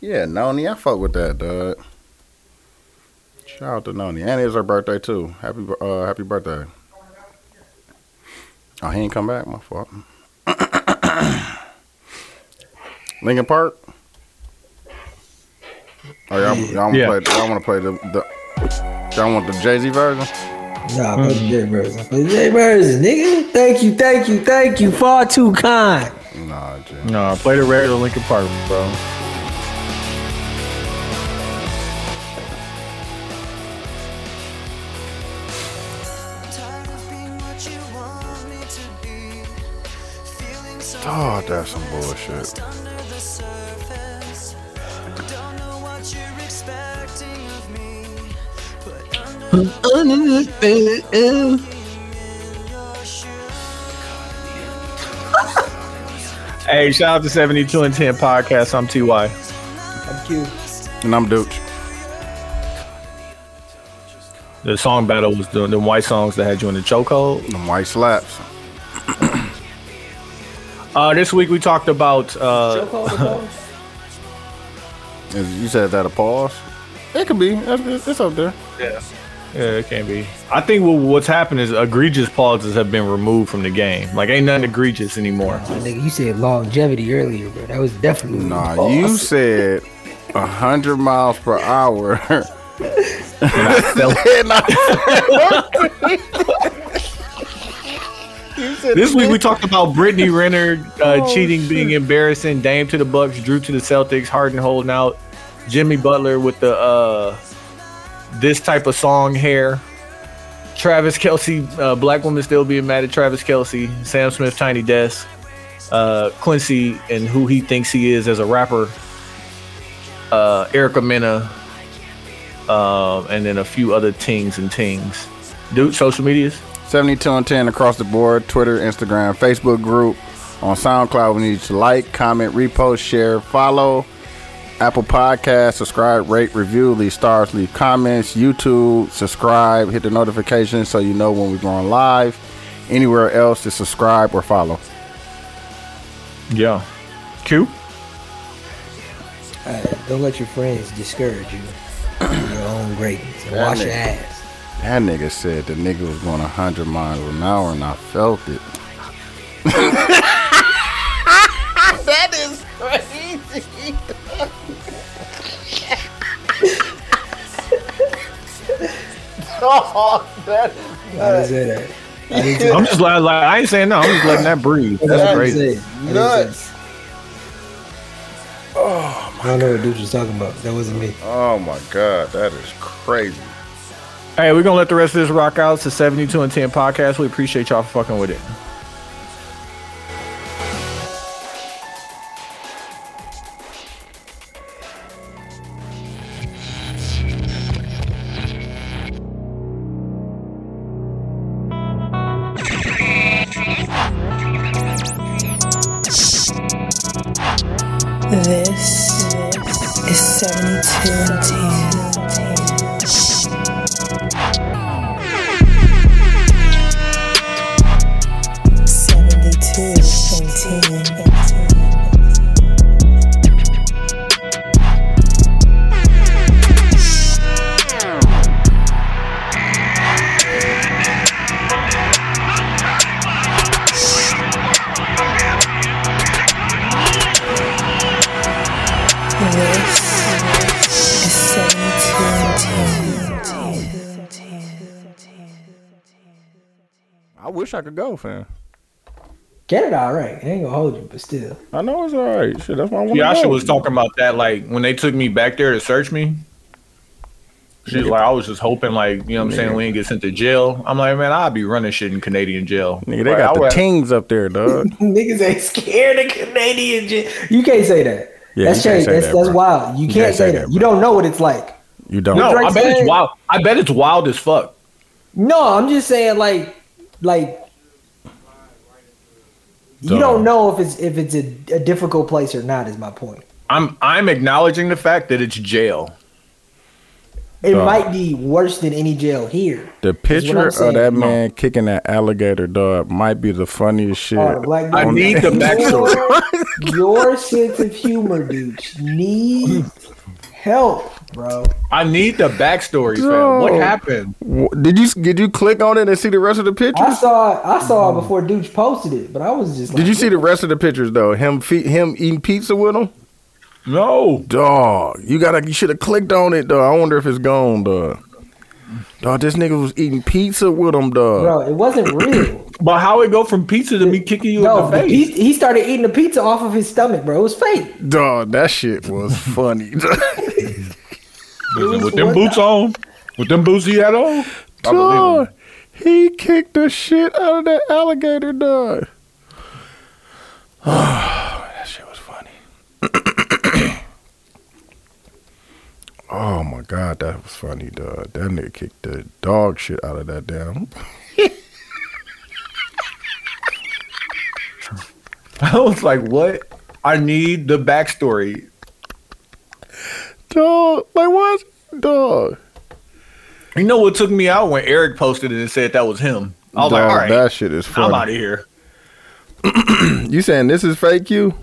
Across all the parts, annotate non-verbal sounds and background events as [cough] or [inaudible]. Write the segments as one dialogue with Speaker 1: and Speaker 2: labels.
Speaker 1: Yeah, Noni, I fuck with that, dog. Shout out to Noni, and it's her birthday too. Happy, uh, happy birthday. Oh, he ain't come back. My fault. [coughs] Lincoln Park. Oh, y'all, y'all
Speaker 2: Yeah.
Speaker 1: want to play? Y'all want to play the, the? Y'all want the Jay Z version?
Speaker 3: Nah,
Speaker 1: Mm-hmm.
Speaker 3: but the Jay Burson. But Jay Burson, nigga. Thank you, thank you, thank you. Far too kind.
Speaker 1: Nah, Jay.
Speaker 2: No, play the regular Lincoln Park, bro.
Speaker 1: Oh, that's some bullshit.
Speaker 2: Hey, shout out to 72 and 10 podcast. I'm TY.
Speaker 3: Thank you.
Speaker 1: And I'm Dooch.
Speaker 2: The song battle was the, the white songs that had you in the chokehold.
Speaker 1: Them white slaps.
Speaker 2: Uh, this week we talked about uh,
Speaker 1: Is, you said that a pause? It could be. It's, it's- it's up there.
Speaker 2: Yeah, it can't be. I think what, what's happened is egregious pauses have been removed from the game. Like, ain't nothing egregious anymore.
Speaker 3: My nigga, you said longevity earlier, bro. That was definitely
Speaker 1: Nah, you said a hundred miles per hour.
Speaker 2: [laughs]
Speaker 1: And I- [laughs] You said
Speaker 2: This week we talked about Brittany Renner uh, cheating being embarrassing, Dame to the Bucks, Drew to the Celtics, Harden holding out, Jimmy Butler with the uh, this type of song hair, Travis Kelsey, uh, black woman still being mad at Travis Kelsey, Sam Smith, Tiny Desk, uh, Quincy, and who he thinks he is as a rapper, uh, Erica Mena, um, and then a few other tings and tings. Dude, social medias.
Speaker 1: 72 and 10 across the board Twitter, Instagram, Facebook group. On SoundCloud, we need you to like, comment, repost, share, follow. Apple Podcast, subscribe, rate, review, leave stars, leave comments. YouTube, subscribe, hit the notification so you know when we're going live. Anywhere else is subscribe or follow.
Speaker 2: Yeah. Q.
Speaker 3: Alright, don't let your friends discourage you from your own greatness. And
Speaker 1: That
Speaker 3: wash
Speaker 1: nigga.
Speaker 3: your ass.
Speaker 1: That nigga said the nigga was going 100 miles an hour and I felt it.
Speaker 3: How does that? How
Speaker 1: [laughs]
Speaker 3: does that?
Speaker 2: I'm just glad, like, I ain't saying no. I'm just letting that breathe. That's crazy.
Speaker 3: Nuts. Oh I don't know what dude was talking about. That wasn't me.
Speaker 1: Oh my God, that is crazy.
Speaker 2: Hey, we're gonna let the rest of this rock out. It's the 72 and 10 podcast. We appreciate y'all for fucking with it.
Speaker 4: This is 72 and 10. Seventy-two and ten. This is seventy-two and ten.
Speaker 1: I wish I could go, fam.
Speaker 3: Canada, all right. I ain't gonna hold you, but still.
Speaker 1: I know it's all right. Shit, that's why I want
Speaker 2: Yasha
Speaker 1: go.
Speaker 2: was talking about that, like when they took me back there to search me. She's like, I was just hoping, like, you know what I'm saying, we ain't get sent to jail. I'm like, man, I'd be running shit in Canadian jail.
Speaker 1: Nigga, they
Speaker 2: Like, I
Speaker 1: got the
Speaker 2: would-
Speaker 1: tings up there, [laughs] dog.
Speaker 3: Niggas ain't [laughs] scared of Canadian jail. You can't say that.
Speaker 1: Yeah,
Speaker 3: that's
Speaker 1: you can't
Speaker 3: changed.
Speaker 1: say
Speaker 3: That's,
Speaker 1: that,
Speaker 3: that's
Speaker 1: bro.
Speaker 3: wild. You, can't, say that. you
Speaker 1: bro.
Speaker 3: don't know what it's like.
Speaker 1: You don't.
Speaker 2: No,
Speaker 3: Drake
Speaker 2: I bet
Speaker 3: said-
Speaker 2: it's wild. I bet it's wild as fuck.
Speaker 3: No, I'm just saying like like
Speaker 1: Duh.
Speaker 3: you don't know if it's if it's a, a difficult place or not is my point.
Speaker 2: I'm I'm acknowledging the fact that it's jail.
Speaker 3: It
Speaker 5: Dog.
Speaker 3: might be worse than any jail here.
Speaker 5: The
Speaker 3: I'm
Speaker 5: picture of
Speaker 3: saying.
Speaker 5: that man kicking that alligator dog might be the funniest shit.
Speaker 3: Oh, the black
Speaker 2: I
Speaker 3: dude.
Speaker 2: need
Speaker 3: [laughs]
Speaker 2: the backstory.
Speaker 3: Your, your sense of humor, dude, needs help, bro.
Speaker 2: I need the backstory, fam. What
Speaker 5: No.
Speaker 2: happened?
Speaker 5: Wh- Did you did you click on it and see the rest of the
Speaker 3: I
Speaker 5: pictures?
Speaker 3: saw I saw it before Dooch posted it, but I was just like,
Speaker 5: Did you see the rest of the pictures though? Him fe- him eating pizza with him?
Speaker 2: No.
Speaker 5: Dog, you gotta you should have clicked on it though. I wonder if it's gone, dog. Dog, this nigga was eating pizza with him, dog.
Speaker 3: bro? It wasn't [coughs] real.
Speaker 2: But how it go from pizza to me kicking you
Speaker 3: no,
Speaker 2: in the
Speaker 3: the
Speaker 2: face?
Speaker 3: he, he started eating the pizza off of his stomach, bro. It was fake.
Speaker 5: Dog, that shit was funny.
Speaker 2: Listen,
Speaker 3: was
Speaker 2: with them
Speaker 3: one-
Speaker 2: boots on, with them boots he had on, I believe
Speaker 5: dog, he kicked the shit out of that alligator, dog. [sighs] that shit was funny. [coughs] oh my god, that was funny, dog. That nigga kicked the dog shit out of that damn.
Speaker 2: him. [laughs] I was like, what? I need the backstory.
Speaker 5: Dog, like what? Dog.
Speaker 2: You know what took me out when Eric posted it and said that was him. I was like,
Speaker 5: Dog,
Speaker 2: all right,
Speaker 5: that shit is
Speaker 2: I'm out
Speaker 5: funny.
Speaker 2: of here.
Speaker 5: You saying this is fake you?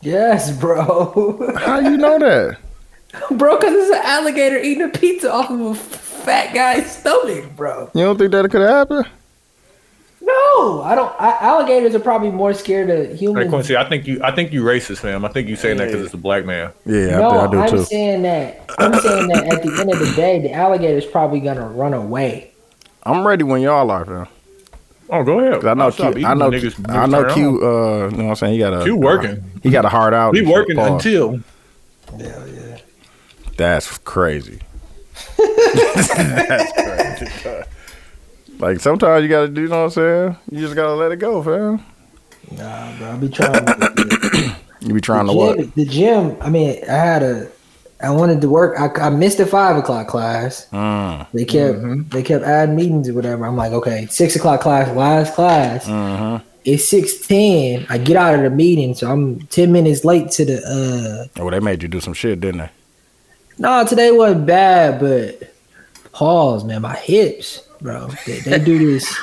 Speaker 3: Yes, bro.
Speaker 5: How you know that?
Speaker 3: [laughs] bro, because it's an alligator eating a pizza off of a fat guy's stomach, bro.
Speaker 5: You don't think that could happen?
Speaker 3: No, I don't. I, alligators are probably more scared of
Speaker 2: Hey,
Speaker 3: humans.
Speaker 2: Quincy, I think you, I think you racist, fam. I think you saying that because it's a black man.
Speaker 5: Yeah,
Speaker 3: no,
Speaker 5: I, do- I
Speaker 3: am
Speaker 5: do too.
Speaker 3: saying that. I'm saying that at the end of the day, the alligator's probably gonna run away.
Speaker 5: I'm ready when y'all are, man.
Speaker 2: Oh, go ahead.
Speaker 5: 'Cause I know,
Speaker 2: I'll stop
Speaker 5: Q,
Speaker 2: eating
Speaker 5: I know,
Speaker 2: the
Speaker 5: Q,
Speaker 2: niggas-
Speaker 5: I
Speaker 2: niggas
Speaker 5: know,
Speaker 2: turn
Speaker 5: Q. Uh, you know what I'm saying? He got a
Speaker 2: Q working.
Speaker 5: He got a hard out.
Speaker 2: on. He
Speaker 5: and shit,
Speaker 2: working
Speaker 5: pause.
Speaker 2: until [laughs]
Speaker 5: that's crazy. that's crazy. like sometimes you gotta do. You know what I'm saying? You just gotta let it go, fam.
Speaker 3: Nah, bro. I'll be trying. [coughs] To,
Speaker 5: You be trying to
Speaker 3: the,
Speaker 5: what?
Speaker 3: gym, the gym. I mean, I had a. I wanted to work. I, I missed the five o'clock class.
Speaker 5: Mm,
Speaker 3: They kept they kept adding meetings or whatever. I'm like, okay, six o'clock class, last class. It's six ten. I get out of the meeting, so I'm ten minutes late to the. uh
Speaker 5: oh, they made you do some shit, didn't they?
Speaker 3: No, today wasn't bad, but pause, man. My hips, bro. They, they do this.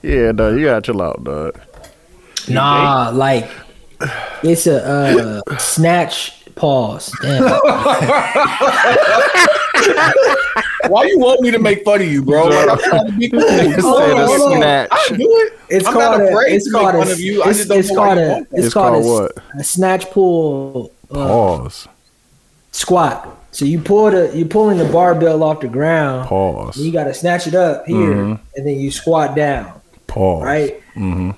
Speaker 5: Yeah, dog. You gotta chill out, dog.
Speaker 3: nah, like it's a uh, snatch pause. Damn.
Speaker 2: [laughs] Why you want me to make fun of you, [laughs] bro? Like, I'm trying to be cool.
Speaker 3: Hold on, hold on.
Speaker 2: I do it.
Speaker 3: It's
Speaker 2: I'm
Speaker 3: called
Speaker 2: not
Speaker 3: a,
Speaker 2: afraid
Speaker 3: it's
Speaker 2: to make
Speaker 3: called a,
Speaker 2: fun of you. I
Speaker 3: it's,
Speaker 2: just don't
Speaker 3: it's
Speaker 2: feel
Speaker 3: called
Speaker 2: like
Speaker 3: a,
Speaker 2: you
Speaker 3: it's,
Speaker 5: It's
Speaker 3: called,
Speaker 5: called
Speaker 3: a, a snatch pull uh,
Speaker 5: Pause.
Speaker 3: squat. So you pull the you're pulling the barbell off the ground.
Speaker 5: Pause.
Speaker 3: You gotta snatch it up here, and then you squat down,
Speaker 5: Pause.
Speaker 3: right?
Speaker 5: Mm-hmm.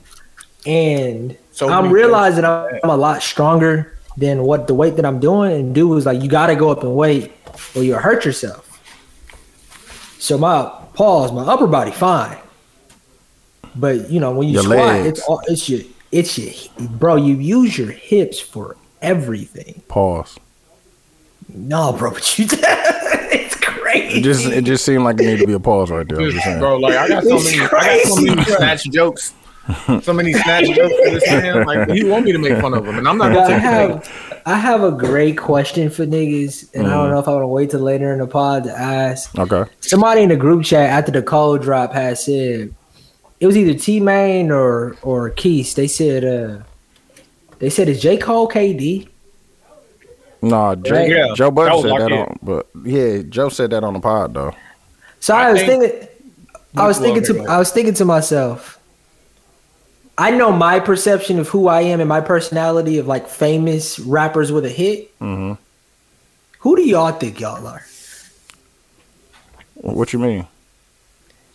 Speaker 3: and
Speaker 2: So
Speaker 3: I'm
Speaker 2: many
Speaker 3: realizing I'm, I'm a lot stronger than what the weight that I'm doing. And dude was like, you got to go up and weight or you'll hurt yourself. So my paws, my upper body, fine. But you know when you
Speaker 5: Your
Speaker 3: squat,
Speaker 5: legs.
Speaker 3: it's all, it's your it's your bro. You use your hips for everything.
Speaker 5: Pause.
Speaker 3: No, bro, but you [laughs] it's crazy.
Speaker 5: It just it just seemed like it needed to be a pause right there. I'm just saying.
Speaker 2: Bro, like I got so many, I got so many snatch
Speaker 5: [laughs]
Speaker 2: jokes, so many snatch jokes for this man. Like you want me to make fun of him, and I'm not
Speaker 3: But
Speaker 2: gonna
Speaker 3: I
Speaker 2: take it.
Speaker 3: have I have a great question for niggas, and I don't know if I want to wait till later in the pod to ask.
Speaker 5: Okay.
Speaker 3: somebody in the group chat after the cold drop had said it was either T Main or or Keith. They said uh they said is J Cole KD?
Speaker 5: Nah, Joe,
Speaker 2: Yeah.
Speaker 5: Joe
Speaker 2: That
Speaker 5: Budden
Speaker 2: was
Speaker 5: said
Speaker 2: locked
Speaker 5: that
Speaker 2: in.
Speaker 5: on, but yeah, Joe said that on the pod though.
Speaker 3: So I,
Speaker 2: I
Speaker 3: was
Speaker 2: think-
Speaker 3: thinking, I was
Speaker 2: Well,
Speaker 3: thinking
Speaker 2: there
Speaker 3: to
Speaker 2: you go.
Speaker 3: I was thinking to myself. I know my perception of who I am and my personality of like famous rappers with a hit.
Speaker 5: Mhm.
Speaker 3: Who do y'all think y'all are?
Speaker 5: What you mean?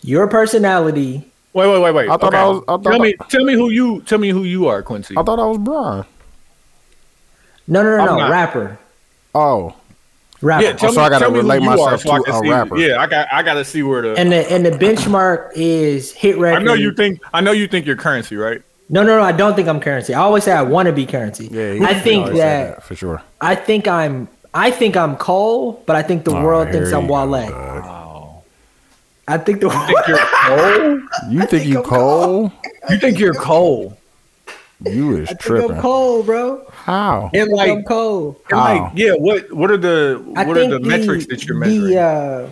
Speaker 3: Your personality.
Speaker 2: Wait, wait, wait, wait.
Speaker 5: I thought I was- I
Speaker 2: tell
Speaker 5: thought
Speaker 2: me, tell me who you, tell me who you are, Quincy.
Speaker 5: I thought I was Brian.
Speaker 3: No, no, no,
Speaker 2: I'm
Speaker 3: no.
Speaker 2: not.
Speaker 3: Rapper,
Speaker 5: Oh,
Speaker 3: rapper.
Speaker 2: yeah, tell
Speaker 5: so
Speaker 2: me,
Speaker 5: I gotta
Speaker 2: tell me
Speaker 5: relate
Speaker 2: who you
Speaker 5: myself
Speaker 2: are so I
Speaker 5: to
Speaker 2: can
Speaker 5: a
Speaker 2: see-
Speaker 5: rapper.
Speaker 2: Yeah, I got, I got to see where the.
Speaker 3: And the and the benchmark is hit record.
Speaker 2: I know you think, I know you think you're currency, right?
Speaker 3: No, no, no. I don't think I'm currency. I always say I want to be currency.
Speaker 5: yeah.
Speaker 3: I think that,
Speaker 5: for sure.
Speaker 3: I think I'm I think I'm Cole, but I think the
Speaker 5: Oh,
Speaker 3: world
Speaker 5: here
Speaker 3: thinks I'm
Speaker 5: you go,
Speaker 3: Wale.
Speaker 5: dog.
Speaker 2: Wow.
Speaker 3: I think the world.
Speaker 2: Think you're cold?
Speaker 5: You think, you cold?
Speaker 2: You think you're cold?
Speaker 5: You
Speaker 3: I
Speaker 5: is
Speaker 3: think I'm
Speaker 5: tripping.
Speaker 3: cold, bro.
Speaker 5: How?
Speaker 2: And
Speaker 3: I think
Speaker 2: like,
Speaker 3: I'm cold.
Speaker 2: and
Speaker 5: Wow.
Speaker 2: like, yeah. What what are the
Speaker 3: I
Speaker 2: what are
Speaker 3: think
Speaker 2: the, metrics that you're measuring?
Speaker 3: The, uh,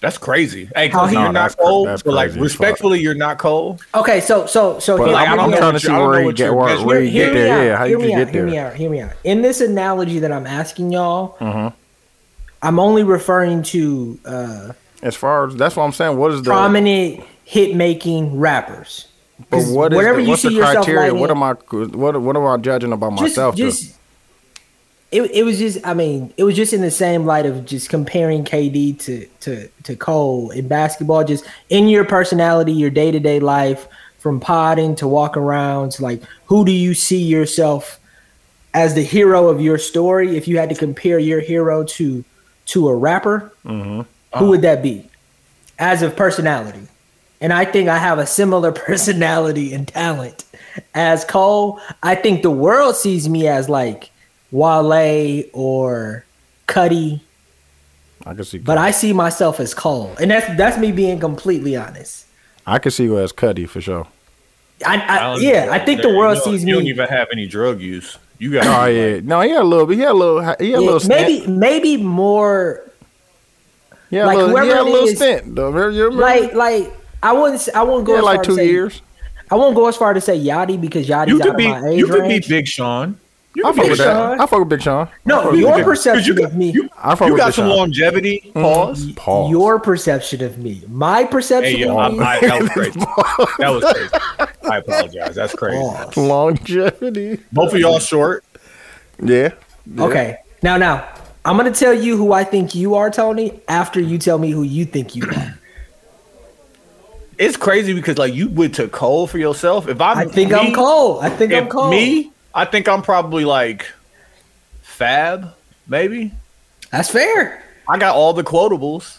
Speaker 2: that's crazy. Hey,
Speaker 3: How
Speaker 2: cause
Speaker 3: he-
Speaker 2: you're
Speaker 3: No,
Speaker 5: that's
Speaker 2: not
Speaker 5: cra-
Speaker 2: cold,
Speaker 5: that's
Speaker 2: but like
Speaker 5: crazy as fuck.
Speaker 2: respectfully, you're not cold.
Speaker 3: okay, so so so
Speaker 5: But
Speaker 3: here-
Speaker 2: like,
Speaker 5: I'm,
Speaker 2: I
Speaker 5: I'm
Speaker 2: don't
Speaker 5: trying
Speaker 2: know
Speaker 5: to see
Speaker 2: what you- I
Speaker 5: where
Speaker 2: don't
Speaker 5: you
Speaker 2: know
Speaker 5: get
Speaker 2: what
Speaker 5: where,
Speaker 2: you-
Speaker 5: where you
Speaker 3: hear,
Speaker 5: get
Speaker 3: hear
Speaker 5: there.
Speaker 3: me
Speaker 5: Yeah,
Speaker 3: out.
Speaker 5: how
Speaker 3: hear
Speaker 5: you
Speaker 3: me
Speaker 5: just
Speaker 3: out.
Speaker 5: get
Speaker 3: Hear me
Speaker 5: there?
Speaker 3: out. Hear me out. In this analogy that I'm asking y'all,
Speaker 5: Mhm.
Speaker 3: I'm only referring to uh,
Speaker 5: As far as that's what I'm saying. What is the
Speaker 3: prominent hit making rappers.
Speaker 5: but what is
Speaker 3: whatever
Speaker 5: the,
Speaker 3: you
Speaker 5: what's
Speaker 3: see
Speaker 5: the
Speaker 3: yourself
Speaker 5: criteria?
Speaker 3: lighting
Speaker 5: What
Speaker 3: up-
Speaker 5: am I what what am I judging about myself? to?
Speaker 3: Just, just it, it was just I mean it was just in the same light of just comparing KD to to to Cole in basketball, just in your personality, your day to day life, from potting to walk around, to like who do you see yourself as the hero of your story? If you had to compare your hero to to a rapper,
Speaker 5: Mm-hmm.
Speaker 3: who would that be as of personality? And I think I have a similar [laughs] personality and talent as Cole. I think the world sees me as like Wale or Cuddy,
Speaker 5: I can see.
Speaker 3: but I see myself as Cole, and that's that's me being completely honest.
Speaker 5: I can see you as Cuddy for sure.
Speaker 3: I, I,
Speaker 2: don't
Speaker 3: yeah,
Speaker 2: even-
Speaker 3: I think the world
Speaker 2: you don't-
Speaker 3: sees
Speaker 2: You don't
Speaker 3: me.
Speaker 2: even have any drug use. You got
Speaker 5: Oh yeah, no, he had a little bit. He had a little. He had a
Speaker 3: Yeah,
Speaker 5: little. Stint.
Speaker 3: maybe maybe more
Speaker 5: he had
Speaker 3: like,
Speaker 5: a little, he
Speaker 3: whoever
Speaker 5: had a
Speaker 3: it
Speaker 5: little
Speaker 3: is,
Speaker 5: stint. though. Remember- you remember?
Speaker 3: like like I wouldn't s- I wouldn't
Speaker 5: He
Speaker 3: go
Speaker 5: had,
Speaker 3: as
Speaker 5: like
Speaker 3: far to
Speaker 5: two
Speaker 3: say,
Speaker 5: years.
Speaker 3: I won't go as far to say Yachty because Yachty's
Speaker 2: You
Speaker 3: out of
Speaker 2: could be.
Speaker 3: my age
Speaker 2: You could be
Speaker 3: range.
Speaker 2: Big Sean. You
Speaker 5: I
Speaker 2: could be
Speaker 5: fuck with
Speaker 2: Big
Speaker 5: that.
Speaker 2: Sean.
Speaker 5: I fuck with Big Sean. I
Speaker 3: no,
Speaker 5: fuck with
Speaker 3: your
Speaker 5: Big Sean.
Speaker 3: perception
Speaker 2: you
Speaker 3: of me.
Speaker 2: You,
Speaker 5: I fuck
Speaker 2: you
Speaker 5: with
Speaker 2: got
Speaker 5: Big
Speaker 2: some
Speaker 5: Sean. Mm-hmm.
Speaker 2: longevity. Pause.
Speaker 5: Pause.
Speaker 3: Your perception of me. My perception
Speaker 2: Hey, yo,
Speaker 3: of
Speaker 2: I'm,
Speaker 3: me.
Speaker 2: I, that was
Speaker 5: [laughs]
Speaker 2: crazy. that was crazy. I apologize. That's crazy.
Speaker 3: Pause.
Speaker 5: longevity.
Speaker 2: Both of y'all short.
Speaker 5: Yeah.
Speaker 3: Okay. Now, now, I'm going to tell you who I think you are, Tony, after you tell me who you think you are.
Speaker 2: It's crazy because like you went to Cole for yourself. If I'm,
Speaker 3: I think
Speaker 2: me,
Speaker 3: I'm cold. I think
Speaker 2: if
Speaker 3: I'm cold.
Speaker 2: Me, I think I'm probably like Fab, maybe.
Speaker 3: That's fair.
Speaker 2: I got all the quotables.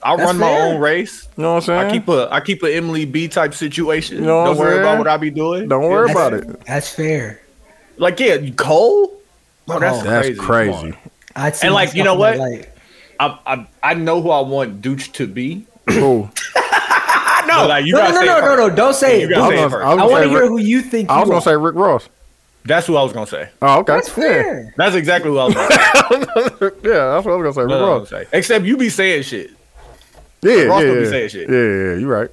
Speaker 2: I
Speaker 3: That's
Speaker 2: run my
Speaker 3: fair.
Speaker 2: own race.
Speaker 5: You know what I'm
Speaker 2: I
Speaker 5: saying?
Speaker 2: keep a I keep a Emily B type situation.
Speaker 5: You know what
Speaker 2: Don't
Speaker 5: I'm
Speaker 2: worry
Speaker 5: saying?
Speaker 2: about what I be doing.
Speaker 5: Don't worry
Speaker 2: Yeah.
Speaker 5: about
Speaker 3: That's-
Speaker 5: it.
Speaker 3: That's fair.
Speaker 2: Like yeah, Cole. Bro, that's,
Speaker 3: Cole.
Speaker 5: Oh,
Speaker 2: crazy.
Speaker 5: That's
Speaker 2: Come
Speaker 5: crazy.
Speaker 2: on.
Speaker 3: I'd see
Speaker 2: And, like, you know
Speaker 3: myself in
Speaker 2: what?
Speaker 3: that light.
Speaker 2: I, I I know who I want Dooch to be. [laughs]
Speaker 5: Cool.
Speaker 2: I know. Like, you
Speaker 3: no,
Speaker 2: gotta
Speaker 3: no,
Speaker 2: say
Speaker 3: no,
Speaker 2: it
Speaker 3: no,
Speaker 2: first.
Speaker 3: no, Don't say
Speaker 2: You
Speaker 3: it.
Speaker 2: gotta
Speaker 5: I
Speaker 2: say it
Speaker 5: was,
Speaker 2: first.
Speaker 5: I was
Speaker 3: I
Speaker 5: gonna
Speaker 3: want
Speaker 5: say
Speaker 3: to hear
Speaker 5: Rick,
Speaker 3: who you think
Speaker 5: I was
Speaker 3: you
Speaker 5: gonna
Speaker 3: are.
Speaker 5: say Rick Ross.
Speaker 2: That's who I was gonna say.
Speaker 5: Oh, okay.
Speaker 3: That's fair.
Speaker 2: That's exactly what I was gonna say.
Speaker 5: [laughs] Yeah. yeah, that's what I was gonna say.
Speaker 2: That's
Speaker 5: Rick
Speaker 2: what I
Speaker 5: Ross.
Speaker 2: was gonna say. Except you be saying shit.
Speaker 5: Yeah,
Speaker 2: Ross
Speaker 5: yeah,
Speaker 2: don't be
Speaker 5: yeah.
Speaker 2: saying shit.
Speaker 5: yeah, yeah. You right.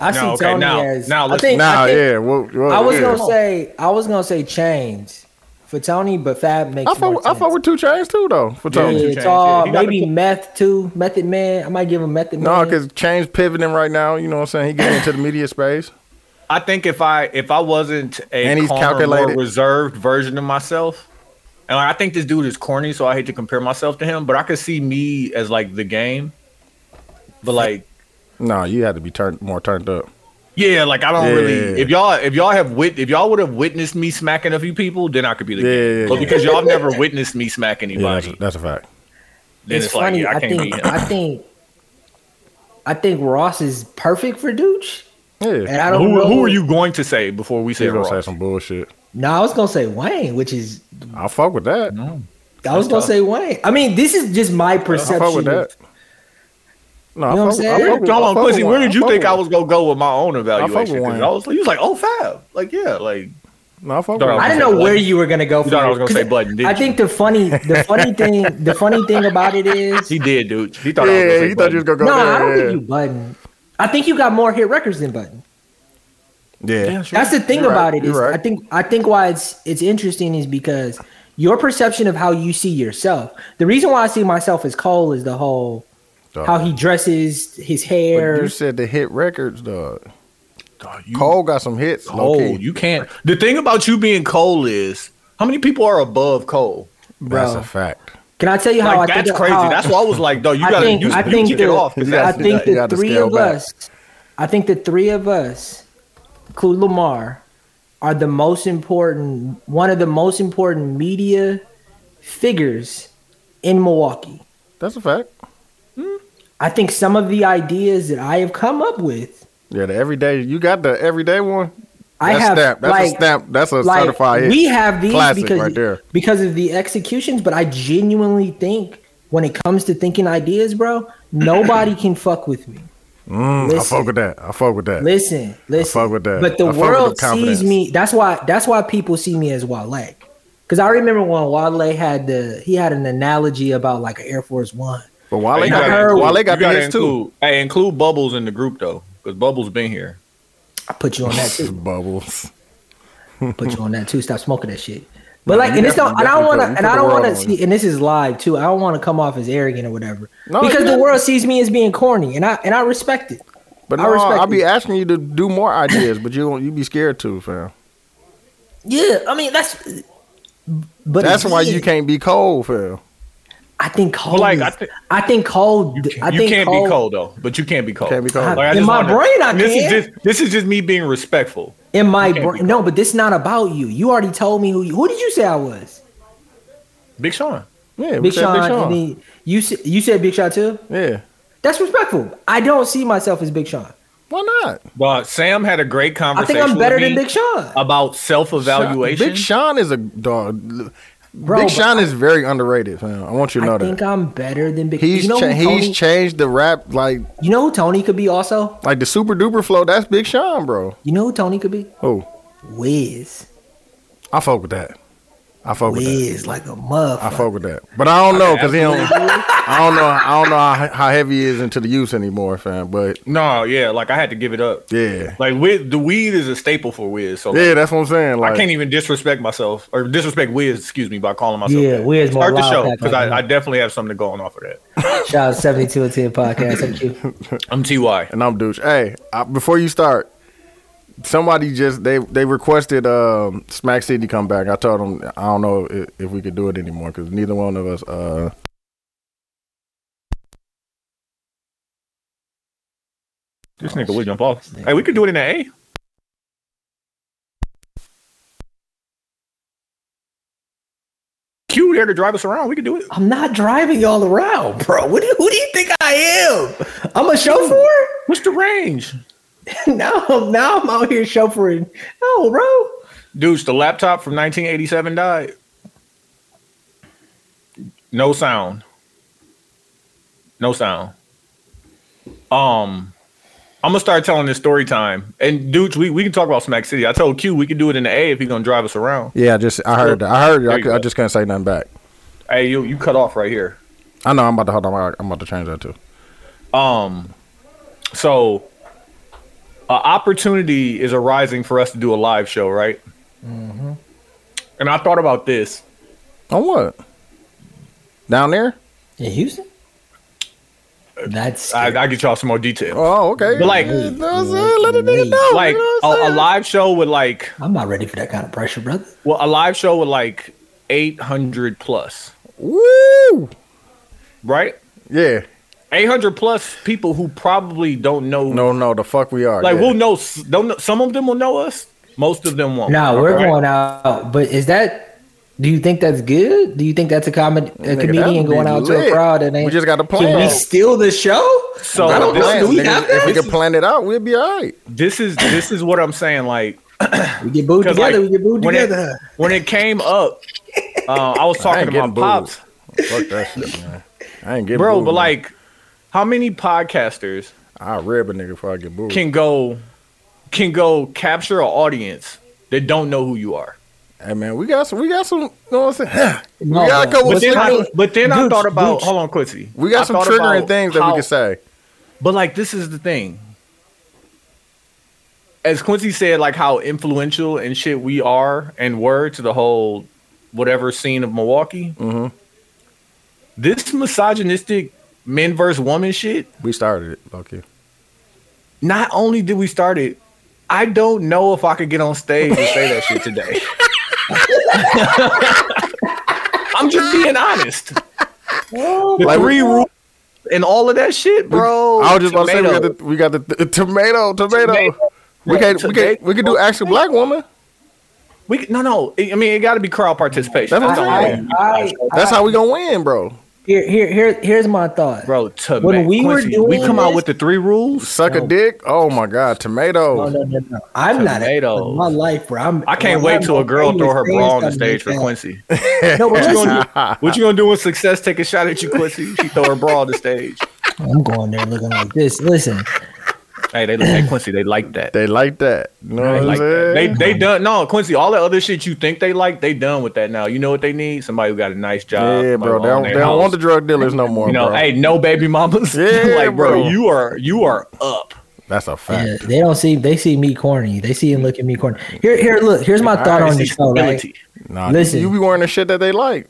Speaker 3: I see
Speaker 2: No, okay,
Speaker 3: Tony
Speaker 2: now-
Speaker 3: as.
Speaker 2: now
Speaker 3: I
Speaker 2: let's-
Speaker 3: think,
Speaker 5: Nah,
Speaker 3: I, think-
Speaker 5: yeah. Well, well,
Speaker 3: I was
Speaker 5: yeah.
Speaker 3: gonna say. I was gonna say chains for Tony, but Fab makes
Speaker 5: I fuck,
Speaker 3: more
Speaker 5: with- I
Speaker 3: sense.
Speaker 5: fuck with two chains too, though. For
Speaker 2: Yeah,
Speaker 5: Tony.
Speaker 2: Two
Speaker 3: yeah,
Speaker 2: Chainz,
Speaker 3: it's all
Speaker 2: yeah. He got
Speaker 3: maybe
Speaker 2: the-
Speaker 3: meth too. Method Man. I might give him Method
Speaker 5: No,
Speaker 3: Man.
Speaker 5: because Chain's pivoting right now. You know what I'm saying? He getting into the media space.
Speaker 2: I think if I if I wasn't a
Speaker 5: And he's
Speaker 2: calmer,
Speaker 5: calculated.
Speaker 2: more reserved version of myself, and like, I think this dude is corny, so I hate to compare myself to him, but I could see me as like the game. But like,
Speaker 5: No, you had to be turned more turned up.
Speaker 2: yeah, like I don't really.
Speaker 5: Yeah.
Speaker 2: If y'all if y'all have wit if y'all would have witnessed me smacking a few people, then I could be the
Speaker 5: Yeah,
Speaker 2: game.
Speaker 5: yeah,
Speaker 2: but
Speaker 5: yeah.
Speaker 2: because y'all never witnessed me smack
Speaker 5: Yeah,
Speaker 2: anybody,
Speaker 5: that's, that's a fact.
Speaker 2: then it's, like yeah, I, can't
Speaker 3: think.
Speaker 2: be him.
Speaker 3: I think. I think Ross is perfect for Dooch, and
Speaker 5: Yeah,
Speaker 3: I don't
Speaker 2: Who,
Speaker 3: know
Speaker 2: who are you going to say before we say
Speaker 5: he's gonna
Speaker 2: Ross?
Speaker 5: say some bullshit.
Speaker 3: No, I was gonna say Wayne, which is
Speaker 5: I fuck with that.
Speaker 3: I was gonna
Speaker 2: tough.
Speaker 3: say Wayne. I mean, this is just my
Speaker 5: I
Speaker 3: perception.
Speaker 5: fuck with that. No, I
Speaker 3: Mm-hmm. You know what
Speaker 5: fuck
Speaker 3: I'm
Speaker 5: with-
Speaker 3: saying?
Speaker 5: I fuck with- I
Speaker 2: Hold on,
Speaker 5: fuck with
Speaker 2: Quincy. Where
Speaker 5: Wayne.
Speaker 2: did you
Speaker 5: fuck
Speaker 2: think I
Speaker 5: with-
Speaker 2: was gonna go with my own
Speaker 5: fuck with
Speaker 2: evaluation? 'Cause
Speaker 5: Wayne.
Speaker 2: I was, he was like, "Oh, fab." Like, yeah, like
Speaker 5: No, I fuck with
Speaker 2: Dog.
Speaker 5: Wayne.
Speaker 2: was
Speaker 3: I
Speaker 2: gonna
Speaker 3: didn't know
Speaker 2: say
Speaker 3: where
Speaker 2: Button.
Speaker 3: you were gonna go.
Speaker 2: You thought I was gonna say
Speaker 3: 'Cause
Speaker 2: Button, didn't
Speaker 3: I
Speaker 2: you?
Speaker 3: think the funny, the
Speaker 2: [laughs]
Speaker 3: funny thing, the funny thing about it is,
Speaker 2: he did, dude. He thought I was gonna
Speaker 5: Yeah,
Speaker 2: say
Speaker 5: he thought you was
Speaker 2: Button.
Speaker 5: gonna go
Speaker 3: no,
Speaker 5: there.
Speaker 3: I don't
Speaker 5: yeah.
Speaker 3: think you Button. I think you got more hit records than Button.
Speaker 5: Yeah.
Speaker 2: Yeah, sure.
Speaker 3: That's the thing
Speaker 5: You're right.
Speaker 3: about it is
Speaker 5: You're right.
Speaker 3: I think I think why it's it's interesting is because your perception of how you see yourself. The reason why I see myself as Cole is the whole
Speaker 5: Dog.
Speaker 3: how he dresses, his
Speaker 5: But
Speaker 3: hair.
Speaker 5: you said the hit records, dog.
Speaker 2: Dog, you
Speaker 5: Cole got some hits.
Speaker 2: cold.
Speaker 5: low-key.
Speaker 2: You can't. The thing about you being cold is how many people are above cold.
Speaker 5: That's
Speaker 3: Bro.
Speaker 5: a fact.
Speaker 3: Can I tell you how
Speaker 2: Like
Speaker 3: I
Speaker 2: that's
Speaker 3: think
Speaker 2: crazy.
Speaker 3: How,
Speaker 2: that's why I was like, "Dog, you
Speaker 3: I
Speaker 2: gotta
Speaker 3: think
Speaker 2: you,
Speaker 3: I
Speaker 2: you
Speaker 3: think
Speaker 2: kick
Speaker 3: the,
Speaker 2: it off." 'cause
Speaker 5: You
Speaker 3: I
Speaker 2: that's-
Speaker 5: gotta-
Speaker 3: think
Speaker 5: you
Speaker 3: the
Speaker 5: gotta
Speaker 3: three
Speaker 5: scale
Speaker 3: of
Speaker 5: back.
Speaker 3: us, I think the three of us, including Lamar, are the most important one of the most important media figures in Milwaukee.
Speaker 5: That's a fact.
Speaker 3: I think some of the ideas that I have come up with,
Speaker 5: Yeah, the everyday. You got the everyday one.
Speaker 3: I
Speaker 5: That's
Speaker 3: have
Speaker 5: snap. That's
Speaker 3: like,
Speaker 5: a snap. That's a
Speaker 3: like
Speaker 5: certified hit.
Speaker 3: we have these
Speaker 5: Classic
Speaker 3: because
Speaker 5: right there.
Speaker 3: because of the executions. But I genuinely think when it comes to thinking ideas, bro, nobody can fuck with me.
Speaker 5: Mm, I
Speaker 3: Listen.
Speaker 5: fuck with that. I fuck with that.
Speaker 3: Listen, listen.
Speaker 5: fuck with that.
Speaker 3: But the
Speaker 5: I fuck with
Speaker 3: world
Speaker 5: the confidence.
Speaker 3: sees me. That's why. That's why people see me as Wale. Because I remember when Wale had the he had an analogy about like an Air Force One.
Speaker 5: But Wale
Speaker 2: You
Speaker 5: got,
Speaker 2: gotta
Speaker 3: include-
Speaker 5: Wale got
Speaker 2: you
Speaker 5: the
Speaker 2: gotta [laughs]
Speaker 5: hits too.
Speaker 2: include- Hey, include Bubbles in the group though, because Bubbles been here.
Speaker 3: I put you on that too.
Speaker 5: Bubbles.
Speaker 3: put you on that too. Stop smoking that shit. But like,
Speaker 5: Hmm. you
Speaker 3: and it's not.
Speaker 5: definitely-
Speaker 3: And I don't want to. And
Speaker 5: definitely put- you
Speaker 3: I
Speaker 5: put the
Speaker 3: don't
Speaker 5: world
Speaker 3: want to
Speaker 5: on
Speaker 3: see. And this is live too. I don't want to come off as arrogant or whatever.
Speaker 5: No,
Speaker 3: because
Speaker 5: you
Speaker 3: the
Speaker 5: not.
Speaker 3: world sees me as being corny, and I and I respect it.
Speaker 5: But
Speaker 3: I
Speaker 5: no,
Speaker 3: respect
Speaker 5: I'll be
Speaker 3: you.
Speaker 5: asking you to do more ideas, but you don't. You be scared to, fam.
Speaker 3: Yeah, I mean that's. But
Speaker 5: That's why
Speaker 3: again,
Speaker 5: you can't be cold, fam.
Speaker 3: I think cold.
Speaker 2: like,
Speaker 3: is-
Speaker 2: I
Speaker 3: I,
Speaker 2: thi-
Speaker 3: think cold.
Speaker 2: You,
Speaker 3: I
Speaker 2: you
Speaker 3: think
Speaker 2: can't be cold though, but you can't be cold.
Speaker 5: Can't be cold.
Speaker 3: I- in my brain, I
Speaker 2: this
Speaker 3: can.
Speaker 2: Is just, this is just me being respectful.
Speaker 3: In my
Speaker 2: You can't be
Speaker 3: brain, no, but this not about you. You already told me who. You, who did you say I was?
Speaker 2: Big Sean.
Speaker 5: Yeah, we
Speaker 3: Big
Speaker 5: said
Speaker 3: Sean. And then you sa- you said Big Sean too.
Speaker 5: Yeah.
Speaker 3: That's respectful. I don't see myself as Big Sean.
Speaker 5: Why not?
Speaker 2: But Sam had a great
Speaker 3: I
Speaker 2: conversation.
Speaker 3: think I'm
Speaker 2: with
Speaker 3: better
Speaker 2: me
Speaker 3: than Big Sean.
Speaker 2: about self-evaluation.
Speaker 5: Big Sean is a dog.
Speaker 3: Bro,
Speaker 5: Big
Speaker 3: but
Speaker 5: Sean is very underrated, fam. I want you to know
Speaker 3: I
Speaker 5: that.
Speaker 3: think I'm better than Big.
Speaker 5: he's
Speaker 3: you know
Speaker 5: cha-
Speaker 3: who Tony,
Speaker 5: he's changed the rap like
Speaker 3: You know who Tony could be also.
Speaker 5: like the super duper flow. That's Big Sean, bro.
Speaker 3: You know who Tony could be.
Speaker 5: Oh,
Speaker 3: Wiz.
Speaker 5: I fuck with that. I fuck with that.
Speaker 3: Wiz like a motherfucker.
Speaker 5: I fuck with that. But I don't know because he don't. I don't know. I don't know how, how heavy he is into the use anymore, fam. But
Speaker 2: no, yeah, like I had to give it up.
Speaker 5: yeah,
Speaker 2: Like with the weed is a staple for Wiz, so like,
Speaker 5: yeah, that's what I'm saying. Like,
Speaker 2: I can't even disrespect myself or disrespect Wiz, excuse me, by calling myself.
Speaker 3: Yeah,
Speaker 2: that.
Speaker 3: Wiz more
Speaker 2: Start the
Speaker 3: loud
Speaker 2: show
Speaker 3: pack
Speaker 2: because
Speaker 3: like
Speaker 2: I, I
Speaker 3: that.
Speaker 2: definitely have something going off of that.
Speaker 3: Shout out 72 and 10 podcast. Thank
Speaker 5: [laughs]
Speaker 3: you.
Speaker 2: I'm Ty.
Speaker 5: and I'm douche. Hey, I, before you start, somebody just they they requested um, Smack City come back. I told them I don't know if, if we could do it anymore because neither one of us. uh
Speaker 2: This nigga would jump off. Hey, we could do it in the A. Q there to drive us around. We could do it.
Speaker 3: I'm not driving y'all around, bro. What do, who do you think I am? I'm a chauffeur? [laughs]
Speaker 2: What's the range?
Speaker 3: no, now I'm out here chauffeuring. No, bro.
Speaker 2: Dudes, the laptop from 1987 died. No sound. No sound. Um, I'm gonna start telling this story time. And dudes, we, we can talk about Smack City. I told Q we can do it in the A if he's gonna drive us around.
Speaker 5: Yeah, I just I heard that. I heard you.
Speaker 2: There
Speaker 5: I,
Speaker 2: you
Speaker 5: cou- I
Speaker 2: go.
Speaker 5: just couldn't say nothing back.
Speaker 2: Hey, you you cut off right here.
Speaker 5: I know I'm about to hold on. I'm about to change that too.
Speaker 2: Um, so a opportunity is arising for us to do a live show, right?
Speaker 5: Mm-hmm.
Speaker 2: And I thought about this.
Speaker 5: On what? Down there?
Speaker 3: In Houston?
Speaker 5: Uh,
Speaker 3: That's
Speaker 2: I, I get y'all some more detail.
Speaker 5: Oh, okay.
Speaker 2: But, like-
Speaker 5: Yeah, you know what I'm saying? let a nigga know.
Speaker 2: like
Speaker 5: Oh, you
Speaker 2: a,
Speaker 5: know what I'm
Speaker 2: a
Speaker 5: saying?
Speaker 2: live show with like
Speaker 3: I'm not ready for that kind of pressure, brother.
Speaker 2: well a live show with like 800 plus
Speaker 5: Woo!
Speaker 2: right
Speaker 5: Yeah.
Speaker 2: 800 plus people who probably don't know
Speaker 5: No, no, the fuck we are.
Speaker 2: like
Speaker 5: yeah.
Speaker 2: we'll know s- don't know, some of them will know us most of them won't
Speaker 3: No, we're
Speaker 2: Right?
Speaker 3: going out. But is that? Do you think that's good? Do you think that's a comedy a
Speaker 5: Nigga, that would
Speaker 3: comedian
Speaker 5: be
Speaker 3: going out to
Speaker 5: lit.
Speaker 3: a crowd and ain't?
Speaker 5: We just got a
Speaker 3: Can we
Speaker 5: plan.
Speaker 3: steal the show?
Speaker 2: So,
Speaker 3: I don't
Speaker 5: Plan,
Speaker 3: know. Do we
Speaker 5: nigga,
Speaker 3: have
Speaker 5: if we
Speaker 3: that?
Speaker 5: can plan it out, we'll be all right.
Speaker 2: this is this is what i'm saying like
Speaker 3: We get booed
Speaker 2: 'cause,
Speaker 3: together.
Speaker 2: like,
Speaker 3: we get booed
Speaker 2: when it-
Speaker 3: together.
Speaker 2: when it came up uh, i was
Speaker 5: I
Speaker 2: talking to
Speaker 5: ain't
Speaker 2: my
Speaker 5: getting booed.
Speaker 2: pops
Speaker 5: Fuck that shit, man. I ain't getting
Speaker 2: bro
Speaker 5: booed,
Speaker 2: but
Speaker 5: man.
Speaker 2: like how many podcasters
Speaker 5: I'll rib a nigga before I get booed.
Speaker 2: can go can go capture an audience that don't know who you are
Speaker 5: Hey man, we got some we got some you know what I'm saying?
Speaker 3: No,
Speaker 5: we got a
Speaker 3: no.
Speaker 5: couple
Speaker 2: But
Speaker 5: of
Speaker 2: then, I,
Speaker 5: slick-
Speaker 2: but then I
Speaker 3: Gooch,
Speaker 2: thought about
Speaker 3: Gooch.
Speaker 2: hold on, Quincy.
Speaker 5: we got
Speaker 2: I
Speaker 5: some
Speaker 2: thought
Speaker 5: triggering
Speaker 2: about
Speaker 5: things that
Speaker 2: how-
Speaker 5: we can say.
Speaker 2: But like this is the thing. As Quincy said, like how influential and shit we are and were to the whole whatever scene of Milwaukee.
Speaker 5: Mm-hmm.
Speaker 2: This misogynistic men versus woman shit.
Speaker 5: We started it, fuck you.
Speaker 2: Not only did we start it, I don't know if I could get on stage and say that shit today. [laughs] I'm just being honest. The
Speaker 5: Like,
Speaker 2: three rules and all of that shit, bro.
Speaker 5: I was just about to say we
Speaker 2: Oh, Tomato.
Speaker 5: got the we got the, the tomato, tomato.
Speaker 2: Tomato.
Speaker 5: We
Speaker 2: Yeah,
Speaker 5: can we can
Speaker 2: tomato.
Speaker 5: we can do actual black woman.
Speaker 2: We c- no, no. I I mean, it got to be crowd participation.
Speaker 5: That's what I'm
Speaker 2: all.
Speaker 5: saying.
Speaker 3: I, I,
Speaker 5: That's how we gonna win, bro.
Speaker 3: here, here, here, here's my thought.
Speaker 2: bro. Tomato.
Speaker 3: When we were
Speaker 2: Quincy, we
Speaker 3: doing
Speaker 2: come out
Speaker 3: this-
Speaker 2: with the three rules.
Speaker 5: Suck a dick. Oh my god,
Speaker 3: No,
Speaker 5: tomato.
Speaker 3: no, no, no. I'm
Speaker 2: Tomatoes.
Speaker 3: not my life, bro. I'm,
Speaker 2: I can't
Speaker 3: I'm
Speaker 2: wait
Speaker 3: not
Speaker 2: till a girl
Speaker 3: afraid
Speaker 2: throw
Speaker 3: to
Speaker 2: her
Speaker 3: say
Speaker 2: bra on the
Speaker 3: something
Speaker 2: stage for
Speaker 3: like that.
Speaker 5: [laughs]
Speaker 2: Quincy. [laughs]
Speaker 3: No, but
Speaker 2: What you
Speaker 3: listen,
Speaker 2: gonna do? What you gonna do when success take a shot at you, Quincy? She throw her bra on the stage.
Speaker 3: I'm going there looking like this. Listen,
Speaker 2: Hey, they hey Quincy, they like that.
Speaker 5: They like that. You know
Speaker 2: They
Speaker 5: what I'm
Speaker 2: like that. They
Speaker 5: saying?
Speaker 2: they done no Quincy. All that other shit you think they like, they done with that now. You know what they need? Somebody who got a nice job.
Speaker 5: yeah,
Speaker 2: somebody
Speaker 5: bro.
Speaker 2: who
Speaker 5: They
Speaker 2: own
Speaker 5: don't, they
Speaker 2: their
Speaker 5: don't want
Speaker 2: house.
Speaker 5: the drug dealers no more,
Speaker 2: You know,
Speaker 5: bro.
Speaker 2: hey, no baby mamas. [laughs]
Speaker 5: Yeah,
Speaker 2: like, bro,
Speaker 5: bro.
Speaker 2: you are you are up.
Speaker 5: That's a fact.
Speaker 3: Yeah, they don't see. They see me corny. They see him look at me corny. Here, here. Look. Here's my thought on
Speaker 2: It's
Speaker 3: the show. Right?
Speaker 2: stability.
Speaker 5: Nah,
Speaker 3: Listen.
Speaker 5: you be wearing the shit that they like.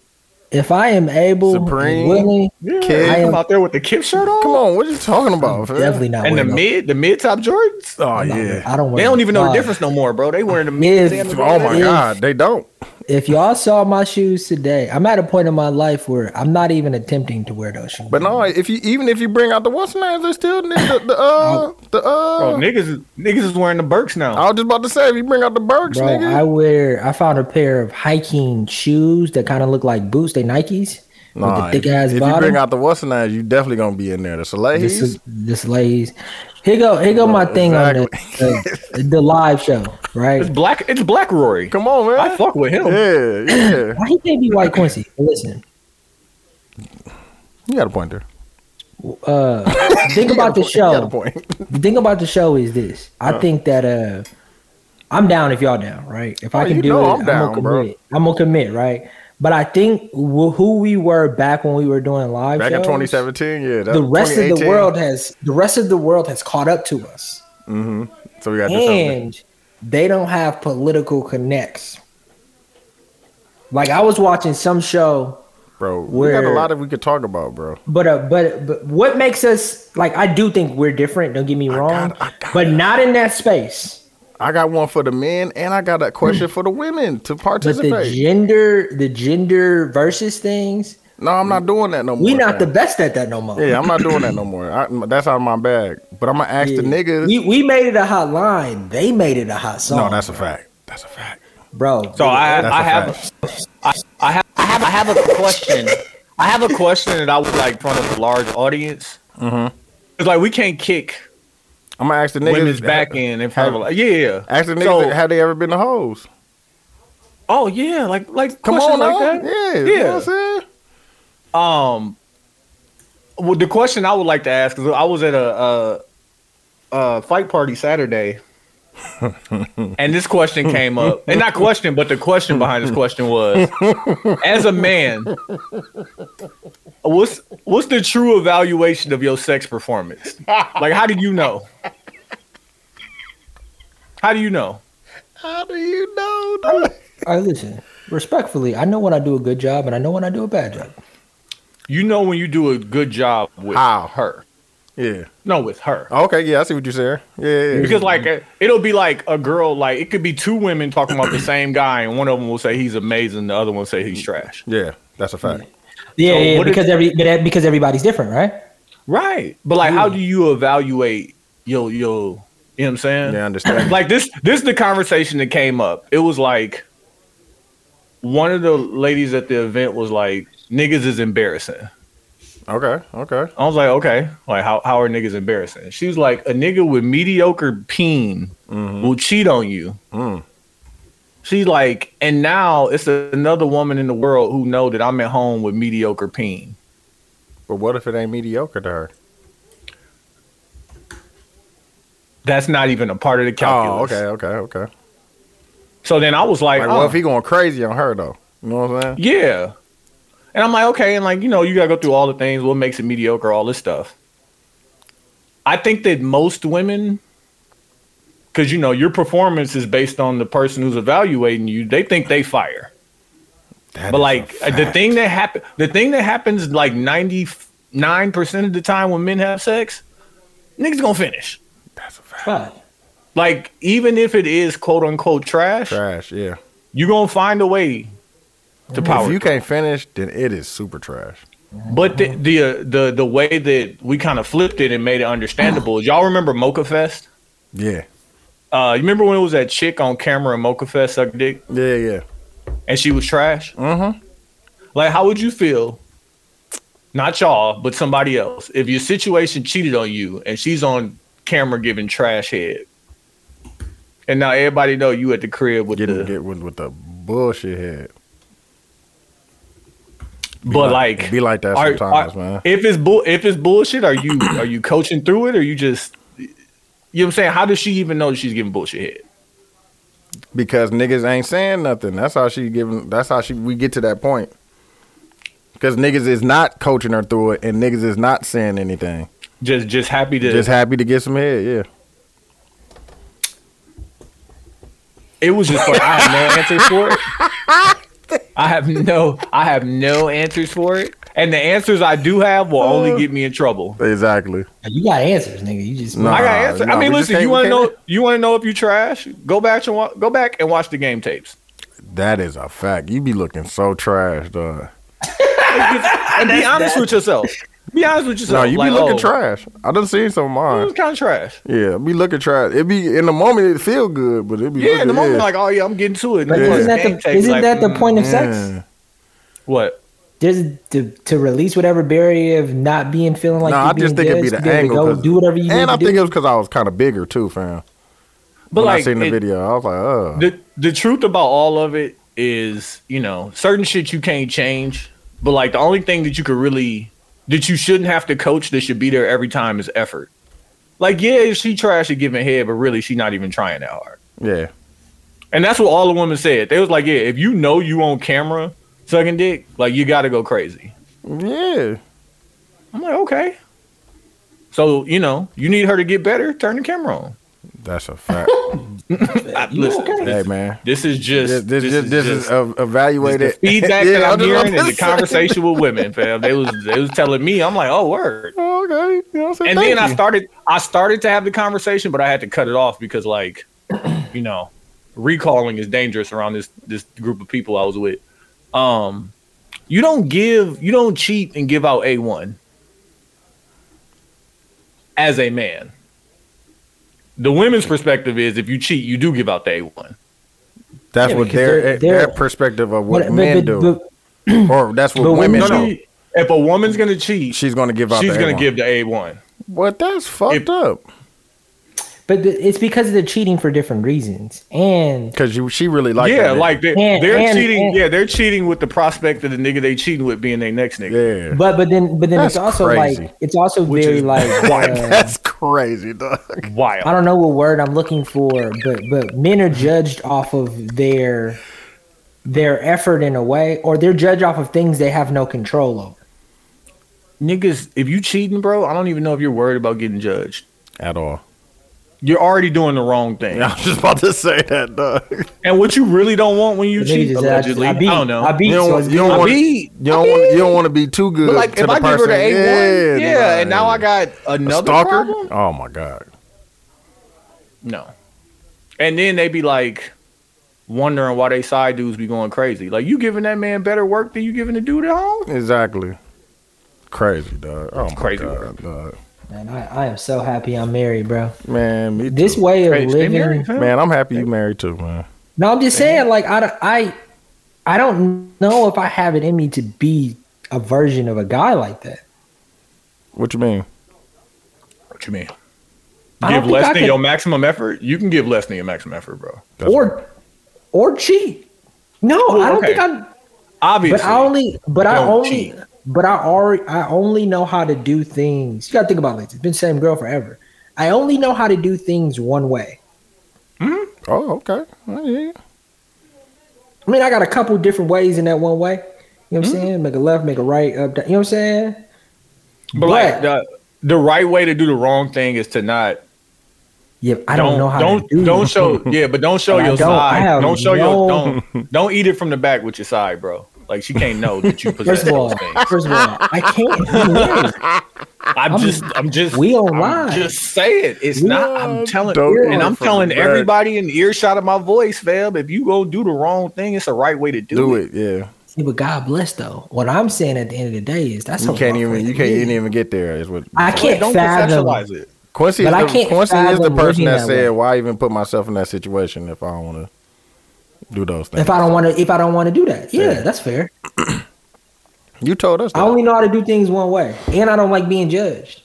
Speaker 3: If I am able, and
Speaker 5: Supreme.
Speaker 3: willing,
Speaker 2: Yeah,
Speaker 5: Kid.
Speaker 2: I'm out there with the Kip shirt on.
Speaker 5: Come on, what you talking about? fam?
Speaker 3: definitely not.
Speaker 2: And the
Speaker 3: wearing
Speaker 2: mid the mid top Jordans.
Speaker 5: Oh
Speaker 3: no-
Speaker 5: yeah.
Speaker 3: I don't.
Speaker 2: They
Speaker 3: wear
Speaker 2: don't even know the
Speaker 3: no-
Speaker 2: difference no more, bro. They wearing the
Speaker 3: If-
Speaker 2: mid. damn the-
Speaker 5: Oh my
Speaker 3: If-
Speaker 5: god, they don't.
Speaker 3: If y'all saw my shoes today, I'm at a point in my life where I'm not even attempting to wear those shoes.
Speaker 5: But no, if you even if you bring out the what's names, they still need the,
Speaker 3: [laughs]
Speaker 5: the
Speaker 3: Oh.
Speaker 5: uh the
Speaker 2: Bro,
Speaker 5: uh.
Speaker 2: niggas is- niggas is wearing the Burks now.
Speaker 5: I was just about to say if you bring out the Burks,
Speaker 3: Bro,
Speaker 5: nigga.
Speaker 3: I wear. I found a pair of hiking shoes that kind of look like boots. They Nikes
Speaker 5: Nah,
Speaker 3: with the thick ass
Speaker 5: if, if you
Speaker 3: bottom.
Speaker 5: bring out the what's names, you definitely gonna be in there. The
Speaker 3: this
Speaker 5: Salahis.
Speaker 3: is this ladies. Here go here go my thing on the, the the live show, right?
Speaker 2: It's
Speaker 5: [laughs]
Speaker 2: black. It's Black Rory.
Speaker 5: Come on, man.
Speaker 2: I fuck with him.
Speaker 5: Yeah, yeah.
Speaker 3: Why he can't be white Quincy? Listen,
Speaker 5: you got a point there. [laughs]
Speaker 3: uh, think about the
Speaker 5: You got a
Speaker 3: show.
Speaker 5: point.
Speaker 3: The thing about the show is this. I think that uh, I'm down if y'all down, right? If
Speaker 5: Oh,
Speaker 3: I can
Speaker 5: you
Speaker 3: do
Speaker 5: know
Speaker 3: it,
Speaker 5: I'm
Speaker 3: I'm,
Speaker 5: down,
Speaker 3: gonna
Speaker 5: bro.
Speaker 3: commit. I'm gonna commit, right? But I think wh- who we were back when we were doing live
Speaker 5: Back in
Speaker 3: shows,
Speaker 5: 2017, yeah. That,
Speaker 3: the rest of the
Speaker 5: 2018.
Speaker 3: world has the rest of the world has caught up to us,
Speaker 5: So we got this. something.
Speaker 3: and they don't have political connects. Like I was watching some show
Speaker 5: bro. We got a
Speaker 3: where-
Speaker 5: lot that we could talk about, bro.
Speaker 3: But uh, but but what makes us like? I do think we're different. Don't get me wrong,
Speaker 5: got- I got-
Speaker 3: but not in that space.
Speaker 5: I got one for the men, and I got a question for the women to
Speaker 3: But the
Speaker 5: participate.
Speaker 3: gender, the gender versus things,
Speaker 5: no, I'm not doing that no more.
Speaker 3: we not the
Speaker 5: fam.
Speaker 3: best at that no more.
Speaker 5: Yeah, I'm not doing that no more. I, that's out of my bag. But I'm gonna ask the niggas.
Speaker 3: we, we made it a hot line. They made it a hot song.
Speaker 5: no, that's a fact. That's a fact.
Speaker 3: bro.
Speaker 2: So I,
Speaker 5: That's
Speaker 2: I
Speaker 5: a
Speaker 2: have, I, I have, I have, I have a question. I have a question that I would like in front of a large audience. Mm-hmm. It's like we can't kick
Speaker 5: I'm gonna ask the niggas.
Speaker 2: women's back in in front of a lot. Yeah, yeah.
Speaker 5: Ask the niggas.
Speaker 2: So-
Speaker 5: have they ever been to hoes?
Speaker 2: oh yeah, like like
Speaker 5: Come on,
Speaker 2: questions
Speaker 5: now.
Speaker 2: like
Speaker 5: Yeah,
Speaker 2: that.
Speaker 5: You know what I'm saying?
Speaker 2: Um, well, the question I would like to ask is I was at a, a, a fight party Saturday, and this question came up, and not question, but the question behind this question was, as a man, what's what's the true evaluation of your sex performance? Like, how do you know? How do you know?
Speaker 5: How do you know? dude?
Speaker 3: I listen respectfully. I know when I do a good job, and I know when I do a bad job.
Speaker 2: You know when you do a good job with
Speaker 5: How?
Speaker 2: her.
Speaker 5: yeah.
Speaker 2: No, with her.
Speaker 5: Okay. Yeah, I see what you're saying. Yeah. yeah, yeah.
Speaker 2: Because like uh, it'll be like a girl, like it could be two women talking about the
Speaker 5: [clears throat]
Speaker 2: same guy, and one of them will say he's amazing, the other one will say he's trash.
Speaker 5: yeah, that's a fact.
Speaker 3: Yeah,
Speaker 2: So
Speaker 3: yeah
Speaker 2: what is-
Speaker 3: because every but that- because everybody's different, right?
Speaker 2: Right. But like, how do you evaluate yo yo? You know what I'm saying?
Speaker 5: Yeah, I
Speaker 2: [clears throat]
Speaker 5: understand.
Speaker 2: Like this, this is the conversation that came up. It was like one of the ladies at the event was like, "Niggas is embarrassing."
Speaker 5: okay. Okay.
Speaker 2: I was like, okay, like how, how are niggas embarrassing? She was like, a nigga with mediocre peen
Speaker 5: Mm-hmm.
Speaker 2: will cheat on you.
Speaker 5: Mm.
Speaker 2: She's like, and now it's another woman in the world who know that I'm at home with mediocre peen.
Speaker 5: But what if it ain't mediocre to her?
Speaker 2: That's not even a part of the
Speaker 5: Oh,
Speaker 2: calculus.
Speaker 5: okay. Okay. Okay.
Speaker 2: So then I was like,
Speaker 5: Like,
Speaker 2: oh,
Speaker 5: what if he going crazy on her though? You know what I'm saying?
Speaker 2: yeah. And I'm like, okay, and like you know, you gotta go through all the things. What makes it mediocre? All this stuff. I think that most women, because you know, your performance is based on the person who's evaluating you. They think they fire.
Speaker 5: That
Speaker 2: but
Speaker 5: is a
Speaker 2: like the
Speaker 5: fact.
Speaker 2: thing that happen the thing that happens like 99% of the time when men have sex niggas gonna finish
Speaker 5: that's a fact.
Speaker 3: Right.
Speaker 2: like even if it is quote unquote trash,
Speaker 5: Trash. Yeah.
Speaker 2: you're gonna find a way to
Speaker 5: If
Speaker 2: power
Speaker 5: you
Speaker 2: it.
Speaker 5: can't finish, then it is super trash.
Speaker 2: but the the, uh, the the way that we kind of flipped it and made it understandable is y'all remember mocha fest
Speaker 5: Yeah.
Speaker 2: uh you remember when it was that chick on camera in mocha fest suck dick
Speaker 5: Yeah. Yeah.
Speaker 2: and she was trash
Speaker 5: Mm-hmm.
Speaker 2: Like, how would you feel? Not y'all, but somebody else. If your situation cheated on you and she's on camera giving trash head, and now everybody know you at the crib with
Speaker 5: Get,
Speaker 2: the,
Speaker 5: get with, with the bullshit head. Be
Speaker 2: but like,
Speaker 5: be like that
Speaker 2: are-
Speaker 5: sometimes,
Speaker 2: are-
Speaker 5: man.
Speaker 2: If it's bull, if it's bullshit, are you are you coaching through it or you just You know what I'm saying? How does she even know that she's giving bullshit head?
Speaker 5: because niggas ain't saying nothing. That's how she giving. That's how she we get to that point. Because niggas is not coaching her through it, and niggas is not saying anything.
Speaker 2: Just just happy to
Speaker 5: Just happy to get some head. Yeah.
Speaker 2: It was just like I have no answers for it.
Speaker 5: [laughs]
Speaker 2: I have no I have no answers for it. And the answers I do have will
Speaker 5: Uh,
Speaker 2: only get me in trouble.
Speaker 5: Exactly.
Speaker 3: You got answers, nigga. You just
Speaker 5: No.
Speaker 2: I got
Speaker 5: Nah,
Speaker 2: answers.
Speaker 5: nah,
Speaker 2: I mean,
Speaker 5: we just
Speaker 2: listen.
Speaker 5: can't-
Speaker 2: You
Speaker 5: we
Speaker 2: want to
Speaker 5: can't-
Speaker 2: know? You want to know if you trash? Go back and wa- go back and watch the game tapes.
Speaker 5: That is a fact. You be looking so trash, dog.
Speaker 2: And be honest with yourself. Be honest with
Speaker 5: No,
Speaker 2: yourself.
Speaker 5: you
Speaker 2: Like,
Speaker 5: be looking
Speaker 2: oh, Mm.
Speaker 5: trash. I done seen some of
Speaker 2: It
Speaker 5: mine.
Speaker 2: was kind of trash.
Speaker 5: Yeah, be looking trash. It be in the moment it feel good, but it be
Speaker 2: Yeah, in the
Speaker 5: looking-
Speaker 2: moment, like, oh yeah, I'm getting to it. And
Speaker 3: But
Speaker 2: then
Speaker 5: Yeah. mm-hmm.
Speaker 2: watch
Speaker 3: isn't
Speaker 2: the
Speaker 3: that
Speaker 2: game
Speaker 3: the
Speaker 2: tapes,
Speaker 3: isn't
Speaker 2: like,
Speaker 3: that the
Speaker 2: mm,
Speaker 3: point of sex?
Speaker 5: Yeah.
Speaker 2: What?
Speaker 3: There's to, to release whatever barrier of not being feeling like
Speaker 5: no,
Speaker 3: you're
Speaker 5: I just
Speaker 3: being
Speaker 5: think it'd be
Speaker 3: judged, be able
Speaker 5: the
Speaker 3: to
Speaker 5: angle.
Speaker 3: Go
Speaker 5: 'cause-
Speaker 3: do whatever you need
Speaker 5: and
Speaker 3: to
Speaker 5: I
Speaker 3: do.
Speaker 5: think it was because I was kind of bigger too, fam.
Speaker 2: But
Speaker 5: when
Speaker 2: like,
Speaker 5: I seen the
Speaker 2: it-
Speaker 5: video, I was like, oh,
Speaker 2: the the truth about all of it is, you know, certain shit you can't change, but like the only thing that you could really that you shouldn't have to coach that should be there every time is effort. Like, yeah, she trash at giving head, but really she not even trying that hard.
Speaker 5: yeah,
Speaker 2: And that's what all the women said. They was like, Yeah, if you know you on camera sucking dick, like you gotta go crazy.
Speaker 5: yeah.
Speaker 2: I'm like, okay. So, you know, you need her to get better, turn the camera on.
Speaker 5: That's
Speaker 3: [laughs]
Speaker 5: a fact.
Speaker 2: I- listen,
Speaker 5: hey,
Speaker 2: this,
Speaker 5: man.
Speaker 2: this is
Speaker 5: This,
Speaker 2: just
Speaker 5: this, this,
Speaker 2: is
Speaker 5: this
Speaker 2: just-
Speaker 5: is ev- evaluated [laughs]
Speaker 2: the feedback
Speaker 5: Yeah,
Speaker 2: that
Speaker 5: I
Speaker 2: I'm
Speaker 5: was just
Speaker 2: hearing
Speaker 5: about
Speaker 2: and the
Speaker 5: to say.
Speaker 2: conversation with women, fam. They was they was telling me, I'm like, oh word.
Speaker 5: Oh, okay, you know what I'm saying?
Speaker 2: And then
Speaker 5: Thank
Speaker 2: I
Speaker 5: you.
Speaker 2: started I started to have the conversation, but I had to cut it off because like, you know, recalling is dangerous around this this group of people I was with. Um you don't give you don't cheat and give out A one as a man. The women's perspective is if you cheat, you do give out the A one.
Speaker 5: That's
Speaker 3: Yeah,
Speaker 5: what
Speaker 3: because
Speaker 5: their eh,
Speaker 3: they're-
Speaker 5: their
Speaker 3: they're-
Speaker 5: perspective
Speaker 3: But-
Speaker 5: of what
Speaker 3: but-
Speaker 5: men
Speaker 3: but-
Speaker 5: do, or that's what
Speaker 3: but when
Speaker 5: women
Speaker 2: No,
Speaker 3: you-
Speaker 5: do.
Speaker 2: no. If a woman's gonna cheat,
Speaker 5: She's gonna give out.
Speaker 2: she's
Speaker 5: the
Speaker 2: gonna
Speaker 5: A1.
Speaker 2: give the A one.
Speaker 5: Well, that's fucked
Speaker 2: If-
Speaker 5: up
Speaker 3: But the, it's because they're cheating for different reasons. And
Speaker 5: because you she really liked
Speaker 2: yeah,
Speaker 5: that nigga.
Speaker 2: like they,
Speaker 3: And-
Speaker 2: they're
Speaker 3: and-
Speaker 2: cheating.
Speaker 3: and-
Speaker 2: yeah, they're cheating with the prospect of the nigga they cheating with being their next nigga.
Speaker 5: yeah.
Speaker 3: but but then but then
Speaker 5: That's
Speaker 3: it's also
Speaker 5: crazy.
Speaker 3: like it's also
Speaker 2: Which
Speaker 3: very
Speaker 2: is
Speaker 3: like
Speaker 5: Like,
Speaker 3: uh,
Speaker 5: [laughs] that's crazy, dog.
Speaker 3: I
Speaker 2: Wild.
Speaker 3: don't know what word I'm looking for, but but men are judged off of their their effort in a way, or they're judged off of things they have no control over.
Speaker 2: Niggas, if you cheating, bro, I don't even know if you're worried about getting judged.
Speaker 5: At all.
Speaker 2: You're already doing the wrong thing.
Speaker 5: [laughs] I was just about to say that, dog.
Speaker 2: And what you really don't want when you
Speaker 3: The nigga
Speaker 2: cheat,
Speaker 3: just said, I, just-
Speaker 2: allegedly,
Speaker 3: I
Speaker 2: I,
Speaker 3: beat,
Speaker 2: don't know.
Speaker 3: I beat,
Speaker 5: You
Speaker 3: so
Speaker 5: don't,
Speaker 3: it's
Speaker 5: you don't
Speaker 2: I
Speaker 5: want
Speaker 2: beat.
Speaker 5: you don't want you don't want to be too good
Speaker 2: but like,
Speaker 5: to
Speaker 2: if
Speaker 5: the
Speaker 2: I give her
Speaker 5: person.
Speaker 2: the A one, yeah,
Speaker 5: dog.
Speaker 2: and now I got
Speaker 5: A
Speaker 2: another
Speaker 5: stalker.
Speaker 2: problem.
Speaker 5: Oh my god.
Speaker 2: No. And then they be like wondering why they side dudes be going crazy. Like you giving that man better work than you giving the dude at home.
Speaker 5: Exactly. Crazy, dog. Oh my
Speaker 2: Crazy
Speaker 5: god, dog.
Speaker 3: man, I, I am so happy I'm married, bro.
Speaker 5: Man, me
Speaker 3: This
Speaker 5: too.
Speaker 3: way of
Speaker 2: Hey, stay
Speaker 3: living,
Speaker 2: married, fam.
Speaker 5: Man, I'm happy you married too, man.
Speaker 3: No, I'm just saying, like I, don't- I, I don't know if I have it in me to be a version of a guy like that.
Speaker 5: What you mean?
Speaker 2: What you mean?
Speaker 3: I don't
Speaker 2: Give
Speaker 3: think
Speaker 2: less
Speaker 3: I
Speaker 2: than
Speaker 3: could-
Speaker 2: your maximum effort. You can give less than your maximum effort, bro.
Speaker 5: That's-
Speaker 3: or, or cheat. No, I don't
Speaker 2: okay.
Speaker 3: think I'm.
Speaker 2: Obviously,
Speaker 3: But I only, but I
Speaker 2: Don't
Speaker 3: only,
Speaker 2: cheat.
Speaker 3: but I already, I only know how to do things. You gotta think about this. It's been the same girl forever. I only know how to do things one way.
Speaker 5: oh, okay. Oh, yeah.
Speaker 3: I mean, I got a couple different ways in that one way. You know what I'm
Speaker 2: Hmm.
Speaker 3: saying? Make a left, make a right, up, down. You know what I'm saying?
Speaker 2: but like the, the right way to do the wrong thing is to not.
Speaker 3: Yeah, I don't, know how
Speaker 2: Don't
Speaker 3: to do.
Speaker 2: not
Speaker 3: [laughs]
Speaker 2: show. Yeah, but don't show
Speaker 3: But I
Speaker 2: your
Speaker 3: don't- I
Speaker 2: side.
Speaker 3: have
Speaker 2: Don't show
Speaker 3: no-
Speaker 2: your
Speaker 3: [laughs]
Speaker 2: don't don't eat it from the back with your side, bro. Like she can't know that you possess
Speaker 3: First of all,
Speaker 2: those things.
Speaker 3: first of all,
Speaker 2: [laughs]
Speaker 3: I can't. I'm married.
Speaker 2: I'm, just, I'm just,
Speaker 3: we
Speaker 2: I'm
Speaker 3: online.
Speaker 2: Just say it. It's
Speaker 3: We
Speaker 2: not. I'm telling,
Speaker 5: don't
Speaker 2: and
Speaker 5: eat
Speaker 2: I'm
Speaker 5: from
Speaker 2: telling
Speaker 5: the back.
Speaker 2: everybody in earshot of my voice, Fab. If you go do the wrong thing, it's the right way to do,
Speaker 5: Do
Speaker 2: it.
Speaker 5: it, yeah.
Speaker 3: Yeah, but God bless though. What I'm saying at the end of the day is that's
Speaker 5: You
Speaker 3: how
Speaker 5: can't
Speaker 3: my
Speaker 5: even
Speaker 3: friends
Speaker 5: you can't
Speaker 3: live.
Speaker 5: even, even get there. Is what
Speaker 3: I can't
Speaker 2: Don't
Speaker 3: fathom.
Speaker 2: conceptualize it.
Speaker 5: Quincy is
Speaker 3: But I
Speaker 5: the,
Speaker 3: can't
Speaker 5: Quincy is the
Speaker 3: fathom living
Speaker 5: person that
Speaker 3: that
Speaker 5: said,
Speaker 3: way.
Speaker 5: "Why even put myself in that situation if I don't want to do
Speaker 3: [laughs]
Speaker 5: those things?"
Speaker 3: If I don't want to, if I don't want to do that, yeah,
Speaker 5: Yeah.
Speaker 3: that's fair.
Speaker 5: you told us that.
Speaker 3: I only know how to do things one way, and I don't like being judged.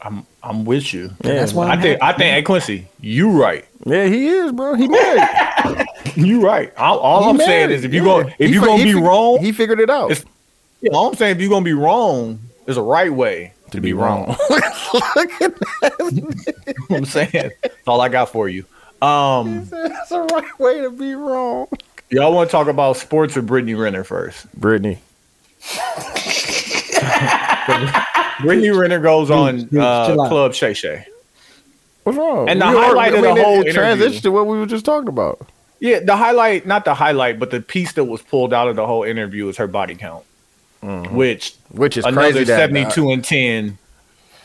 Speaker 2: I'm, I'm with you.
Speaker 5: yeah,
Speaker 3: That's why I'm
Speaker 2: I think,
Speaker 3: happy.
Speaker 2: I think, hey Quincy, you right.
Speaker 5: yeah, he is, bro. He married.
Speaker 2: You right. I, all
Speaker 5: He
Speaker 2: I'm saying
Speaker 5: married,
Speaker 2: is if you
Speaker 5: yeah.
Speaker 2: go, if
Speaker 5: He
Speaker 2: you
Speaker 5: fi-
Speaker 2: gonna
Speaker 5: he
Speaker 2: be
Speaker 5: fi-
Speaker 2: wrong,
Speaker 5: he figured it out.
Speaker 2: It's- all I'm saying if you gonna be wrong, [laughs] there's a right way.
Speaker 5: to be wrong. Look at
Speaker 2: You know what I'm saying that's all I got for you. Um,
Speaker 5: [laughs] that's the right way to be wrong.
Speaker 2: y'all want to talk about sports or Brittany Renner first?
Speaker 6: Brittany.
Speaker 2: Brittany Renner goes on
Speaker 3: Dude,
Speaker 2: uh,
Speaker 3: chill out.
Speaker 2: Club Shay Shay.
Speaker 5: What's wrong?
Speaker 2: And the
Speaker 5: We are-
Speaker 2: highlight of
Speaker 5: I
Speaker 2: the
Speaker 5: mean,
Speaker 2: whole
Speaker 5: it transition
Speaker 2: interview.
Speaker 5: to what we were just talking about.
Speaker 2: Yeah, the highlight, not the highlight, but the piece that was pulled out of the whole interview is her body count,
Speaker 3: Mm-hmm.
Speaker 2: which
Speaker 5: Which is
Speaker 2: another
Speaker 5: crazy. that-
Speaker 2: 72 and 10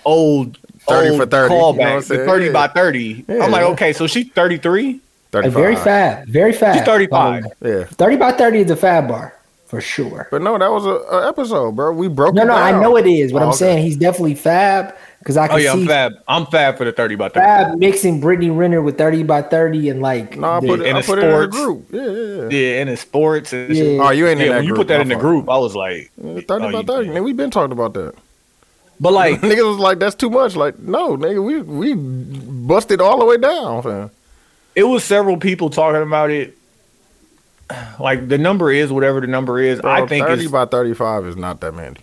Speaker 2: uh, old
Speaker 5: 30
Speaker 2: old
Speaker 5: for 30, you know
Speaker 2: callback,
Speaker 5: what I'm
Speaker 2: the
Speaker 5: saying?
Speaker 2: 30
Speaker 5: Yeah.
Speaker 2: by 30 i'm like
Speaker 5: Yeah.
Speaker 2: okay so she's 33
Speaker 3: Like,
Speaker 5: 35.
Speaker 3: very fab, very fab.
Speaker 2: She's 35.
Speaker 3: by the way.
Speaker 5: Yeah.
Speaker 3: Thirty by thirty is a fab bar for sure.
Speaker 5: But no, that was a, a episode, bro. We broke
Speaker 3: No,
Speaker 5: it
Speaker 3: no, I
Speaker 5: down.
Speaker 3: know it is, but
Speaker 5: Oh,
Speaker 3: I'm
Speaker 5: okay.
Speaker 3: saying he's definitely fab because I can
Speaker 2: oh yeah i'm
Speaker 3: see
Speaker 2: fab i'm fab for the 30 by 30
Speaker 3: fab mixing Brittany Renner with thirty by thirty and like
Speaker 5: No, I
Speaker 3: the-
Speaker 5: put it,
Speaker 2: in
Speaker 5: I
Speaker 2: the
Speaker 5: put it in the
Speaker 2: sports.
Speaker 5: group. Yeah, yeah, yeah.
Speaker 2: yeah and in sports and shit.
Speaker 3: Yeah.
Speaker 5: Oh, you ain't
Speaker 2: yeah,
Speaker 5: in that
Speaker 2: when you
Speaker 5: group.
Speaker 2: put that
Speaker 5: my
Speaker 2: in the
Speaker 5: fault.
Speaker 2: group i was like
Speaker 5: Yeah, 30
Speaker 2: oh,
Speaker 5: by
Speaker 2: you
Speaker 5: 30.
Speaker 2: did.
Speaker 5: Nigga, we been talking about that.
Speaker 2: but like
Speaker 5: [laughs] Niggas was like, that's too much. Like, no, nigga, we we busted all the way down. fam.
Speaker 2: it was several people talking about it like the number is whatever the number is
Speaker 5: Bro,
Speaker 2: i think
Speaker 5: 30
Speaker 2: it's
Speaker 5: by 35 is not that many.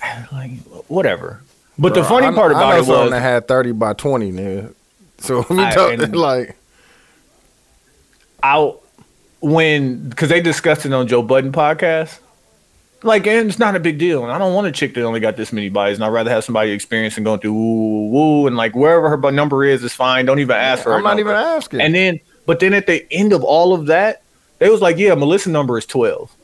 Speaker 5: fam.
Speaker 2: like whatever but the
Speaker 5: Bro,
Speaker 2: funny
Speaker 5: I-
Speaker 2: part
Speaker 5: I know
Speaker 2: about it
Speaker 5: someone
Speaker 2: was
Speaker 5: that had 30 by 20, nigga. So [laughs] we
Speaker 2: I-
Speaker 5: talk,
Speaker 2: and-
Speaker 5: like,
Speaker 2: out when because they discussed it on Joe Budden podcast. Like, and it's not a big deal. And I don't want a chick that only got this many bodies. And I'd rather have somebody experienced and going through woo, woo, woo. And like, wherever her bu- number is, is fine. Don't even ask for her.
Speaker 5: I'm not
Speaker 2: number.
Speaker 5: even asking.
Speaker 2: And then, but then at the end of all of that, they was like, yeah, Melissa number is 12.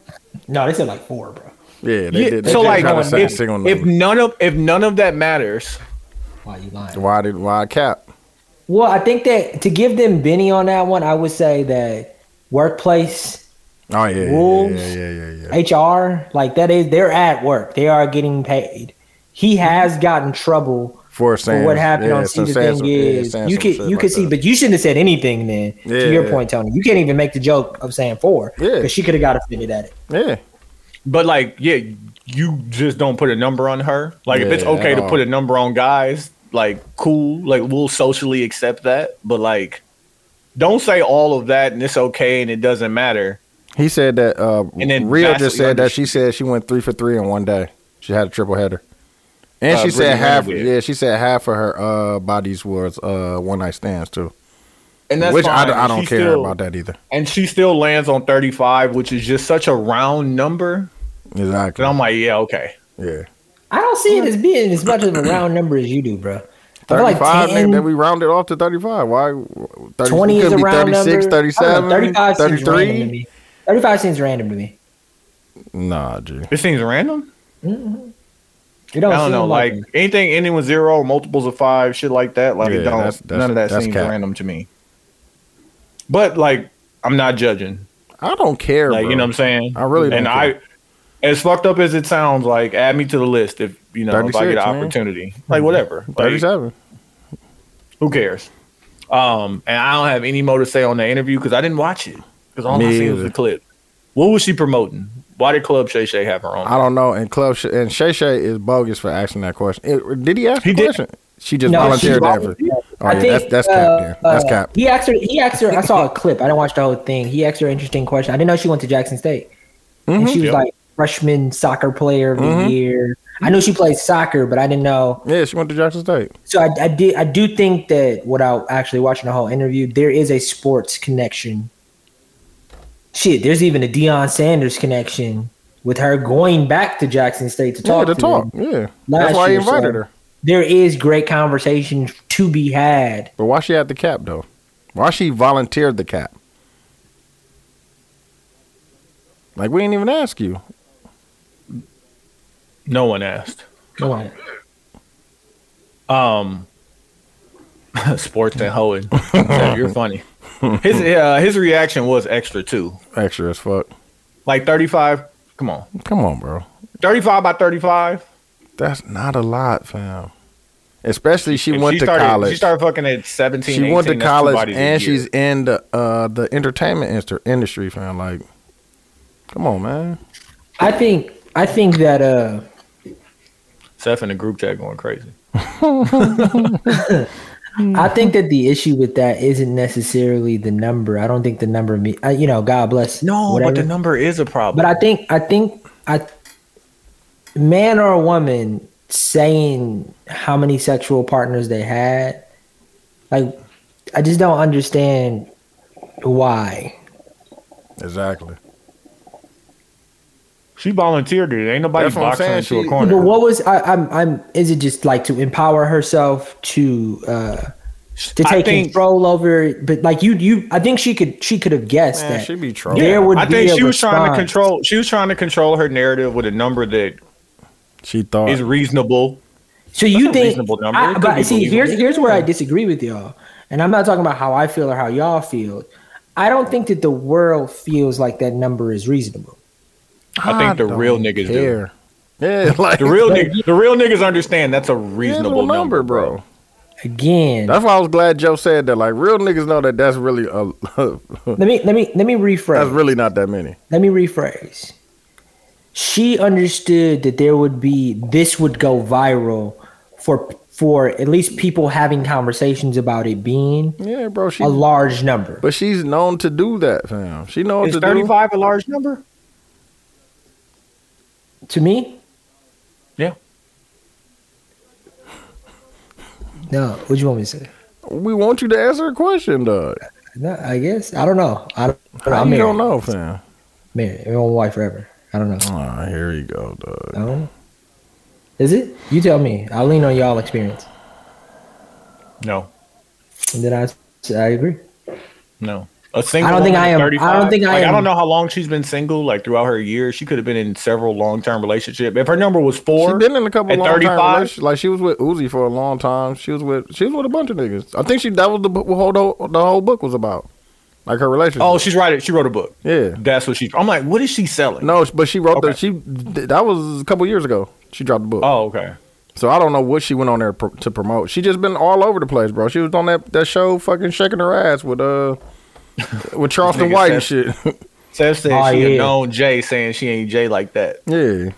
Speaker 3: no, they said like four, bro.
Speaker 5: yeah, they
Speaker 2: Yeah,
Speaker 5: did. They
Speaker 2: so
Speaker 5: did
Speaker 2: like,
Speaker 5: try to say
Speaker 2: if,
Speaker 5: single
Speaker 2: if
Speaker 5: number.
Speaker 2: none of, if none of that matters,
Speaker 3: Why you lying?
Speaker 5: why did why cap? Oh,
Speaker 3: Well, I think that to give them Benny on that one, I would say that workplace
Speaker 5: Oh yeah,
Speaker 3: Wolves.
Speaker 5: yeah, yeah, yeah, yeah. yeah.
Speaker 3: HR, like that is they're at work. They are getting paid. He has gotten trouble for
Speaker 5: For saying
Speaker 3: what happened
Speaker 5: yeah,
Speaker 3: on
Speaker 5: so
Speaker 3: see the
Speaker 5: saying
Speaker 3: thing
Speaker 5: some- yeah,
Speaker 3: is
Speaker 5: saying
Speaker 3: you
Speaker 5: some
Speaker 3: could
Speaker 5: shit
Speaker 3: you
Speaker 5: like
Speaker 3: could see,
Speaker 5: that.
Speaker 3: but you shouldn't have said anything then. to your
Speaker 5: Yeah.
Speaker 3: point, Tony. You can't even make the joke of saying four.
Speaker 5: Yeah.
Speaker 3: Because she could have got offended at it.
Speaker 5: yeah,
Speaker 2: but like, yeah, you just don't put a number on her. Like, if it's
Speaker 5: Yeah, at
Speaker 2: okay to
Speaker 5: all.
Speaker 2: put a number on guys, like, cool. Like, we'll socially accept that. But like, don't say all of that and it's okay and it doesn't matter.
Speaker 5: He said that uh
Speaker 2: And then
Speaker 5: Rhea
Speaker 2: vastly
Speaker 5: just said that she said she went three for three in one day. She had a triple header. And
Speaker 2: Uh,
Speaker 5: she said
Speaker 2: Brittany
Speaker 5: half
Speaker 2: Renner did.
Speaker 5: yeah, she said half of her uh bodies was uh one night stands too.
Speaker 2: And that's
Speaker 5: Which I,
Speaker 2: fine.
Speaker 5: don't- I
Speaker 2: And
Speaker 5: don't
Speaker 2: she
Speaker 5: care
Speaker 2: still-
Speaker 5: about that either.
Speaker 2: And she still lands on 35, which is just such a round number.
Speaker 5: Exactly.
Speaker 2: And I'm like, yeah, okay.
Speaker 5: yeah.
Speaker 3: I don't see it as being as much of a round number as you do, bro. I feel
Speaker 5: Thirty
Speaker 3: like
Speaker 5: five, nigga,
Speaker 3: 10
Speaker 5: then we rounded off to thirty five. Why 30,
Speaker 3: 20
Speaker 5: it
Speaker 3: is
Speaker 5: could
Speaker 3: a
Speaker 5: be
Speaker 3: round
Speaker 5: 36,
Speaker 3: number. I don't know, 35
Speaker 5: 37,
Speaker 3: seems random to
Speaker 5: 33.
Speaker 3: me. 35 seems random to me.
Speaker 5: Nah, G.
Speaker 2: This seems random.
Speaker 3: You don't
Speaker 2: I don't
Speaker 3: seem
Speaker 2: know. Like, anything ending with zero, multiples of five, shit like that. Like,
Speaker 5: Yeah,
Speaker 2: it don't,
Speaker 5: that's- that's-
Speaker 2: none of that
Speaker 5: that's
Speaker 2: seems
Speaker 5: cap.
Speaker 2: random to me. But like, I'm not judging.
Speaker 5: I don't care.
Speaker 2: Like,
Speaker 5: bro.
Speaker 2: you know what I'm saying?
Speaker 5: I really
Speaker 2: and
Speaker 5: don't care.
Speaker 2: I, as fucked up as it sounds, like add me to the list if you know if I get
Speaker 5: 36,
Speaker 2: an
Speaker 5: man.
Speaker 2: opportunity, like whatever,
Speaker 5: Thirty
Speaker 2: like,
Speaker 5: seven.
Speaker 2: who cares? Um, and I don't have any more to say on the interview because I didn't watch it because all I
Speaker 5: Me
Speaker 2: seen was
Speaker 5: either.
Speaker 2: the clip. What was she promoting? Why did Club Shay Shay have her on?
Speaker 5: I don't know. And Club Sh- and Shay Shay is bogus for asking that question. It- did he ask
Speaker 2: He
Speaker 5: the
Speaker 2: did.
Speaker 5: question? She just
Speaker 3: No, she
Speaker 5: volunteered that. For,
Speaker 3: volunteered.
Speaker 5: oh yeah, that's that's
Speaker 3: uh,
Speaker 5: cap. Then. That's
Speaker 3: uh,
Speaker 5: cap.
Speaker 3: He asked her. He asked her. I saw a clip. I didn't watch the whole thing. He asked her an interesting question. I didn't know she went to Jackson State, and
Speaker 5: Mm-hmm.
Speaker 3: she was
Speaker 2: Yep.
Speaker 3: like freshman soccer player of the year. I knew she played soccer, but I didn't know.
Speaker 5: Yeah, she went to Jackson State.
Speaker 3: So I, I did. I do think that without actually watching the whole interview, there is a sports connection. Shit, there's even a Deion Sanders connection with her going back to Jackson State to
Speaker 5: Yeah,
Speaker 3: talk
Speaker 5: to
Speaker 3: to
Speaker 5: talk.
Speaker 3: them.
Speaker 5: Yeah,
Speaker 3: Last
Speaker 5: that's why he
Speaker 3: year, so-
Speaker 5: invited her.
Speaker 3: There is great conversation to be had
Speaker 5: But why she had the cap though? Why she volunteered the cap? Like we didn't even ask you.
Speaker 2: no one asked. [laughs]
Speaker 3: Come on.
Speaker 2: Um, sports and
Speaker 5: [laughs]
Speaker 2: hoeing. You're funny. His uh, his reaction was extra too.
Speaker 5: Extra as fuck.
Speaker 2: Like 35. Come on,
Speaker 5: Come on, bro.
Speaker 2: 35 by 35.
Speaker 5: That's not a lot, fam. Especially she
Speaker 2: If
Speaker 5: went to
Speaker 2: started,
Speaker 5: college.
Speaker 2: She started fucking at 17.
Speaker 5: she went to
Speaker 2: 18, that's two
Speaker 5: college
Speaker 2: bodies a
Speaker 5: and
Speaker 2: year.
Speaker 5: she's in the uh the entertainment inst- industry fam like come on man
Speaker 3: I think I think that uh
Speaker 2: Seth in the group chat going crazy.
Speaker 3: I think that the issue with that isn't necessarily the number. I don't think the number me I, you know, God bless.
Speaker 2: No,
Speaker 3: whatever.
Speaker 2: but the number is a
Speaker 3: But
Speaker 2: problem.
Speaker 3: I think I think I man or a woman saying how many sexual partners they had. Like, I just don't understand why.
Speaker 5: Exactly.
Speaker 2: She volunteered it. Ain't nobody
Speaker 5: That's what I'm
Speaker 2: boxing
Speaker 5: saying,
Speaker 2: into
Speaker 5: she-
Speaker 2: a corner.
Speaker 3: But what was I, I'm? I'm. Is it just like to empower herself to uh to
Speaker 2: I
Speaker 3: take
Speaker 2: think-
Speaker 3: control over? But like you, you. I think she could. She could have guessed
Speaker 5: Man,
Speaker 3: that.
Speaker 5: she be trolling.
Speaker 3: there would
Speaker 2: I
Speaker 3: be
Speaker 2: think
Speaker 3: a
Speaker 2: she was trying
Speaker 3: response.
Speaker 2: to control. She was trying to control her narrative with a number that
Speaker 5: She thought.
Speaker 2: is reasonable.
Speaker 3: So you
Speaker 2: a
Speaker 3: think?
Speaker 2: reasonable number.
Speaker 3: I-
Speaker 2: It could be
Speaker 3: but see, here's
Speaker 2: believable.
Speaker 3: here's where I disagree with y'all, and I'm not talking about how I feel or how y'all feel. I don't think that the world feels like that number is reasonable.
Speaker 2: I think the
Speaker 5: don't
Speaker 2: real niggas do.
Speaker 5: care. Yeah, [laughs] like
Speaker 2: The real niggas, the real niggas understand that's a reasonable number, bro.
Speaker 3: Again,
Speaker 5: That's why I was glad Joe said that. Like real niggas know that that's really a [laughs]
Speaker 3: let me let me let me rephrase.
Speaker 5: that's really not that many.
Speaker 3: let me rephrase. She understood that there would be this would go viral for for at least people having conversations about it being
Speaker 5: Yeah, bro. She
Speaker 3: a large number.
Speaker 5: but she's known to do that, fam. She knows
Speaker 2: Is
Speaker 5: to
Speaker 2: thirty
Speaker 5: do.
Speaker 2: five a large number?
Speaker 3: To me,
Speaker 2: Yeah.
Speaker 3: No, what you want me to say?
Speaker 5: We want you to answer a question, dog.
Speaker 3: No, I guess I don't know. I don't.
Speaker 5: How
Speaker 3: I'm
Speaker 5: you
Speaker 3: married.
Speaker 5: don't know, fam.
Speaker 3: Married. I'm on wife forever. I don't know.
Speaker 5: Ah, here you go, dog.
Speaker 3: I don't know. Is it? You tell me. I lean on y'all experience.
Speaker 2: No,
Speaker 3: And then I, I agree.
Speaker 2: no. A single.
Speaker 3: I don't think
Speaker 2: woman
Speaker 3: I
Speaker 2: at
Speaker 3: am- I
Speaker 2: 35?
Speaker 3: don't think I
Speaker 2: Like, I
Speaker 3: am-
Speaker 2: don't know how long she's been single. Like throughout her years, she could have been in several long term relationships. If her number was
Speaker 5: She
Speaker 2: four,
Speaker 5: been in a couple
Speaker 2: at
Speaker 5: long 35?
Speaker 2: 35?
Speaker 5: Like she was with Uzi for a long time. She was with she was with a bunch of niggas. I think she that was the bu- whole the whole book was about, like her relationship.
Speaker 2: oh, she's right. She wrote a book.
Speaker 5: yeah.
Speaker 2: That's what she. I'm like, what is she selling?
Speaker 5: No, but she wrote the
Speaker 2: Okay.
Speaker 5: she that was a couple years ago. She dropped the book.
Speaker 2: Oh, okay.
Speaker 5: So I don't know what she went on there pr- to promote. She just been all over the place, bro. She was on that, that show, fucking shaking her ass with
Speaker 2: [laughs]
Speaker 5: uh with Charleston
Speaker 2: Nigga
Speaker 5: White and shit. [laughs]
Speaker 2: Seth said
Speaker 5: Ah,
Speaker 3: Oh,
Speaker 2: she
Speaker 3: yeah.
Speaker 2: had known Jay, saying she ain't Jay like that.
Speaker 5: yeah,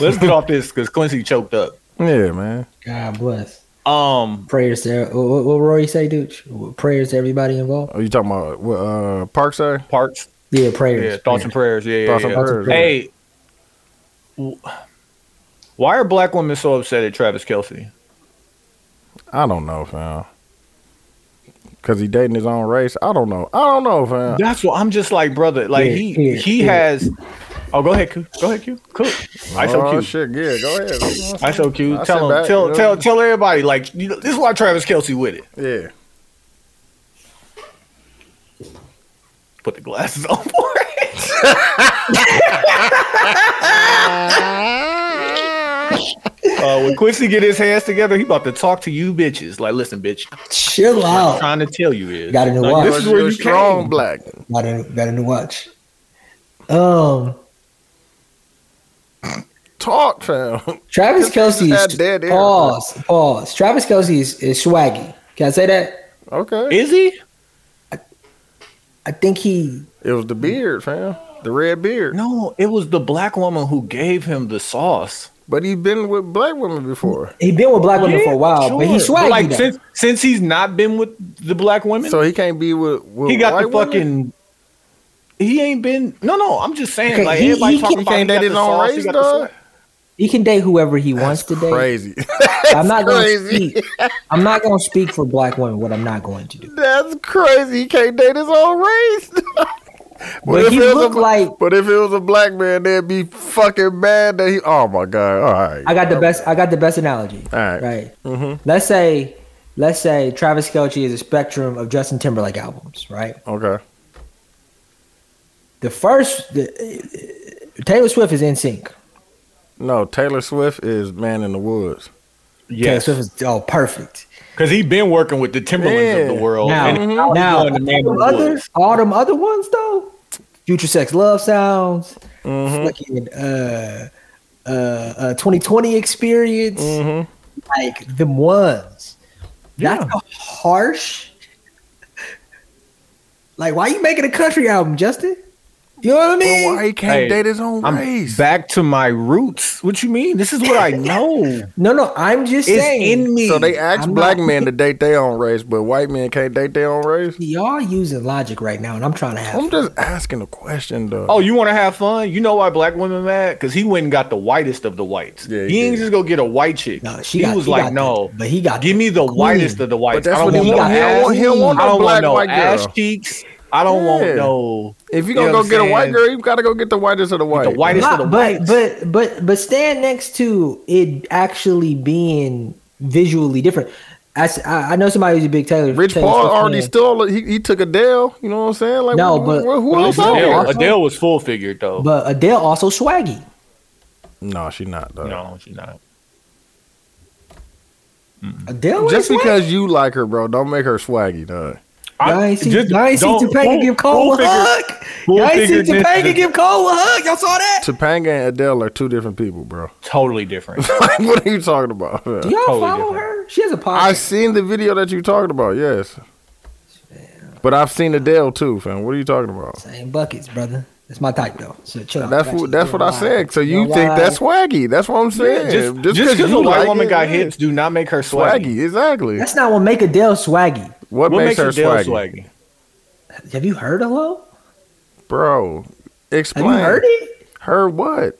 Speaker 2: Let's get off this because Quincy choked up.
Speaker 5: yeah, man.
Speaker 3: God bless.
Speaker 2: Um,
Speaker 3: Prayers to what, what Rory say, dude. Prayers to everybody involved.
Speaker 5: Are Oh, you talking about what, uh Parkside?
Speaker 2: parts.
Speaker 3: Yeah, prayers.
Speaker 2: Yeah, thoughts and prayers. Yeah, yeah,
Speaker 5: Thoughts
Speaker 2: yeah.
Speaker 5: and prayers.
Speaker 2: Hey, w- why are black women so upset at Travis Kelsey?
Speaker 5: I don't know, fam. Cause he dating his own race. I don't know. I don't know, fam.
Speaker 2: That's what I'm just like, brother. Like
Speaker 3: Yeah,
Speaker 2: he
Speaker 3: yeah,
Speaker 2: he
Speaker 3: yeah.
Speaker 2: has. Oh, go ahead, Q. Go ahead, Q. Cool. ISO
Speaker 5: oh
Speaker 2: Q.
Speaker 5: shit, yeah. Go ahead.
Speaker 2: ISO Q.
Speaker 5: I sit
Speaker 2: Tell him.
Speaker 5: back,
Speaker 2: tell
Speaker 5: you know?
Speaker 2: tell tell everybody. Like you know, this is why Travis Kelsey with it.
Speaker 5: Yeah.
Speaker 2: Put the glasses on for it. [laughs] Uh, when Quincy get his hands together, he about to talk to you bitches. Like, listen, bitch,
Speaker 3: Chill out.
Speaker 2: trying to tell you is
Speaker 3: Got a new
Speaker 2: like,
Speaker 3: watch.
Speaker 2: this is where
Speaker 5: You're
Speaker 2: you
Speaker 5: strong
Speaker 2: came.
Speaker 5: black.
Speaker 3: Got a, got a new watch. Um,
Speaker 5: Talk, fam. [laughs]
Speaker 3: Travis
Speaker 5: This is
Speaker 3: Kelsey is
Speaker 5: that dead air,
Speaker 3: pause, pause. Travis Kelsey is, is swaggy. Can I say that?
Speaker 5: Okay.
Speaker 2: Is he?
Speaker 3: I think he.
Speaker 5: It was the beard, fam. The red beard.
Speaker 2: No, it was the black woman who gave him the sauce.
Speaker 5: But he's been with black women before,
Speaker 3: He been with black women
Speaker 2: Yeah,
Speaker 3: for a while, but he's
Speaker 2: sure.
Speaker 3: swaggy.
Speaker 2: like
Speaker 3: though.
Speaker 2: since since he's not been with the black women,
Speaker 5: so he can't be with. with
Speaker 2: he got the
Speaker 5: white
Speaker 2: fucking.
Speaker 5: women?
Speaker 2: He ain't been. No, no, I'm just saying.
Speaker 3: Okay,
Speaker 2: Like
Speaker 3: he-
Speaker 2: everybody
Speaker 3: he
Speaker 2: talking
Speaker 5: He
Speaker 2: about,
Speaker 5: can't
Speaker 2: he
Speaker 5: date
Speaker 2: got
Speaker 5: his
Speaker 2: the
Speaker 5: own
Speaker 2: sauce, he
Speaker 5: race,
Speaker 2: got the
Speaker 5: dog.
Speaker 2: sauce.
Speaker 3: he can date whoever he wants to
Speaker 2: [laughs]
Speaker 3: date.
Speaker 5: Crazy.
Speaker 3: I'm not going to
Speaker 5: crazy.
Speaker 3: speak. I'm not going to speak for black women. What I'm not going to do.
Speaker 5: That's crazy. He can't date his own race. [laughs] but,
Speaker 3: But
Speaker 5: if
Speaker 3: he
Speaker 5: it was
Speaker 3: looked
Speaker 5: a,
Speaker 3: like
Speaker 5: But if it was a black man, they'd be fucking mad that he. Oh my god! All right.
Speaker 3: I got the best. I got the best analogy.
Speaker 5: All right. Mm-hmm.
Speaker 3: Right. Let's say, let's say Travis Kelce is a spectrum of Justin Timberlake albums. Right.
Speaker 5: Okay.
Speaker 3: The first, the, Taylor Swift is in sync.
Speaker 5: No, Taylor Swift is man in the woods.
Speaker 3: Taylor
Speaker 2: Yes,
Speaker 3: Swift is oh perfect.
Speaker 2: because he been working with the Timberlands of
Speaker 5: Yeah.
Speaker 2: the world.
Speaker 3: Now,
Speaker 2: Oh, and
Speaker 3: now,
Speaker 2: now
Speaker 3: all
Speaker 2: the man
Speaker 3: them,
Speaker 2: who
Speaker 3: other,
Speaker 2: was.
Speaker 3: all them other ones though, Future Sex Love Sounds,
Speaker 2: Mm-hmm.
Speaker 5: Mm-hmm.
Speaker 3: fucking uh, uh, uh, 2020 Experience,
Speaker 2: Mm.
Speaker 5: Mm-hmm.
Speaker 3: like them ones. That's a harsh. Like, why you making a country album, Justin? You know what I
Speaker 5: But
Speaker 3: mean?
Speaker 5: why he can't
Speaker 2: Hey,
Speaker 5: date his own
Speaker 2: I'm
Speaker 5: race?
Speaker 2: back to my roots. What you mean? This is what I know.
Speaker 5: [laughs]
Speaker 2: it's
Speaker 3: No, no, I'm just saying.
Speaker 2: in me.
Speaker 5: So they asked
Speaker 3: I'm
Speaker 5: black
Speaker 3: not-
Speaker 5: men to date their own race, but white men can't date their own race.
Speaker 3: Y'all using logic right now, and I'm trying to have.
Speaker 5: I'm just asking a question, though.
Speaker 2: Oh, you want to have fun? You know why black women mad? Because he went and got the whitest of the whites.
Speaker 5: Yeah, he
Speaker 2: he, ain't
Speaker 5: did.
Speaker 2: just go get a white chick.
Speaker 3: No, she
Speaker 2: he
Speaker 3: got-
Speaker 2: was
Speaker 3: he
Speaker 2: like,
Speaker 3: got
Speaker 2: no,
Speaker 3: the- but he got
Speaker 2: give
Speaker 3: the
Speaker 2: me the
Speaker 3: queen.
Speaker 2: whitest of the whites.
Speaker 5: but that's
Speaker 2: I
Speaker 5: what
Speaker 2: don't
Speaker 5: he
Speaker 2: want,
Speaker 5: want.
Speaker 2: no
Speaker 3: got
Speaker 5: He
Speaker 2: ass.
Speaker 5: don't want, he don't want
Speaker 2: I
Speaker 5: no
Speaker 2: don't
Speaker 5: black
Speaker 2: want no
Speaker 5: white
Speaker 2: ass
Speaker 5: girl.
Speaker 2: cheeks. I don't
Speaker 5: Yeah.
Speaker 2: want no.
Speaker 5: If you're
Speaker 2: know
Speaker 5: gonna
Speaker 2: what
Speaker 5: go
Speaker 2: I'm
Speaker 5: get a white
Speaker 2: saying?
Speaker 5: girl, you gotta go get the whitest of the white.
Speaker 2: the whitest-
Speaker 3: Nah,
Speaker 2: for the
Speaker 3: but
Speaker 2: whites.
Speaker 3: but but but stand next to it actually being visually different. I, s- I- I know somebody who's a big Taylor.
Speaker 5: Rich
Speaker 3: Taylor
Speaker 5: Paul
Speaker 3: Swift
Speaker 5: already
Speaker 3: fan.
Speaker 5: stole. He, he took Adele. You know what I'm saying? Like
Speaker 3: No,
Speaker 5: wh-
Speaker 3: but-
Speaker 5: wh- who
Speaker 3: but
Speaker 5: else out
Speaker 2: Adele,
Speaker 5: here?
Speaker 3: also-
Speaker 2: Adele was full figured though.
Speaker 3: but Adele also swaggy.
Speaker 5: No, she not though.
Speaker 2: no, she's not.
Speaker 3: Adele ain't
Speaker 5: Just
Speaker 3: swaggy.
Speaker 5: because you like her, bro, don't make her swaggy, dog.
Speaker 3: Y'all ain't see, y'all ain't see
Speaker 2: don't-
Speaker 3: Topanga
Speaker 2: full-
Speaker 3: give Cole
Speaker 2: full
Speaker 3: a
Speaker 2: figured-
Speaker 3: hug.
Speaker 2: full
Speaker 3: [laughs] Y'all ain't see
Speaker 2: figuredness
Speaker 3: Topanga
Speaker 2: is
Speaker 3: give Cole a hug. Y'all saw that?
Speaker 5: Topanga and Adele are two different people, bro. [laughs]
Speaker 2: Totally different.
Speaker 5: like, what are you talking about?
Speaker 3: Do y'all
Speaker 2: Totally
Speaker 3: follow
Speaker 2: different.
Speaker 3: her? She has a
Speaker 5: I
Speaker 3: podcast.
Speaker 5: seen the video that you talking about. Yes, but I've seen Adele too, fam. What are you talking about?
Speaker 3: Same buckets, brother. That's my type though. So chill out.
Speaker 5: That's
Speaker 3: Actually,
Speaker 5: what that's
Speaker 3: you're
Speaker 5: what I
Speaker 3: lying.
Speaker 5: said. So you
Speaker 3: You're
Speaker 5: think that's
Speaker 3: lying.
Speaker 5: swaggy? That's what I'm saying.
Speaker 2: just because a
Speaker 5: you
Speaker 2: white
Speaker 5: like
Speaker 2: woman
Speaker 5: it,
Speaker 2: got
Speaker 5: yeah.
Speaker 2: hips, do not make her swaggy.
Speaker 5: swaggy, exactly.
Speaker 3: That's not what make Adele swaggy.
Speaker 5: what,
Speaker 2: What
Speaker 5: makes, her
Speaker 2: Adele
Speaker 5: swaggy,
Speaker 2: swaggy?
Speaker 3: Have you heard hello?
Speaker 5: bro?
Speaker 3: Have
Speaker 5: Explain
Speaker 3: you heard it?
Speaker 5: her what?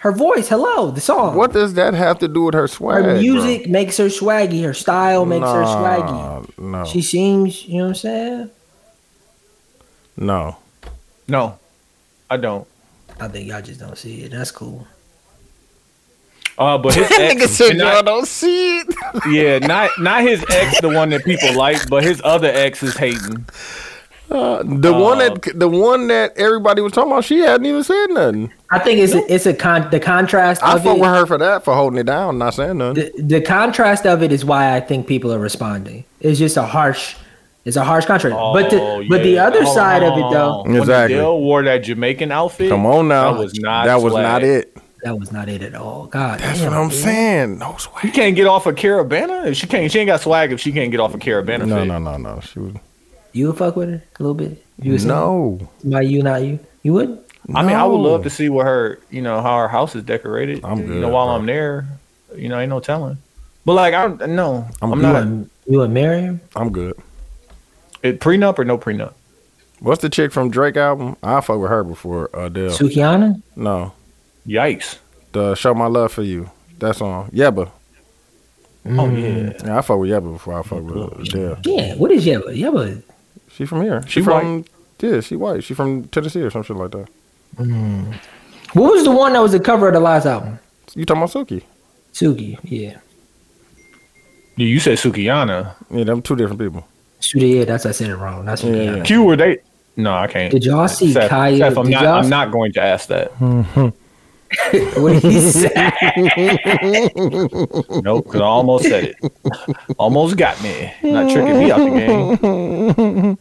Speaker 3: Her voice, hello, the song.
Speaker 5: What does that have to do with her swag?
Speaker 3: her
Speaker 5: bro?
Speaker 3: music makes her swaggy. Her style makes her swaggy.
Speaker 5: No,
Speaker 3: She seems, you know what I'm saying? [laughs]
Speaker 5: no.
Speaker 2: No, I don't.
Speaker 3: I think y'all just don't see it. That's cool.
Speaker 2: Uh, but his ex, and not-
Speaker 5: don't see it.
Speaker 2: yeah, not not his ex, the one that people like, but his other ex is hating.
Speaker 5: The one that the one that everybody was talking about, she hadn't even said nothing.
Speaker 3: I think it's a, it's a con the contrast
Speaker 5: I
Speaker 3: of
Speaker 5: fuck
Speaker 3: it.
Speaker 5: with her for that for holding it down, not saying nothing.
Speaker 3: The, the contrast of it is why I think people are responding. It's just a harsh, it's a harsh contrast. but the
Speaker 2: Oh,
Speaker 3: but the
Speaker 2: yeah.
Speaker 3: other
Speaker 2: Hold
Speaker 3: side
Speaker 2: on,
Speaker 3: of it
Speaker 2: hold on, hold
Speaker 3: though,
Speaker 2: on. When
Speaker 5: Exactly.
Speaker 2: Adele wore that Jamaican outfit.
Speaker 5: Come on now,
Speaker 2: That was not.
Speaker 5: That was
Speaker 2: swag.
Speaker 5: not it.
Speaker 3: that was not it at all. God,
Speaker 5: That's
Speaker 3: damn,
Speaker 5: what I'm
Speaker 3: dude.
Speaker 5: saying. No
Speaker 2: You
Speaker 5: swag.
Speaker 2: can't get off a carabana. If She can't. She ain't got swag if she can't get off a carabana.
Speaker 5: No,
Speaker 2: fit.
Speaker 5: no, no, no. She was
Speaker 3: You would fuck with her a little bit. You would say,
Speaker 5: no.
Speaker 3: my you not you. You would.
Speaker 2: I mean, I would
Speaker 5: No.
Speaker 2: love to see what her, you know, how her house is decorated.
Speaker 5: Oh. I'm
Speaker 2: You
Speaker 5: good,
Speaker 2: know, while
Speaker 5: bro.
Speaker 2: I'm there, you know, ain't no telling. But like, I don't- no,
Speaker 5: I'm
Speaker 2: I'm,
Speaker 5: good.
Speaker 3: You
Speaker 2: not.
Speaker 3: would, you would marry him.
Speaker 5: I'm good.
Speaker 2: It, prenup or no prenup?
Speaker 5: What's the chick from Drake album? I fuck with her before Adele.
Speaker 3: Sukiana.
Speaker 5: No,
Speaker 2: Yikes.
Speaker 5: the Show My Love for You. That's on Yeba.
Speaker 3: Mm.
Speaker 2: Oh yeah.
Speaker 5: Yeah, I fuck with Yeba before I fuck with Adele.
Speaker 3: Yeah. What is Yeba? Yeba.
Speaker 5: She from here. She,
Speaker 2: She
Speaker 5: from yeah. She white. She from Tennessee or some shit like that.
Speaker 3: What was the one that was the cover of the last album?
Speaker 5: You talking about Suki?
Speaker 3: Suki. Yeah.
Speaker 2: You- You said Sukiana.
Speaker 5: Yeah, them two different people.
Speaker 3: Shoot it. Yeah, that's I said it wrong. That's
Speaker 5: Yeah,
Speaker 3: Sukiana.
Speaker 5: yeah.
Speaker 2: Q were they? No, I can't.
Speaker 3: Did y'all see
Speaker 2: Seth,
Speaker 3: Kaya?
Speaker 2: Seth, I'm
Speaker 3: did
Speaker 2: not.
Speaker 3: y'all
Speaker 2: I'm not going to ask that.
Speaker 3: What he
Speaker 2: [laughs]
Speaker 3: said?
Speaker 2: nope, because I almost said
Speaker 3: [laughs]
Speaker 2: it. Almost got me. Not tricking me out the
Speaker 3: [laughs]
Speaker 2: game.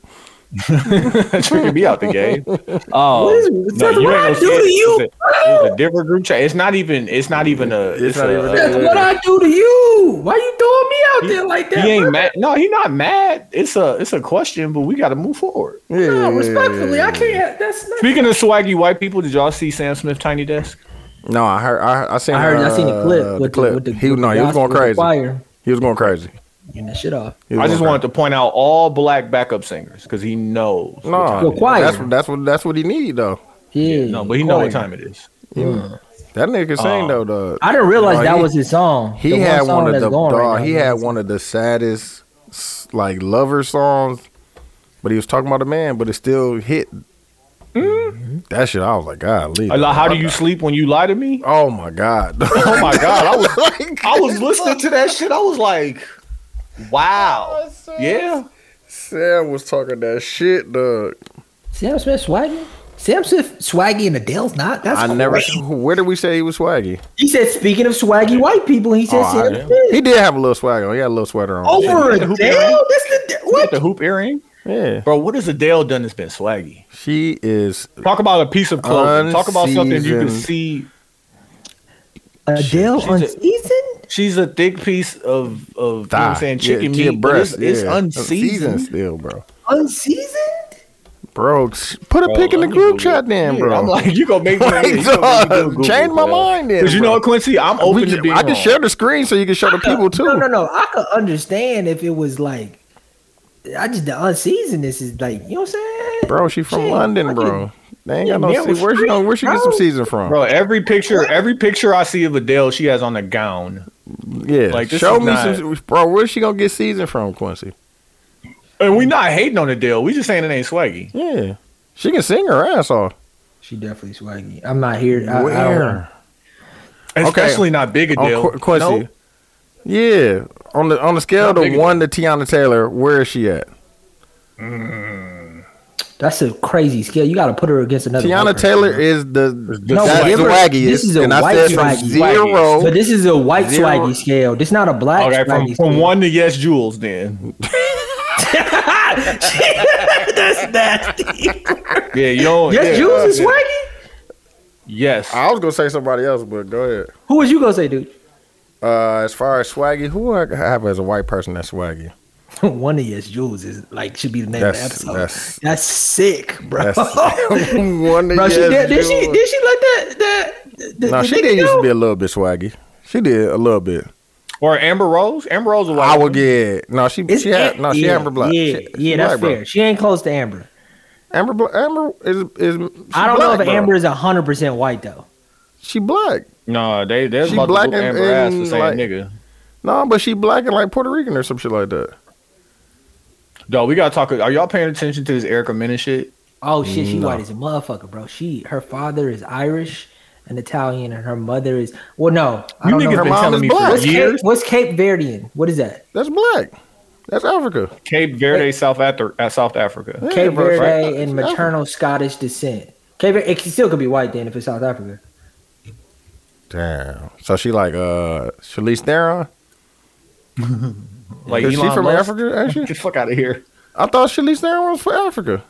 Speaker 2: tricking me out the game. Oh,
Speaker 3: What is- Seth, what I do to you,
Speaker 2: It's a, it's a different group chat. It's not even. It's not even a. It's,
Speaker 5: not
Speaker 2: not
Speaker 5: even
Speaker 2: even.
Speaker 3: That's
Speaker 5: that.
Speaker 3: what I do to you. Why you throwing me out there like that?
Speaker 2: he ain't
Speaker 3: bro?
Speaker 2: mad. No, he not mad. It's a. It's a question, but we got to move forward.
Speaker 5: Yeah, yeah,
Speaker 3: No,
Speaker 5: yeah,
Speaker 3: respectfully,
Speaker 5: yeah,
Speaker 3: I can't. That's not.
Speaker 2: Speaking of swaggy white people, did y'all see Sam Smith tiny desk?
Speaker 5: yeah. No, I heard. I, I seen.
Speaker 3: I heard. I seen the
Speaker 5: uh,
Speaker 3: clip.
Speaker 5: the
Speaker 3: with
Speaker 5: clip.
Speaker 3: The, with the,
Speaker 5: he
Speaker 3: with
Speaker 5: no.
Speaker 3: the
Speaker 5: He was
Speaker 3: gospel
Speaker 5: going
Speaker 3: with the
Speaker 5: crazy.
Speaker 3: Choir
Speaker 5: He was going crazy.
Speaker 3: and that shit off.
Speaker 5: He was
Speaker 2: I just
Speaker 5: going
Speaker 2: wanted to point out all black backup singers because he knows.
Speaker 5: crazy. No,
Speaker 3: Yo, choir.
Speaker 5: that's what that's what that's what he need though.
Speaker 3: Yeah.
Speaker 2: no, but he know what
Speaker 3: choir.
Speaker 2: time it is.
Speaker 5: That nigga can sing
Speaker 2: Oh.
Speaker 5: though. Dog.
Speaker 3: I didn't realize
Speaker 5: No,
Speaker 3: that
Speaker 5: he-
Speaker 3: was his song.
Speaker 5: He
Speaker 3: The
Speaker 5: had
Speaker 3: song
Speaker 5: one of
Speaker 3: that's
Speaker 5: the
Speaker 3: going
Speaker 5: dog.
Speaker 3: right now.
Speaker 5: he had one of the saddest s- like lover songs, but he was talking about a man, but it still hit.
Speaker 2: Mm-hmm.
Speaker 5: That shit, I was like, God, leave.
Speaker 2: Like, how do you sleep when you lie to me?
Speaker 5: Oh my God! [laughs]
Speaker 2: Oh my god, I was
Speaker 5: like,
Speaker 2: I was listening to that shit. I was like, wow. Yeah.
Speaker 5: Sam was talking that shit, dog.
Speaker 3: Sam Smith swaggy. Sam Smith swaggy and Adele's not. That's
Speaker 5: I never.
Speaker 3: crazy.
Speaker 5: Where did we say he was swaggy?
Speaker 3: He said, speaking of swaggy white people, he said
Speaker 5: Oh, I-
Speaker 3: Sam Smith.
Speaker 5: He did have a little swag on. He had a little sweater on.
Speaker 2: Oh.
Speaker 3: Over Adele?
Speaker 2: Who-
Speaker 3: That's the
Speaker 2: With
Speaker 3: what?
Speaker 2: the hoop earring.
Speaker 5: Yeah,
Speaker 2: Bro, what has Adele done that's been swaggy?
Speaker 5: she is.
Speaker 2: Talk about a piece of clothing. Talk about something you can
Speaker 5: Unseasoned.
Speaker 2: see.
Speaker 3: Adele
Speaker 2: She's
Speaker 3: on
Speaker 2: a-
Speaker 3: season?
Speaker 2: She's a thick piece of of you know what
Speaker 5: Thigh.
Speaker 2: I'm saying chicken
Speaker 5: yeah, kid
Speaker 2: meat. but
Speaker 5: breast.
Speaker 2: it's, it's
Speaker 5: yeah.
Speaker 2: unseasoned.
Speaker 5: still, bro.
Speaker 3: Unseasoned?
Speaker 5: Bro, s- put a pic in the group chat then,
Speaker 2: Yeah,
Speaker 5: bro.
Speaker 2: I'm
Speaker 5: [laughs]
Speaker 2: like, you gonna make me,
Speaker 5: Like,
Speaker 2: you gonna make me do
Speaker 5: dog,
Speaker 2: Google,
Speaker 5: change my
Speaker 2: bro.
Speaker 5: mind then,
Speaker 2: Cause you
Speaker 5: bro.
Speaker 2: know what, Quincy, I'm
Speaker 5: We
Speaker 2: open
Speaker 5: ju-
Speaker 2: to being
Speaker 5: I can
Speaker 2: wrong.
Speaker 5: share the screen so you can show the people too.
Speaker 3: No, no, no. I could understand if it was like, I just the unseasonedness is like, you know what I'm saying?
Speaker 5: Bro, she from
Speaker 3: Shit,
Speaker 5: London,
Speaker 3: I
Speaker 5: bro. They ain't
Speaker 3: yeah,
Speaker 5: got no
Speaker 3: man,
Speaker 5: se-
Speaker 3: was
Speaker 5: where she
Speaker 3: straight,
Speaker 5: know, where she get some
Speaker 3: bro.
Speaker 5: season from?
Speaker 2: Bro, every picture, every picture I see of Adele, she has on a gown.
Speaker 5: yeah,
Speaker 2: like, this
Speaker 5: show
Speaker 2: is
Speaker 5: me
Speaker 2: not-
Speaker 5: some. Bro, where's she gonna get season from, Quincy?
Speaker 2: And we not hating on Adele. We just saying it ain't swaggy.
Speaker 5: Yeah, she can sing her ass off.
Speaker 3: She definitely swaggy. I'm not here. I, I don't know.
Speaker 5: Where?
Speaker 2: Especially not big
Speaker 5: On
Speaker 2: Adele.
Speaker 5: Oh, Qu- Quincy.
Speaker 2: Nope.
Speaker 5: Yeah, on the on the scale
Speaker 2: Not
Speaker 5: to
Speaker 2: big
Speaker 5: one to Tiana Taylor, where is she at?
Speaker 3: That's a crazy scale. You got to put her against another.
Speaker 5: Tiana
Speaker 3: white person,
Speaker 5: Taylor
Speaker 3: bro.
Speaker 5: is the
Speaker 2: No,
Speaker 5: that's
Speaker 2: but
Speaker 5: the waggiest,
Speaker 3: this is a
Speaker 5: and I
Speaker 3: white
Speaker 5: said from
Speaker 3: swaggy.
Speaker 5: zero.
Speaker 3: But this is a white
Speaker 5: Zero.
Speaker 3: swaggy scale. This not a black
Speaker 2: Okay,
Speaker 3: swaggy
Speaker 2: from, from
Speaker 3: scale.
Speaker 2: one to yes, Jules. Then
Speaker 3: That's
Speaker 5: [laughs]
Speaker 3: nasty.
Speaker 2: yeah, yo,
Speaker 3: yes,
Speaker 2: yeah,
Speaker 3: Jules is
Speaker 2: yeah.
Speaker 3: swaggy.
Speaker 2: Yes,
Speaker 5: I was gonna say somebody else, but go ahead.
Speaker 3: Who was you gonna say, dude?
Speaker 5: Uh, as far as swaggy, who I have as a white person that's swaggy?
Speaker 3: [laughs] one of yes, Jules is like should be the name
Speaker 5: That's-
Speaker 3: of the episode.
Speaker 5: that's-
Speaker 3: That's, sick, [laughs] bro.
Speaker 5: That's [laughs] one
Speaker 3: Bro,
Speaker 5: yes,
Speaker 3: she did, did she
Speaker 5: Jules.
Speaker 3: did she let that that the,
Speaker 5: No,
Speaker 3: the
Speaker 5: she
Speaker 3: nigga
Speaker 5: did used to
Speaker 3: go?
Speaker 5: be a little bit swaggy. She did a little bit.
Speaker 2: or Amber Rose. Amber Rose, a white
Speaker 5: I
Speaker 2: woman.
Speaker 5: would get no. She
Speaker 3: It's
Speaker 5: she had
Speaker 3: Am-
Speaker 5: no. She
Speaker 3: yeah,
Speaker 5: Amber Black.
Speaker 3: Yeah,
Speaker 5: She- she
Speaker 3: yeah, that's
Speaker 5: black, bro.
Speaker 3: fair. She ain't close to Amber.
Speaker 5: Amber Bla- Amber is is.
Speaker 3: I don't know if
Speaker 5: bro.
Speaker 3: Amber is hundred percent white though.
Speaker 5: She black.
Speaker 2: No, they they're
Speaker 5: She
Speaker 2: about to
Speaker 5: black
Speaker 2: whoop
Speaker 5: and-
Speaker 2: Amber ass for
Speaker 5: and,
Speaker 2: saying
Speaker 5: like-
Speaker 2: nigga.
Speaker 5: No, but she black and like Puerto Rican or some shit like that.
Speaker 2: Dog, we gotta talk. Are y'all paying attention to this Erica Mena shit?
Speaker 3: Oh shit, she white as a motherfucker, bro. She her father is Irish and Italian, and her mother is well, no, I
Speaker 2: You
Speaker 3: don't know.
Speaker 2: niggas
Speaker 5: Her
Speaker 2: been
Speaker 5: mom is
Speaker 2: telling me
Speaker 5: black.
Speaker 2: for
Speaker 5: What's
Speaker 3: What's Cape,
Speaker 2: years.
Speaker 3: what's Cape Verdean? What is that?
Speaker 5: That's black. That's Africa.
Speaker 2: Cape Verde, South Afri- uh, South Africa.
Speaker 5: Yeah,
Speaker 3: Cape
Speaker 5: bro,
Speaker 3: Verde
Speaker 5: it's Africa.
Speaker 3: and
Speaker 5: It's Africa.
Speaker 3: maternal Scottish descent. Cape Verde, it still could be white then if it's South Africa.
Speaker 5: Damn. So she like uh Charlize Theron.
Speaker 2: Like
Speaker 5: is
Speaker 2: Elon
Speaker 5: she from
Speaker 2: Musk?
Speaker 5: Africa? Actually,
Speaker 2: [laughs] Get the fuck out of here.
Speaker 5: I thought Charlize Theron was for Africa.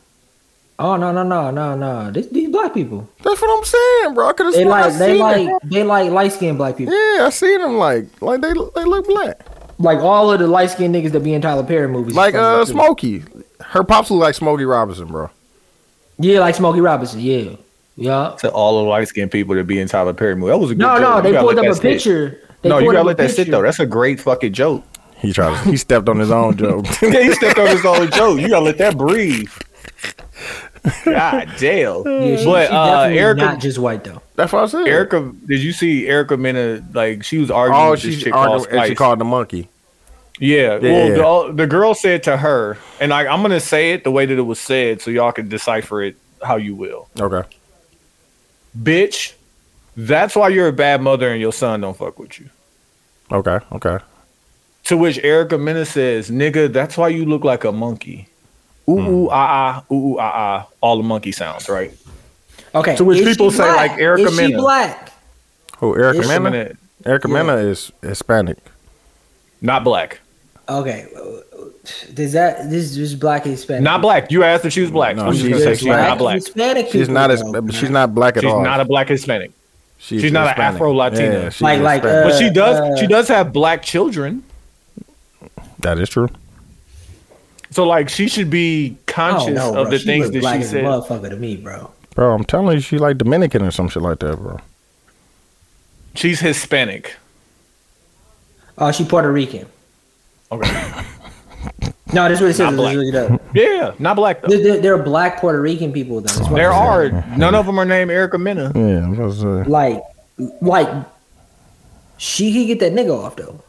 Speaker 3: Oh no no no no no! This, these black people,
Speaker 5: That's what I'm saying, bro. I could have
Speaker 3: they
Speaker 5: seen.
Speaker 3: like they like
Speaker 5: It.
Speaker 3: they like light skinned black people.
Speaker 5: Yeah, I seen them like like they they look black.
Speaker 3: Like all of the light skinned niggas that be in Tyler Perry movies,
Speaker 5: Like uh
Speaker 3: Smoke.
Speaker 5: Smokey. Her pops look like Smokey Robinson, bro.
Speaker 3: Yeah, like Smokey Robinson. Yeah, yeah.
Speaker 2: To all the light skinned people that be in Tyler Perry movie. That was a good
Speaker 3: No,
Speaker 2: joke.
Speaker 3: no,
Speaker 2: You
Speaker 3: they
Speaker 2: gotta
Speaker 3: pulled
Speaker 2: let
Speaker 3: up
Speaker 2: that
Speaker 3: a
Speaker 2: sit.
Speaker 3: picture. They
Speaker 2: no, you
Speaker 3: pulled
Speaker 2: gotta
Speaker 3: up a
Speaker 2: let that sit
Speaker 3: picture.
Speaker 2: though. That's a great fucking
Speaker 3: [laughs]
Speaker 2: joke.
Speaker 5: He tried. To, he stepped on
Speaker 2: [laughs]
Speaker 5: his own joke.
Speaker 2: yeah, you stepped on his own joke. You gotta let that breathe. God damn.
Speaker 3: Yeah, she,
Speaker 2: but
Speaker 3: she
Speaker 2: uh,
Speaker 3: definitely
Speaker 2: Erica,
Speaker 3: not just white though.
Speaker 5: That's what I said.
Speaker 2: Erica, did you see Erica Mena? Like she was arguing.
Speaker 5: Oh,
Speaker 2: with this
Speaker 5: she's
Speaker 2: chick
Speaker 5: arguing,
Speaker 2: called
Speaker 5: and she
Speaker 2: Spice.
Speaker 5: called the monkey.
Speaker 2: Yeah.
Speaker 5: yeah.
Speaker 2: Well, the, the girl said to her, and I, I'm gonna say it the way that it was said, so y'all can decipher it how you will.
Speaker 5: Okay.
Speaker 2: Bitch, that's why you're a bad mother and your son don't fuck with you.
Speaker 5: Okay. Okay.
Speaker 2: To which Erica Mena says, "Nigga, that's why you look like a monkey." Ooh ooh ah ah ooh ooh ah ah. All the monkey sounds right.
Speaker 3: Okay,
Speaker 2: To which
Speaker 3: is she
Speaker 2: people say,
Speaker 3: black?
Speaker 2: like, Erica
Speaker 3: is she
Speaker 2: Mena.
Speaker 3: black?
Speaker 5: Who? Erica
Speaker 3: It's-
Speaker 2: Erica
Speaker 5: Mena.
Speaker 2: Mena,
Speaker 5: Erica
Speaker 3: Yeah.
Speaker 5: Mena is Hispanic.
Speaker 2: not black,
Speaker 3: Okay, does that this is just black Hispanic?
Speaker 2: not black. You asked if she was black.
Speaker 5: No,
Speaker 2: I'm just
Speaker 5: she's
Speaker 2: gonna say she's
Speaker 5: black.
Speaker 2: not black.
Speaker 3: Hispanic
Speaker 5: She's
Speaker 3: people,
Speaker 5: not as.
Speaker 3: though.
Speaker 5: She's not black at
Speaker 2: She's
Speaker 5: all.
Speaker 2: not a black Hispanic. she's not a
Speaker 5: Hispanic.
Speaker 2: Afro-Latina.
Speaker 5: Yeah, she's
Speaker 3: Like- like,
Speaker 5: Hispanic.
Speaker 2: But she
Speaker 3: Uh,
Speaker 2: does.
Speaker 3: uh,
Speaker 2: she does have black children.
Speaker 5: that is true.
Speaker 2: So like she should be
Speaker 3: I don't
Speaker 2: conscious
Speaker 3: know,
Speaker 2: of
Speaker 3: Oh, bro.
Speaker 2: the
Speaker 3: She
Speaker 2: things
Speaker 3: look
Speaker 2: that
Speaker 3: black
Speaker 2: she
Speaker 3: as a
Speaker 2: said.
Speaker 3: Motherfucker to me, bro.
Speaker 5: Bro, I'm telling you, she like Dominican or some shit like that, bro.
Speaker 2: She's Hispanic.
Speaker 3: Oh, she Puerto Rican.
Speaker 2: Okay.
Speaker 3: [laughs] No, that's what it
Speaker 2: Not
Speaker 3: says.
Speaker 2: black.
Speaker 3: Let's look it up.
Speaker 2: yeah, not black though.
Speaker 3: There, there- there are black Puerto Rican people though. That's what
Speaker 2: There
Speaker 3: I'm saying.
Speaker 2: are none of them are named Erica Mena.
Speaker 5: Yeah, I'm about to say.
Speaker 3: like, like she could get that nigga off though.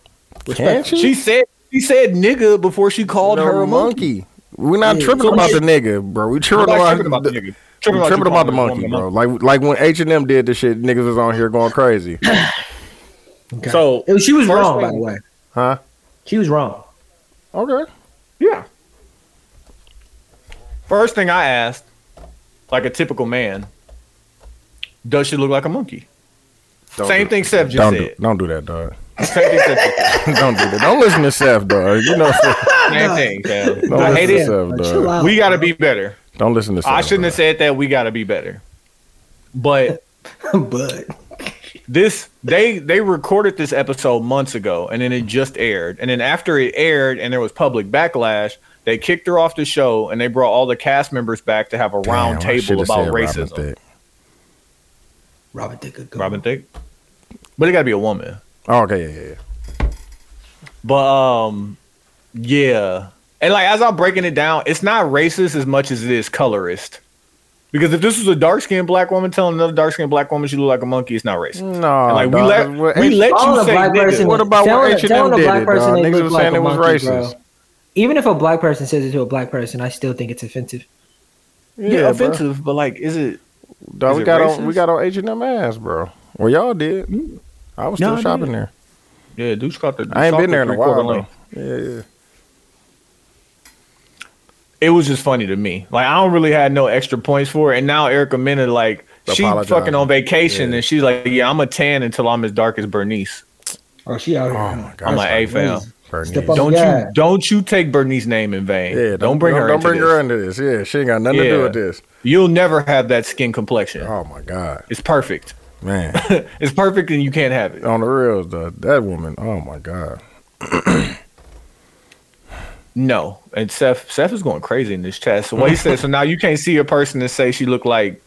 Speaker 5: Can't she?
Speaker 2: She said she said nigga before she called
Speaker 5: No,
Speaker 2: her a monkey.
Speaker 5: We're not
Speaker 3: Yeah.
Speaker 5: tripping
Speaker 3: So
Speaker 5: about
Speaker 3: she-
Speaker 5: the nigga, bro. We
Speaker 2: Like,
Speaker 5: tripping about,
Speaker 2: tripping about the nigga.
Speaker 5: we
Speaker 2: you
Speaker 5: tripping about the
Speaker 2: calling
Speaker 5: monkey,
Speaker 2: her a
Speaker 5: bro. Like like when H and M did this shit, niggas was on here going [laughs] crazy,
Speaker 3: Okay.
Speaker 2: So
Speaker 3: It- she was
Speaker 2: first
Speaker 3: wrong, by
Speaker 2: thing-
Speaker 3: the way.
Speaker 5: huh?
Speaker 3: She was wrong.
Speaker 5: Okay.
Speaker 2: Yeah. First thing I asked, like a typical man, does she look like a monkey?
Speaker 5: Don't
Speaker 2: Same
Speaker 5: do-
Speaker 2: thing Seth just
Speaker 5: Don't do,
Speaker 2: said.
Speaker 5: don't do that, dog. [laughs]
Speaker 2: Same thing Seth just said.
Speaker 5: don't do that. Don't listen to Seth, dog. You know, [laughs] Seth,
Speaker 2: Same thing, Seth.
Speaker 5: don't
Speaker 2: I
Speaker 5: listen
Speaker 2: hate
Speaker 5: to
Speaker 2: it.
Speaker 5: Seth,
Speaker 3: Like,
Speaker 5: dog.
Speaker 3: chill out.
Speaker 2: We gotta be better.
Speaker 5: Don't listen to Seth.
Speaker 2: I shouldn't have said that. We got to be better. But
Speaker 3: but
Speaker 2: this they they recorded this episode months ago and then it just aired and then after it aired and there was public backlash they kicked her off the show and they brought all the cast members back to have a round
Speaker 5: Damn, I
Speaker 2: table
Speaker 5: should've
Speaker 2: about
Speaker 5: said Robin
Speaker 2: racism robin
Speaker 3: Robin
Speaker 5: Thicke.
Speaker 3: Thicke. a good
Speaker 2: thicke.
Speaker 3: one.
Speaker 2: but it got to be a woman
Speaker 5: Oh, okay, yeah, yeah, yeah.
Speaker 2: but um yeah and like as i'm breaking it down it's not racist as much as it is colorist because if this was a dark-skinned black woman telling another dark-skinned black woman she look like a monkey it's not racist
Speaker 5: No,
Speaker 2: And, like we
Speaker 5: dog,
Speaker 2: let
Speaker 5: what-
Speaker 2: we let
Speaker 3: All
Speaker 2: you
Speaker 3: the
Speaker 2: say
Speaker 3: black
Speaker 2: nigga.
Speaker 3: person-
Speaker 5: What about
Speaker 3: telling-
Speaker 5: what H&M
Speaker 3: telling a
Speaker 5: did?
Speaker 3: black
Speaker 5: it,
Speaker 3: person
Speaker 5: dog?
Speaker 3: they
Speaker 5: Niggas
Speaker 3: look
Speaker 5: was
Speaker 3: like
Speaker 5: saying
Speaker 3: a
Speaker 5: it was
Speaker 3: monkey, bro.
Speaker 5: racist.
Speaker 3: Even if a black person says it to a black person, I still think it's offensive.
Speaker 2: yeah,
Speaker 5: bro.
Speaker 2: offensive but like is it
Speaker 5: Dog,
Speaker 2: Is
Speaker 5: we
Speaker 2: it
Speaker 5: got on
Speaker 2: racist?
Speaker 5: we got on H and M ass, bro. Well, y'all did. I was still
Speaker 2: No, I
Speaker 5: shopping
Speaker 2: didn't.
Speaker 5: there.
Speaker 2: yeah dude's caught the
Speaker 5: I ain't
Speaker 2: caught
Speaker 5: been
Speaker 2: the
Speaker 5: there in a
Speaker 2: three-quarter
Speaker 5: while.
Speaker 2: lane.
Speaker 5: Though. Yeah, yeah.
Speaker 2: it was just funny to me. Like I don't really had no extra points for it. And now Erica Mena, like she
Speaker 5: Apologize.
Speaker 2: fucking on vacation
Speaker 5: Yeah.
Speaker 2: and she's like, Yeah, I'm a tan until I'm as dark as Bernice.
Speaker 3: Oh, she out here.
Speaker 5: Oh my god.
Speaker 2: I'm like, hey fam.
Speaker 5: Bernice.
Speaker 3: Step up.
Speaker 2: Don't
Speaker 3: Oh, Yeah.
Speaker 2: you don't you take Bernice's name in vain.
Speaker 5: Yeah,
Speaker 2: don't, bring her
Speaker 5: Don't
Speaker 2: into
Speaker 5: bring
Speaker 2: this.
Speaker 5: her into this. Yeah, she ain't got nothing to do
Speaker 2: Yeah.
Speaker 5: with this.
Speaker 2: You'll never have that skin complexion.
Speaker 5: Oh my god,
Speaker 2: It's perfect.
Speaker 5: man. [laughs]
Speaker 2: It's perfect and you can't have it.
Speaker 5: On the real, though, that woman. Oh my god.
Speaker 2: No. And Seth Seth is going crazy in this chat. So what he said, so now you can't see a person and say she looked like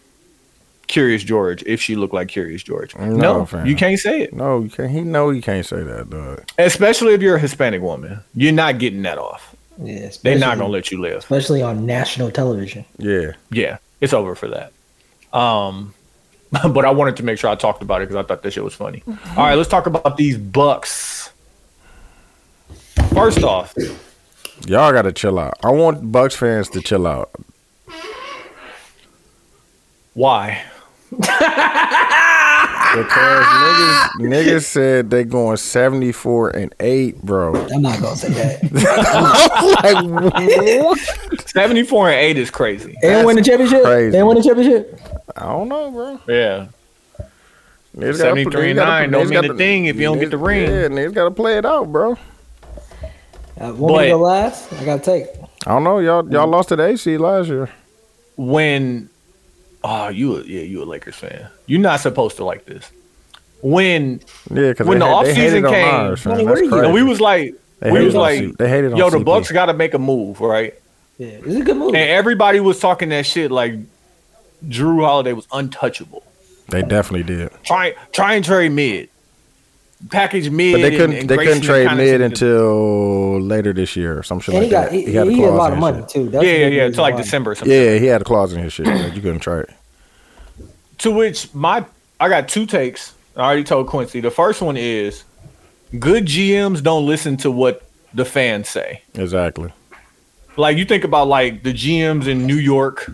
Speaker 2: Curious George if she looked like Curious George.
Speaker 5: No,
Speaker 2: No,
Speaker 5: fam.
Speaker 2: you can't say it.
Speaker 5: No, you can't. He know you can't say that, dog.
Speaker 2: especially if you're a Hispanic woman. You're not getting that off.
Speaker 3: Yeah,
Speaker 2: They're
Speaker 3: especially-
Speaker 2: not gonna let you live.
Speaker 3: especially on national television.
Speaker 5: Yeah.
Speaker 2: Yeah, it's over for that. Um, [laughs] but I wanted to make sure I talked about it because I thought that shit was [laughs] funny. All right, let's talk about these Bucks. First off,
Speaker 5: Y'all got to chill out. I want Bucks fans to chill out.
Speaker 2: why?
Speaker 5: Because niggas, niggas said they going 74 and 8,
Speaker 2: [laughs]
Speaker 5: bro. [laughs]
Speaker 3: I'm not gonna say that.
Speaker 5: like, what?
Speaker 2: Seventy-four and eight is crazy.
Speaker 3: and win the championship.
Speaker 5: crazy.
Speaker 3: And win the championship.
Speaker 5: I don't know, bro.
Speaker 2: Yeah,
Speaker 5: Niggas gotta-
Speaker 2: 73 and
Speaker 5: niggas gotta-
Speaker 2: nine don't
Speaker 5: niggas
Speaker 2: mean a
Speaker 5: gotta-
Speaker 2: thing if you don't get the
Speaker 5: niggas-
Speaker 2: ring.
Speaker 5: Yeah, niggas got to play it out, bro.
Speaker 3: Uh, want me
Speaker 2: But-
Speaker 3: to go last? I gotta take.
Speaker 5: I don't know. Y'all y'all lost to the AC last year.
Speaker 2: when oh you a- yeah you a Lakers fan. You're not supposed to like this. When
Speaker 5: Yeah, because
Speaker 2: When
Speaker 5: they,
Speaker 2: the
Speaker 5: had- they hated
Speaker 2: offseason
Speaker 5: on
Speaker 2: came,
Speaker 5: ours, man.
Speaker 3: Tony,
Speaker 5: That's
Speaker 3: what are you-
Speaker 5: crazy.
Speaker 2: and we was like
Speaker 5: They
Speaker 2: we
Speaker 5: hated
Speaker 2: was
Speaker 5: on
Speaker 2: like
Speaker 5: C- they hated on
Speaker 2: yo the
Speaker 5: CP.
Speaker 2: Bucks got to make a move right.
Speaker 3: Yeah, it's a good move.
Speaker 2: And everybody was talking that shit like Drew Holiday was untouchable.
Speaker 5: They definitely did.
Speaker 2: Try try and trade mid. Package mid.
Speaker 5: But they couldn't.
Speaker 2: and, and
Speaker 5: they couldn't
Speaker 2: Grayson
Speaker 5: trade
Speaker 2: and Connaughton.
Speaker 5: mid until later this year or some shit
Speaker 3: And he
Speaker 5: like
Speaker 3: got
Speaker 5: that.
Speaker 3: he, he had, a
Speaker 5: clause
Speaker 3: lot
Speaker 5: in
Speaker 3: of
Speaker 5: his
Speaker 3: money
Speaker 5: shit.
Speaker 3: too. That's
Speaker 2: Yeah, yeah,
Speaker 3: a big
Speaker 2: yeah.
Speaker 3: reason
Speaker 2: Until like
Speaker 3: why.
Speaker 2: December or something.
Speaker 5: Yeah, he had a clause in his shit that you couldn't trade.
Speaker 2: To which my I got two takes. I already told Quincy. The first one is good GMs don't listen to what the fans say.
Speaker 5: Exactly.
Speaker 2: like you think about like the GMs in New York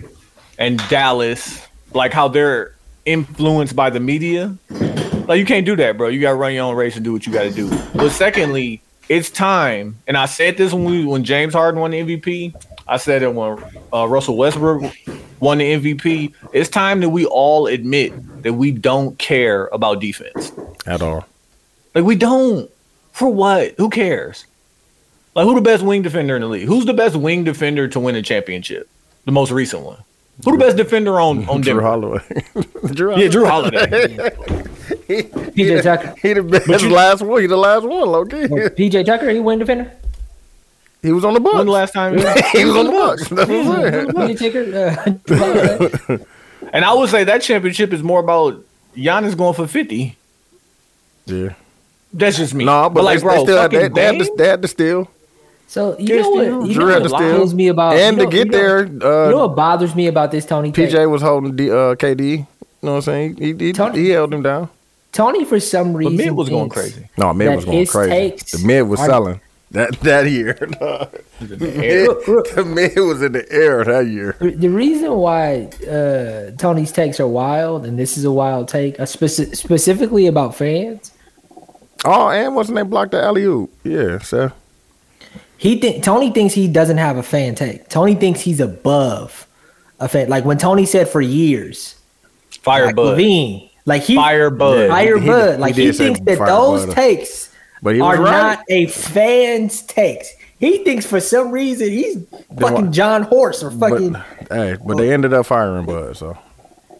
Speaker 2: and Dallas, like how they're influenced by the media. Like you can't do that, bro. You gotta run your own race and do what you gotta do. But secondly, it's time, and I said this when we when James Harden won the MVP. I said it when uh, Russell Westbrook won the MVP. It's time that we all admit that we don't care about defense.
Speaker 5: At all.
Speaker 2: Like we don't. For what? Who cares? Like who the best wing defender in the league? Who's the best wing defender to win a championship? The most recent one. Who the best defender on on
Speaker 5: Drew
Speaker 2: Denver?
Speaker 5: Holloway. Drew
Speaker 2: Yeah, Drew Holiday.
Speaker 3: PJ
Speaker 5: [laughs]
Speaker 3: Tucker.
Speaker 5: He the best
Speaker 2: you-
Speaker 5: last one. He the last one, Loki.
Speaker 3: Well, PJ Tucker, he win defender.
Speaker 5: He was on the
Speaker 2: When the last
Speaker 5: Bucks.
Speaker 2: time?
Speaker 5: [laughs] He was on the Bucks. [laughs] That's what I'm saying.
Speaker 3: PJ
Speaker 5: [laughs]
Speaker 3: Tucker. Uh,
Speaker 2: And I would say that championship is more about Giannis going for fifty.
Speaker 5: Yeah.
Speaker 2: That's just me.
Speaker 5: No, but,
Speaker 2: like,
Speaker 5: they, they still had,
Speaker 2: fucking
Speaker 5: they, they, had
Speaker 2: Wayne?
Speaker 5: to, they had to steal.
Speaker 3: so you
Speaker 2: Yes,
Speaker 3: know
Speaker 2: they are.
Speaker 3: what? You
Speaker 5: Drew
Speaker 3: know
Speaker 5: had to
Speaker 3: what
Speaker 5: steal.
Speaker 3: bothers me about
Speaker 5: and
Speaker 3: you know,
Speaker 5: to get
Speaker 3: you know-
Speaker 5: there, uh,
Speaker 3: You know what bothers me about this Tony? Tate?
Speaker 5: PJ was holding D, uh, KD. You know what I'm saying? He, he,
Speaker 3: Tony-
Speaker 5: he held him down.
Speaker 3: Tony for some
Speaker 2: But
Speaker 3: reason.
Speaker 2: mid was going
Speaker 3: thinks-
Speaker 2: crazy.
Speaker 5: No, mid
Speaker 3: That
Speaker 5: was going
Speaker 3: his
Speaker 5: crazy.
Speaker 3: takes
Speaker 5: The mid was
Speaker 3: are-
Speaker 5: selling that that year. [laughs] the mid was in the air that year.
Speaker 3: The- The reason why uh, Tony's takes are wild, and this is a wild take, uh, speci- specifically about fans.
Speaker 5: Oh, and wasn't they blocked the alley oop? Yeah, so
Speaker 3: He think Tony thinks he doesn't have a fan take. Tony thinks he's above a fan. Like when Tony said for years,
Speaker 2: Fire
Speaker 3: like
Speaker 2: Bud.
Speaker 3: Levine, like he
Speaker 2: Fire Bud.
Speaker 3: Fire
Speaker 5: He- he-
Speaker 3: Bud.
Speaker 5: he
Speaker 3: like
Speaker 5: did
Speaker 3: he,
Speaker 5: say
Speaker 3: thinks that
Speaker 5: Fire
Speaker 3: those
Speaker 5: Bud.
Speaker 3: takes
Speaker 5: But he was
Speaker 3: are
Speaker 5: right.
Speaker 3: not a fan's takes. He thinks for some reason he's
Speaker 5: why-
Speaker 3: fucking John Horse or
Speaker 5: But
Speaker 3: fucking
Speaker 5: hey, but they ended up firing Bud. So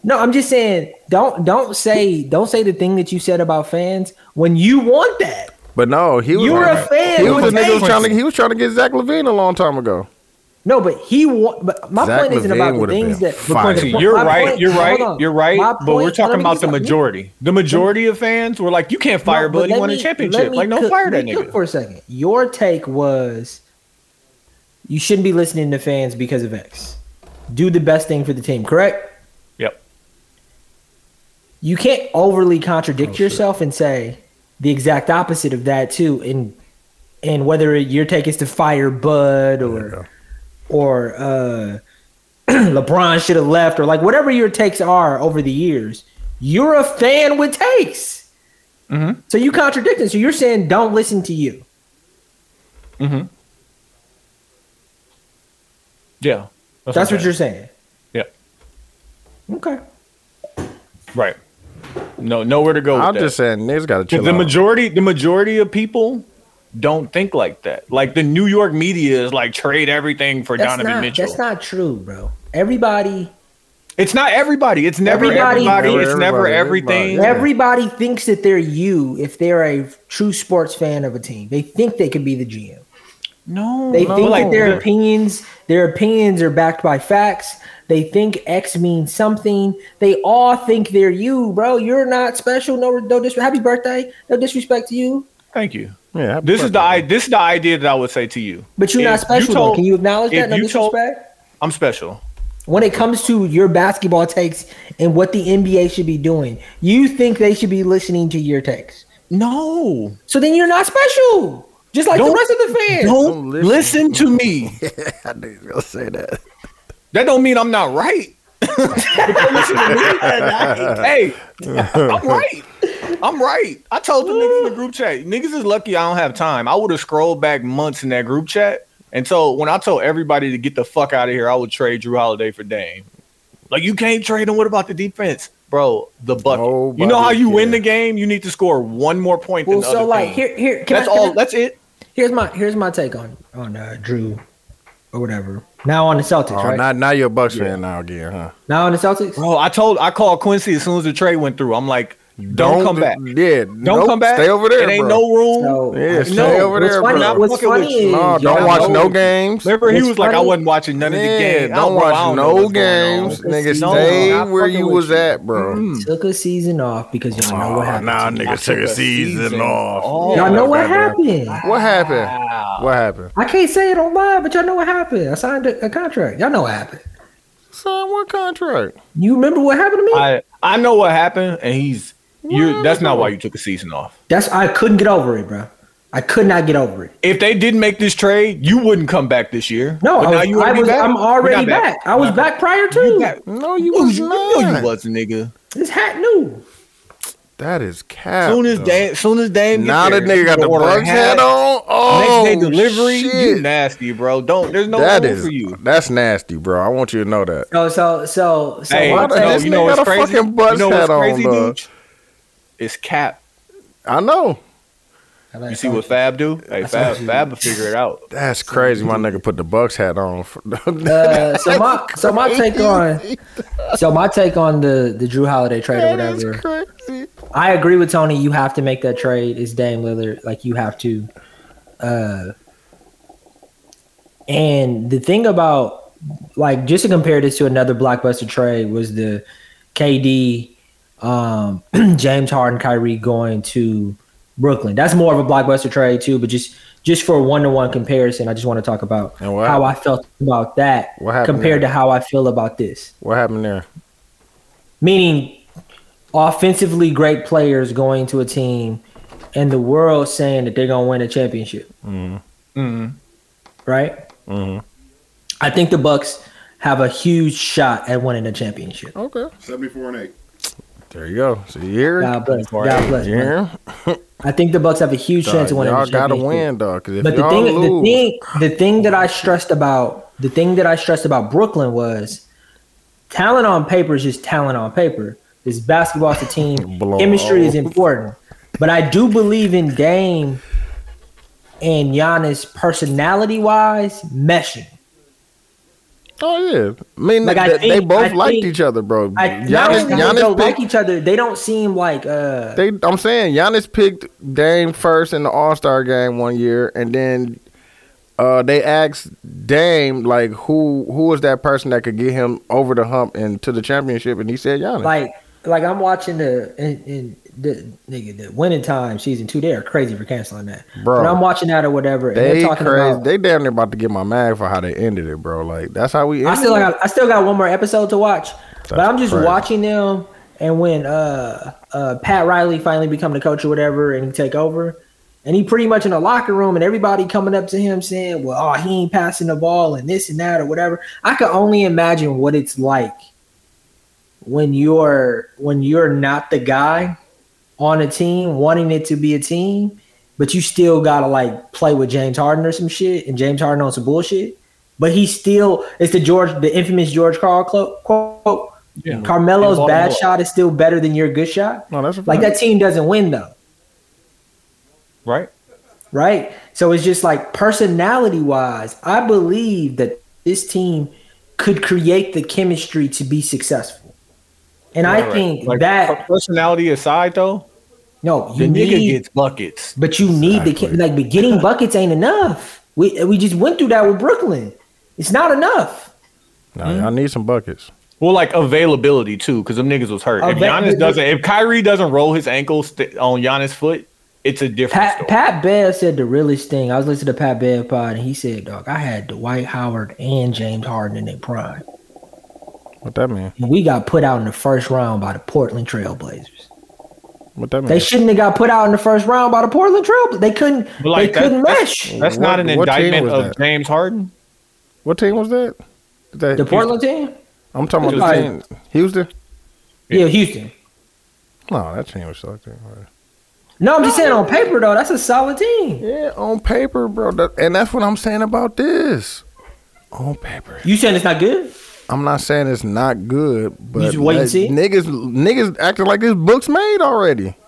Speaker 3: No, I'm just saying don't don't say don't say the thing that you said about fans when you want that.
Speaker 5: But no, he was.
Speaker 3: You were a fan.
Speaker 5: He was a
Speaker 3: What
Speaker 5: nigga who
Speaker 3: makes
Speaker 5: was trying to. He was trying to get Zach Levine a long time ago.
Speaker 3: No, but he want. But my
Speaker 5: Zach
Speaker 3: point isn't about
Speaker 5: Levine
Speaker 3: the
Speaker 5: would've
Speaker 3: things
Speaker 5: been
Speaker 3: that. but the
Speaker 5: fire.
Speaker 3: point-
Speaker 2: You're
Speaker 3: my
Speaker 2: right.
Speaker 3: point-
Speaker 2: you're
Speaker 3: hold
Speaker 2: right.
Speaker 3: on.
Speaker 2: You're right.
Speaker 3: My
Speaker 2: But we're
Speaker 3: point-
Speaker 2: talking
Speaker 3: let me
Speaker 2: about
Speaker 3: just-
Speaker 2: the
Speaker 3: let me-
Speaker 2: majority. The majority of fans were like, "You can't fire
Speaker 3: No, but
Speaker 2: Buddy
Speaker 3: let
Speaker 2: won a
Speaker 3: me-
Speaker 2: championship.
Speaker 3: let me
Speaker 2: Like, no,
Speaker 3: cook-
Speaker 2: fire
Speaker 3: let
Speaker 2: that
Speaker 3: me cook
Speaker 2: nigga."
Speaker 3: for a second. Your take was you shouldn't be listening to fans because of X. Do the best thing for the team, correct?
Speaker 2: Yep.
Speaker 3: You can't overly contradict yourself and say the exact opposite of that too. And and whether your take is to fire Bud or or uh, [clears throat] LeBron should have left or like whatever your takes are over the years, you're a fan with takes. So you contradicting. So you're saying don't listen to you.
Speaker 2: Yeah,
Speaker 3: That's what you're saying.
Speaker 2: Yeah,
Speaker 3: Okay.
Speaker 2: right. No, nowhere to go. With
Speaker 5: I'm
Speaker 2: that.
Speaker 5: just saying, niggas got to chill.
Speaker 2: the
Speaker 5: out.
Speaker 2: majority the majority of people don't think like that. Like the New York media is like trade everything for
Speaker 3: That's
Speaker 2: Donovan
Speaker 3: not,
Speaker 2: Mitchell.
Speaker 3: that's not true, bro. Everybody
Speaker 2: it's not everybody. It's never
Speaker 3: Everybody-
Speaker 2: everybody.
Speaker 5: Never
Speaker 2: it's never
Speaker 5: everybody,
Speaker 2: everything.
Speaker 5: everybody.
Speaker 3: everybody thinks that they're you if they're a true sports fan of a team. They think they could be the GM.
Speaker 2: No,
Speaker 3: They
Speaker 2: no,
Speaker 3: think
Speaker 2: like
Speaker 3: that their
Speaker 2: the-
Speaker 3: opinions, their opinions are backed by facts. They think X means something. They all think they're you, bro. You're not special. No, no disrespect. Happy birthday. No disrespect to you.
Speaker 2: Thank you.
Speaker 5: Yeah, happy
Speaker 2: This is the
Speaker 5: birthday.
Speaker 2: i this is the idea that I would say to you.
Speaker 3: But you're
Speaker 2: If
Speaker 3: not special. though.
Speaker 2: told-
Speaker 3: Can you acknowledge
Speaker 2: if
Speaker 3: that? No
Speaker 2: you told-
Speaker 3: disrespect.
Speaker 2: I'm special.
Speaker 3: when it comes to your basketball takes and what the NBA should be doing, you think they should be listening to your takes.
Speaker 2: No,
Speaker 3: So then you're not special, just like the
Speaker 2: Don't-
Speaker 3: rest of the fans.
Speaker 2: don't listen to
Speaker 5: [laughs]
Speaker 2: me.
Speaker 5: I knew you was gonna say that.
Speaker 2: That don't mean I'm not right. Don't listen to me. hey, I'm right. I'm right. I told the niggas in the group chat. Niggas is lucky I don't have time. I would have scrolled back months in that group chat. And so when I told everybody to get the fuck out of here, I would trade Drew Holiday for Dame. Like you can't trade him. What about the defense, bro? The bucket. you know how
Speaker 5: Nobody
Speaker 2: you win
Speaker 5: cares.
Speaker 2: the game. You need to score one more point.
Speaker 3: Well,
Speaker 2: than the
Speaker 3: so
Speaker 2: other
Speaker 3: like
Speaker 2: team.
Speaker 3: here, here, can
Speaker 2: that's
Speaker 3: I, can
Speaker 2: all.
Speaker 3: I-
Speaker 2: That's it.
Speaker 3: here's my here's my take on on uh, Drew or whatever. Now on the Celtics,
Speaker 5: Oh,
Speaker 3: right?
Speaker 5: now, now you're a Bucks fan now again, huh?
Speaker 3: now on the Celtics.
Speaker 2: Bro, I told. I called Quincy as soon as the trade went through. I'm like, don't, come back.
Speaker 5: Yeah, don't
Speaker 2: Don't come back.
Speaker 5: Stay over there.
Speaker 2: It ain't
Speaker 5: bro.
Speaker 2: no room.
Speaker 3: So,
Speaker 5: Yeah,
Speaker 3: I-
Speaker 5: stay
Speaker 3: no,
Speaker 5: over
Speaker 3: what's
Speaker 5: there,
Speaker 3: funny,
Speaker 5: bro.
Speaker 3: What's
Speaker 2: Fucking with
Speaker 3: funny
Speaker 2: you.
Speaker 3: is
Speaker 5: No,
Speaker 3: y'all
Speaker 5: don't watch
Speaker 3: know-
Speaker 5: no games.
Speaker 2: Remember, he
Speaker 3: It's
Speaker 2: was like, I
Speaker 3: funny-
Speaker 2: wasn't watching none of the
Speaker 5: Yeah,
Speaker 2: games.
Speaker 5: don't, watch no games,
Speaker 3: on.
Speaker 5: nigga.
Speaker 3: It's- no,
Speaker 5: Stay
Speaker 3: I'm not
Speaker 5: where
Speaker 3: fucking
Speaker 5: you
Speaker 3: with
Speaker 5: Mm-hmm. was
Speaker 3: you.
Speaker 5: at, bro.
Speaker 3: Took a season off because y'all know
Speaker 2: Oh,
Speaker 3: what happened.
Speaker 5: nah, nigga, took a season off.
Speaker 3: y'all know what
Speaker 5: Goddamn.
Speaker 3: happened.
Speaker 5: What happened? What happened?
Speaker 3: I can't say it on live, but y'all know what happened. I signed a, a contract. Y'all know what happened.
Speaker 5: Sign what contract?
Speaker 3: You remember what happened to me?
Speaker 2: I I know what happened, and he's you. That's not why you took a season off.
Speaker 3: That's I couldn't get over it, bro. I could not get over it.
Speaker 2: If they didn't make this trade, you wouldn't come back this year.
Speaker 3: No,
Speaker 2: But now
Speaker 3: I was,
Speaker 2: you wanna
Speaker 3: I
Speaker 2: be
Speaker 3: was
Speaker 2: back?
Speaker 3: I'm
Speaker 2: You're
Speaker 3: already
Speaker 2: not
Speaker 3: back. I was
Speaker 2: Not
Speaker 3: back prior
Speaker 2: You
Speaker 3: to
Speaker 2: back.
Speaker 5: No, you
Speaker 2: No,
Speaker 5: was
Speaker 2: Oh, you know
Speaker 5: not.
Speaker 2: you was nigga.
Speaker 3: this hat new.
Speaker 5: That is cap.
Speaker 2: Soon as
Speaker 5: though.
Speaker 2: Dame, soon as Dame. get
Speaker 5: now that
Speaker 2: there,
Speaker 5: nigga
Speaker 2: you
Speaker 5: got the
Speaker 2: order a
Speaker 5: Bucks hat on. Oh,
Speaker 2: Next day delivery. You
Speaker 5: Shit.
Speaker 2: nasty, bro. Don't. There's no
Speaker 5: that
Speaker 2: room
Speaker 5: is
Speaker 2: for you.
Speaker 5: that's nasty, bro. I want you to know that.
Speaker 3: Oh, so so so
Speaker 2: Hey,
Speaker 5: why
Speaker 2: you
Speaker 5: the-
Speaker 2: know,
Speaker 5: this
Speaker 2: you know
Speaker 5: nigga
Speaker 2: what's
Speaker 5: got a
Speaker 2: crazy?
Speaker 5: fucking
Speaker 2: You
Speaker 5: buzz
Speaker 2: know
Speaker 5: hat
Speaker 2: what's
Speaker 5: on,
Speaker 2: crazy,
Speaker 5: dog.
Speaker 2: dude? It's cap.
Speaker 5: I know.
Speaker 2: You see
Speaker 3: Uh,
Speaker 2: what Fab do? Hey, Fab, Fab will figure it out.
Speaker 5: That's crazy. My nigga put the Bucks hat on. [laughs] For,
Speaker 3: uh, so my [laughs] so my take on so my take on the the Drew Holiday trade or whatever.
Speaker 5: crazy.
Speaker 3: I agree with Tony. You have to make that trade. Is Dame Lillard like you have to? Uh, and the thing about like just to compare this to another blockbuster trade was the KD, um, [clears throat] James Harden, Kyrie going to Brooklyn. That's more of a blockbuster trade too. But just just for one to one comparison, I just want to talk about
Speaker 5: And what
Speaker 3: how
Speaker 5: happened?
Speaker 3: I felt about that
Speaker 5: What happened
Speaker 3: compared
Speaker 5: there?
Speaker 3: to how I feel about this
Speaker 5: What happened there?
Speaker 3: meaning offensively great players going to a team and the world saying that they're going to win a championship.
Speaker 5: Mm-hmm.
Speaker 3: Right? I think the Bucks have a huge shot at winning a championship.
Speaker 5: Okay.
Speaker 6: 74 and 8.
Speaker 5: There you go. So you hear?
Speaker 3: God bless.
Speaker 5: You
Speaker 3: God bless.
Speaker 5: hear?
Speaker 3: I think the Bucks have a huge
Speaker 5: Dog,
Speaker 3: chance of winning a
Speaker 5: y'all
Speaker 3: championship.
Speaker 5: gotta win, dog. Because if
Speaker 3: But the
Speaker 5: y'all
Speaker 3: thing, the
Speaker 5: lose,
Speaker 3: thing, the thing that I stressed about, the thing that I stressed about Brooklyn was, talent on paper is just talent on paper. This basketball's a team.
Speaker 5: [laughs] Blow
Speaker 3: Chemistry is
Speaker 5: off.
Speaker 3: important, but I do believe in Dame and Giannis personality wise meshing.
Speaker 5: Oh yeah, I mean
Speaker 3: Like,
Speaker 5: they,
Speaker 3: I
Speaker 5: they
Speaker 3: think-
Speaker 5: both
Speaker 3: I
Speaker 5: liked
Speaker 3: think-
Speaker 5: each other, bro.
Speaker 3: I, not only
Speaker 5: Giannis,
Speaker 3: do they
Speaker 5: Giannis
Speaker 3: don't
Speaker 5: picked,
Speaker 3: like each other, they don't seem like uh
Speaker 5: they, I'm saying Giannis picked Dame first in the All Star game one year, and then uh, they asked Dame like who who was that person that could get him over the hump and to the championship, and he said Giannis.
Speaker 3: like like I'm watching the in, in the nigga the winning time season two. They are crazy for canceling that,
Speaker 5: Bro.
Speaker 3: But I'm watching that or whatever. and
Speaker 5: they
Speaker 3: they're
Speaker 5: crazy.
Speaker 3: talking about.
Speaker 5: they damn near about to get my mag for how they ended it, bro. Like that's how we. Ended
Speaker 3: I still
Speaker 5: it.
Speaker 3: got I still got one more episode to watch, but
Speaker 5: That's
Speaker 3: I'm just
Speaker 5: crazy.
Speaker 3: watching them. And when uh, uh, Pat Riley finally become the coach or whatever, and he take over, and he pretty much in the locker room, and everybody coming up to him saying, "Well, oh, he ain't passing the ball, and this and that or whatever." I could only imagine what it's like when you're when you're not the guy on a team, wanting it to be a team, but you still gotta like play with James Harden or some shit, and James Harden on some bullshit. But he still it's the George, the infamous George Carl clo- quote.
Speaker 2: Yeah.
Speaker 3: Carmelo's
Speaker 2: In
Speaker 3: bad
Speaker 2: Baltimore.
Speaker 3: shot is still better than your good shot.
Speaker 5: no, that's a
Speaker 3: Like
Speaker 5: fact.
Speaker 3: that team doesn't win though,
Speaker 2: right?
Speaker 3: right? So it's just like personality wise, I believe that this team could create the chemistry to be successful. And I
Speaker 2: Right.
Speaker 3: think
Speaker 2: Like,
Speaker 3: that
Speaker 2: personality aside though,
Speaker 3: no,
Speaker 2: the
Speaker 3: you
Speaker 2: nigga
Speaker 3: need
Speaker 2: gets buckets.
Speaker 3: But you need the
Speaker 5: Exactly.
Speaker 3: the like, but getting buckets ain't enough. We we just went through that with Brooklyn. It's not enough.
Speaker 5: no,
Speaker 3: Hmm?
Speaker 5: y'all need some buckets.
Speaker 2: Well, like availability too, because them niggas was hurt. If
Speaker 3: Avail-
Speaker 2: Giannis doesn't, if Kyrie doesn't roll his ankle st- on Giannis' foot, it's a different
Speaker 3: Pat
Speaker 2: story.
Speaker 3: Pat Bev said the realest thing. I was listening to Pat Bev pod, and he said, "Dog, I had Dwight Howard and James Harden in their prime,
Speaker 5: What that mean?
Speaker 3: and we got put out in the first round by the Portland Trailblazers.
Speaker 5: What that mean?
Speaker 3: They shouldn't have got put out in the first round by the Portland Trailblazers. They couldn't.
Speaker 2: But, like,
Speaker 3: they couldn't
Speaker 2: that-
Speaker 3: mesh
Speaker 2: That's
Speaker 5: What-
Speaker 2: not an
Speaker 5: what team
Speaker 2: indictment
Speaker 5: was
Speaker 2: of
Speaker 5: that?
Speaker 2: James Harden.
Speaker 5: what team was that? That-
Speaker 3: the Portland team.
Speaker 5: I'm talking about the team.
Speaker 3: Houston.
Speaker 5: Houston.
Speaker 3: Yeah, Houston.
Speaker 5: No, that team was sucking.
Speaker 3: No, I'm just saying on paper though, that's a solid team.
Speaker 5: Yeah, on paper, bro. That- and that's what I'm saying about this. On paper,
Speaker 3: You saying it's not good?
Speaker 5: I'm not saying it's not good, but
Speaker 3: just wait and
Speaker 5: that-
Speaker 3: see?
Speaker 5: niggas, niggas acting like this book's made already. [laughs]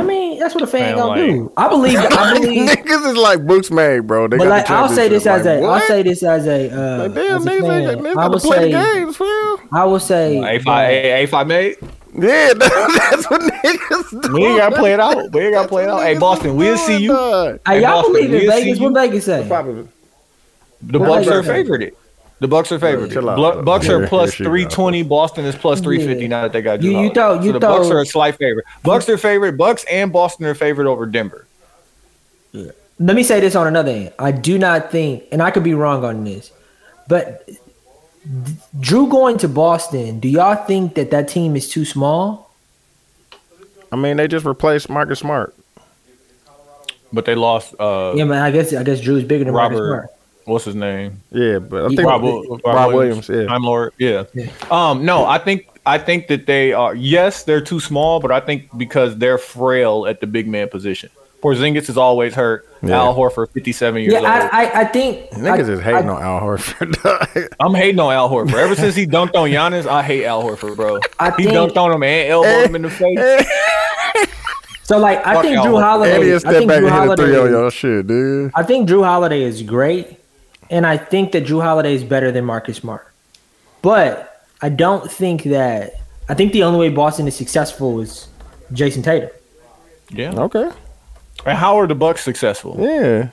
Speaker 3: I mean, that's what a fan
Speaker 2: Man,
Speaker 3: gonna
Speaker 2: like-
Speaker 3: do. I believe. I believe.
Speaker 5: niggas is like book's made, bro. They
Speaker 3: But
Speaker 5: got
Speaker 3: like,
Speaker 5: the
Speaker 3: I'll say this
Speaker 5: championship.
Speaker 3: as a,
Speaker 5: Like, what?
Speaker 3: will say this as a, uh,
Speaker 5: Like, damn,
Speaker 3: as a
Speaker 5: niggas, ain't-
Speaker 3: fan.
Speaker 5: niggas
Speaker 3: I
Speaker 5: got to
Speaker 3: would
Speaker 5: play
Speaker 3: say,
Speaker 5: the games, fam.
Speaker 3: I will say,
Speaker 2: If I, if I made,
Speaker 5: Yeah, [laughs] that's what niggas do.
Speaker 2: we ain't got to play it out. We ain't got to play it out. Hey, Boston, we'll see you.
Speaker 5: Dog.
Speaker 3: Hey,
Speaker 2: Hey,
Speaker 3: y'all
Speaker 2: Boston,
Speaker 3: believe in
Speaker 2: we'll see
Speaker 3: Vegas?
Speaker 2: you.
Speaker 3: What Vegas say?
Speaker 2: The
Speaker 3: Well,
Speaker 2: Bucks
Speaker 3: like-
Speaker 2: are favored it. The Bucks are favored.
Speaker 5: Chill out.
Speaker 2: Blu- Bucks
Speaker 5: Here-
Speaker 2: are plus
Speaker 5: here she go.
Speaker 2: three twenty. Boston is plus three fifty.
Speaker 3: Yeah.
Speaker 2: Now that they got Jrue
Speaker 3: You- you
Speaker 2: Holiday.
Speaker 3: thought- you
Speaker 2: so the Bucks
Speaker 3: thought-
Speaker 2: are a slight favorite. Bucks are favorite. Bucks and Boston are favored over Denver.
Speaker 3: Let me say this on another end. I do not think, and I could be wrong on this, but d- Drew going to Boston. Do y'all think that that team is too small?
Speaker 5: I mean, they just replaced Marcus Smart.
Speaker 2: But they lost. Uh,
Speaker 3: Yeah, man. I guess I guess Drew is bigger than Marcus
Speaker 2: Robert.
Speaker 3: Smart.
Speaker 2: What's his name?
Speaker 5: Yeah, but
Speaker 3: Yeah.
Speaker 5: I think
Speaker 2: Rob,
Speaker 5: Rob,
Speaker 2: Rob
Speaker 5: Williams. Yeah,
Speaker 2: Time Lord. Yeah.
Speaker 3: Yeah.
Speaker 2: Um. No, I think I think that they are. Yes, they're too small, but I think because they're frail at the big man position. Porzingis is always hurt.
Speaker 5: Yeah.
Speaker 2: Al Horford, fifty-seven years
Speaker 3: Yeah,
Speaker 2: old.
Speaker 3: I, I I think
Speaker 5: niggas
Speaker 3: I,
Speaker 5: is hating
Speaker 3: I-
Speaker 5: on Al Horford. [laughs] dog.
Speaker 2: I'm hating on Al Horford. Ever since he dunked on Giannis, I hate Al Horford, bro.
Speaker 3: [laughs] I
Speaker 2: he
Speaker 3: think-
Speaker 2: dunked on him and elbowed him in the face.
Speaker 3: [laughs] So like I
Speaker 2: Fuck
Speaker 3: think
Speaker 2: Al
Speaker 3: Drew
Speaker 2: Horford.
Speaker 5: Eddie
Speaker 3: Holiday. I
Speaker 5: step
Speaker 3: think
Speaker 5: back
Speaker 3: Drew
Speaker 5: and hit a
Speaker 3: Holiday.
Speaker 5: three on your shit, dude.
Speaker 3: I think Drew Holiday is great, and I think that Drew Holiday is better than Marcus Smart. But I don't think that. I think the only way Boston is successful is Jason Tatum.
Speaker 2: Yeah.
Speaker 5: Okay,
Speaker 2: And how are the Bucks successful?
Speaker 5: yeah.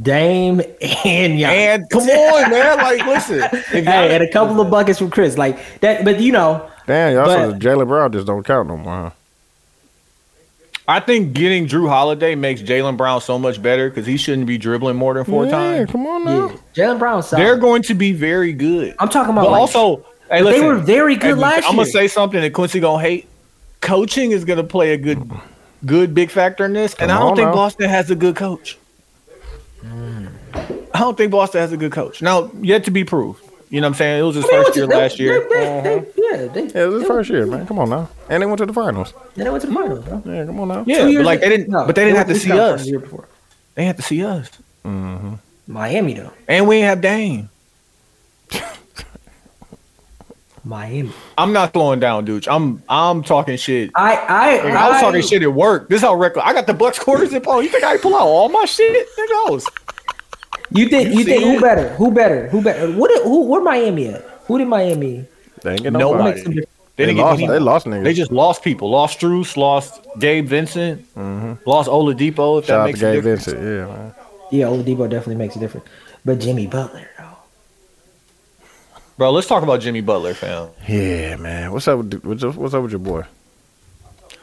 Speaker 3: Dame and Giannis. [laughs]
Speaker 2: And come on, man. Like, listen. If
Speaker 3: hey, and
Speaker 2: Giannis-
Speaker 3: a couple of buckets from Chris, like that. But you know,
Speaker 5: Damn, y'all
Speaker 3: But-
Speaker 5: said Jalen Brown just don't count no more. Huh?
Speaker 2: I think getting Drew Holiday makes Jalen Brown so much better because he shouldn't be dribbling more than four
Speaker 5: yeah,
Speaker 2: times.
Speaker 5: come on now.
Speaker 3: yeah, Jalen Brown.
Speaker 2: They're
Speaker 3: Solid.
Speaker 2: going to be very good.
Speaker 3: I'm talking about.
Speaker 2: But
Speaker 3: like,
Speaker 2: also, hey,
Speaker 3: they
Speaker 2: listen,
Speaker 3: were very good last
Speaker 2: I'm
Speaker 3: year.
Speaker 2: gonna say something that Quincy gonna hate. Coaching is gonna play a good, good big factor in this, and
Speaker 5: Come
Speaker 2: I don't
Speaker 5: on
Speaker 2: think
Speaker 5: now.
Speaker 2: Boston has a good coach. I don't think Boston has a good coach. Now, yet to be proved. You know what I'm saying? It was his
Speaker 3: I mean, it
Speaker 2: first
Speaker 3: was-
Speaker 2: year
Speaker 3: they-
Speaker 2: last year. Uh-huh.
Speaker 3: they- they- they- yeah, they,
Speaker 5: Yeah, this is
Speaker 3: they-
Speaker 5: first year, man. Come on now. And they went to the finals.
Speaker 3: They went to the finals. Bro.
Speaker 5: Yeah, come on now.
Speaker 2: Yeah,
Speaker 3: Two
Speaker 2: but
Speaker 3: years
Speaker 2: like they
Speaker 3: ago-
Speaker 2: didn't,
Speaker 3: no,
Speaker 2: but they didn't
Speaker 3: it
Speaker 2: have to
Speaker 3: was-
Speaker 2: see
Speaker 3: it was
Speaker 2: us.
Speaker 3: the year before.
Speaker 2: They had to see us,
Speaker 3: Miami though,
Speaker 2: and we ain't have Dame.
Speaker 3: Miami.
Speaker 2: I'm not slowing down, dude. I'm I'm talking shit.
Speaker 3: I I
Speaker 2: I was talking shit at work. This is how reckless. I got the Bucks quarters in Paul. You think I pull out all my shit? Nigga, I was
Speaker 3: You think
Speaker 2: You
Speaker 3: you, think
Speaker 2: see
Speaker 3: who
Speaker 2: it?
Speaker 3: better? Who better? Who better? What? did- Who? Where Miami at? Who did Miami?
Speaker 5: They ain't get
Speaker 2: Nobody.
Speaker 5: nobody.
Speaker 3: Some-
Speaker 5: They,
Speaker 2: didn't get
Speaker 5: lost.
Speaker 2: any-
Speaker 5: They lost niggas.
Speaker 2: They just lost people. Lost Struce, lost Gabe Vincent, lost Oladipo. If that
Speaker 5: Mm-hmm. Shout out to
Speaker 2: makes a
Speaker 5: Gabe
Speaker 2: difference.
Speaker 5: Vincent. Yeah, man.
Speaker 3: Yeah, Oladipo definitely makes a difference. But Jimmy Butler, though.
Speaker 2: Bro, let's talk about Jimmy Butler, fam.
Speaker 5: Yeah, man. What's up with what's up, what's up with your boy?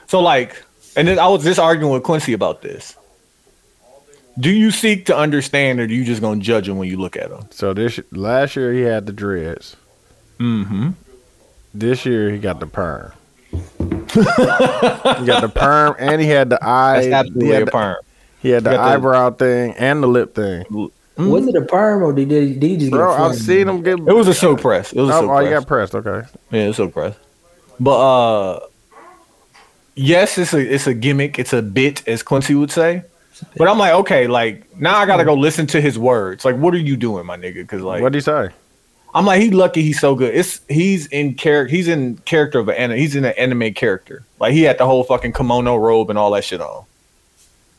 Speaker 2: So like, and then I was just arguing with Quincy about this. Do you seek to understand, or do you just gonna judge him when you look at him?
Speaker 5: So this last year he had the dreads.
Speaker 2: Mm-hmm.
Speaker 5: This year he got the perm. he got the perm and he had the eye.
Speaker 2: That's
Speaker 5: he
Speaker 2: absolutely
Speaker 5: had
Speaker 2: a
Speaker 5: the-
Speaker 2: perm.
Speaker 5: He had the
Speaker 2: Got the-
Speaker 5: eyebrow thing and the lip thing.
Speaker 3: Was it a perm or did, did he just
Speaker 5: Bro,
Speaker 3: get? a
Speaker 5: I've
Speaker 3: flat?
Speaker 5: seen him get.
Speaker 2: It was a soap press. It was a
Speaker 5: Oh,
Speaker 2: soap
Speaker 5: oh,
Speaker 2: press.
Speaker 5: you got pressed. Okay.
Speaker 2: Yeah, it's so press. But uh yes, it's a it's a gimmick, it's a bit, as Quincy would say. But I'm like, okay, like now I gotta go listen to his words. Like, what are you doing, my nigga? Cause like
Speaker 5: What'd he say?
Speaker 2: I'm like, he lucky he's so good. It's he's in character he's in character of an anime he's in an anime character. Like he had the whole fucking kimono robe and all that shit on.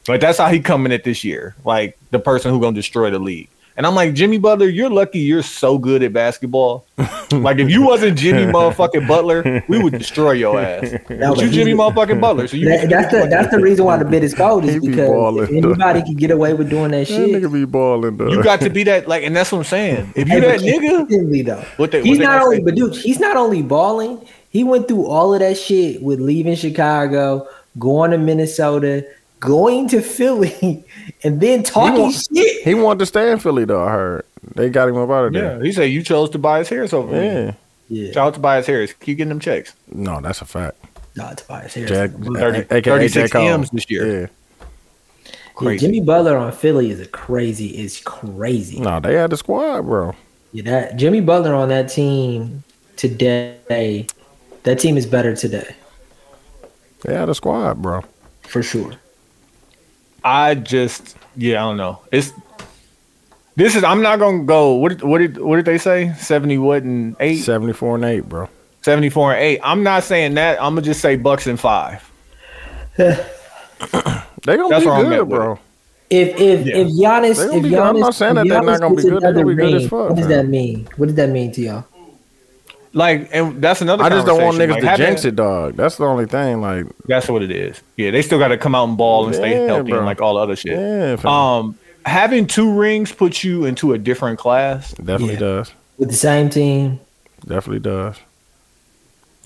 Speaker 2: Like that's how he coming at this year. Like the person who gonna destroy the league. And I'm like, Jimmy Butler, you're lucky you're so good at basketball. like if you wasn't Jimmy motherfucking Butler, we would destroy your ass. But
Speaker 3: was-
Speaker 2: you Jimmy motherfucking Butler. So you
Speaker 3: That- that's the that's the reason why the bid is cold
Speaker 5: He
Speaker 3: is
Speaker 5: be
Speaker 3: because if
Speaker 5: balling, though.
Speaker 3: anybody can get away with doing that
Speaker 5: That
Speaker 3: shit.
Speaker 5: nigga be balling though.
Speaker 2: you got to be that like and that's what I'm saying. If you
Speaker 3: Hey,
Speaker 2: that
Speaker 3: but
Speaker 2: nigga,
Speaker 3: consistently, though.
Speaker 2: What they- what
Speaker 3: he's
Speaker 2: they
Speaker 3: not
Speaker 2: gonna
Speaker 3: only,
Speaker 2: say?
Speaker 3: but dude, he's not only balling. He went through all of that shit with leaving Chicago, going to Minnesota, going to Philly, [laughs] and then talking shit.
Speaker 5: He wanted to stay in Philly though. I heard they got him up out of
Speaker 2: yeah,
Speaker 5: there.
Speaker 2: he said you chose Tobias Harris over
Speaker 5: Yeah.
Speaker 2: me.
Speaker 3: Yeah,
Speaker 2: Shout out Tobias Harris. Keep getting them checks.
Speaker 5: No, that's a fact.
Speaker 3: nah, Tobias Harris.
Speaker 5: Jack,
Speaker 2: Thirty-
Speaker 5: aka J.
Speaker 2: 36
Speaker 5: Cole.
Speaker 2: M's this year.
Speaker 5: Yeah.
Speaker 3: Yeah,
Speaker 2: Crazy.
Speaker 3: Jimmy Butler on Philly is a crazy. Is crazy.
Speaker 5: No, they had the squad, bro.
Speaker 3: Yeah, that Jimmy Butler on that team today. That team is better today
Speaker 5: They had the squad, bro.
Speaker 3: for sure.
Speaker 2: I just yeah, I don't know. It's this is I'm not gonna go. What did what did what did they say? Seventy what and eight?
Speaker 5: Seventy four and eight, bro.
Speaker 2: Seventy four and eight. I'm not saying that. I'm gonna just say Bucks and five.
Speaker 5: They gonna
Speaker 2: That's
Speaker 5: be
Speaker 2: where I'm at
Speaker 5: good,
Speaker 2: with
Speaker 5: bro.
Speaker 3: If if
Speaker 2: Yeah.
Speaker 3: if Giannis,
Speaker 5: They gonna
Speaker 3: if
Speaker 5: be good.
Speaker 3: Giannis,
Speaker 5: I'm not saying that
Speaker 3: if
Speaker 5: they're not
Speaker 3: Giannis
Speaker 5: gonna be
Speaker 3: gets
Speaker 5: good. They're gonna
Speaker 3: another
Speaker 5: be good as
Speaker 3: ring,
Speaker 5: fuck,
Speaker 3: What does
Speaker 5: man.
Speaker 3: that mean? What does that mean to y'all?
Speaker 2: Like and that's another.
Speaker 5: I just don't want niggas
Speaker 2: conversation.
Speaker 5: to
Speaker 2: Like,
Speaker 5: jinx
Speaker 2: having-
Speaker 5: it, dog. That's the only thing. Like,
Speaker 2: That's what it is. Yeah, they still got to come out and ball and stay
Speaker 5: Yeah,
Speaker 2: healthy
Speaker 5: bro.
Speaker 2: and like all the other shit.
Speaker 5: yeah, fam.
Speaker 2: Um, having two rings puts you into a different class.
Speaker 5: definitely
Speaker 3: yeah.
Speaker 5: does.
Speaker 3: With the same team,
Speaker 5: Definitely does.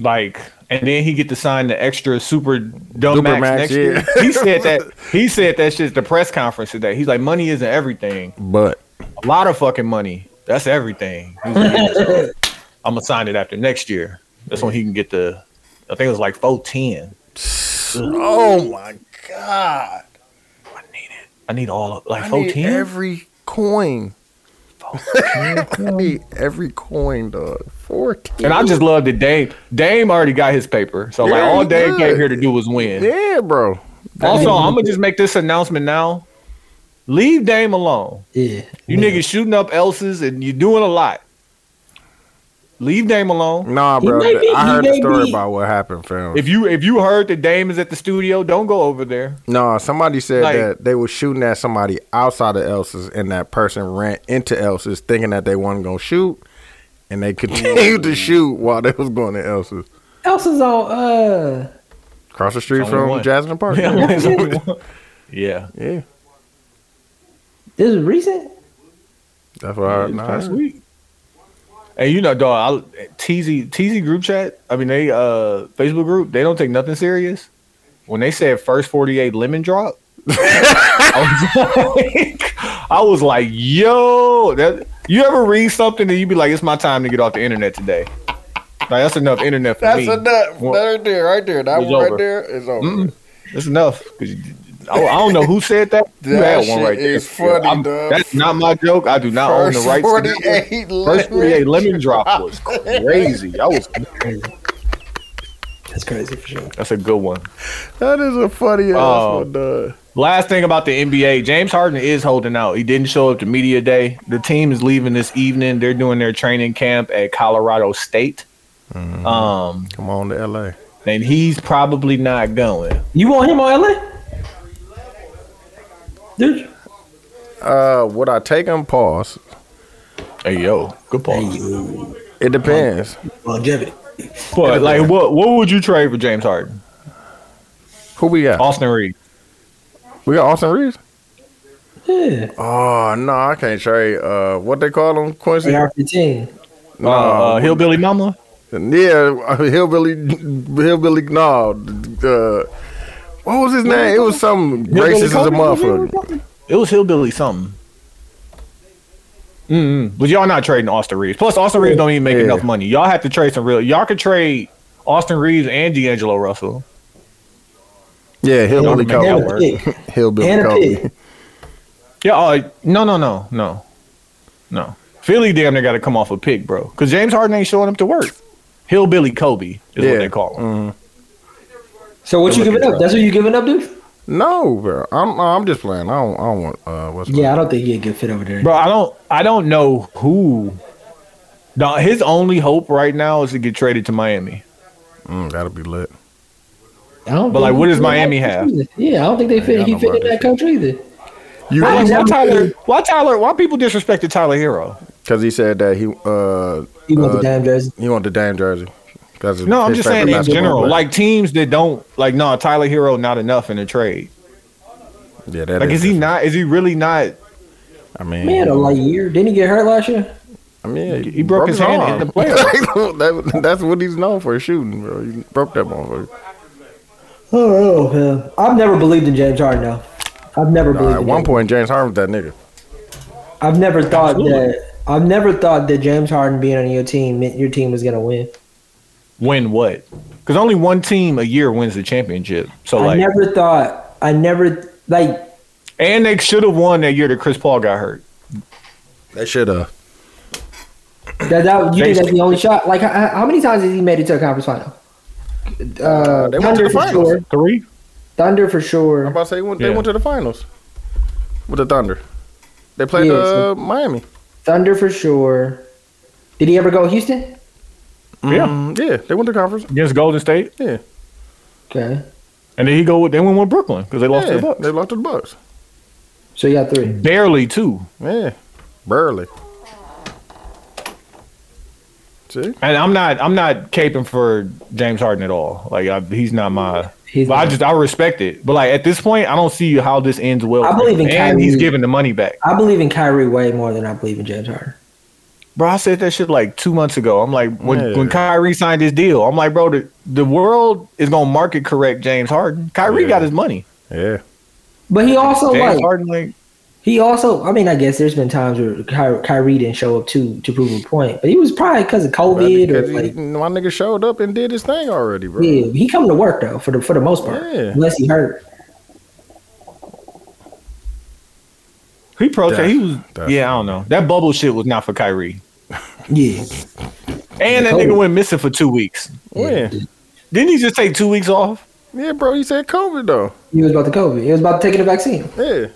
Speaker 2: Like, and then he get to sign the extra super dumb
Speaker 5: Super
Speaker 2: max,
Speaker 5: max,
Speaker 2: next
Speaker 5: yeah.
Speaker 2: year. He said
Speaker 5: [laughs]
Speaker 2: that. He said that shit at the press conference today. He's like, money isn't everything.
Speaker 5: But
Speaker 2: a lot of fucking money. That's everything. He's like, "Yeah, I'm gonna sign it after next year. That's when he can get the. I think it was like four ten.
Speaker 5: oh my god,
Speaker 2: I need it. I need all of like
Speaker 5: I
Speaker 2: four
Speaker 5: need
Speaker 2: ten.
Speaker 5: every coin. I need [laughs] every coin, dog. Fourteen.
Speaker 2: And I just love that Dame. Dame already got his paper, so like
Speaker 5: Yeah,
Speaker 2: all
Speaker 5: he
Speaker 2: Dame came
Speaker 5: good.
Speaker 2: here to do was win.
Speaker 5: yeah, bro.
Speaker 2: Also, I'm gonna just make this announcement now. Leave Dame alone.
Speaker 3: yeah,
Speaker 2: You niggas shooting up else's and you doing a lot. Leave Dame alone.
Speaker 5: Nah,
Speaker 3: He
Speaker 5: bro.
Speaker 3: may be-
Speaker 5: I
Speaker 3: he
Speaker 5: heard the
Speaker 3: may
Speaker 5: story
Speaker 3: be-
Speaker 5: about what happened, fam.
Speaker 2: If you if you heard that Dame is at the studio, don't go over there.
Speaker 5: No, somebody said
Speaker 2: Like-
Speaker 5: that they were shooting at somebody outside of Elsa's, and that person ran into Elsa's, thinking that they wasn't gonna shoot, and they [laughs] continued to shoot while they was going to Elsa's.
Speaker 3: Elsa's on.
Speaker 5: [laughs]
Speaker 3: Uh,
Speaker 5: Across the street
Speaker 2: It's
Speaker 5: from
Speaker 2: only one.
Speaker 5: Jasmine Park. Yeah.
Speaker 2: Yeah. yeah.
Speaker 5: yeah,
Speaker 3: this is recent.
Speaker 5: that's what I heard. Nah,
Speaker 2: Last week. And you know, dog, I, TZ TZ group chat. I mean, they uh Facebook group. They don't take nothing serious. When they said first forty eight lemon drop, [laughs] I, was like, I was like, yo, that you ever read something and you be like, it's my time to get off the internet today. Like that's enough internet for me.
Speaker 5: That's enough.
Speaker 2: Well,
Speaker 5: right there, right there. That
Speaker 2: it's
Speaker 5: one right
Speaker 2: over.
Speaker 5: there is over. Mm-hmm.
Speaker 2: Mm-mm. That's enough. 'Cause you- I, I don't know who said that. You
Speaker 5: That
Speaker 2: had one
Speaker 5: shit
Speaker 2: right there.
Speaker 5: is funny,
Speaker 2: I'm-
Speaker 5: dog.
Speaker 2: That's not my joke. I do not own the
Speaker 5: First
Speaker 2: rights. to that one.
Speaker 5: 48
Speaker 2: First
Speaker 5: lemon
Speaker 2: 48 lemon drop was crazy. I was
Speaker 3: That's crazy for sure.
Speaker 2: [laughs] that's a good one.
Speaker 5: That is a funny ass
Speaker 2: Oh.
Speaker 5: one, dog.
Speaker 2: Last thing about the NBA, James Harden is holding out. He didn't show up to media day. The team is leaving this evening. They're doing their training camp at Colorado State. Um,
Speaker 5: Come on to LA.
Speaker 2: and he's probably not going.
Speaker 3: You want him on LA, dude?
Speaker 5: Uh, would I take him? Pause.
Speaker 2: Hey yo, good pause.
Speaker 5: It depends.
Speaker 3: Longevity.
Speaker 2: But like, what what would you trade for James Harden?
Speaker 5: Who we got?
Speaker 2: Austin Reed.
Speaker 5: We got Austin Reeves.
Speaker 3: Yeah.
Speaker 5: Oh no, I can't trade. Uh, what they call him, Quincy?
Speaker 3: AR 15.
Speaker 5: No,
Speaker 2: uh, uh, Hillbilly Mama.
Speaker 5: yeah, hillbilly, hillbilly. No, uh, what was his name? It was some racist
Speaker 2: Hillbilly
Speaker 5: as a
Speaker 2: Cody?
Speaker 5: motherfucker.
Speaker 2: It was Hillbilly something. Mm-mm. Mm-hmm. But y'all not trading Austin Reeves. Plus, Austin Reeves don't even make
Speaker 5: Yeah.
Speaker 2: enough money. Y'all have to trade some real. Y'all could trade Austin Reeves and D'Angelo Russell.
Speaker 5: Yeah, hillbilly
Speaker 2: Y'all can
Speaker 5: Cody.
Speaker 2: make that
Speaker 3: And a
Speaker 2: work.
Speaker 3: pick.
Speaker 5: Hillbilly
Speaker 3: And a
Speaker 5: Cody.
Speaker 3: pick.
Speaker 2: Yeah. Uh, no, no, no, no, no. Philly damn near got to come off a pick, bro. Because James Harden ain't showing up to work. Hillbilly Kobe is
Speaker 5: Yeah. Mm.
Speaker 2: what they call him.
Speaker 3: So what you
Speaker 2: They're
Speaker 3: giving
Speaker 2: looking
Speaker 3: up? That's what you giving up, dude?
Speaker 5: No, bro. I'm I'm just playing. I don't I don't want uh what's
Speaker 3: Yeah, I don't think he a good fit over there.
Speaker 2: Bro, I don't. I don't know who. Nah, his only hope right now is to get traded to Miami.
Speaker 5: Mm, gotta be lit.
Speaker 3: I don't
Speaker 2: But,
Speaker 3: think
Speaker 2: like,
Speaker 3: he
Speaker 2: what does
Speaker 3: fit in
Speaker 2: Miami
Speaker 3: that
Speaker 2: have?
Speaker 3: coach either. Yeah, I don't think they fit.
Speaker 5: got
Speaker 3: He
Speaker 5: no
Speaker 3: fit in
Speaker 5: brother.
Speaker 3: that coach either.
Speaker 5: You
Speaker 2: Why, why
Speaker 3: Tyler-
Speaker 2: Tyler? Why Tyler? Why people disrespected Tyler Hero?
Speaker 5: because he said that he uh
Speaker 3: He went
Speaker 5: Uh,
Speaker 3: to damn jersey.
Speaker 5: he wanted the damn jersey. 'Cause it's
Speaker 2: No, I'm
Speaker 5: his
Speaker 2: just
Speaker 5: favorite
Speaker 2: saying in
Speaker 5: basketball
Speaker 2: general,
Speaker 5: player.
Speaker 2: like teams that don't like no Tyler Hero not enough in a trade.
Speaker 5: yeah, that
Speaker 2: Like, is he
Speaker 5: different.
Speaker 2: not? Is he really not?
Speaker 5: I mean,
Speaker 3: Man, a light year. Didn't he get hurt last year?
Speaker 5: I mean,
Speaker 2: He broke his hand in [laughs] the
Speaker 5: playoffs. [laughs] that, that's what he's known for shooting, bro. He broke that motherfucker.
Speaker 3: Oh, oh man. I've never believed in James Harden though. I've never
Speaker 5: Nah,
Speaker 3: believed
Speaker 5: at
Speaker 3: in
Speaker 5: one
Speaker 3: James.
Speaker 5: point, James Harden was that nigga.
Speaker 3: I've never thought
Speaker 2: Absolutely.
Speaker 3: that I've never thought that James Harden being on your team meant your team was gonna win.
Speaker 2: Win what? Because only one team a year wins the championship. So
Speaker 3: I
Speaker 2: like,
Speaker 3: never thought I never like
Speaker 2: and they should have won that year that Chris Paul got hurt.
Speaker 5: That should have.
Speaker 3: that, that you think that's
Speaker 2: Basically.
Speaker 3: the only shot. Like how, how many times has he made it to a conference final? Uh,
Speaker 5: they went
Speaker 3: Thunder
Speaker 5: to the
Speaker 3: for
Speaker 5: finals.
Speaker 3: sure.
Speaker 2: Three.
Speaker 3: Thunder for
Speaker 5: I'm
Speaker 3: sure.
Speaker 5: about to say they went, they
Speaker 2: Yeah.
Speaker 5: went to the finals with the Thunder. They played
Speaker 3: Yeah,
Speaker 5: uh,
Speaker 3: so-
Speaker 5: Miami.
Speaker 3: Thunder for sure. Did he ever go Houston?
Speaker 2: Yeah.
Speaker 5: Mm, yeah. They went to conference.
Speaker 2: against Golden State,
Speaker 5: Yeah,
Speaker 3: Okay.
Speaker 2: and then he go. They went with Brooklyn because they lost
Speaker 5: yeah.
Speaker 2: to the Bucks.
Speaker 5: They lost to the Bucks.
Speaker 3: So he got three.
Speaker 2: Barely too.
Speaker 5: Yeah, barely. See,
Speaker 2: And I'm not. I'm not caping for James Harden at all. Like I, he's not my.
Speaker 3: He's
Speaker 2: but I
Speaker 3: not.
Speaker 2: just I respect it. But like at this point, I don't see how this ends well.
Speaker 3: I
Speaker 2: for
Speaker 3: believe
Speaker 2: him.
Speaker 3: in
Speaker 2: and he's
Speaker 3: Kyrie.
Speaker 2: giving the money back.
Speaker 3: I believe in Kyrie way more than I believe in James Harden.
Speaker 2: Bro, I said that shit like two months ago. I'm like, when
Speaker 5: Yeah.
Speaker 2: when Kyrie signed his deal, I'm like, bro, the, the world is gonna market correct James Harden. Kyrie
Speaker 5: Yeah.
Speaker 2: got his money.
Speaker 5: yeah,
Speaker 3: But he also
Speaker 2: James
Speaker 3: like
Speaker 2: Harden, like,
Speaker 3: he also. I mean, I guess there's been times where Ky- Kyrie didn't show up to to prove a point, but he was probably because of COVID or
Speaker 5: because he-
Speaker 3: like
Speaker 5: my nigga showed up and did his thing already, bro.
Speaker 3: yeah, he come to work though for the for the most part,
Speaker 5: Yeah.
Speaker 3: unless he hurt.
Speaker 2: he protested.
Speaker 5: Def-
Speaker 2: He was,
Speaker 5: def-
Speaker 2: yeah, I don't know. That bubble shit was not for Kyrie.
Speaker 3: Yeah,
Speaker 2: And that
Speaker 3: Kobe.
Speaker 2: nigga went missing for two weeks.
Speaker 5: Yeah.
Speaker 2: Didn't he just take two weeks off?
Speaker 5: Yeah, bro, he said COVID though.
Speaker 3: he was about to COVID. He was about taking a vaccine.
Speaker 5: Yeah.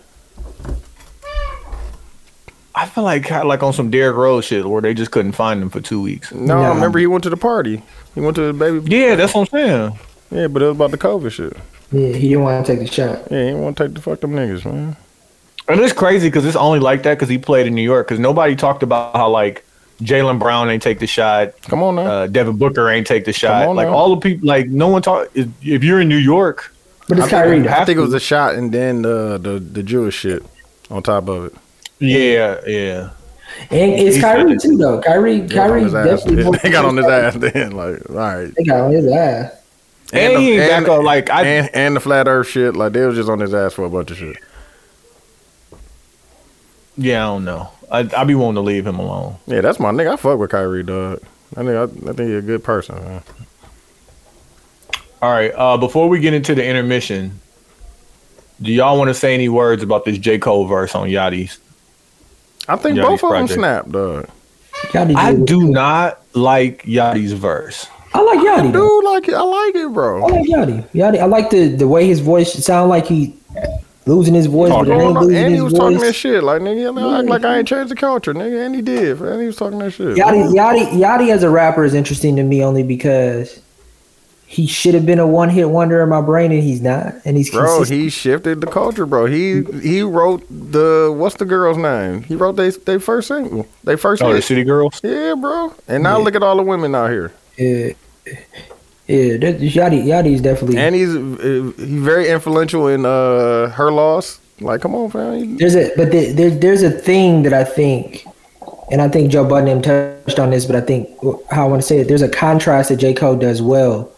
Speaker 2: I feel like kinda like on some Derrick Rose shit where they just couldn't find him for two weeks.
Speaker 5: No, I
Speaker 3: No.
Speaker 5: remember he went to the party. He went to the baby.
Speaker 2: Yeah, that's what I'm saying.
Speaker 5: Yeah, but it was about the COVID shit.
Speaker 3: Yeah, he didn't want to take the shot.
Speaker 5: Yeah, he didn't want to take the fuck them niggas, man.
Speaker 2: And it's crazy because it's only like that because he played in New York. Because nobody talked about how like Jalen Brown ain't take the shot.
Speaker 5: Come on now.
Speaker 2: uh, Devin Booker ain't take the
Speaker 5: Mm. Come
Speaker 2: shot.
Speaker 5: on
Speaker 2: Like
Speaker 5: now.
Speaker 2: all the people, like no one talk. If, if you're in New York,
Speaker 3: But it's
Speaker 5: I
Speaker 3: Kyrie.
Speaker 5: think,
Speaker 3: though.
Speaker 5: I think it was a shot and then the, the the Jewish shit on top of it.
Speaker 2: yeah, yeah.
Speaker 3: and it's
Speaker 2: he's
Speaker 3: Kyrie
Speaker 2: good.
Speaker 3: too though. Kyrie,
Speaker 5: They got on
Speaker 3: Kyrie
Speaker 5: his ass.
Speaker 3: definitely. more-
Speaker 5: [laughs] They got on his ass then. Like, all right.
Speaker 3: [laughs] They got on his ass.
Speaker 2: And, he ain't
Speaker 5: and,
Speaker 2: back up. Like I,
Speaker 5: and, and the flat earth shit. Like, they was just on his ass for a bunch of shit.
Speaker 2: yeah, I don't know. I I be wanting to leave him alone.
Speaker 5: Yeah, that's my nigga. I fuck with Kyrie, dog. I think, I, I think he's a good person, man.
Speaker 2: All right. Uh, before we get into the intermission, do y'all want to say any words about this J Cole verse on Yachty's?
Speaker 5: I think
Speaker 2: Yeah,
Speaker 5: both
Speaker 2: he's
Speaker 5: of them
Speaker 2: project.
Speaker 5: snapped, dog.
Speaker 3: Yachty
Speaker 2: I
Speaker 3: did it.
Speaker 2: do not like Yachty's verse.
Speaker 3: I like Yachty. Though.
Speaker 5: Dude, like it. I like it,
Speaker 3: I
Speaker 5: bro.
Speaker 3: like Yachty. Yachty. I like the the way his voice sound like he losing his voice, but
Speaker 2: Talking
Speaker 3: it ain't
Speaker 5: Going on-
Speaker 3: losing
Speaker 5: and he
Speaker 3: his
Speaker 5: was talking that
Speaker 3: voice.
Speaker 5: shit. Like, nigga, I act like I ain't changed the culture, nigga. And he did. And he was talking that shit.
Speaker 3: Yachty, Yachty, Yachty as a rapper is interesting to me only because He should have been a one hit wonder in my brain, and he's not. And he's
Speaker 5: Bro,
Speaker 3: consistent.
Speaker 5: he shifted the culture, bro. He he wrote the what's the girl's name? He wrote they they first single, they first
Speaker 2: Oh, the
Speaker 5: hit.
Speaker 2: City Girls.
Speaker 5: Yeah, bro. And now
Speaker 3: Yeah.
Speaker 5: look at all the women out here.
Speaker 3: yeah, yeah. That, Yachty, Yachty's definitely.
Speaker 5: And he's uh, he very influential in uh her loss. Like, come on, fam.
Speaker 3: There's a but there, there, there's a thing that I think, and I think Joe Budden touched on this, but I think how I want to say it. There's a contrast that J Cole does well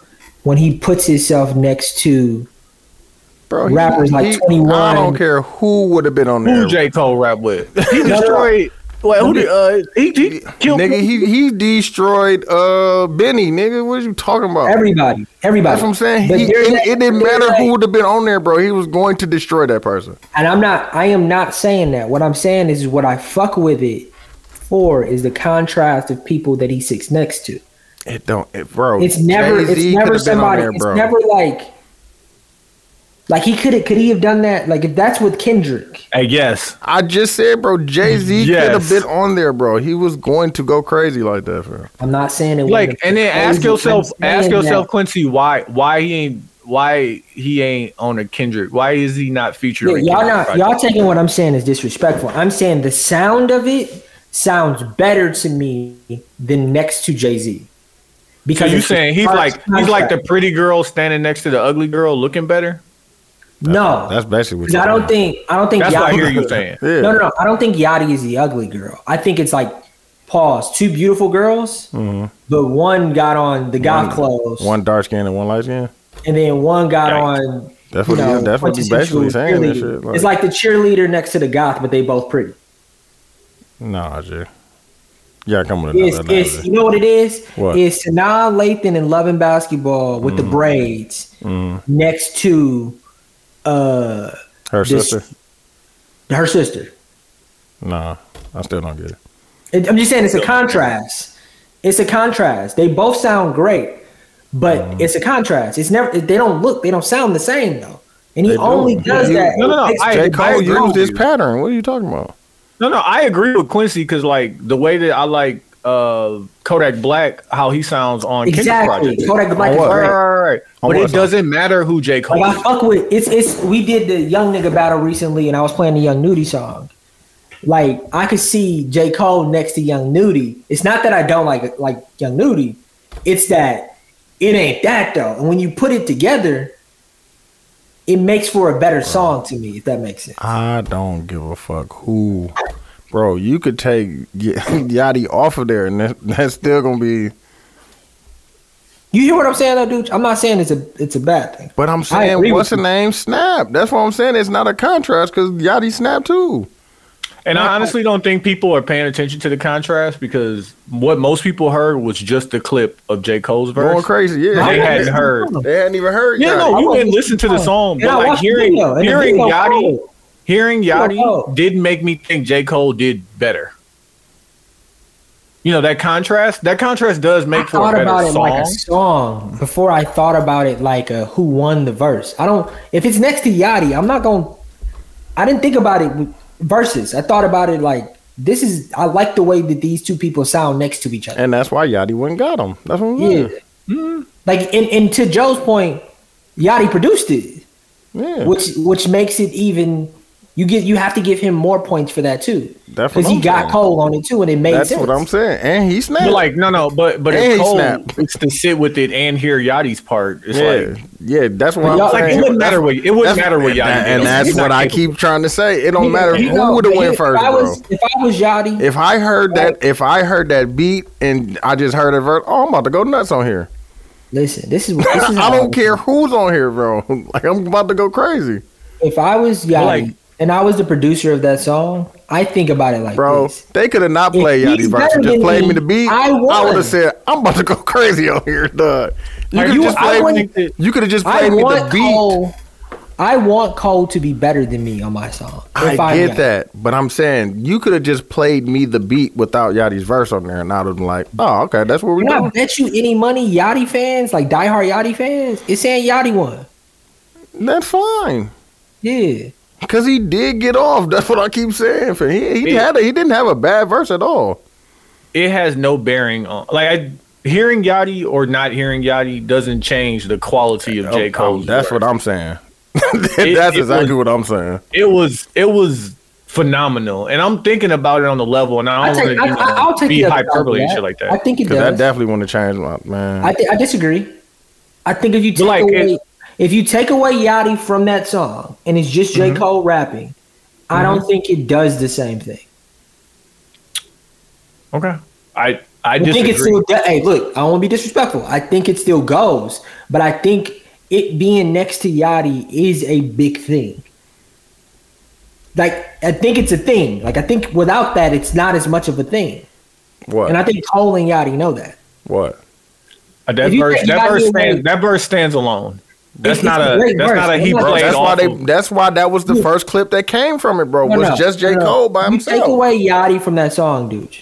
Speaker 3: when he puts himself next to
Speaker 5: Bro, he-
Speaker 3: Rappers like
Speaker 5: he-
Speaker 3: 21.
Speaker 5: I don't care who would have been on there.
Speaker 2: Who J Cole rap with? [laughs] He
Speaker 3: no.
Speaker 2: destroyed. Well, who did? Uh, he, he killed.
Speaker 5: Nigga, he he destroyed uh Benny, nigga. What are you talking about?
Speaker 3: everybody. Everybody.
Speaker 5: That's what I'm saying.
Speaker 3: But
Speaker 5: He, it,
Speaker 3: there's that-
Speaker 5: it didn't
Speaker 3: there's
Speaker 5: matter
Speaker 3: that-
Speaker 5: who would have been on there, bro. He was going to destroy that person.
Speaker 3: And I'm not. I am not saying that. What I'm saying is what I fuck with it for is the contrast of people that he sits next to.
Speaker 5: It don't, it, bro.
Speaker 3: It's never.
Speaker 5: Jay-Z
Speaker 3: it's
Speaker 5: could have
Speaker 3: never
Speaker 5: been
Speaker 3: somebody.
Speaker 5: on there,
Speaker 3: it's
Speaker 5: bro.
Speaker 3: never like. Like he could have. Could he have done that? Like if that's with Kendrick.
Speaker 2: I guess.
Speaker 5: I just said, bro. Jay [laughs] Z could have
Speaker 2: Yes.
Speaker 5: been on there, bro. He was going to go crazy like that, bro.
Speaker 3: I'm not saying it.
Speaker 2: Like,
Speaker 3: wouldn't.
Speaker 2: and then
Speaker 3: I'm
Speaker 2: ask yourself,
Speaker 3: saying
Speaker 2: ask
Speaker 3: that-
Speaker 2: yourself, Quincy, why, why he ain't, why he ain't on a Kendrick? Why is he not featured? on
Speaker 3: Yeah, y'all
Speaker 2: Kendrick's
Speaker 3: not.
Speaker 2: project?
Speaker 3: Y'all taking what I'm saying is disrespectful. I'm saying the sound of it sounds better to me than next to Jay Z.
Speaker 2: So
Speaker 3: Because
Speaker 2: you
Speaker 3: it's the
Speaker 2: saying he's
Speaker 3: first
Speaker 2: like he's like the
Speaker 3: contrast.
Speaker 2: pretty girl standing next to the ugly girl looking better?
Speaker 3: no.
Speaker 5: That's basically what
Speaker 3: Because I
Speaker 5: you're
Speaker 3: don't think I don't think
Speaker 2: That's what I hear
Speaker 3: Yachty.
Speaker 2: you saying.
Speaker 5: Yeah.
Speaker 3: No, no, no. I don't think Yachty is the ugly girl. I think it's like pause. Two beautiful girls, but one got on the goth clothes,
Speaker 5: Mm-hmm. One dark skin and one light skin.
Speaker 3: and then one got
Speaker 2: Yikes.
Speaker 3: on.
Speaker 5: That's
Speaker 3: You
Speaker 5: what.
Speaker 3: know,
Speaker 5: yeah, that's what you
Speaker 3: quintessential
Speaker 5: basically saying. That
Speaker 3: cheerleader.
Speaker 5: shit. Like,
Speaker 3: it's like the cheerleader next to the goth, but they both pretty.
Speaker 5: nah, Jay. Yeah, come on.
Speaker 3: It's, it's you know what it is?
Speaker 5: What? Mm-hmm.
Speaker 3: It's Sanaa Lathan in Love and Basketball with the braids next to uh
Speaker 5: Her
Speaker 3: this-
Speaker 5: sister.
Speaker 3: her sister.
Speaker 5: Nah, I still don't get it.
Speaker 3: It- I'm just saying it's a contrast. It's a contrast. They both sound great, but
Speaker 5: Mm-hmm.
Speaker 3: it's a contrast. It's never they don't look, they don't sound the same though. And he
Speaker 5: They do.
Speaker 3: only
Speaker 5: Yeah,
Speaker 3: does
Speaker 5: you-
Speaker 3: that.
Speaker 2: No, no, no,
Speaker 3: It's-
Speaker 2: I-
Speaker 5: J Cole
Speaker 2: agree
Speaker 5: used
Speaker 2: with
Speaker 5: this
Speaker 2: you.
Speaker 5: pattern. What are you talking about?
Speaker 2: No, no, I agree with Quincy because like the way that I like uh Kodak Black, how he sounds on
Speaker 3: exactly.
Speaker 2: Kendrick project.
Speaker 3: Kodak Black is
Speaker 5: what?
Speaker 2: Right,
Speaker 3: great.
Speaker 2: right, right, right.
Speaker 5: On
Speaker 2: But
Speaker 5: what
Speaker 2: it
Speaker 5: song?
Speaker 2: doesn't matter who J Cole.
Speaker 3: Like I
Speaker 2: is.
Speaker 3: fuck with it's it's we did the young nigga battle recently and I was playing the young nudie song. Like I could see J. Cole next to Young Nudie. It's not that I don't like like Young Nudie. It's that it ain't that though. And when you put it together, it makes for a better song to me, if that makes sense.
Speaker 5: I don't give a fuck who, bro. You could take Y- [laughs] Yachty off of there, and that, that's still gonna be.
Speaker 3: You hear what I'm saying though, dude? I'm not saying it's a it's a bad thing.
Speaker 5: But I'm
Speaker 3: I agree
Speaker 5: saying,
Speaker 3: with
Speaker 5: what's the
Speaker 3: you.
Speaker 5: name? Snap. That's what I'm saying. It's not a contrast because Yachty snapped too.
Speaker 2: And I honestly don't think people are paying attention to the contrast because what most people heard was just the clip of J Cole's
Speaker 5: Going
Speaker 2: verse.
Speaker 5: crazy. Yeah,
Speaker 2: They hadn't heard.
Speaker 5: They hadn't even heard.
Speaker 2: Yeah,
Speaker 5: Yachty.
Speaker 2: no, you
Speaker 3: I
Speaker 2: didn't
Speaker 3: watched
Speaker 2: listen to the
Speaker 3: the
Speaker 2: song,
Speaker 3: And I
Speaker 2: but like
Speaker 3: watched the
Speaker 2: hearing
Speaker 3: video, and the
Speaker 2: hearing
Speaker 3: video
Speaker 2: Yachty,
Speaker 3: cold.
Speaker 2: hearing Yachty
Speaker 3: cold.
Speaker 2: did make me think J Cole did better. You know that contrast. That contrast does
Speaker 3: I
Speaker 2: make for a
Speaker 3: thought about
Speaker 2: better
Speaker 3: it like a
Speaker 2: song.
Speaker 3: song before I thought about it like a who won the verse. I don't. If it's next to Yachty, I'm not going. to I didn't think about it with verses. I thought about it like this is. I like the way that these two people sound next to each other.
Speaker 5: And that's why Yachty went and got him. That's what I'm
Speaker 3: yeah.
Speaker 5: saying.
Speaker 3: Like and, and to Joe's point, Yachty produced it,
Speaker 5: Yeah,
Speaker 3: which which makes it even. You get you have to give him more points for that too,
Speaker 5: That's what
Speaker 3: because he
Speaker 5: I'm
Speaker 3: got
Speaker 5: saying.
Speaker 3: Cole on it too, and it made
Speaker 5: that's
Speaker 3: sense.
Speaker 5: what I'm saying. And he snapped.
Speaker 2: But like no, no, but but
Speaker 5: And
Speaker 2: if
Speaker 5: he
Speaker 2: Cole
Speaker 5: snapped.
Speaker 2: it's to sit with it and hear Yachty's part, it's
Speaker 5: yeah,
Speaker 2: like
Speaker 5: yeah. That's what
Speaker 3: But
Speaker 5: I'm
Speaker 3: y'all-
Speaker 2: like
Speaker 5: saying.
Speaker 2: it wouldn't matter what it wouldn't
Speaker 5: That's-
Speaker 2: matter what Yachty
Speaker 5: and,
Speaker 2: did.
Speaker 5: and
Speaker 2: It's
Speaker 5: that's
Speaker 2: not
Speaker 5: what I
Speaker 2: capable.
Speaker 5: keep trying to say. It don't matter
Speaker 3: You know,
Speaker 5: who would have
Speaker 3: but
Speaker 5: went
Speaker 3: if
Speaker 5: first,
Speaker 3: I
Speaker 5: bro.
Speaker 3: was, If I was Yachty,
Speaker 5: If I heard that, if I heard that beat and I just heard it, verse, oh, I'm about to go nuts on here.
Speaker 3: listen,
Speaker 5: [laughs]
Speaker 3: this is what this is.
Speaker 5: I
Speaker 3: how
Speaker 5: don't
Speaker 3: was-
Speaker 5: care who's on here, bro. [laughs] Like I'm about to go crazy,
Speaker 3: If I was Yachty
Speaker 2: like-
Speaker 3: and I was the producer of that song, I think about it like
Speaker 5: bro.
Speaker 3: this.
Speaker 5: They could have not
Speaker 3: If
Speaker 5: played
Speaker 3: he's
Speaker 5: Yachty verse.
Speaker 3: better
Speaker 5: and Just
Speaker 3: than
Speaker 5: played
Speaker 3: me,
Speaker 5: me the beat.
Speaker 3: I won.
Speaker 5: would have said, I'm about to go [laughs] crazy on here, dog. You
Speaker 2: Are
Speaker 5: could have
Speaker 2: you-
Speaker 5: just
Speaker 2: I
Speaker 5: played
Speaker 2: want-
Speaker 5: me. You could have just
Speaker 3: I
Speaker 5: played me the
Speaker 3: want
Speaker 5: beat.
Speaker 3: Cole. I want Cole to be better than me on my song. If
Speaker 5: I
Speaker 3: I'm
Speaker 5: get
Speaker 3: Yachty.
Speaker 5: that, but I'm saying you could have just played me the beat without Yachty's verse on there, and I'd have been like, "Oh, okay, that's what we
Speaker 3: And I
Speaker 5: doing."
Speaker 3: bet you any money, Yachty fans, like diehard Yachty fans, it's saying Yachty won.
Speaker 5: That's fine,
Speaker 3: Yeah.
Speaker 5: because he did get off. That's what I keep saying. For he, he
Speaker 2: Yeah.
Speaker 5: had, a, he didn't have a bad verse at all.
Speaker 2: it has no bearing on like I hearing Yachty or not hearing Yachty doesn't change the quality of J. Cole.
Speaker 5: Oh, That's what
Speaker 2: [laughs]
Speaker 5: I'm saying. That's
Speaker 2: it
Speaker 5: exactly
Speaker 2: was-
Speaker 5: what I'm saying.
Speaker 2: It was. It was phenomenal, and I'm thinking about it on the level, and I
Speaker 3: I
Speaker 2: don't want
Speaker 3: take,
Speaker 2: to
Speaker 3: I,
Speaker 2: you know,
Speaker 3: I, I'll take
Speaker 2: be
Speaker 3: the other side of
Speaker 2: hyperbole and
Speaker 3: that.
Speaker 2: shit like
Speaker 3: I
Speaker 2: that.
Speaker 3: think it
Speaker 5: Because I
Speaker 3: does.
Speaker 5: definitely want to change my man.
Speaker 3: I, thi- I disagree. I think if you take
Speaker 2: like,
Speaker 3: away,
Speaker 2: it-
Speaker 3: if you take away Yachty from that song and it's just J
Speaker 2: Mm-hmm.
Speaker 3: Cole rapping, I don't think it does the same thing.
Speaker 2: Okay, I I
Speaker 3: I think it
Speaker 2: disagree.
Speaker 3: still. do- Hey, look, I won't be disrespectful. I think it still goes, but I think it being next to Yachty is a big thing. Like, I think it's a thing. Like, I think without that, it's not as much of a thing.
Speaker 5: what?
Speaker 3: And I think Cole and Yachty know that.
Speaker 5: what?
Speaker 2: Uh, that
Speaker 3: if you
Speaker 2: verse
Speaker 3: take
Speaker 2: that
Speaker 3: Yachty
Speaker 2: verse
Speaker 3: away-
Speaker 2: stands that verse stands alone. That's
Speaker 3: It's-
Speaker 2: not
Speaker 3: it's a
Speaker 2: a
Speaker 3: great
Speaker 2: that's
Speaker 3: verse.
Speaker 2: not a he
Speaker 3: I'm not-
Speaker 5: Bro,
Speaker 2: played
Speaker 5: that's why
Speaker 2: off
Speaker 5: they.
Speaker 2: of-
Speaker 5: That's why that was the first clip that came from it, bro.
Speaker 3: No,
Speaker 5: was
Speaker 3: no,
Speaker 5: just J
Speaker 3: no, no.
Speaker 5: Cole by
Speaker 3: You take
Speaker 5: himself.
Speaker 3: away Yachty from that song, dude.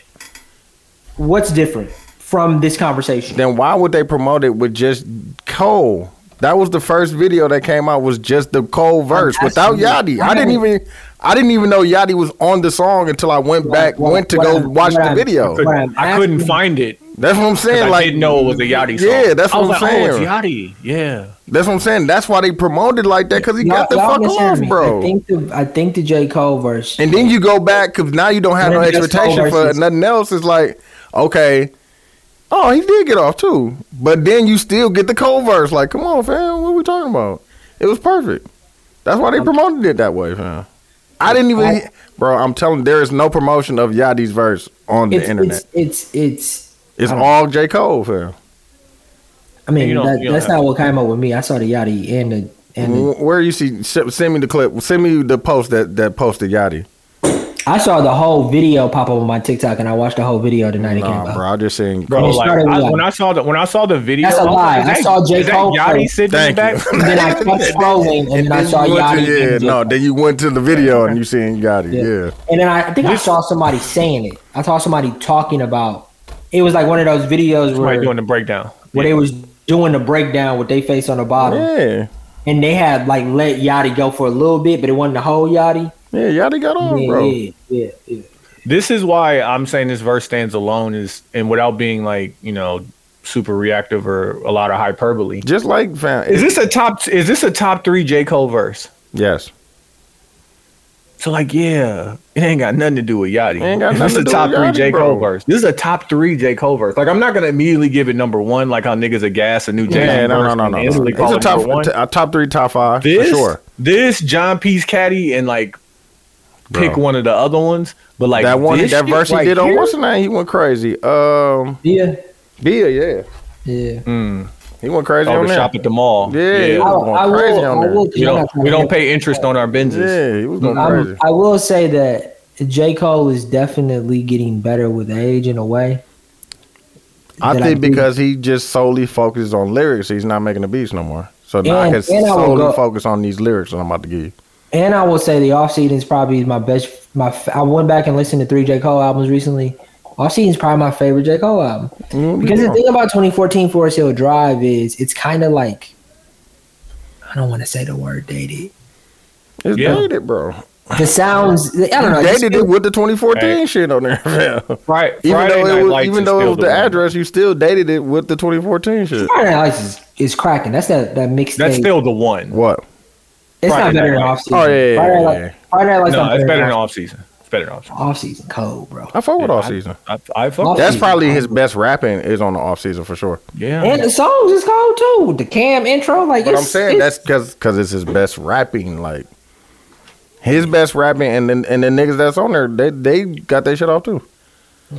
Speaker 3: What's different from this conversation?
Speaker 5: Then why would they promote it with just Cole? That was the first video that came out was just the Cole verse without
Speaker 3: asking
Speaker 5: Yachty.
Speaker 3: you.
Speaker 5: I didn't even I didn't even know Yachty was on the song until I went back
Speaker 3: what-
Speaker 5: went to
Speaker 3: what
Speaker 5: go
Speaker 3: I'm-
Speaker 5: watch
Speaker 3: what
Speaker 5: the
Speaker 3: I'm-
Speaker 5: video.
Speaker 3: what I'm
Speaker 2: I couldn't
Speaker 3: asking-
Speaker 2: find it. 'cause
Speaker 5: That's what I'm saying.
Speaker 2: I
Speaker 5: Like
Speaker 2: didn't know it was a Yachty song.
Speaker 5: Yeah, that's
Speaker 2: I
Speaker 5: what
Speaker 2: was
Speaker 5: I'm
Speaker 2: like,
Speaker 5: saying.
Speaker 2: Oh, it's Yachty. Yeah.
Speaker 5: That's what I'm saying. That's why they promoted like that because he
Speaker 3: Y'all-
Speaker 5: got the
Speaker 3: y'all
Speaker 5: fuck
Speaker 3: mishearing
Speaker 5: off,
Speaker 3: me. I
Speaker 5: bro.
Speaker 3: think the I think the J Cole verse.
Speaker 5: And then you go back because now you don't have no
Speaker 3: Then just
Speaker 5: expectation
Speaker 3: Cole
Speaker 5: for
Speaker 3: versus-
Speaker 5: nothing else. It's like, okay, oh, he did get off too, but then you still get the cold verse. Like, come on, fam, what we talking about? It was perfect. That's why they promoted it that way, fam. I didn't even,
Speaker 3: I-
Speaker 5: bro. I'm telling, there is no promotion of Yachty's verse on the
Speaker 3: it's,
Speaker 5: internet. It's,
Speaker 3: It's it's it's. I don't-
Speaker 5: all J Cole, fam.
Speaker 3: I mean,
Speaker 2: You don't-
Speaker 3: that,
Speaker 2: you don't
Speaker 3: that's
Speaker 2: have
Speaker 3: not what came up with me. I saw the Yachty and the and the,
Speaker 5: Wh- Where you see? se- Send me the clip. Send me the post that that posted Yachty.
Speaker 3: I saw the whole video pop up on my TikTok, and I watched the whole video the night it came
Speaker 5: Nah,
Speaker 3: out.
Speaker 5: bro. I just seen.
Speaker 2: Bro,
Speaker 3: mean,
Speaker 2: like
Speaker 3: started
Speaker 2: I,
Speaker 3: with-
Speaker 2: when I saw the when I saw the video,
Speaker 3: That's a
Speaker 2: I was like,
Speaker 3: lie.
Speaker 2: is
Speaker 3: I
Speaker 2: that-
Speaker 3: saw J.
Speaker 2: is that
Speaker 3: Cole
Speaker 2: Yachty
Speaker 3: first.
Speaker 2: sitting in the
Speaker 5: Thank
Speaker 2: back. [laughs]
Speaker 5: you.
Speaker 3: And then
Speaker 5: [laughs]
Speaker 3: I kept scrolling, and then I saw
Speaker 5: you went to-
Speaker 3: Yachty.
Speaker 5: yeah,
Speaker 3: and J.
Speaker 5: no,
Speaker 3: Cole.
Speaker 5: then you went to the video and you seen Gotti. Yeah.
Speaker 3: And then I, I think I saw somebody saying it. I saw somebody talking about. It was like one of those videos
Speaker 2: Somebody
Speaker 3: where,
Speaker 2: doing the breakdown.
Speaker 3: where they was doing the breakdown with their face on the bottom,
Speaker 5: yeah, yeah,
Speaker 3: and they had like let Yachty go for a little bit, but it wasn't the whole Yachty.
Speaker 5: Yachty got on,
Speaker 3: yeah,
Speaker 5: bro.
Speaker 3: yeah, yeah, yeah.
Speaker 2: This is why I'm saying this verse stands alone is and without being like you know super reactive or a lot of hyperbole.
Speaker 5: Just like fam.
Speaker 2: Is this a top? Is this a top three J Cole verse?
Speaker 5: yes?
Speaker 2: So like, yeah, it ain't got nothing to do with Yachty.
Speaker 5: ain't got
Speaker 2: this is
Speaker 5: nothing
Speaker 2: a
Speaker 5: to do
Speaker 2: top
Speaker 5: with
Speaker 2: three
Speaker 5: Yachty,
Speaker 2: J
Speaker 5: bro.
Speaker 2: Cole verse. This is a top three J Cole verse. Like, I'm not gonna immediately give it number one, like how niggas are gas a new J Cole
Speaker 5: Yeah, no,
Speaker 2: verse
Speaker 5: no, no,
Speaker 2: and
Speaker 5: no.
Speaker 2: instantly
Speaker 5: It's
Speaker 2: call
Speaker 5: a
Speaker 2: it
Speaker 5: top,
Speaker 2: number one.
Speaker 5: t- a top three, top five
Speaker 2: this,
Speaker 5: for sure.
Speaker 2: this John P's Caddy and like pick
Speaker 5: Bro.
Speaker 2: one of the other ones, but like
Speaker 5: that one,
Speaker 2: this
Speaker 5: that
Speaker 2: shit
Speaker 5: verse he
Speaker 2: right
Speaker 5: did on
Speaker 2: here-
Speaker 5: what's the name? He went crazy. Um,
Speaker 3: Yeah,
Speaker 5: Bia, yeah,
Speaker 3: yeah.
Speaker 5: he went crazy
Speaker 2: Oh,
Speaker 5: on
Speaker 2: the
Speaker 5: that.
Speaker 2: shop at the mall.
Speaker 5: Yeah, he
Speaker 3: I,
Speaker 5: was
Speaker 3: I
Speaker 5: going crazy
Speaker 3: will.
Speaker 5: on
Speaker 3: I
Speaker 5: there.
Speaker 3: will.
Speaker 2: we don't we don't pay interest on our Benzes.
Speaker 5: Yeah, he was going
Speaker 3: I'm-
Speaker 5: crazy.
Speaker 3: I will say that J Cole is definitely getting better with age in a way.
Speaker 5: I
Speaker 3: that
Speaker 5: think
Speaker 3: I do.
Speaker 5: because he just solely focuses on lyrics, he's not making the beats no more. So now I
Speaker 3: And-
Speaker 5: can
Speaker 3: and I will
Speaker 5: solely
Speaker 3: go-
Speaker 5: focus on these lyrics that I'm about to give you.
Speaker 3: And I will say the off season is probably my best. My f- I went back and listened to three J Cole albums recently. Off season is probably my favorite J Cole album
Speaker 5: Mm,
Speaker 3: Mm-hmm. because
Speaker 5: yeah.
Speaker 3: the thing about 2014 Forest Hill Drive is it's kind of like I don't want to say the word dated.
Speaker 5: It's
Speaker 2: Yeah.
Speaker 5: dated, bro.
Speaker 3: The sounds I don't know. it just
Speaker 5: Dated it
Speaker 3: feels-
Speaker 5: with the 2014
Speaker 2: Hey.
Speaker 5: shit on there. [laughs] fam.
Speaker 2: Right.
Speaker 5: even
Speaker 2: Friday
Speaker 5: though
Speaker 2: Night
Speaker 5: it was,
Speaker 2: Lights
Speaker 5: even
Speaker 2: is
Speaker 5: though it
Speaker 2: still
Speaker 5: was the,
Speaker 2: one.
Speaker 5: address, you still dated it with the 2014 shit.
Speaker 3: Friday Night Lights is, is cracking. That's that that mixtape.
Speaker 2: That's still the one.
Speaker 5: What?
Speaker 3: it's not
Speaker 2: Friday
Speaker 3: better
Speaker 2: Night
Speaker 3: than off
Speaker 2: Lights.
Speaker 3: season.
Speaker 5: Oh, yeah, yeah,
Speaker 3: Friday Night
Speaker 5: yeah,
Speaker 3: Lights- Friday Night Lights
Speaker 2: No,
Speaker 3: not
Speaker 2: it's better than
Speaker 3: off
Speaker 2: off season. It's better than off season.
Speaker 3: off season cold, bro.
Speaker 5: I fuck with all
Speaker 2: I-
Speaker 5: season.
Speaker 2: I, I fuck
Speaker 3: Off-
Speaker 2: with-
Speaker 5: That's
Speaker 3: season.
Speaker 5: probably his best rapping is on the off season for sure.
Speaker 2: yeah.
Speaker 3: And the songs is cold too. The Cam intro, like
Speaker 5: Oh, But
Speaker 3: it's,
Speaker 5: I'm saying
Speaker 3: it's-
Speaker 5: that's because it's his best rapping, like his best rapping, and then and the niggas that's on there, they they got their shit off too.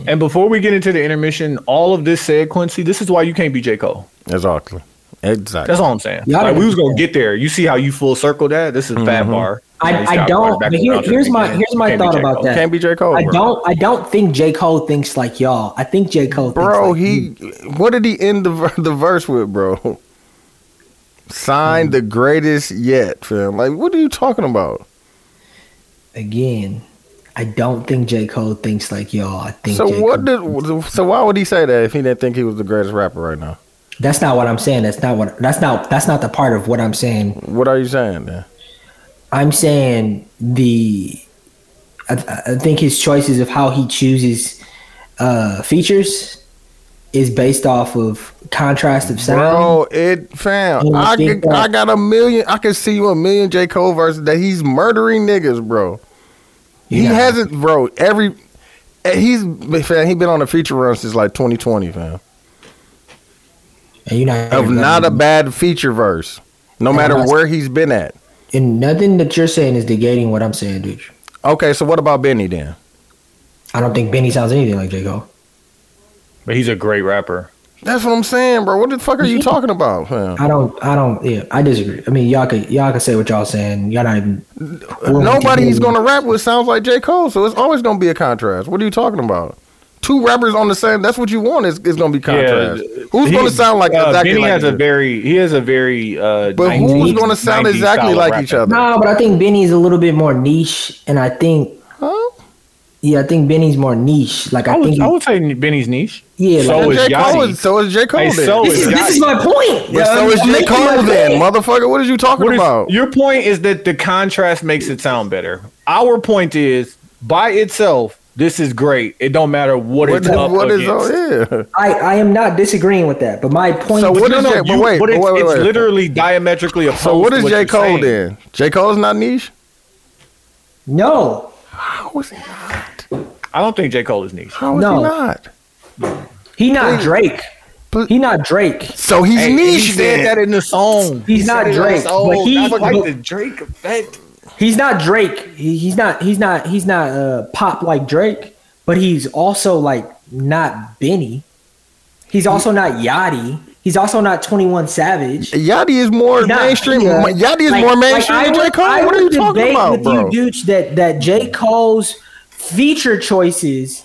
Speaker 2: And before we get into the intermission, all of this said, Quincy, this is why you can't be J. Cole.
Speaker 5: Exactly, exactly.
Speaker 2: That's all I'm saying.
Speaker 3: Y'all
Speaker 2: Like,
Speaker 3: don't
Speaker 2: we was gonna
Speaker 3: understand.
Speaker 2: get there. You see how you full circle that? This is bad bar.
Speaker 3: I,
Speaker 2: Nice
Speaker 3: I
Speaker 2: job,
Speaker 3: don't.
Speaker 2: right back
Speaker 3: But here,
Speaker 2: around to
Speaker 3: here's
Speaker 2: the
Speaker 3: my
Speaker 2: beginning.
Speaker 3: here's my
Speaker 2: Can't be
Speaker 3: thought
Speaker 2: J.
Speaker 3: about
Speaker 2: Cole.
Speaker 3: that.
Speaker 5: Can't be J. Cole,
Speaker 3: I
Speaker 5: bro.
Speaker 3: don't. I don't think J Cole thinks like y'all. I think J Cole.
Speaker 5: bro.
Speaker 3: thinks like you.
Speaker 5: He what did he end the [laughs] ver- the verse with, bro?
Speaker 3: Hmm.
Speaker 5: Sign the greatest yet, fam. Like, what are you talking about?
Speaker 3: again. I don't think J Cole thinks like y'all. I think.
Speaker 5: So
Speaker 3: J.
Speaker 5: what
Speaker 3: Cole-
Speaker 5: did? So why would he say that if he didn't think he was the greatest rapper right now?
Speaker 3: that's not what I'm saying. That's not what. That's not. That's not the part of what I'm saying.
Speaker 5: What are you saying then?
Speaker 3: I'm saying the. I, I think his choices of how he chooses uh, features is based off of contrast of sound.
Speaker 5: Bro, it fam.
Speaker 3: Oh,
Speaker 5: I
Speaker 3: think
Speaker 5: could,
Speaker 3: that-
Speaker 5: I got a million. I can see you a million J Cole verses that he's murdering niggas, bro. He
Speaker 3: Yeah.
Speaker 5: hasn't, bro. Every eh, he's fam. He been on a feature run since like 2020, fam.
Speaker 3: And you're not
Speaker 5: Of not a bad feature verse, no matter
Speaker 3: that's-
Speaker 5: where he's been at.
Speaker 3: and nothing that you're saying is negating what I'm saying, dude.
Speaker 5: Okay, so what about Benny then?
Speaker 3: I don't think Benny sounds anything like J. Cole.
Speaker 2: But he's a great rapper.
Speaker 5: That's what I'm saying, bro. What the fuck are you talking about, fam?
Speaker 3: I don't I don't yeah, I disagree. I mean y'all could y'all could say what y'all saying. Y'all not even
Speaker 5: Nobody's gonna rap with sounds like J Cole, so it's always gonna be a contrast. What are you talking about? Two rappers on the same. That's what you want. Is it's gonna be contrast. Who's
Speaker 2: He-
Speaker 5: gonna sound like
Speaker 2: uh,
Speaker 5: exactly
Speaker 2: Benny
Speaker 5: like
Speaker 2: has
Speaker 5: each
Speaker 2: a
Speaker 5: other?
Speaker 2: very he has a very uh
Speaker 5: But who's
Speaker 2: 90s
Speaker 5: gonna sound
Speaker 2: 90s
Speaker 5: exactly
Speaker 2: style
Speaker 5: like
Speaker 2: rapping.
Speaker 5: each other?
Speaker 3: No, but I think Benny's a little bit more niche and I think
Speaker 5: Huh?
Speaker 2: Oh,
Speaker 3: yeah, I think Benny's more niche. Like I,
Speaker 2: I would,
Speaker 3: think
Speaker 2: I would say Benny's niche.
Speaker 3: yeah,
Speaker 2: so is
Speaker 3: like,
Speaker 5: J Cole.
Speaker 2: Yachty.
Speaker 5: Is, so is J Cole.
Speaker 2: Hey,
Speaker 5: then.
Speaker 2: so
Speaker 5: But
Speaker 3: this, is,
Speaker 2: is
Speaker 3: this is my point. Yeah,
Speaker 5: [laughs] so is
Speaker 3: I'm
Speaker 5: J
Speaker 3: making
Speaker 5: Cole
Speaker 3: my
Speaker 5: then,
Speaker 3: point.
Speaker 5: motherfucker. What are you talking
Speaker 2: What is-
Speaker 5: about?
Speaker 2: your point is that the contrast makes it sound better. Our point is by itself, this is great. It don't matter what,
Speaker 5: What
Speaker 2: it's
Speaker 5: is
Speaker 2: up
Speaker 5: what is
Speaker 2: against.
Speaker 5: oh yeah?
Speaker 3: I, I am not disagreeing with that, but my point
Speaker 5: So
Speaker 3: is
Speaker 5: what
Speaker 2: No,
Speaker 5: is
Speaker 2: no,
Speaker 5: J- but
Speaker 2: you-
Speaker 5: wait,
Speaker 2: it's,
Speaker 5: wait, wait,
Speaker 2: it's
Speaker 5: wait.
Speaker 2: literally diametrically opposed.
Speaker 5: So what
Speaker 2: to
Speaker 5: is J
Speaker 2: you're
Speaker 5: Cole
Speaker 2: saying.
Speaker 5: then? J Cole's not niche.
Speaker 3: no.
Speaker 5: How is he not?
Speaker 2: I don't think J Cole is niche.
Speaker 5: How is
Speaker 3: No.
Speaker 5: he not?
Speaker 3: He not Drake.
Speaker 5: But-
Speaker 3: He not Drake.
Speaker 5: So he's
Speaker 2: Hey, and he
Speaker 5: niche then.
Speaker 2: in the song.
Speaker 3: He's
Speaker 2: He
Speaker 3: not
Speaker 2: said it in the
Speaker 3: Drake,
Speaker 2: song.
Speaker 3: but he-
Speaker 2: That's
Speaker 3: but-
Speaker 2: Drake effect.
Speaker 3: He's not Drake. He, he's not. He's not. He's not uh, pop like Drake. But he's also like not Benny. He's also not Yachty. He's also not Twenty One Savage.
Speaker 5: Yachty is more
Speaker 3: He's not-
Speaker 5: mainstream.
Speaker 3: yeah.
Speaker 5: Ma- Yachty is
Speaker 3: Like-
Speaker 5: more
Speaker 3: like,
Speaker 5: mainstream
Speaker 3: I
Speaker 5: than J
Speaker 3: would-
Speaker 5: Cole.
Speaker 3: I
Speaker 5: What are you
Speaker 3: would
Speaker 5: talking
Speaker 3: debate
Speaker 5: about,
Speaker 3: with
Speaker 5: bro?
Speaker 3: You, Dooch, that that J Cole's feature choices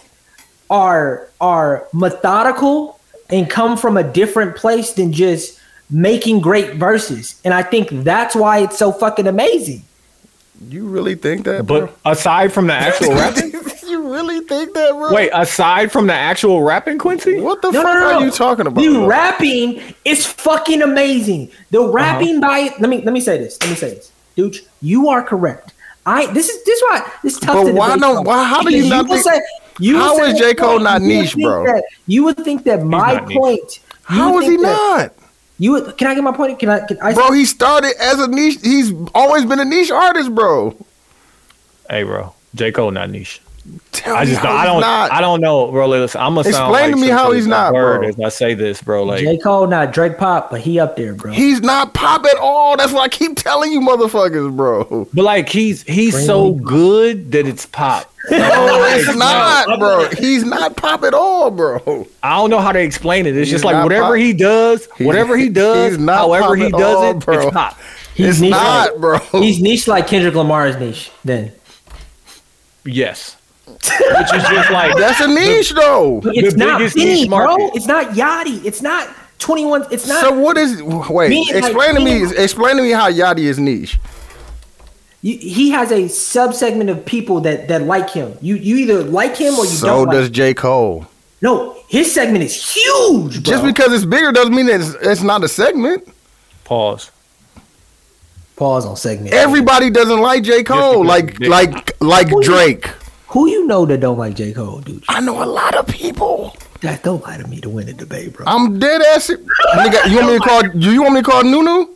Speaker 3: are are methodical and come from a different place than just making great verses. And I think that's why it's so fucking amazing.
Speaker 5: You really think that, bro?
Speaker 2: But aside from the actual rapping,
Speaker 5: [laughs] you really think that, bro?
Speaker 2: wait, aside from the actual rapping, Quincy,
Speaker 5: what the
Speaker 3: No,
Speaker 5: fuck
Speaker 3: no, no,
Speaker 5: are
Speaker 3: no.
Speaker 5: you talking about?
Speaker 3: The
Speaker 5: bro?
Speaker 3: rapping is fucking amazing. The
Speaker 5: Uh-huh.
Speaker 3: rapping by let me let me say this. Let me say this, dude. You are correct. I this is this why this is tough.
Speaker 5: But
Speaker 3: to
Speaker 5: why
Speaker 3: debate,
Speaker 5: don't-
Speaker 3: bro.
Speaker 5: why- how do you
Speaker 3: Because
Speaker 5: not
Speaker 3: will
Speaker 5: think-
Speaker 3: say- you will
Speaker 5: how
Speaker 3: say
Speaker 5: is
Speaker 3: that
Speaker 5: J. Cole
Speaker 3: point,
Speaker 5: not
Speaker 3: you would
Speaker 5: niche,
Speaker 3: think
Speaker 5: bro?
Speaker 3: that- you would think that my
Speaker 2: not niche.
Speaker 3: point. you
Speaker 5: How
Speaker 3: would
Speaker 5: is he
Speaker 3: think that-
Speaker 5: not?
Speaker 3: You would, can I get my point? Can I? Can I
Speaker 5: Bro, he started as a niche. He's always been a niche artist, bro.
Speaker 2: hey, bro, J Cole not niche.
Speaker 5: Tell
Speaker 2: I
Speaker 5: me
Speaker 2: just
Speaker 5: how
Speaker 2: don't, I
Speaker 5: he's
Speaker 2: don't
Speaker 5: not.
Speaker 2: I don't know, bro. Listen, I'm gonna sound
Speaker 5: Explain
Speaker 2: like
Speaker 5: to me
Speaker 2: some
Speaker 5: how
Speaker 2: sort
Speaker 5: he's
Speaker 2: of
Speaker 5: not,
Speaker 2: nerd
Speaker 5: bro.
Speaker 2: As I say this, bro, like
Speaker 3: J Cole not Drake pop, but he up there, bro.
Speaker 5: He's not pop at all. That's what I keep telling you, motherfuckers, bro.
Speaker 2: But like he's he's so good that it's pop.
Speaker 5: [laughs] No, it's not, bro. He's not pop at all, bro.
Speaker 2: I don't know how to explain it. It's
Speaker 5: He's
Speaker 2: just like
Speaker 5: not
Speaker 2: whatever
Speaker 5: pop.
Speaker 2: he does, whatever he does,
Speaker 5: [laughs] he's not
Speaker 2: however
Speaker 5: pop
Speaker 2: he
Speaker 5: at
Speaker 2: does
Speaker 5: all,
Speaker 2: it,
Speaker 5: bro.
Speaker 2: it's pop.
Speaker 3: he's
Speaker 5: it's not, bro.
Speaker 3: Like, he's niche like Kendrick Lamar is niche. Then
Speaker 2: Yes. Which is just like
Speaker 5: [laughs] That's a niche, though.
Speaker 3: it's not
Speaker 2: biggest
Speaker 3: Benny,
Speaker 2: niche
Speaker 3: bro.
Speaker 2: market.
Speaker 3: It's not Yachty. It's not Twenty One. It's not.
Speaker 5: So what is? Wait,
Speaker 3: Being like-
Speaker 5: explain to me.
Speaker 3: being-
Speaker 5: Explain to me how Yachty is niche.
Speaker 3: You, he has a subsegment of people that that like him. You you either like him or you
Speaker 5: So
Speaker 3: don't. Like
Speaker 5: does
Speaker 3: him.
Speaker 5: J Cole.
Speaker 3: No, his segment is huge, bro.
Speaker 5: Just because it's bigger doesn't mean it's, it's not a segment.
Speaker 2: pause.
Speaker 3: pause on segment.
Speaker 5: Everybody doesn't like J Cole,
Speaker 2: because
Speaker 5: like
Speaker 2: they-
Speaker 5: like like
Speaker 3: Who you-
Speaker 5: Drake.
Speaker 3: Who you know that don't like J Cole, dude?
Speaker 5: I know a lot of people.
Speaker 3: That don't lie to me to win the debate, bro.
Speaker 5: I'm dead ass. Nigga, you want me to [laughs] call? Do you want me to call Nunu?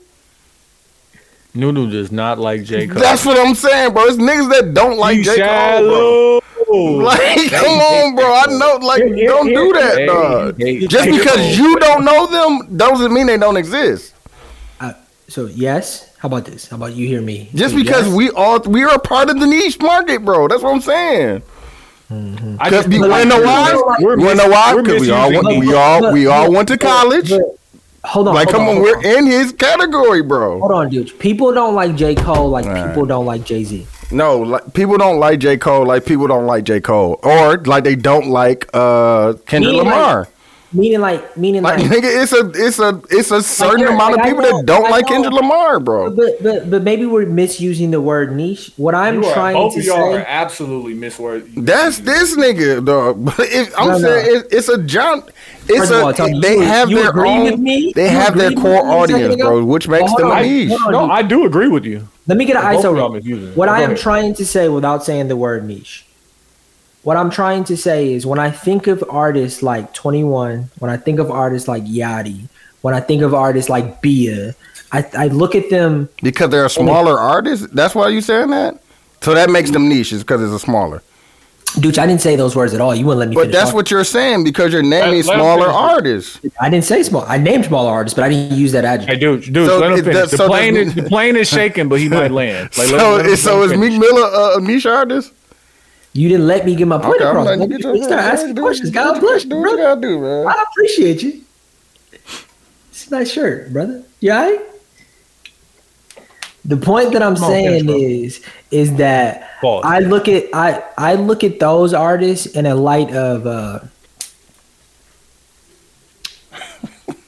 Speaker 2: Nunu does not like J. Cole.
Speaker 5: That's what I'm saying, bro. It's niggas that don't like
Speaker 2: You
Speaker 5: J Cole, bro. [laughs]
Speaker 2: shallow.
Speaker 5: Like, come on, bro. I know. Like, don't do that,
Speaker 2: Hey,
Speaker 5: dog.
Speaker 2: hey,
Speaker 5: Just
Speaker 2: J. Cole.
Speaker 5: because you don't know them doesn't mean they don't exist.
Speaker 3: I, so yes, how about this? How about you hear me?
Speaker 5: Just
Speaker 3: So,
Speaker 5: because
Speaker 3: yes.
Speaker 5: we all we are a part of the niche market, bro. That's what I'm saying.
Speaker 2: I
Speaker 5: Cause
Speaker 2: just-
Speaker 5: you wanna know why?
Speaker 3: We're-
Speaker 5: You wanna know why?
Speaker 2: we're
Speaker 5: Because we all went,
Speaker 2: misusing
Speaker 5: we
Speaker 2: it.
Speaker 5: all
Speaker 3: Look,
Speaker 5: we all
Speaker 3: look,
Speaker 5: went to
Speaker 3: look,
Speaker 5: college.
Speaker 3: look. Hold on,
Speaker 5: Like,
Speaker 3: hold
Speaker 5: come on,
Speaker 3: hold [laughs]
Speaker 5: we're in his category, bro.
Speaker 3: Hold on, dude. People don't like J Cole like people don't like Jay Z.
Speaker 5: No, like people don't like J Cole. Like people don't like J Cole, or like they don't like uh Kendrick
Speaker 3: Me, like,
Speaker 5: Lamar.
Speaker 3: Meaning like meaning
Speaker 5: Like,
Speaker 3: like,
Speaker 5: nigga, it's a it's a it's a certain
Speaker 3: there-
Speaker 5: amount of
Speaker 3: like, I
Speaker 5: people
Speaker 3: know-
Speaker 5: that don't
Speaker 3: I
Speaker 5: like
Speaker 3: know.
Speaker 5: Kendrick Lamar, bro.
Speaker 3: but, but but maybe we're misusing the word niche. What I'm
Speaker 2: You are-
Speaker 3: trying
Speaker 2: both
Speaker 3: to
Speaker 2: of y'all
Speaker 3: say
Speaker 2: are absolutely misword.
Speaker 5: That's this nigga, dog. [laughs] But if, I'm
Speaker 3: No, no.
Speaker 5: saying it, it's a John. It's
Speaker 3: First of all,
Speaker 5: a
Speaker 3: Tony,
Speaker 5: they
Speaker 3: you-
Speaker 5: have
Speaker 3: you
Speaker 5: their
Speaker 3: agree with
Speaker 5: own.
Speaker 3: me?
Speaker 5: They
Speaker 3: You
Speaker 5: have their
Speaker 3: agree
Speaker 5: core
Speaker 3: with me a second
Speaker 5: audience,
Speaker 3: ago?
Speaker 5: bro, which makes
Speaker 3: Hold
Speaker 5: them
Speaker 3: on,
Speaker 5: a niche.
Speaker 3: hold on,
Speaker 2: No,
Speaker 3: dude.
Speaker 2: I do agree with you.
Speaker 3: Let me get an
Speaker 2: Both of
Speaker 3: ISO.
Speaker 2: y'all
Speaker 3: right.
Speaker 2: misusing it.
Speaker 3: What
Speaker 2: Go
Speaker 3: I am
Speaker 2: ahead.
Speaker 3: trying to say without saying the word niche What I'm trying to say is when I think of artists like 21, when I think of artists like Yachty, when I think of artists like Bia, I, I look at them.
Speaker 5: Because they're a smaller artist? That's why you saying that? So that makes them niches because it's a smaller.
Speaker 3: Dude, I didn't say those words at all. You wouldn't let me.
Speaker 5: But
Speaker 3: finish
Speaker 5: that's
Speaker 3: talking.
Speaker 5: what you're saying because you're naming
Speaker 2: Let- let him
Speaker 5: smaller
Speaker 2: finish.
Speaker 5: artists.
Speaker 3: I didn't say small. I named smaller artists, but I didn't use that adjective.
Speaker 2: Hey, dude, dude,
Speaker 5: So
Speaker 2: let him
Speaker 5: it
Speaker 2: finish.
Speaker 5: does-
Speaker 2: The
Speaker 5: so
Speaker 2: plane,
Speaker 5: does-
Speaker 2: is, the plane is shaking, but he
Speaker 5: [laughs]
Speaker 2: might land. Like, let-
Speaker 5: so
Speaker 2: let him-
Speaker 5: is so
Speaker 2: let
Speaker 5: is
Speaker 2: him
Speaker 5: Meek
Speaker 2: finish.
Speaker 5: Miller a, a niche artist?
Speaker 3: You didn't let me get my point
Speaker 5: Okay, I'm
Speaker 3: across.
Speaker 5: letting
Speaker 3: Like,
Speaker 5: you get
Speaker 3: you
Speaker 5: your
Speaker 3: start asking questions. God bless you,
Speaker 5: Do what you
Speaker 3: brother.
Speaker 5: gotta do, man.
Speaker 3: I appreciate you. It's a nice shirt, brother. You all right? The point that
Speaker 2: on,
Speaker 3: I'm
Speaker 2: finish,
Speaker 3: saying
Speaker 2: bro.
Speaker 3: is is that
Speaker 2: Pause.
Speaker 3: I look at I I look at those artists in a light of
Speaker 5: [laughs]
Speaker 3: uh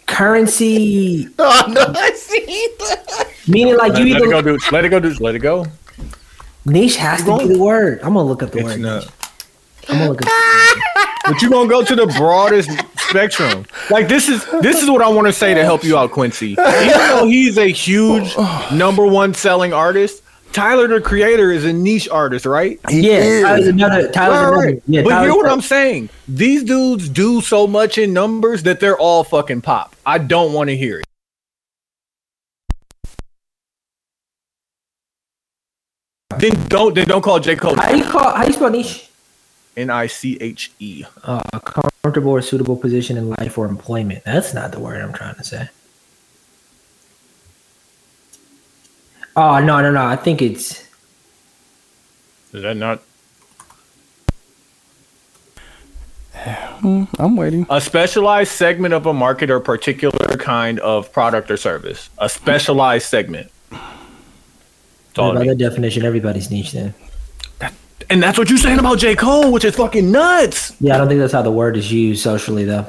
Speaker 3: currency
Speaker 5: [laughs] Oh, no, I see.
Speaker 3: meaning like
Speaker 2: Let,
Speaker 3: you
Speaker 2: let it go,
Speaker 3: either
Speaker 2: dude. Let it go, dude. Let it go.
Speaker 3: niche has to be the word. I'm gonna look up the
Speaker 2: It's
Speaker 3: word.
Speaker 2: not.
Speaker 3: I'm gonna look up
Speaker 2: But you gonna go to the broadest spectrum. Like this is this is what I want to say to help you out, Quincy. Even though he's a huge number one selling artist, Tyler the Creator is a niche artist, right?
Speaker 3: Yeah, Tyler's another Tyler's
Speaker 2: Right,
Speaker 3: another
Speaker 2: right.
Speaker 3: yeah,
Speaker 2: but
Speaker 3: Tyler's
Speaker 2: hear what I'm saying. These dudes do so much in numbers that they're all fucking pop. I don't want to hear it. Then don't then don't call J Cole
Speaker 3: How you call? How you spell niche?
Speaker 2: N I C H E.
Speaker 3: Uh, comfortable or suitable position in life or employment. That's not the word I'm trying to say. Oh no no no! I think it's
Speaker 2: Is that not
Speaker 5: I'm waiting.
Speaker 2: A specialized segment of a market or particular kind of product or service. A specialized segment. That's all it
Speaker 3: by
Speaker 2: means.
Speaker 3: that definition. Everybody's niche then.
Speaker 2: And that's what you're saying about J. Cole, which is fucking nuts.
Speaker 3: Yeah, I don't think that's how the word is used socially though.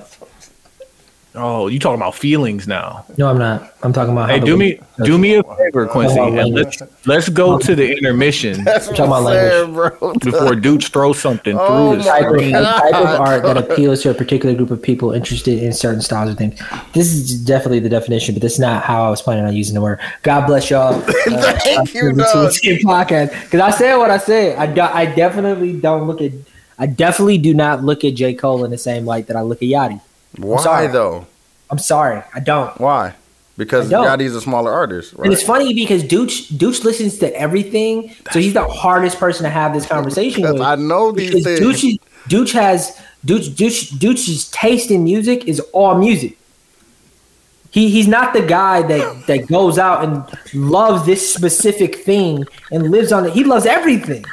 Speaker 2: Oh, you talking about feelings now.
Speaker 3: No, I'm not. I'm talking about.
Speaker 2: Hey,
Speaker 3: how the
Speaker 2: do
Speaker 3: word
Speaker 2: me
Speaker 3: is social.
Speaker 2: do me a favor, Quincy,
Speaker 3: Hold on,
Speaker 2: and
Speaker 3: wait.
Speaker 2: let's let's go to the intermission
Speaker 5: That's what
Speaker 3: Talking
Speaker 5: I'm
Speaker 3: about
Speaker 5: saying, bro.
Speaker 2: before dudes throw something
Speaker 5: Oh
Speaker 2: through this.
Speaker 5: my
Speaker 3: Type of, a type of
Speaker 5: [laughs] God.
Speaker 3: art that appeals to a particular group of people interested in certain styles or things. This is definitely the definition, but that's not how I was planning on using the word. God bless
Speaker 5: [laughs]
Speaker 3: y'all. Uh,
Speaker 5: Thank you,
Speaker 3: This
Speaker 5: dog.
Speaker 3: was a podcast because I said what I said. I, do- I definitely don't look at. I definitely do not look at J Cole in the same light that I look at Yachty.
Speaker 5: Why
Speaker 3: sorry.
Speaker 5: though?
Speaker 3: I'm sorry, I don't.
Speaker 5: Why? Because
Speaker 3: I don't.
Speaker 5: Yachty's a smaller artist, right?
Speaker 3: And it's funny because Dooch Dooch listens to everything, so he's the hardest person to have this conversation
Speaker 5: Because
Speaker 3: with.
Speaker 5: I know these
Speaker 3: Because
Speaker 5: things.
Speaker 3: Dooch, Dooch has Dooch, Dooch, Dooch's taste in music is all music. He, he's not the guy that, that goes out and loves this specific thing and lives on it. He loves everything.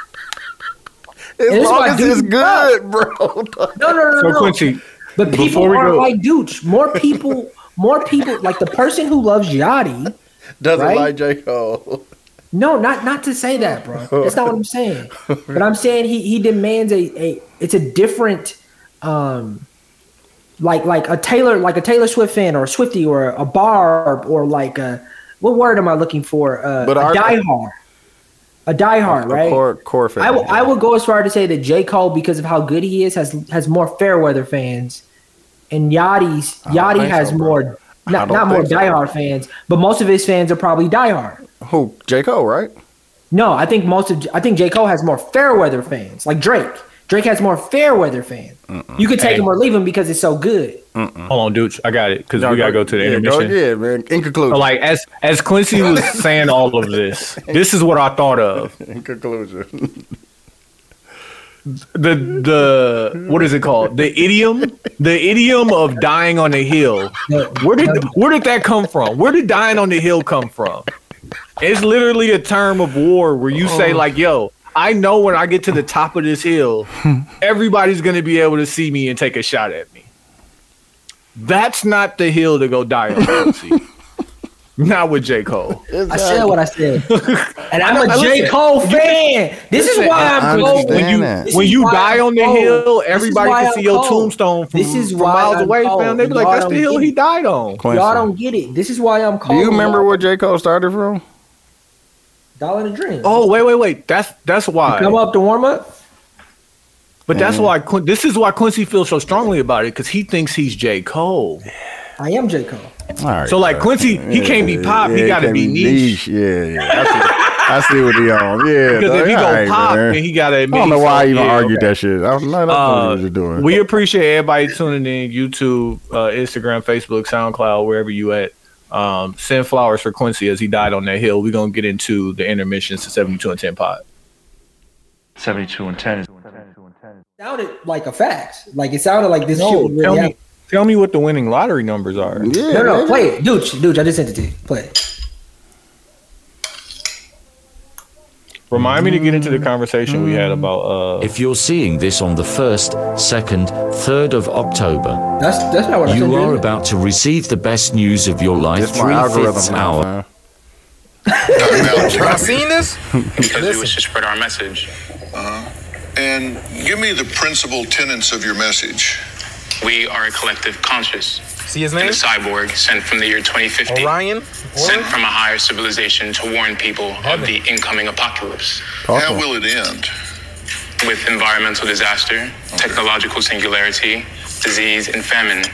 Speaker 5: as
Speaker 3: is
Speaker 5: long
Speaker 3: my
Speaker 5: as
Speaker 3: dude.
Speaker 5: it's good, bro. [laughs]
Speaker 3: No, no, no, no.
Speaker 2: So
Speaker 3: no.
Speaker 2: Quincy,
Speaker 3: But people
Speaker 2: Before we
Speaker 3: aren't
Speaker 2: go-
Speaker 3: like Dooch. More people, more people like the person who loves Yachty.
Speaker 5: Doesn't
Speaker 3: Right?
Speaker 5: like J. Cole.
Speaker 3: No, not not to say that,
Speaker 5: [laughs]
Speaker 3: bro. That's not what I'm saying. But I'm saying he he demands a a it's a different um like like a Taylor like a Taylor Swift fan or a Swifty or a Barb or like a what word am I looking for? Uh,
Speaker 5: But
Speaker 3: a
Speaker 5: our-
Speaker 3: diehard. A diehard, right?
Speaker 5: A core, core fan.
Speaker 3: I will I will go as far to say that J. Cole, because of how good he is, has has more fair weather fans, and Yachty's
Speaker 5: don't
Speaker 3: Yachty
Speaker 5: think
Speaker 3: has
Speaker 5: so, bro.
Speaker 3: more
Speaker 5: I
Speaker 3: not
Speaker 5: don't
Speaker 3: not more
Speaker 5: think so.
Speaker 3: diehard fans, but most of his fans are probably diehard.
Speaker 5: Who? J. Cole, right?
Speaker 3: No, I think most of I think J. Cole has more fair weather fans, like Drake. Drake has more fair weather fans. You could take
Speaker 2: Hey.
Speaker 3: him or leave him because it's so good.
Speaker 2: hold on, dudes. I got it because we gotta go to the
Speaker 5: yeah,
Speaker 2: intermission.
Speaker 5: yeah, man. In conclusion.
Speaker 2: So, like as as Quincy was saying all of this, this is what I thought of.
Speaker 5: in
Speaker 3: Oh.
Speaker 5: conclusion.
Speaker 2: The the what is it called? The idiom? The idiom of dying on the hill. Where did where did that come from? Where did dying on the hill come from? It's literally a term of war where you say like, "Yo, I know when I get to the top of this hill, everybody's going to be able to see me and take a shot at me." That's not the hill to go die on, Quincy. not with J. Cole.
Speaker 3: I said what
Speaker 2: [laughs]
Speaker 3: I said, and I'm a J.
Speaker 2: uh, listen.
Speaker 3: Cole fan. This is why
Speaker 5: I
Speaker 3: I'm cold.
Speaker 5: understand
Speaker 2: when you
Speaker 5: that.
Speaker 3: This
Speaker 2: when
Speaker 3: is
Speaker 2: you
Speaker 3: why
Speaker 2: die
Speaker 3: I'm
Speaker 2: on the
Speaker 3: cold.
Speaker 2: hill,
Speaker 3: This is
Speaker 2: everybody
Speaker 3: why
Speaker 2: can
Speaker 3: I'm
Speaker 2: see your
Speaker 3: cold.
Speaker 2: tombstone from,
Speaker 3: This is
Speaker 2: from
Speaker 3: why
Speaker 2: miles
Speaker 3: I'm
Speaker 2: away, fam.
Speaker 3: cold.
Speaker 2: They be like,
Speaker 3: Y'all
Speaker 2: "That's the
Speaker 3: don't
Speaker 2: hill
Speaker 3: get
Speaker 2: he
Speaker 3: it."
Speaker 2: died on."
Speaker 3: Y'all don't get it. This is why I'm
Speaker 5: Do
Speaker 3: cold.
Speaker 5: you remember where J. Cole started from?
Speaker 3: Dollar and Dream?
Speaker 2: Oh wait, wait, wait. That's that's why.
Speaker 3: come Mm. up to warm up.
Speaker 2: But that's why Clin- this is why Quincy feels so strongly about it because he thinks he's J Cole.
Speaker 3: I am J. Cole.
Speaker 5: All right.
Speaker 2: So like Quincy, he can't be pop. he got to be niche.
Speaker 5: Yeah, yeah. That's
Speaker 1: I see what he on. Yeah,
Speaker 2: Because
Speaker 1: dog,
Speaker 2: if he
Speaker 1: all
Speaker 2: gonna
Speaker 1: right,
Speaker 2: pop,
Speaker 1: man.
Speaker 2: then he gotta
Speaker 1: I
Speaker 2: admit.
Speaker 1: don't know
Speaker 2: he
Speaker 1: why I
Speaker 2: fucked,
Speaker 1: even
Speaker 2: yeah.
Speaker 1: argued that shit. I was like, that's not
Speaker 2: Uh,
Speaker 1: what you're doing.
Speaker 2: We appreciate everybody tuning in. YouTube, uh, Instagram, Facebook, SoundCloud, wherever you at. Um, send flowers for Quincy as he died on that hill. We're gonna get into the intermissions to 72 and 10 pod.
Speaker 7: 72 and 10
Speaker 3: sounded like a fact. Like it sounded like this shit
Speaker 2: No,
Speaker 3: was really
Speaker 2: tell me,
Speaker 3: happening.
Speaker 2: tell me what the winning lottery numbers are.
Speaker 1: yeah,
Speaker 3: No, no,
Speaker 1: man.
Speaker 3: play it. Dude, dude, I just sent it to you. Play it.
Speaker 2: Remind me to get
Speaker 1: Mm-hmm.
Speaker 2: into the conversation we had about uh,
Speaker 8: If you're seeing this on the 1st, 2nd, 3rd of October,
Speaker 3: That's that's not what I sent
Speaker 8: you
Speaker 3: you.
Speaker 8: are about to receive the best news of your life
Speaker 1: That's my
Speaker 8: three fifths
Speaker 1: algorithm. now,
Speaker 8: hour.
Speaker 1: man.
Speaker 5: Y'all seen this?
Speaker 9: because we wish to spread our message.
Speaker 10: [laughs] And give me the principal tenets of your message.
Speaker 9: We are a collective conscious
Speaker 5: See his
Speaker 9: and
Speaker 5: name?
Speaker 9: a cyborg sent from the year 2050,
Speaker 5: Orion?
Speaker 9: sent from a higher civilization to warn people of the incoming apocalypse
Speaker 10: How
Speaker 1: Awesome.
Speaker 10: will it end?
Speaker 9: with environmental disaster, technological singularity, disease, and famine.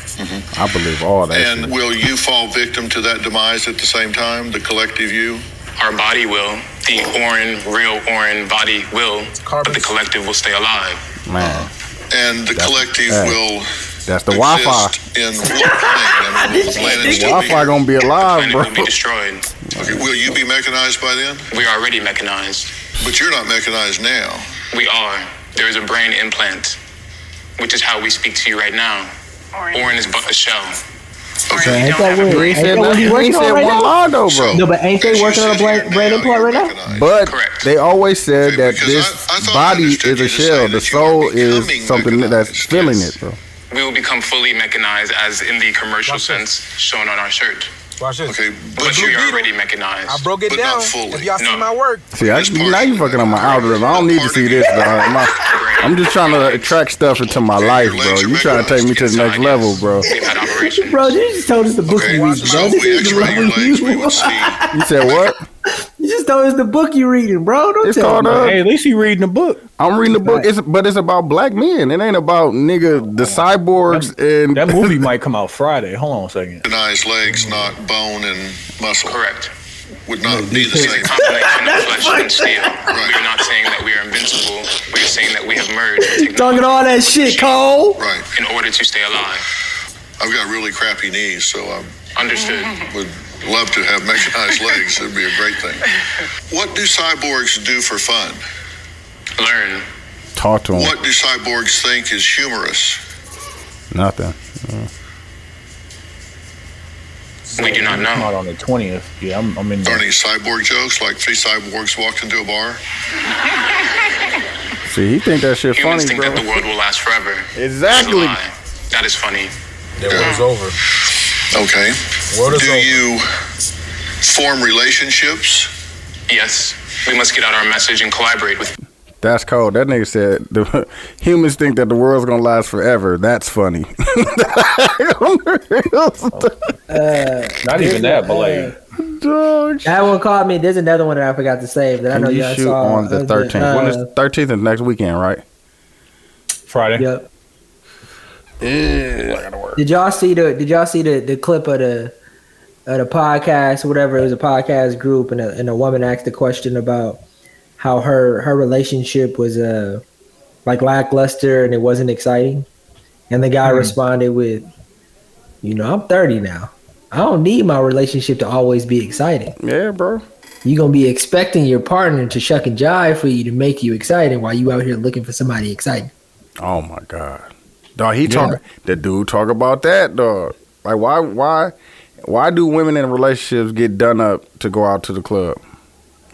Speaker 1: I believe all that. shit.
Speaker 10: And will you fall victim to that demise at the same time, the collective you?
Speaker 9: Our body will, the Orin, real Orin body will, but the collective will stay alive.
Speaker 1: Man,
Speaker 10: And the collective
Speaker 1: hey,
Speaker 10: will
Speaker 1: that's the Wi-Fi.
Speaker 10: exist in
Speaker 3: [laughs]
Speaker 10: what plane? I mean, will the planet still be
Speaker 1: Wi-Fi
Speaker 10: here?
Speaker 1: gonna be
Speaker 5: Ah,
Speaker 1: alive,
Speaker 9: Planet
Speaker 1: bro.
Speaker 9: will be destroyed.
Speaker 10: Okay, will you be mechanized by then?
Speaker 9: We are already mechanized.
Speaker 10: But you're not mechanized now.
Speaker 9: We are. There is a brain implant, which is how we speak to you right now. Orin is but a shell.
Speaker 10: Okay.
Speaker 9: We
Speaker 3: ain't
Speaker 9: don't
Speaker 3: that
Speaker 9: have a
Speaker 3: weird?
Speaker 1: He
Speaker 9: brain.
Speaker 1: said,
Speaker 3: Ain't that what he
Speaker 1: he
Speaker 3: working on
Speaker 1: said
Speaker 3: right
Speaker 1: one
Speaker 3: now?
Speaker 1: line though,
Speaker 10: So,
Speaker 1: bro.
Speaker 3: No, but ain't they
Speaker 10: as you
Speaker 3: working on a
Speaker 10: sit
Speaker 3: brain-
Speaker 10: here now,
Speaker 3: brain implant
Speaker 10: you're
Speaker 3: right now?
Speaker 10: mechanized.
Speaker 1: But
Speaker 9: Correct.
Speaker 1: they always said that
Speaker 10: Because
Speaker 1: this
Speaker 10: I- I thought I
Speaker 1: body is
Speaker 10: understood you
Speaker 1: a
Speaker 10: to say
Speaker 1: shell. The
Speaker 10: that you were
Speaker 1: soul is
Speaker 10: becoming
Speaker 1: something that's
Speaker 10: mechanized.
Speaker 1: feeling
Speaker 10: Yes.
Speaker 1: it, bro.
Speaker 9: We will become fully mechanized as in the commercial sense shown on our shirt.
Speaker 5: Watch this.
Speaker 10: Okay,
Speaker 9: But,
Speaker 10: but
Speaker 9: we are
Speaker 5: Blue
Speaker 9: already
Speaker 5: Beetle, I
Speaker 9: mechanized.
Speaker 5: broke it
Speaker 10: But
Speaker 5: down.
Speaker 10: not fully.
Speaker 5: If y'all see
Speaker 9: No.
Speaker 5: my work,
Speaker 1: See, I,
Speaker 10: This part
Speaker 1: now you
Speaker 10: is
Speaker 1: fucking
Speaker 10: the-
Speaker 1: on my algorithm. I don't need to see this, bro. My, I'm just trying to attract stuff into my life, bro. You trying to take me to the next level, bro.
Speaker 9: We've had operations.
Speaker 3: Bro, you just told us the book
Speaker 10: Okay,
Speaker 3: you reading,
Speaker 10: so
Speaker 3: bro.
Speaker 10: if
Speaker 3: This
Speaker 10: we
Speaker 3: is the
Speaker 10: x-ray your
Speaker 3: level
Speaker 10: legs, we
Speaker 3: you.
Speaker 10: would see [laughs]
Speaker 1: You said what?
Speaker 3: [laughs] You just told us the book you reading, bro. Don't
Speaker 1: It's
Speaker 3: tell
Speaker 1: called
Speaker 3: me.
Speaker 1: uh,
Speaker 2: hey, at least he reading the book.
Speaker 1: I'm reading the book. It's but it's about black men. It ain't about nigga the cyborgs and
Speaker 2: That
Speaker 1: [laughs]
Speaker 2: movie might come out Friday. Hold on a second.
Speaker 10: mechanized legs, not bone and muscle.
Speaker 9: Correct.
Speaker 10: Would not be the same.
Speaker 9: Combination of flesh and steel. We are not saying that we are invincible. We are saying that we have merged
Speaker 3: Talking all
Speaker 1: [laughs]
Speaker 3: that shit, Cole.
Speaker 10: Right.
Speaker 9: in order to stay alive.
Speaker 10: I've got really crappy knees, so I
Speaker 9: Understood.
Speaker 10: would love to have [laughs] mechanized legs. That'd be a great thing. What do cyborgs do for fun?
Speaker 9: Learn.
Speaker 1: talk to him.
Speaker 10: What do cyborgs think is humorous?
Speaker 1: Nothing.
Speaker 9: We do not
Speaker 2: Come
Speaker 9: know.
Speaker 2: out on the 20th. Yeah, I'm, I'm in
Speaker 10: Are
Speaker 2: there.
Speaker 10: any cyborg jokes like three cyborgs walked into a bar?
Speaker 1: See, he think that shit
Speaker 9: Humans
Speaker 1: funny,
Speaker 9: think
Speaker 1: bro.
Speaker 9: that the world will last forever.
Speaker 1: Exactly.
Speaker 9: That's a lie. That is funny.
Speaker 5: the world's over.
Speaker 10: Okay.
Speaker 5: World is
Speaker 10: Do
Speaker 5: over.
Speaker 10: you form relationships?
Speaker 9: Yes, we must get out our message and collaborate with
Speaker 1: That's cold. That nigga said the [laughs] humans think that the world's gonna last forever. That's funny.
Speaker 2: Not even that, but
Speaker 1: [laughs]
Speaker 2: like,
Speaker 1: Dog,
Speaker 3: Uh, That one caught me. There's another one that I forgot to save that I
Speaker 1: Can
Speaker 3: know
Speaker 1: you
Speaker 3: y'all
Speaker 1: shoot
Speaker 3: saw
Speaker 1: on
Speaker 3: uh,
Speaker 1: the thirteenth.
Speaker 3: uh,
Speaker 1: when is thirteenth is next weekend, right?
Speaker 2: [laughs] Friday.
Speaker 3: Yep. Did y'all see the Did y'all see the, the clip of the of the podcast? Whatever it was, a podcast group, and a, and a woman asked the question about how her her relationship was uh like lackluster and it wasn't exciting, and the guy responded with, "You know, I'm 30 now. I don't need my relationship to always be exciting.
Speaker 1: Yeah, bro.
Speaker 3: You're gonna be expecting your partner to shuck and jive for you to make you excited while you out here looking for somebody exciting."
Speaker 1: Oh my god, dog. He talk. The dude talk about that, dog. Like why, why, why do women in relationships get done up to go out to the club?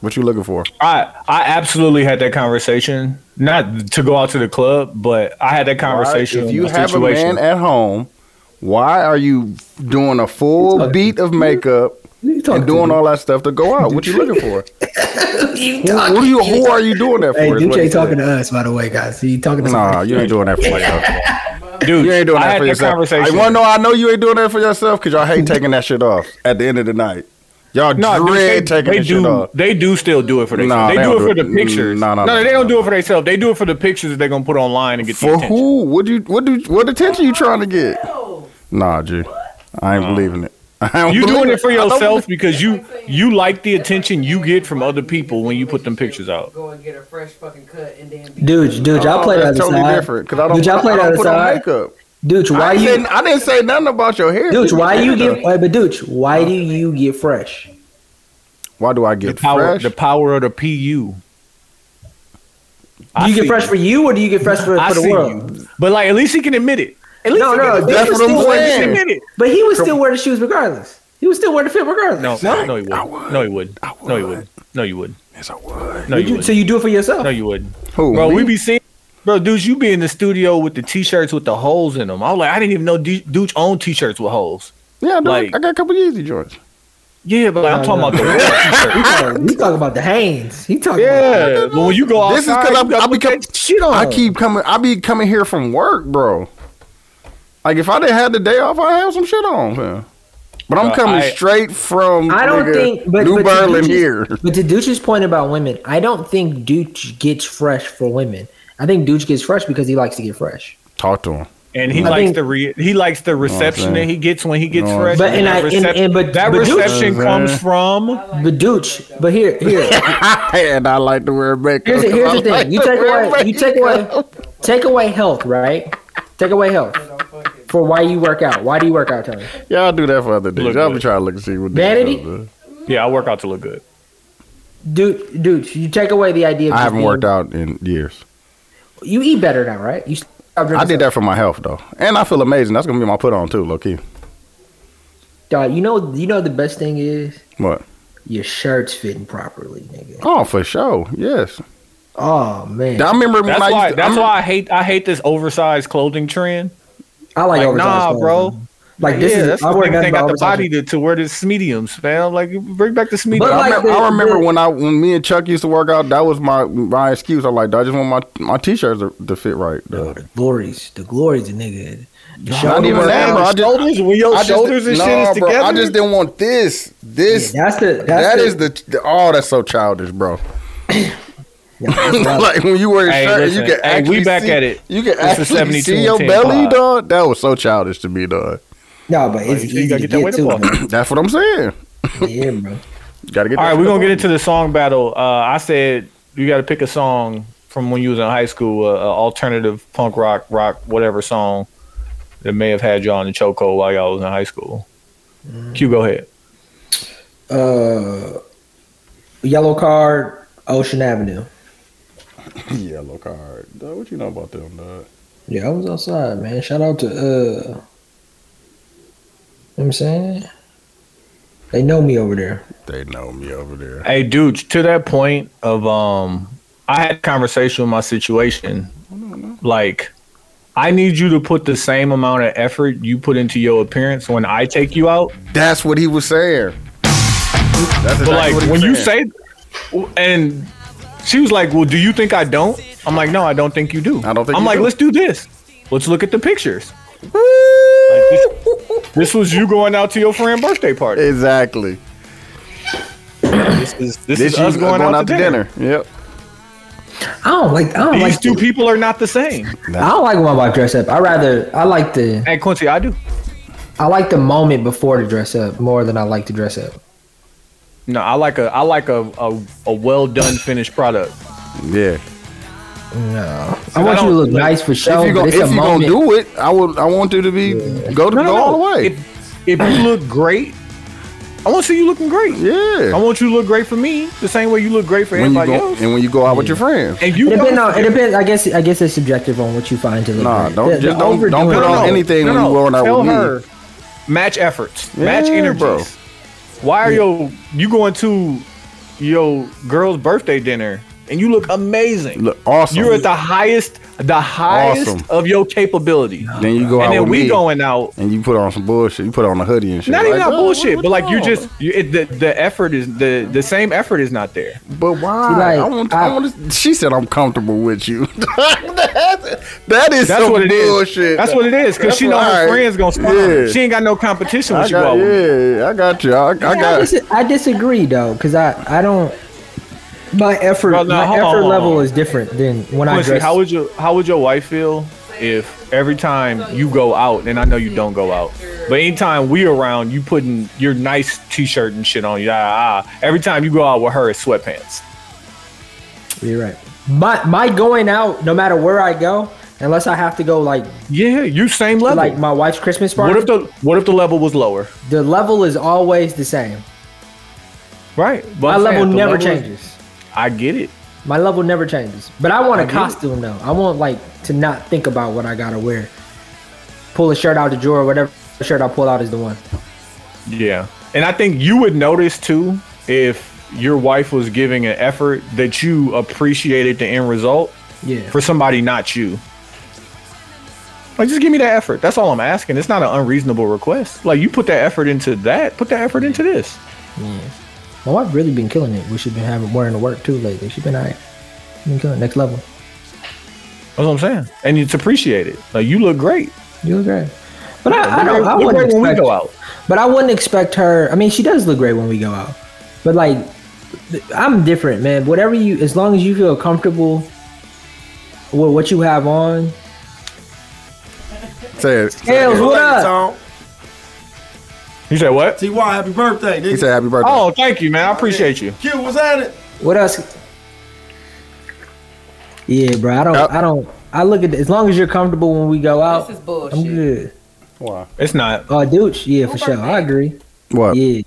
Speaker 1: What you looking for?
Speaker 2: I, I absolutely had that conversation. Not to go out to the club, but I had that conversation.
Speaker 1: If
Speaker 2: in
Speaker 1: you
Speaker 2: the
Speaker 1: have
Speaker 2: situation.
Speaker 1: a man eh, at home, why are you doing a full beat of makeup
Speaker 3: What are you
Speaker 1: and
Speaker 3: talking
Speaker 1: doing
Speaker 3: to?
Speaker 1: all that stuff to go out? What you looking for?
Speaker 3: You
Speaker 1: Who,
Speaker 3: talking
Speaker 1: who do you? Who are you doing that for?
Speaker 3: Hey,
Speaker 1: is what he
Speaker 3: Duce
Speaker 1: said.
Speaker 3: talking to us, by the way, guys. He talking to
Speaker 1: Nah,
Speaker 3: somebody.
Speaker 1: you ain't doing that for yourself.
Speaker 2: Dude,
Speaker 1: You ain't doing
Speaker 2: I
Speaker 1: that
Speaker 2: had
Speaker 1: for yourself.
Speaker 2: conversation.
Speaker 1: I want to know. I know you ain't doing that for yourself because y'all hate taking that shit off at the end of the night. Y'all
Speaker 2: No, dude,
Speaker 1: dread
Speaker 2: they,
Speaker 1: taking
Speaker 2: they
Speaker 1: that
Speaker 2: do.
Speaker 1: shit off.
Speaker 2: They do still do it for
Speaker 1: Nah,
Speaker 2: themselves.
Speaker 1: they
Speaker 2: they, do
Speaker 1: don't
Speaker 2: it for
Speaker 1: do it.
Speaker 2: the pictures.
Speaker 1: No, no, no,
Speaker 2: they
Speaker 1: no,
Speaker 2: don't do
Speaker 1: no.
Speaker 2: it for themselves. They do it for the pictures that they're gonna put online and get the
Speaker 1: For
Speaker 2: attention. Oh.
Speaker 1: who? What you? What did? What attention you trying to get? Nah, G. I ain't believing it. [laughs] I don't
Speaker 2: You
Speaker 1: believe
Speaker 2: doing it for
Speaker 1: I don't
Speaker 2: yourself because you you like the attention you get from other people when you put them pictures out.
Speaker 11: Go and get a fresh fucking cut and then be
Speaker 3: Dude, dude, y'all
Speaker 1: Oh,
Speaker 3: play the
Speaker 1: that's
Speaker 3: other
Speaker 1: totally
Speaker 3: side.
Speaker 1: different. Because I don't,
Speaker 3: Dude, y'all play
Speaker 1: I
Speaker 3: the
Speaker 1: don't
Speaker 3: other
Speaker 1: put on
Speaker 3: side.
Speaker 1: makeup.
Speaker 3: Dude, why
Speaker 1: I,
Speaker 3: you?
Speaker 1: didn't, I didn't say nothing about your hair.
Speaker 3: Dude, why you get? Wait, but dude, why do you get fresh?
Speaker 1: Why do I
Speaker 2: The
Speaker 1: get
Speaker 2: power
Speaker 1: fresh?
Speaker 2: the power of the PU.
Speaker 3: Do you get fresh for you, or do you get fresh for,
Speaker 2: I
Speaker 3: for the
Speaker 2: see
Speaker 3: world?
Speaker 2: you. But like at least he can admit it. At least
Speaker 3: No,
Speaker 2: he
Speaker 3: no,
Speaker 2: can
Speaker 1: that's
Speaker 3: he was
Speaker 1: what I'm
Speaker 3: still wearing-
Speaker 1: saying.
Speaker 2: admit it.
Speaker 3: But he would still wear the shoes regardless. He would still wear the fit regardless.
Speaker 2: No, no, no, he
Speaker 1: I
Speaker 2: wouldn't.
Speaker 1: would.
Speaker 2: No, he would.
Speaker 1: I
Speaker 2: No, he
Speaker 1: would.
Speaker 2: wouldn't. No, you wouldn't.
Speaker 1: yes, I would.
Speaker 2: No,
Speaker 3: Would
Speaker 2: you
Speaker 3: you,
Speaker 2: wouldn't.
Speaker 3: so you do it for yourself?
Speaker 2: No, you wouldn't.
Speaker 1: Who,
Speaker 2: Bro,
Speaker 1: me?
Speaker 2: we be seeing. Bro, dudes, you be in the studio with the t-shirts with the holes in them. I was like, I didn't even know Du- Dooch owned t-shirts with holes.
Speaker 1: Yeah, dude,
Speaker 2: like-
Speaker 1: I got a couple Yeezy joints.
Speaker 2: Yeah, but like, I'm talking about
Speaker 1: [laughs]
Speaker 2: the real t-shirt.
Speaker 3: you talking about the Hanes? He talking about
Speaker 2: Yeah, but when you go outside,
Speaker 1: This is because
Speaker 2: you
Speaker 1: I,
Speaker 2: gotta
Speaker 1: I
Speaker 2: put
Speaker 1: become
Speaker 2: that shit on.
Speaker 1: I keep coming. I be coming here from work, bro. Like if I didn't have the day off, I have some shit on. Man. But I'm
Speaker 2: Bro,
Speaker 1: coming
Speaker 2: I-
Speaker 1: straight from.
Speaker 3: I don't
Speaker 1: nigga,
Speaker 3: think, but,
Speaker 1: New
Speaker 3: but to
Speaker 1: Berlin
Speaker 3: Dooch's-
Speaker 1: here.
Speaker 3: But to Dooch's point about women, I don't think Dooch gets fresh for women. I think Dooch gets fresh because he likes to get fresh.
Speaker 1: Talk to him.
Speaker 2: and he
Speaker 3: I
Speaker 2: likes
Speaker 3: think-
Speaker 2: the re- he likes the reception
Speaker 1: saying?
Speaker 2: that he gets when he gets
Speaker 1: You know what I'm
Speaker 2: fresh.
Speaker 3: But- and
Speaker 2: that
Speaker 3: I- and-
Speaker 2: recep-
Speaker 3: and- but-
Speaker 2: that
Speaker 3: but Dooch-
Speaker 2: reception
Speaker 1: You know what I'm
Speaker 2: comes
Speaker 1: saying?
Speaker 2: from
Speaker 3: But Dooch, but here, here,
Speaker 1: [laughs] and I like to wear makeup.
Speaker 3: here's the, here's the
Speaker 1: 'cause I like
Speaker 3: thing. You
Speaker 1: to
Speaker 3: take
Speaker 1: wear
Speaker 3: away, you take
Speaker 1: makeup.
Speaker 3: away, take away health, right? Take away health for why you work out. Why do you work out, Tony?
Speaker 1: Y'all do that for other dudes.
Speaker 2: Look
Speaker 1: Y'all be
Speaker 2: good.
Speaker 1: trying to look and see what dudes
Speaker 3: Vanity?
Speaker 1: do, man.
Speaker 2: yeah, I work out to look good.
Speaker 3: Dude, Dooch, you take away the idea. Of
Speaker 1: I
Speaker 3: just
Speaker 1: haven't
Speaker 3: being-
Speaker 1: worked out in years.
Speaker 3: You eat better now, right? You. stopped drinking
Speaker 1: I did
Speaker 3: soda.
Speaker 1: that for my health though, and I feel amazing. That's gonna be my put on too, low key.
Speaker 3: Dog, you know, you know the best thing is
Speaker 1: What?
Speaker 3: your shirts fitting properly, nigga.
Speaker 1: Oh, for sure. Yes.
Speaker 3: Oh man,
Speaker 1: I remember
Speaker 2: That's
Speaker 1: when I
Speaker 2: why
Speaker 1: used to,
Speaker 2: that's
Speaker 1: I
Speaker 2: why I hate I hate this oversized clothing trend.
Speaker 3: I like,
Speaker 2: Like,
Speaker 3: oversized
Speaker 2: nah,
Speaker 3: clothes,
Speaker 2: bro.
Speaker 3: man. Like this
Speaker 2: yeah,
Speaker 3: is
Speaker 2: that's
Speaker 3: I
Speaker 2: the
Speaker 3: wear
Speaker 2: thing.
Speaker 3: nothing
Speaker 2: They
Speaker 3: but
Speaker 2: got the
Speaker 3: oversized
Speaker 2: body
Speaker 3: shirts.
Speaker 2: to, to wear the mediums, man. Like bring back the
Speaker 3: But
Speaker 1: I,
Speaker 2: mediums.
Speaker 3: like-
Speaker 1: remember,
Speaker 3: the-
Speaker 1: I remember
Speaker 3: the-
Speaker 1: when I when me and Chuck used to work out. That was my my excuse. I'm like, I just want my my t-shirts to, to fit right.
Speaker 3: Oh, the glories, the glories, nigga. The
Speaker 1: Not
Speaker 3: shoulder
Speaker 1: even
Speaker 3: work-
Speaker 1: that, bro. I just,
Speaker 2: shoulders when your
Speaker 1: I just-
Speaker 2: shoulders and
Speaker 1: nah,
Speaker 2: shit is
Speaker 1: bro,
Speaker 2: together.
Speaker 1: I just didn't want this. This
Speaker 3: Yeah, that's the that's
Speaker 1: that
Speaker 3: the,
Speaker 1: is the, the oh, that's so childish, bro.
Speaker 3: [laughs]
Speaker 1: [laughs]
Speaker 3: Yeah, that's right.
Speaker 1: like when you wear a
Speaker 2: Hey,
Speaker 1: shirt,
Speaker 2: listen,
Speaker 1: you can
Speaker 2: hey,
Speaker 1: actually
Speaker 2: we back
Speaker 1: see,
Speaker 2: at it.
Speaker 1: You can
Speaker 2: a
Speaker 1: actually
Speaker 2: 72
Speaker 1: see your
Speaker 2: and 10
Speaker 1: belly,
Speaker 2: pod.
Speaker 1: dog. That was so childish to me, dog.
Speaker 3: no, but it's
Speaker 2: you
Speaker 3: easy
Speaker 2: gotta
Speaker 3: to
Speaker 2: get that
Speaker 3: get
Speaker 2: weight
Speaker 3: to.
Speaker 2: up
Speaker 3: man.
Speaker 1: That's what I'm saying.
Speaker 3: Yeah, bro.
Speaker 1: Gotta get.
Speaker 2: All
Speaker 1: that
Speaker 2: right, we're
Speaker 1: shit
Speaker 2: gonna
Speaker 1: up.
Speaker 2: get into the song battle. Uh, I said you got to pick a song from when you was in high school, uh, uh, alternative punk rock, rock, whatever song that may have had y'all in the chokehold while y'all was in high school. Q, go ahead.
Speaker 3: Uh, yellow card, Ocean Avenue.
Speaker 1: [laughs] yellow card. Dog, what you know about them, dog?
Speaker 3: Yeah, I was outside, man. Shout out to uh, you know what I'm saying they know me over there.
Speaker 1: They know me over there.
Speaker 2: Hey, dude, to that point of um, I had a conversation with my situation. Like, I need you to put the same amount of effort you put into your appearance when I take you out.
Speaker 1: That's what he was saying. That's
Speaker 2: But
Speaker 1: exactly
Speaker 2: like
Speaker 1: what he
Speaker 2: when
Speaker 1: was
Speaker 2: you
Speaker 1: saying.
Speaker 2: say, and she was like, "Well, do you think I don't?" I'm like, "No, I don't think you do."
Speaker 1: I don't think
Speaker 2: I'm
Speaker 1: you
Speaker 2: like,
Speaker 1: do.
Speaker 2: "Let's do this. Let's look at the pictures." Like, this, this was you going out to your friend birthday party.
Speaker 1: exactly,
Speaker 2: This is this,
Speaker 1: this
Speaker 2: is us
Speaker 1: you
Speaker 2: going, out, to dinner.
Speaker 1: Yep.
Speaker 3: I don't like. I don't
Speaker 2: These
Speaker 3: like.
Speaker 2: two
Speaker 3: to-
Speaker 2: people are not the same.
Speaker 3: I don't like when my wife dress up. I rather I like the
Speaker 2: Hey Quincy, I do.
Speaker 3: I like the moment before to dress up more than I like to dress up.
Speaker 2: No, I like a I like a a, a well done finished product.
Speaker 1: Yeah.
Speaker 3: No, I want you to
Speaker 2: don't-
Speaker 3: look
Speaker 2: like,
Speaker 3: nice for
Speaker 1: if
Speaker 3: sure.
Speaker 1: you
Speaker 3: but
Speaker 1: gonna,
Speaker 3: it's
Speaker 1: if
Speaker 3: a
Speaker 1: you gonna
Speaker 3: moment.
Speaker 1: do it, I would. I want you to be go to go all the way.
Speaker 2: If, if you look great, I want to see you looking great. I
Speaker 1: yeah.
Speaker 2: want you to look great for me the same way you look great for
Speaker 1: When you
Speaker 2: everybody
Speaker 1: go,
Speaker 2: else.
Speaker 1: and when you go out with your friends.
Speaker 2: And you
Speaker 3: it depends
Speaker 2: know-
Speaker 3: on. It depends. I guess. I guess it's subjective on what you find to look.
Speaker 1: Nah,
Speaker 3: good.
Speaker 1: don't-
Speaker 3: The-
Speaker 1: just
Speaker 3: the
Speaker 1: don't-
Speaker 3: overdoing
Speaker 1: don't put
Speaker 3: it.
Speaker 1: on any- anything when you going out
Speaker 2: tell
Speaker 1: with me.
Speaker 2: her, Match efforts, match
Speaker 1: Yeah,
Speaker 2: energies.
Speaker 1: bro.
Speaker 2: Why are yo you going to your girl's birthday dinner and you look amazing?
Speaker 1: Look awesome.
Speaker 2: You're at the highest, the highest
Speaker 1: Awesome.
Speaker 2: of your capability.
Speaker 1: then you go
Speaker 2: and
Speaker 1: out
Speaker 2: then
Speaker 1: with
Speaker 2: we
Speaker 1: me,
Speaker 2: going out.
Speaker 1: and you put on some bullshit. You put on a hoodie and shit.
Speaker 2: Not
Speaker 1: like, oh,
Speaker 2: even that
Speaker 1: "Dog,
Speaker 2: bullshit,
Speaker 1: what-
Speaker 2: but
Speaker 1: what
Speaker 2: like you're
Speaker 1: on?"
Speaker 2: just you, it, the the effort is the the same effort is not there.
Speaker 1: But why?
Speaker 3: like,
Speaker 1: I want.
Speaker 3: I-
Speaker 1: I, want. To, she said I'm comfortable with you. [laughs] That's- that is
Speaker 2: That's
Speaker 1: some
Speaker 2: what it is.
Speaker 1: bullshit.
Speaker 2: That's what it is because she
Speaker 1: That's
Speaker 2: know
Speaker 1: what-
Speaker 2: her
Speaker 1: alright.
Speaker 2: friends gonna spot her.
Speaker 1: Yeah.
Speaker 2: She ain't got no competition when
Speaker 1: I
Speaker 2: she go out.
Speaker 1: got,
Speaker 2: with me.
Speaker 1: yeah, I got you. I, I
Speaker 3: I,
Speaker 1: got.
Speaker 3: dis- I disagree though, because I I don't. My effort,
Speaker 2: Bro, no,
Speaker 3: my
Speaker 2: hold on,
Speaker 3: effort
Speaker 2: hold on.
Speaker 3: level is different than when I
Speaker 2: Quincy,
Speaker 3: dress.
Speaker 2: how would your how would your wife feel if every time you go out, and I know you don't go out, but anytime we around, you putting your nice t-shirt and shit on. Yeah, ah. every time you go out with her, it's sweatpants.
Speaker 3: You're right. My my going out, no matter where I go, unless I have to go like
Speaker 2: yeah, you same level.
Speaker 3: Like my wife's Christmas party.
Speaker 2: What if the what if the level was lower?
Speaker 3: The level is always the same.
Speaker 2: Right.
Speaker 3: my
Speaker 2: I'm saying,
Speaker 3: level
Speaker 2: if the
Speaker 3: never
Speaker 2: level is-
Speaker 3: changes.
Speaker 2: I get it.
Speaker 3: My level never changes. But I want
Speaker 2: I
Speaker 3: a
Speaker 2: get it.
Speaker 3: costume though. I want like to not think about what I gotta wear. Pull a shirt out the drawer, whatever shirt I pull out is the one.
Speaker 2: Yeah. And I think you would notice too if your wife was giving an effort that you appreciated the end result
Speaker 3: Yeah.
Speaker 2: for somebody not you. Like just give me that effort. That's all I'm asking. It's not an unreasonable request. Like you put that effort into that, put that effort into this.
Speaker 3: My wife really been killing it. We should been having more into work too lately. She been alright. Been killing it. next level.
Speaker 2: That's what I'm saying. And it's appreciated. Like you look great.
Speaker 3: You look great. But
Speaker 2: Yeah,
Speaker 3: I, I
Speaker 2: look
Speaker 3: don't.
Speaker 2: great-
Speaker 3: I
Speaker 2: look
Speaker 3: wouldn't
Speaker 2: great when we
Speaker 3: expect-
Speaker 2: go out.
Speaker 3: But I wouldn't expect her. I mean, she does look great when we go out. But like, th- I'm different, man. Whatever you, as long as you feel comfortable with what you have on.
Speaker 1: Say it.
Speaker 3: Scales, what up?
Speaker 2: You said what?
Speaker 5: Ty, happy birthday, nigga.
Speaker 1: He said happy birthday.
Speaker 2: Oh, thank you, man. I appreciate you.
Speaker 5: Q was at it.
Speaker 3: What else? Yeah, bro. I don't. I don't. I look at as long as you're comfortable when we go
Speaker 2: Oh.
Speaker 3: out.
Speaker 9: This is bullshit.
Speaker 3: I'm good.
Speaker 2: It's not.
Speaker 3: Oh, douche. Yeah, for sure. I agree.
Speaker 1: What?
Speaker 3: Yeah.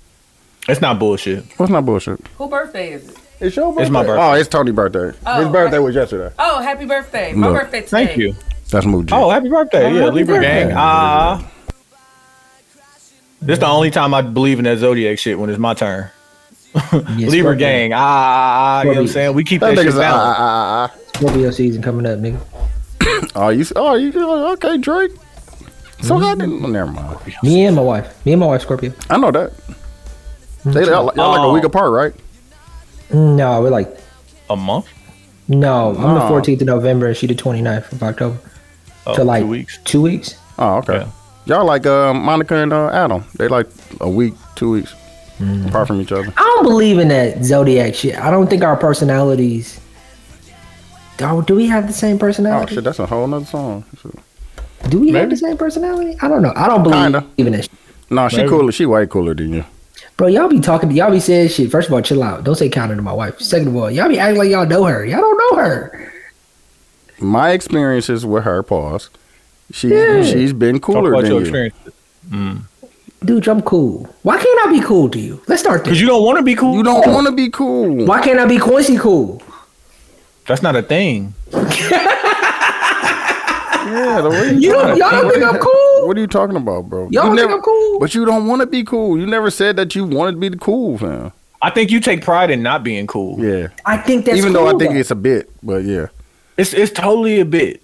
Speaker 2: It's not bullshit.
Speaker 1: What's not bullshit?
Speaker 9: Who birthday is it?
Speaker 1: It's your
Speaker 2: It's my birthday.
Speaker 1: Oh, it's Tony's birthday.
Speaker 9: Oh,
Speaker 1: His birthday was yesterday.
Speaker 9: Oh, happy birthday! My
Speaker 1: No.
Speaker 9: birthday today.
Speaker 2: Thank you.
Speaker 1: That's Mood G.
Speaker 2: Oh, happy birthday.
Speaker 3: Oh,
Speaker 2: yeah,
Speaker 3: happy
Speaker 2: Libra
Speaker 3: birthday.
Speaker 2: gang. Ah. this is the only time I believe in that zodiac shit when it's my turn.
Speaker 3: yeah
Speaker 2: Libra
Speaker 3: Scorpio-
Speaker 2: gang. Ah, you know what I'm
Speaker 3: Scorpios.
Speaker 2: saying? We keep
Speaker 1: That
Speaker 2: that, shit
Speaker 1: nigga's ah,
Speaker 2: balanced.
Speaker 1: ah, ah,
Speaker 3: Scorpio season coming up, nigga.
Speaker 1: ah. Oh, you. Oh, you. oh, Okay, Drake. So
Speaker 2: Mm-hmm.
Speaker 1: I didn't. Never mind.
Speaker 3: Me and my wife. Me and my wife, Scorpio.
Speaker 1: I know that. They y'all, y'all like a
Speaker 2: Oh.
Speaker 1: week apart, right?
Speaker 3: No, Mm, we're like
Speaker 2: A month?
Speaker 3: No, I'm
Speaker 1: No.
Speaker 3: the 14th of November and she the 29th of October.
Speaker 2: Oh,
Speaker 3: So, like-
Speaker 2: two weeks.
Speaker 3: Two weeks?
Speaker 1: Oh, okay. Y'all like uh, Monica and uh, Adam. They like a week, two weeks apart from each other.
Speaker 3: I don't believe in that zodiac shit. I don't think our personalities. Oh, do we have the same
Speaker 1: Oh
Speaker 3: personality?
Speaker 1: shit, that's a whole nother song.
Speaker 3: do we have
Speaker 2: Maybe.
Speaker 3: the same personality? I don't know. I don't believe
Speaker 1: Kinda.
Speaker 3: in that shit.
Speaker 1: No, she
Speaker 2: Maybe.
Speaker 1: cooler. She way cooler than you.
Speaker 3: Bro, y'all be talking, y'all be saying shit. First of all, chill out. Don't say counter to my wife. Second of all, y'all be acting like y'all know her. Y'all don't know her.
Speaker 1: My experiences with her, pause. She
Speaker 3: Yeah.
Speaker 1: she's been
Speaker 2: Talk
Speaker 1: cooler
Speaker 2: about your
Speaker 1: than you.
Speaker 2: experience.
Speaker 3: Dude, I'm cool. Why can't I be cool to you? Let's start there.
Speaker 2: Because you don't want to be cool.
Speaker 1: You don't want to be cool.
Speaker 3: Why can't I be Quincy cool?
Speaker 2: That's not a thing.
Speaker 1: Yeah, the way
Speaker 3: You don't, y'all don't think I'm cool?
Speaker 1: What are you talking about, bro?
Speaker 3: Y'all
Speaker 1: you
Speaker 3: don't think
Speaker 1: never-
Speaker 3: I'm cool?
Speaker 1: But you don't want to be cool. You never said that you wanted to be the cool fam.
Speaker 2: I think you take pride in not being cool.
Speaker 1: Yeah.
Speaker 3: I think that's
Speaker 1: Even though I
Speaker 3: cool,
Speaker 1: think
Speaker 3: though.
Speaker 1: it's a bit, but yeah.
Speaker 2: It's it's totally a bit.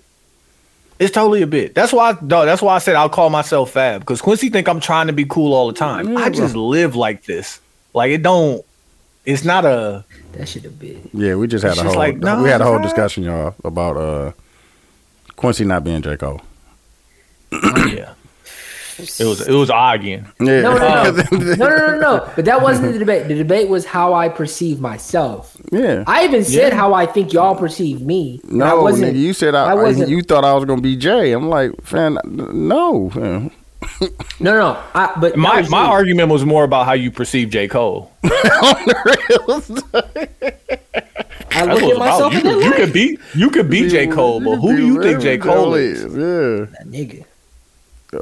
Speaker 2: It's totally a bit. That's why, dog. That's why I said I'll call myself Fab because Quincy think I'm trying to be cool all the time. I just live like this. Like it don't. It's not a.
Speaker 3: that should have been.
Speaker 1: Yeah, we just had
Speaker 2: It's
Speaker 1: a
Speaker 2: just
Speaker 1: whole
Speaker 2: like, no,
Speaker 1: we had a whole
Speaker 2: bruh.
Speaker 1: discussion, y'all, about uh Quincy not being J. Cole.
Speaker 2: yeah. It was it was arguing.
Speaker 1: Yeah. [laughs]
Speaker 3: No, no, no, no, no, no, no. But that wasn't the debate. The debate was how I perceive myself.
Speaker 1: yeah.
Speaker 3: I even said
Speaker 2: Yeah.
Speaker 3: how I think y'all perceive me. and I
Speaker 1: no,
Speaker 3: wasn't.
Speaker 1: nigga, you said I,
Speaker 3: I wasn't-
Speaker 1: you thought I was gonna be Jay. I'm like, fan, no. fam.
Speaker 3: no, no, no. I, but that
Speaker 2: My
Speaker 3: was
Speaker 2: my
Speaker 3: you.
Speaker 2: argument was more about how you perceive J Cole.
Speaker 3: I
Speaker 2: That's what it's
Speaker 3: look at
Speaker 2: about.
Speaker 3: myself
Speaker 2: You
Speaker 3: in that
Speaker 2: could, you
Speaker 3: light.
Speaker 2: could be you could be J Cole, but who do you think J Cole is?
Speaker 1: Yeah.
Speaker 3: Nigga,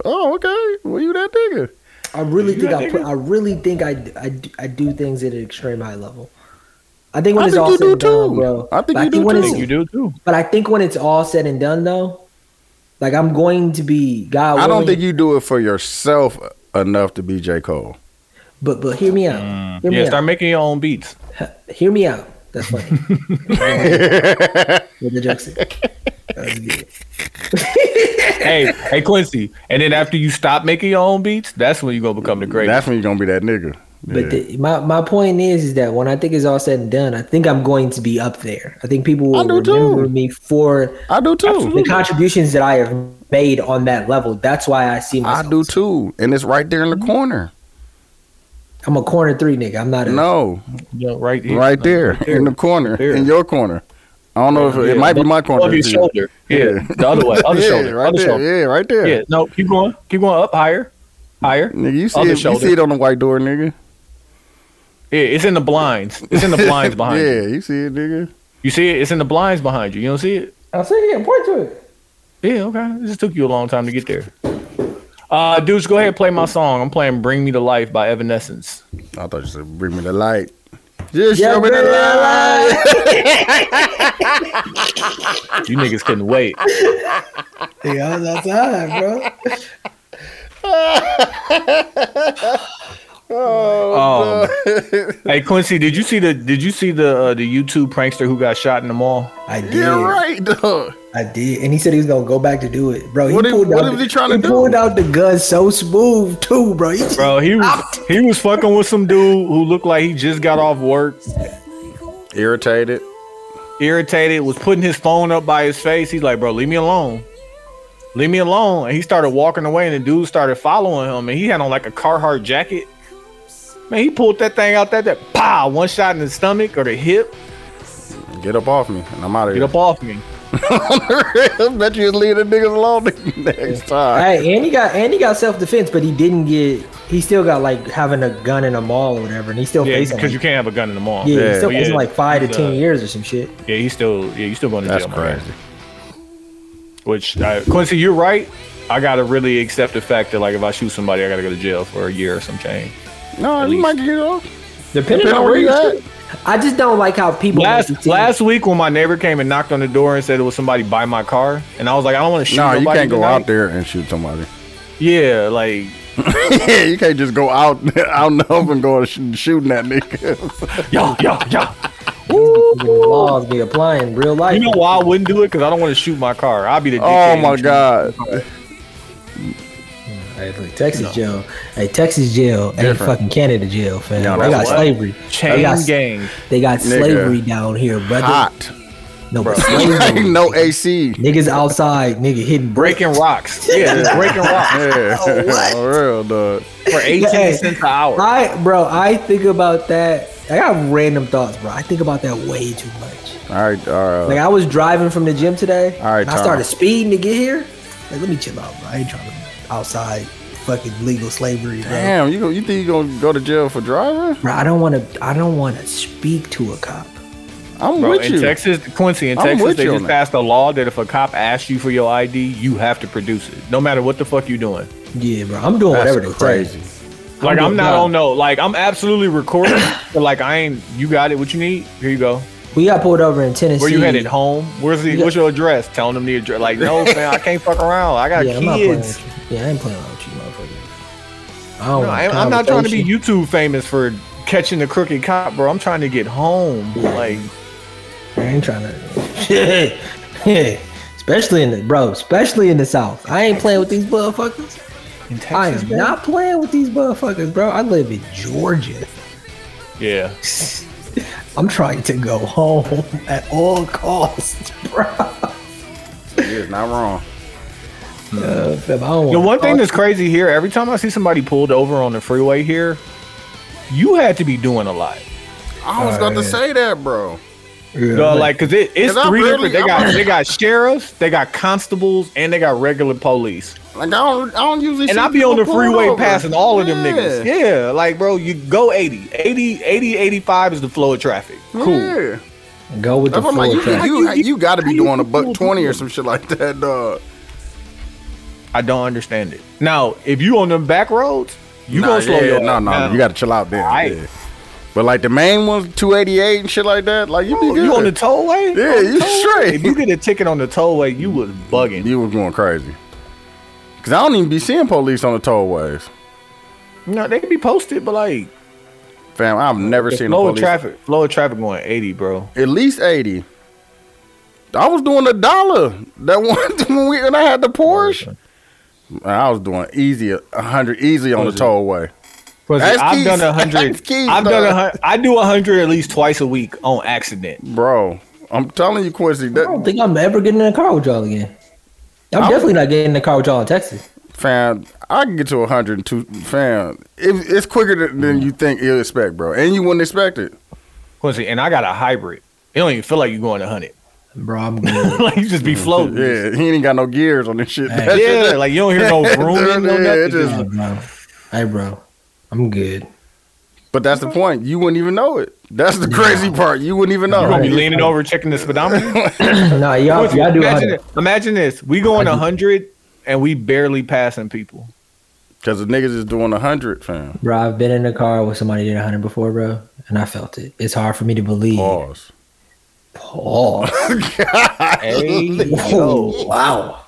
Speaker 1: Oh, okay. Well, you that nigga.
Speaker 3: I really
Speaker 2: You
Speaker 3: think
Speaker 2: that
Speaker 3: I put.
Speaker 2: nigga?
Speaker 3: I really think I, d- I d- I do things at an extreme high level. I think when
Speaker 1: I
Speaker 3: it's
Speaker 1: think
Speaker 3: all
Speaker 1: you
Speaker 3: said
Speaker 1: do
Speaker 3: and done,
Speaker 1: too.
Speaker 3: bro.
Speaker 1: I think
Speaker 3: but
Speaker 1: you do
Speaker 3: when
Speaker 1: too.
Speaker 2: I
Speaker 3: it's-
Speaker 2: think you do too.
Speaker 3: But I think when it's all said and done, though, like I'm going to be God.
Speaker 1: I don't
Speaker 3: willing,
Speaker 1: think you do it for yourself enough to be J. Cole.
Speaker 3: But but hear me out.
Speaker 1: Mm.
Speaker 3: hear me
Speaker 2: Yeah,
Speaker 3: out.
Speaker 2: start making your own beats.
Speaker 3: Hear me out. That's
Speaker 1: [laughs]
Speaker 3: funny. With the jokes. That was good.
Speaker 2: hey, hey Quincy. And then after you stop making your own beats, that's when you're gonna become the greatest.
Speaker 1: That's when you're gonna be that nigga.
Speaker 3: But the, my, my point is is that when I think it's all said and done, I think I'm going to be up there. I think people
Speaker 1: I
Speaker 3: will
Speaker 1: do too.
Speaker 3: remember me for
Speaker 1: I do too.
Speaker 3: the contributions that I have made on that level. That's why I see myself.
Speaker 1: I do too. And it's right there in the corner.
Speaker 3: I'm a corner three nigga. I'm not a
Speaker 1: No,
Speaker 2: Yeah, right here.
Speaker 1: right there,
Speaker 2: there.
Speaker 1: in the corner,
Speaker 2: There.
Speaker 1: in your corner. I don't know if it,
Speaker 2: Yeah,
Speaker 1: might be my
Speaker 2: above
Speaker 1: corner.
Speaker 2: your
Speaker 1: too.
Speaker 2: shoulder. Yeah, the other way, other
Speaker 1: yeah,
Speaker 2: shoulder,
Speaker 1: right
Speaker 2: other
Speaker 1: there.
Speaker 2: shoulder.
Speaker 1: Yeah, right there.
Speaker 2: Yeah, no, keep going, keep going up higher, higher.
Speaker 1: Nigga, you see
Speaker 2: Other
Speaker 1: it. You
Speaker 2: shoulder.
Speaker 1: see it on the white door, nigga.
Speaker 2: Yeah, it's in the blinds. It's in the blinds
Speaker 1: [laughs]
Speaker 2: behind
Speaker 1: yeah,
Speaker 2: you.
Speaker 1: you see it, nigga.
Speaker 2: You see it? It's in the blinds behind you. You don't see it?
Speaker 3: I see it. Point to it.
Speaker 2: Yeah, okay. It just took you a long time to get there. Uh, dudes, go ahead and play my song. I'm playing "Bring Me to Life" by Evanescence.
Speaker 1: I thought you said bring me the light. Just
Speaker 3: Yeah,
Speaker 1: show me the
Speaker 3: bring me the
Speaker 1: light.
Speaker 2: You niggas couldn't wait.
Speaker 3: Yeah, I was outside, bro.
Speaker 2: Um, hey Quincy, did you see the did you see the uh, the YouTube prankster who got shot in the mall?
Speaker 3: I did.
Speaker 1: You're right, dog.
Speaker 3: I did, and he said he was gonna go back to do it, bro. He
Speaker 1: What he-
Speaker 3: pulled
Speaker 1: what
Speaker 3: out
Speaker 1: was
Speaker 3: the-
Speaker 1: he trying to do?
Speaker 3: pulled out the gun so smooth too, bro. He just-
Speaker 2: Bro, he was he was fucking with some dude who looked like he just got off work,
Speaker 1: Irritated.
Speaker 2: irritated, was putting his phone up by his face. He's like, "Bro, leave me alone." Leave me alone. And he started walking away and the dude started following him and he had on like a Carhartt jacket. Man, he pulled that thing out that that pow, one shot in the stomach or the hip.
Speaker 1: Get up off me, and I'm out of
Speaker 2: Get
Speaker 1: here.
Speaker 2: up off me.
Speaker 1: I bet you leave the niggas alone next time.
Speaker 3: Hey, and he got and he got self defense, but he didn't get. He still got like having a gun in a mall or whatever, and he still
Speaker 2: Yeah,
Speaker 3: facing.
Speaker 2: because you
Speaker 3: like,
Speaker 2: can't have a gun in the mall.
Speaker 3: yeah, he's still
Speaker 2: Yeah.
Speaker 3: facing like five to ten
Speaker 2: Uh,
Speaker 3: years or some shit.
Speaker 2: Yeah, he's still yeah, you still going to
Speaker 1: That's
Speaker 2: jail. my man.
Speaker 1: crazy.
Speaker 2: Which uh, Quincy, you're right. I gotta really accept the fact that like if I shoot somebody, I gotta go to jail for a year or some change.
Speaker 1: No, you
Speaker 2: least.
Speaker 1: might get off.
Speaker 3: Depending,
Speaker 1: Depending
Speaker 3: on
Speaker 1: on
Speaker 3: where
Speaker 1: where
Speaker 3: you
Speaker 1: you
Speaker 3: at. I just don't like how people
Speaker 2: Last last week when my neighbor came and knocked on the door and said it was somebody by my car, and I was like, I don't want to shoot.
Speaker 1: No, you
Speaker 2: nobody
Speaker 1: can't go
Speaker 2: tonight.
Speaker 1: out there and shoot somebody. [laughs]
Speaker 2: Yeah, like
Speaker 1: yeah, you can't just go out [laughs] out in the open going sh- shooting that nigga.
Speaker 2: yo yo yo.
Speaker 3: the laws be applying in real life.
Speaker 2: You know why I wouldn't do it? Because I don't want to shoot my car. I'll be the.
Speaker 1: [laughs]
Speaker 2: dickhead
Speaker 1: oh
Speaker 2: and
Speaker 1: my
Speaker 2: shoot-
Speaker 1: god,
Speaker 3: Hey, look, Texas jail, hey Texas jail, hey
Speaker 1: Different.
Speaker 3: fucking Canada jail, fam.
Speaker 1: Yeah,
Speaker 3: they got
Speaker 1: that's
Speaker 3: slavery.
Speaker 2: Chain
Speaker 3: they got,
Speaker 2: gang.
Speaker 3: They got
Speaker 1: Nigga.
Speaker 3: slavery down here, brother.
Speaker 1: hot.
Speaker 3: No, but
Speaker 1: [laughs] Ain't
Speaker 3: slavery.
Speaker 1: no AC.
Speaker 3: Niggas outside, nigga hitting bricks.
Speaker 2: Breaking
Speaker 1: [laughs]
Speaker 2: rocks. Yeah, just breaking
Speaker 1: [laughs]
Speaker 2: rocks
Speaker 1: Yeah, for real, dog.
Speaker 2: for 18
Speaker 3: Hey.
Speaker 2: cents an hour.
Speaker 3: I, bro, I think about that. I got random thoughts, bro. I think about that way too much.
Speaker 1: All right, all
Speaker 3: Like
Speaker 1: right.
Speaker 3: I was driving from the gym today.
Speaker 1: Uh, All right,
Speaker 3: and I
Speaker 1: Tom.
Speaker 3: started speeding to get here. Like, let me chill out, bro. I ain't trying to outside fucking legal slavery, bro.
Speaker 1: Damn, you go, you think you gonna go to jail for driving?
Speaker 3: Bro, I don't want to. I don't want to speak to a cop.
Speaker 1: I'm
Speaker 2: Bro,
Speaker 1: with
Speaker 2: in
Speaker 1: you.
Speaker 2: Texas, Quincy, in
Speaker 1: I'm
Speaker 2: Texas,
Speaker 1: with
Speaker 2: they
Speaker 1: you
Speaker 2: just
Speaker 1: on that.
Speaker 2: passed a law that if a cop asks you for your ID, you have to produce it, no matter what the fuck you doing.
Speaker 3: Yeah, bro. I'm doing
Speaker 1: That's
Speaker 3: whatever they
Speaker 1: crazy.
Speaker 3: say.
Speaker 2: Like
Speaker 3: doing
Speaker 2: I'm not
Speaker 3: that.
Speaker 2: on no, like I'm absolutely recording, [coughs] but like I ain't. You got it. What you need? Here you go.
Speaker 3: We got pulled over in Tennessee.
Speaker 2: Where you headed? Home? Where's the?
Speaker 3: Yeah.
Speaker 2: What's your address? Telling them the address. Like
Speaker 3: [laughs]
Speaker 2: no, man, I can't fuck around. I got
Speaker 3: Yeah, I'm not playing
Speaker 2: kids.
Speaker 3: with you. Yeah, I ain't playing with you, motherfucker. I don't
Speaker 2: No,
Speaker 3: want
Speaker 2: I, I'm not trying to be
Speaker 3: conversation.
Speaker 2: YouTube famous for catching the crooked cop, bro. I'm trying to get home. Like
Speaker 3: I ain't trying to. Yeah, [laughs] especially in the bro, especially in the South. I ain't playing with these motherfuckers.
Speaker 2: in Texas.
Speaker 3: I am
Speaker 2: bro?
Speaker 3: not playing with these motherfuckers, bro. I live in Georgia.
Speaker 2: Yeah.
Speaker 3: I'm trying to go home [laughs] at all costs, bro.
Speaker 1: You're not wrong.
Speaker 3: Uh, fam, I don't
Speaker 2: The
Speaker 3: wanna
Speaker 2: one thing
Speaker 3: talk-
Speaker 2: that's crazy here, every time I see somebody pulled over on the freeway here, you had to be doing a lot.
Speaker 1: I was going to
Speaker 2: Uh,
Speaker 1: say that, bro.
Speaker 3: Yeah,
Speaker 2: No, like, cause it, it's
Speaker 1: Cause I'm
Speaker 2: three
Speaker 1: really-
Speaker 2: different. They got
Speaker 1: I'm-
Speaker 2: they got sheriffs, they got constables, and they got regular police.
Speaker 1: Like I don't, I don't usually.
Speaker 2: And
Speaker 1: see
Speaker 2: I be on
Speaker 1: people
Speaker 2: the
Speaker 1: pulled
Speaker 2: freeway
Speaker 1: over.
Speaker 2: passing all of them
Speaker 1: Yeah.
Speaker 2: niggas. Yeah, like bro, you go 80. 80, 80, 85 is the flow of traffic. Cool.
Speaker 1: Yeah.
Speaker 3: go with the
Speaker 1: That's what I'm
Speaker 3: flow.
Speaker 1: like. You,
Speaker 3: traffic.
Speaker 1: you, you, got to be doing a buck twenty or some shit like that, dog.
Speaker 2: I don't understand it. Now, if you on them back roads, you
Speaker 1: Nah,
Speaker 2: gonna slow
Speaker 1: yeah,
Speaker 2: your
Speaker 1: No,
Speaker 2: ass
Speaker 1: no,
Speaker 2: down.
Speaker 1: you got to chill out there.
Speaker 2: Aight.
Speaker 1: yeah. But like the main ones, two eighty eight and shit like that. Like Oh, you be
Speaker 2: Bro,
Speaker 1: good.
Speaker 2: you on the tollway?
Speaker 1: Yeah,
Speaker 2: On the
Speaker 1: you
Speaker 2: tollway?
Speaker 1: straight.
Speaker 2: If you get a ticket on the tollway, you was bugging.
Speaker 1: you was going crazy. Cause I don't even be seeing police on the tollways,
Speaker 2: No, they can be posted, but like
Speaker 1: fam. I've never seen a
Speaker 2: lower
Speaker 1: police.
Speaker 2: traffic, lower traffic going 80, bro.
Speaker 1: At least eighty. I was doing a dollar that [laughs] one when we and I had the Porsche. I was doing easy a hundred easy on the tollway. Ask
Speaker 2: I've
Speaker 1: Keys.
Speaker 2: done a hundred.
Speaker 1: Ask Keys,
Speaker 2: I've done a
Speaker 1: dog.
Speaker 2: hundred. I do a hundred at least twice a week on accident.
Speaker 1: Bro, I'm telling you, Quincy,
Speaker 3: I don't
Speaker 1: that
Speaker 3: think I'm ever getting in a car with y'all again. I'm,
Speaker 1: I'm-
Speaker 3: definitely not getting in a car with y'all in Texas.
Speaker 1: fam, I can get to 102, fam. It, it's quicker than, than you think you'll expect, bro. And you wouldn't expect it.
Speaker 2: Quincy, and I got a hybrid. It don't even feel like you're going a hundred. [laughs]
Speaker 3: Bro, I'm [laughs] good.
Speaker 2: like you just be floating.
Speaker 1: Mm. Yeah, he ain't got no gears on this shit.
Speaker 3: Hey.
Speaker 1: That shit-
Speaker 2: Yeah, like you don't
Speaker 1: [laughs]
Speaker 2: hear no
Speaker 1: Yeah,
Speaker 2: room, no
Speaker 1: it
Speaker 2: nothing.
Speaker 1: just-
Speaker 3: Hey, bro. Hey, bro. I'm good.
Speaker 1: but that's the point. You wouldn't even know it. That's the crazy part. You wouldn't even know.
Speaker 2: you gonna be
Speaker 1: Right.
Speaker 2: leaning over checking the speedometer.
Speaker 3: [clears throat] nah, y'all, y'all do
Speaker 2: imagine,
Speaker 3: 100.
Speaker 2: it- imagine this: we going hundred and we barely passing people.
Speaker 1: Cause the niggas is doing a hundred, fam.
Speaker 3: Bro, I've been in a car where somebody did 100 before, bro, and I felt it. It's hard for me to believe.
Speaker 1: Pause.
Speaker 3: Pause.
Speaker 2: [laughs]
Speaker 1: [laughs]
Speaker 2: Hey
Speaker 3: Oh,
Speaker 2: yo,
Speaker 3: wow.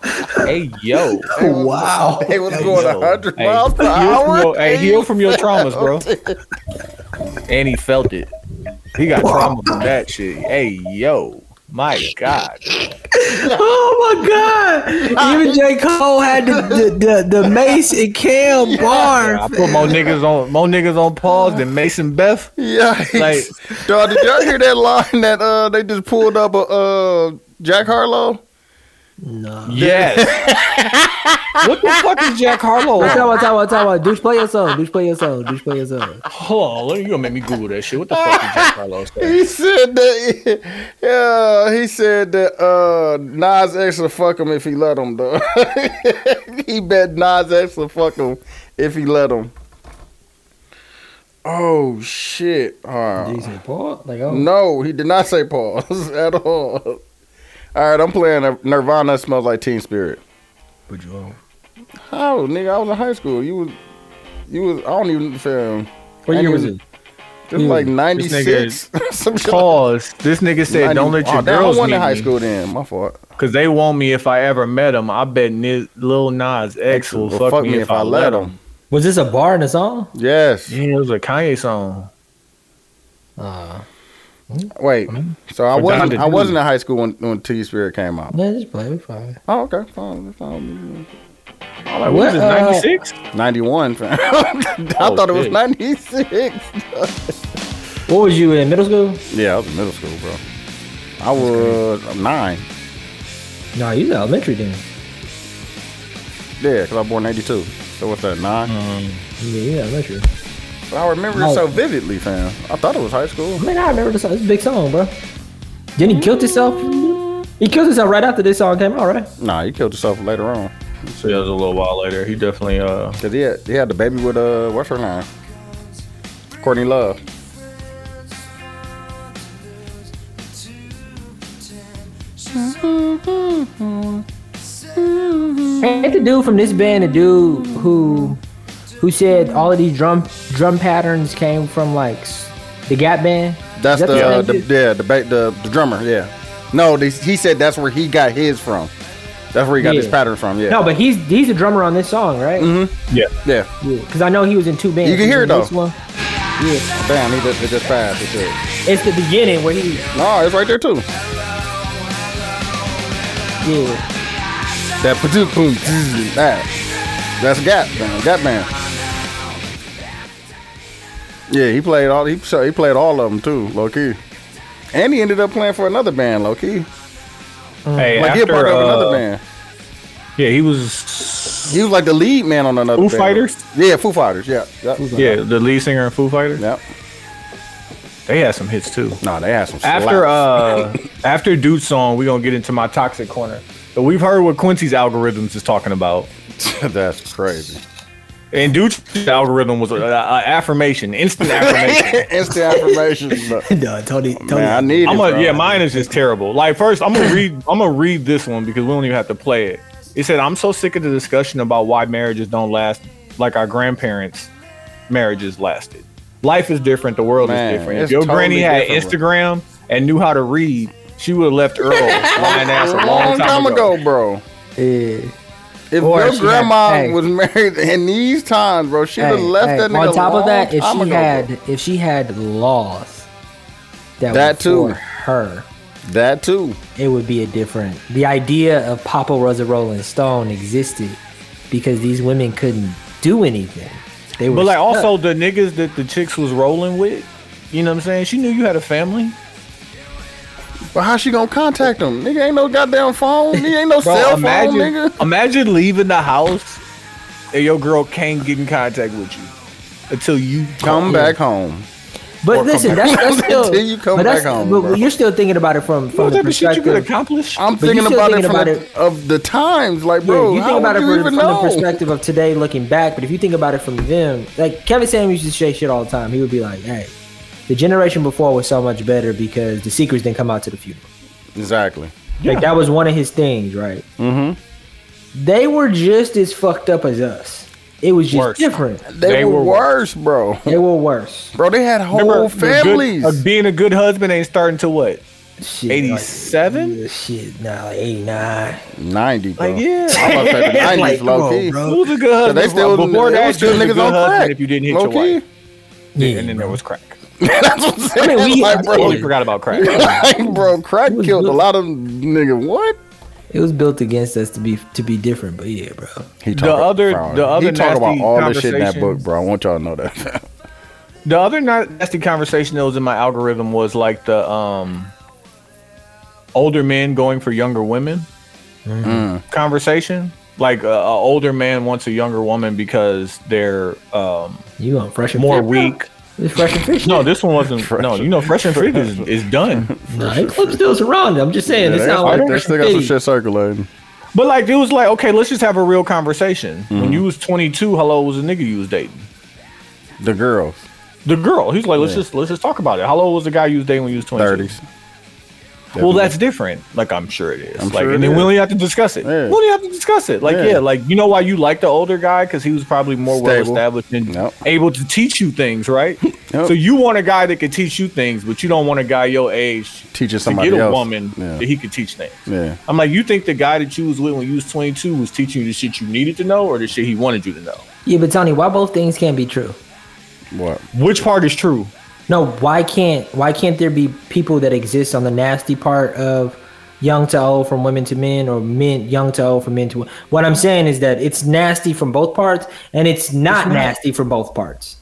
Speaker 2: hey yo.
Speaker 3: Wow. [laughs]
Speaker 1: They was going a
Speaker 2: yo.
Speaker 1: hundred
Speaker 2: Hey,
Speaker 1: miles per
Speaker 2: heal from
Speaker 1: hour.
Speaker 2: your- hey, heal from your traumas, bro. and he felt it. He got trauma from that shit. Hey yo, my god.
Speaker 3: Oh, my
Speaker 2: [laughs]
Speaker 3: God. Even J. Cole had the, the, the, the Mace and Cam
Speaker 2: I
Speaker 3: bar.
Speaker 2: put more niggas on more niggas on pause than Mason Beth.
Speaker 1: Yeah,
Speaker 2: Like-
Speaker 1: dog. Did y'all hear that line that uh they just pulled up a uh Jack Harlow?
Speaker 2: Yes. what the fuck is Jack Harlow?
Speaker 3: Talk
Speaker 2: on?
Speaker 3: about, talk about, talk about. Douche, play your song. Douche, play your song. Douche, play your song.
Speaker 2: Hold on, let me, you gonna make me Google that shit. What the
Speaker 1: [laughs]
Speaker 2: fuck is Jack Harlow? saying?
Speaker 1: He said that. [laughs] Yeah, he said that uh Nas X will fuck him if he let him. Though [laughs] he bet Nas X will fuck him if he let him. Oh shit! All right.
Speaker 3: Did he say pause? Like, oh.
Speaker 1: No, he did not say pause [laughs] at all. All right, I'm playing Nirvana smells like Teen Spirit.
Speaker 3: But you won't.
Speaker 1: How, nigga? I was in high school. You was, you was. I don't even film.
Speaker 3: What year was it?
Speaker 1: It was like
Speaker 3: This
Speaker 1: '96. [laughs] Some shit. like-
Speaker 2: Pause. This nigga said, "Don't let your
Speaker 1: Oh, damn, I
Speaker 2: girls
Speaker 1: wasn't
Speaker 2: meet
Speaker 1: in high
Speaker 2: me,
Speaker 1: school then. My fault.
Speaker 2: cause they want me if I ever met him. I bet Ni- Lil Nas X will
Speaker 1: Well,
Speaker 2: fuck, me, if I let him."
Speaker 3: Was this a bar in the song?
Speaker 1: Yes.
Speaker 2: Yeah, it was a Kanye song.
Speaker 3: Uh,
Speaker 1: Wait. So I
Speaker 2: For
Speaker 1: wasn't.
Speaker 2: Dr.
Speaker 1: I wasn't in high school when, when Teen Spirit came out.
Speaker 3: yeah, just play. We fine.
Speaker 1: Oh, okay. Fine. That's fine.
Speaker 2: I'm like, what is this?
Speaker 3: What, uh,
Speaker 2: Ninety six?
Speaker 1: Ninety-one. fam. [laughs] I thought it was
Speaker 2: shit.
Speaker 1: ninety-six.
Speaker 3: What was you in middle school?
Speaker 1: Yeah, I was in middle school, bro. I was uh, nine.
Speaker 3: No, you was elementary then.
Speaker 1: Yeah, because I was born in '82. So what's that? Nine.
Speaker 3: Mm-hmm. Yeah, you was elementary.
Speaker 1: But I remember it
Speaker 3: No.
Speaker 1: so vividly, fam. I thought it was high school.
Speaker 3: Man, I remember this song. It's a big song, bro. Then he killed himself. He killed himself right after this song came out, right?
Speaker 1: Nah, he killed himself later on.
Speaker 2: Yeah, it was a little while later. He definitely uh
Speaker 1: Cause he had, he had the baby with uh what's her name? Courtney Love.
Speaker 3: Ain't the dude from this band the dude who who said all of these drum drum patterns came from like s- the Gap Band?
Speaker 1: That's
Speaker 3: Is that
Speaker 1: the,
Speaker 3: the
Speaker 1: uh,
Speaker 3: same
Speaker 1: the
Speaker 3: dude?
Speaker 1: yeah the, ba- the the drummer yeah. No, they, he said that's where he got his from. That's where he got his
Speaker 3: Yeah.
Speaker 1: pattern from. Yeah.
Speaker 3: No, but he's he's a drummer on this song, right?
Speaker 1: Mm-hmm. Yeah.
Speaker 3: Yeah, because I know he was in two bands.
Speaker 1: You can hear it,
Speaker 3: He was in
Speaker 1: though.
Speaker 3: This one. Yeah,
Speaker 1: Damn, he just, it just passed. It said.
Speaker 3: it's the beginning where he
Speaker 1: No, it's right there too.
Speaker 2: [laughs]
Speaker 3: yeah.
Speaker 1: That pa-doom, boom, zzz, that. That's Gap man. Gap man. Yeah, he played all he so he played all of them too, low key. And he ended up playing for another band, low key.
Speaker 2: hey,
Speaker 1: Like he a
Speaker 2: after,
Speaker 1: part of another
Speaker 2: uh,
Speaker 1: band.
Speaker 2: Mm. Yeah, he was
Speaker 1: He was like the lead man on another.
Speaker 2: Foo
Speaker 1: band.
Speaker 2: Fighters?
Speaker 1: Yeah, Foo Fighters. Yeah. Yep.
Speaker 2: yeah, the lead singer in Foo Fighters.
Speaker 1: Yep.
Speaker 2: They had some hits too.
Speaker 1: No, they had some.
Speaker 2: After
Speaker 1: slaps.
Speaker 2: uh after Dude's song, we're gonna get into my toxic corner. So we've heard what Quincy's algorithms is talking about.
Speaker 1: [laughs]
Speaker 2: uh,
Speaker 1: that's crazy.
Speaker 2: And Dude's algorithm was an affirmation, [laughs] instant affirmation.
Speaker 1: Instant affirmation. [laughs] bro.
Speaker 3: No, Tony, Tony.
Speaker 1: Oh, Man, I need it.
Speaker 2: I'm
Speaker 1: bro.
Speaker 2: gonna, yeah, mine is just terrible. Like first, I'm gonna read I'm gonna read this one because we don't even have to play it. It said, I'm so sick of the discussion about why marriages don't last like our grandparents' marriages lasted. Life is different, the world
Speaker 1: Man,
Speaker 2: is different. If
Speaker 1: it's
Speaker 2: your
Speaker 1: totally
Speaker 2: granny had
Speaker 1: different, bro.
Speaker 2: Instagram and knew how to read, she would have
Speaker 1: [laughs]
Speaker 2: left Earl lying ass a long, time, ago.
Speaker 1: bro.
Speaker 3: Yeah.
Speaker 1: If
Speaker 3: Or
Speaker 1: your
Speaker 3: she had-
Speaker 1: grandma
Speaker 3: hey.
Speaker 1: was married in these times, bro, she'd have
Speaker 3: Hey,
Speaker 1: left
Speaker 3: hey,
Speaker 1: that nigga
Speaker 3: on top
Speaker 1: long
Speaker 3: of that, if
Speaker 1: time
Speaker 3: she
Speaker 1: ago,
Speaker 3: had if she had laws that,
Speaker 1: That
Speaker 3: were
Speaker 1: too.
Speaker 3: for her,
Speaker 1: bro. that too.
Speaker 3: it would be a different. The idea of Papa was a Rolling Stone existed because these women couldn't do anything. They were
Speaker 2: But like
Speaker 3: stuck.
Speaker 2: also the niggas that the chicks was rolling with, you know what I'm saying? She knew you had a family.
Speaker 1: But how she gonna contact him? Nigga ain't no goddamn phone. Nigga
Speaker 3: [laughs]
Speaker 1: ain't no
Speaker 2: Bro,
Speaker 1: cell phone,
Speaker 2: imagine,
Speaker 1: nigga.
Speaker 2: imagine leaving the house and your girl can't get in contact with you until you
Speaker 1: Come
Speaker 2: call-
Speaker 1: back home.
Speaker 3: But
Speaker 1: Or
Speaker 3: listen,
Speaker 1: come
Speaker 3: that's,
Speaker 1: back- [laughs]
Speaker 3: that's still.
Speaker 1: Then you come
Speaker 3: but that's,
Speaker 1: back home,
Speaker 3: but
Speaker 1: bro.
Speaker 3: you're still thinking about it from from
Speaker 2: What
Speaker 3: the
Speaker 2: type of shit you
Speaker 3: perspective.
Speaker 2: could accomplish?
Speaker 1: I'm
Speaker 3: But you
Speaker 1: thinking
Speaker 3: still
Speaker 1: about
Speaker 3: thinking
Speaker 1: it from
Speaker 3: about
Speaker 1: the, of the times, like
Speaker 3: Yeah,
Speaker 1: bro.
Speaker 3: you
Speaker 1: how
Speaker 3: think about it
Speaker 1: would
Speaker 3: from,
Speaker 1: you
Speaker 3: from
Speaker 1: even
Speaker 3: the
Speaker 1: know?
Speaker 3: perspective of today looking back, but if you think about it from them, like Kevin Sam used to say shit all the time. He would be like, hey, the generation before was so much better because the secrets didn't come out to the funeral.
Speaker 1: Exactly.
Speaker 3: Like that was one of his things, right?
Speaker 1: Mm-hmm.
Speaker 3: They were just as fucked up as us. It was just
Speaker 2: Worse.
Speaker 3: different.
Speaker 1: They,
Speaker 2: They
Speaker 1: were,
Speaker 2: were
Speaker 1: worse, bro.
Speaker 3: They were worse.
Speaker 1: Bro, they had whole
Speaker 2: Remember, the good-
Speaker 1: families.
Speaker 2: uh, being a good husband ain't starting to what?
Speaker 3: Shit, like-
Speaker 2: 87?
Speaker 3: Yeah, shit, nah, like 89.
Speaker 1: 90, bro.
Speaker 2: Like, yeah.
Speaker 1: I'm about to say the 90s,
Speaker 3: [laughs] Like, come
Speaker 1: low
Speaker 3: on,
Speaker 1: key.
Speaker 3: bro.
Speaker 2: Who's a good
Speaker 1: So
Speaker 2: husband?
Speaker 1: Uh, they still,
Speaker 2: Before
Speaker 1: they
Speaker 2: that,
Speaker 1: was still
Speaker 2: you was a
Speaker 1: niggas
Speaker 2: good
Speaker 1: on
Speaker 2: husband
Speaker 1: crack.
Speaker 2: if you didn't hit
Speaker 1: low
Speaker 2: your
Speaker 1: key.
Speaker 2: wife.
Speaker 3: Yeah,
Speaker 2: and then there was crack.
Speaker 1: That's what I'm saying.
Speaker 3: mean,
Speaker 1: [laughs]
Speaker 3: we-
Speaker 1: like,
Speaker 2: Bro,
Speaker 1: bro,
Speaker 2: we forgot about crack.
Speaker 1: like, bro, crack
Speaker 3: It was
Speaker 1: killed a
Speaker 3: good.
Speaker 1: lot of nigga. What?
Speaker 3: It was built against us to be to be different, but yeah, bro.
Speaker 1: He
Speaker 2: The other- the other
Speaker 1: he talked about
Speaker 2: nasty
Speaker 1: all the shit in that book,
Speaker 2: conversations-
Speaker 1: bro. I want y'all to know that.
Speaker 2: The other nasty conversation that was in my algorithm was like the um older men going for younger women conversation. Like uh, a, a older man wants a younger woman because they're um,
Speaker 3: You going fresh and
Speaker 2: more
Speaker 3: fit, bro.
Speaker 2: weak.
Speaker 3: It's fresh and fit.
Speaker 2: No, this one wasn't. no, you know, fresh and fit is, is done.
Speaker 3: Nah, it's- I'm still surrounded. I'm just saying,
Speaker 1: they
Speaker 3: it's not like
Speaker 1: they still got some shit circulating.
Speaker 2: But like, it was like, okay, let's just have a real conversation. When you was 22, hello was a nigga you was dating.
Speaker 1: The girls,
Speaker 2: The girl, he's like, let's just let's just talk about it. How old was the guy you was dating when you was 22?
Speaker 1: 30s.
Speaker 2: Well, that's different. Like I'm sure it is.
Speaker 1: I'm
Speaker 2: like,
Speaker 1: sure
Speaker 2: and
Speaker 1: it
Speaker 2: then we
Speaker 1: is.
Speaker 2: only have to discuss it.
Speaker 1: Yeah.
Speaker 2: We only have to discuss it. Like,
Speaker 1: Yeah.
Speaker 2: yeah, like you know why you like the older guy because he was probably more well
Speaker 1: Stable.
Speaker 2: established and
Speaker 1: Yep.
Speaker 2: able to teach you things, right?
Speaker 1: [laughs] Yep.
Speaker 2: So you want a guy that can teach you things, but you don't want a guy your age
Speaker 1: Teaching
Speaker 2: to
Speaker 1: somebody
Speaker 2: get a
Speaker 1: else.
Speaker 2: woman
Speaker 1: Yeah.
Speaker 2: that he could teach things.
Speaker 1: Yeah.
Speaker 2: I'm like, you think the guy that you was with when you was 22 was teaching you the shit you needed to know or the shit he wanted you to know?
Speaker 3: Yeah, but Tony, why both things can't be true?
Speaker 1: What?
Speaker 2: Which part is true?
Speaker 3: No, why can't why can't there be people that exist on the nasty part of young to old from women to men or men young to old from men to women? What I'm saying is that it's nasty from both parts and it's not nasty from both parts.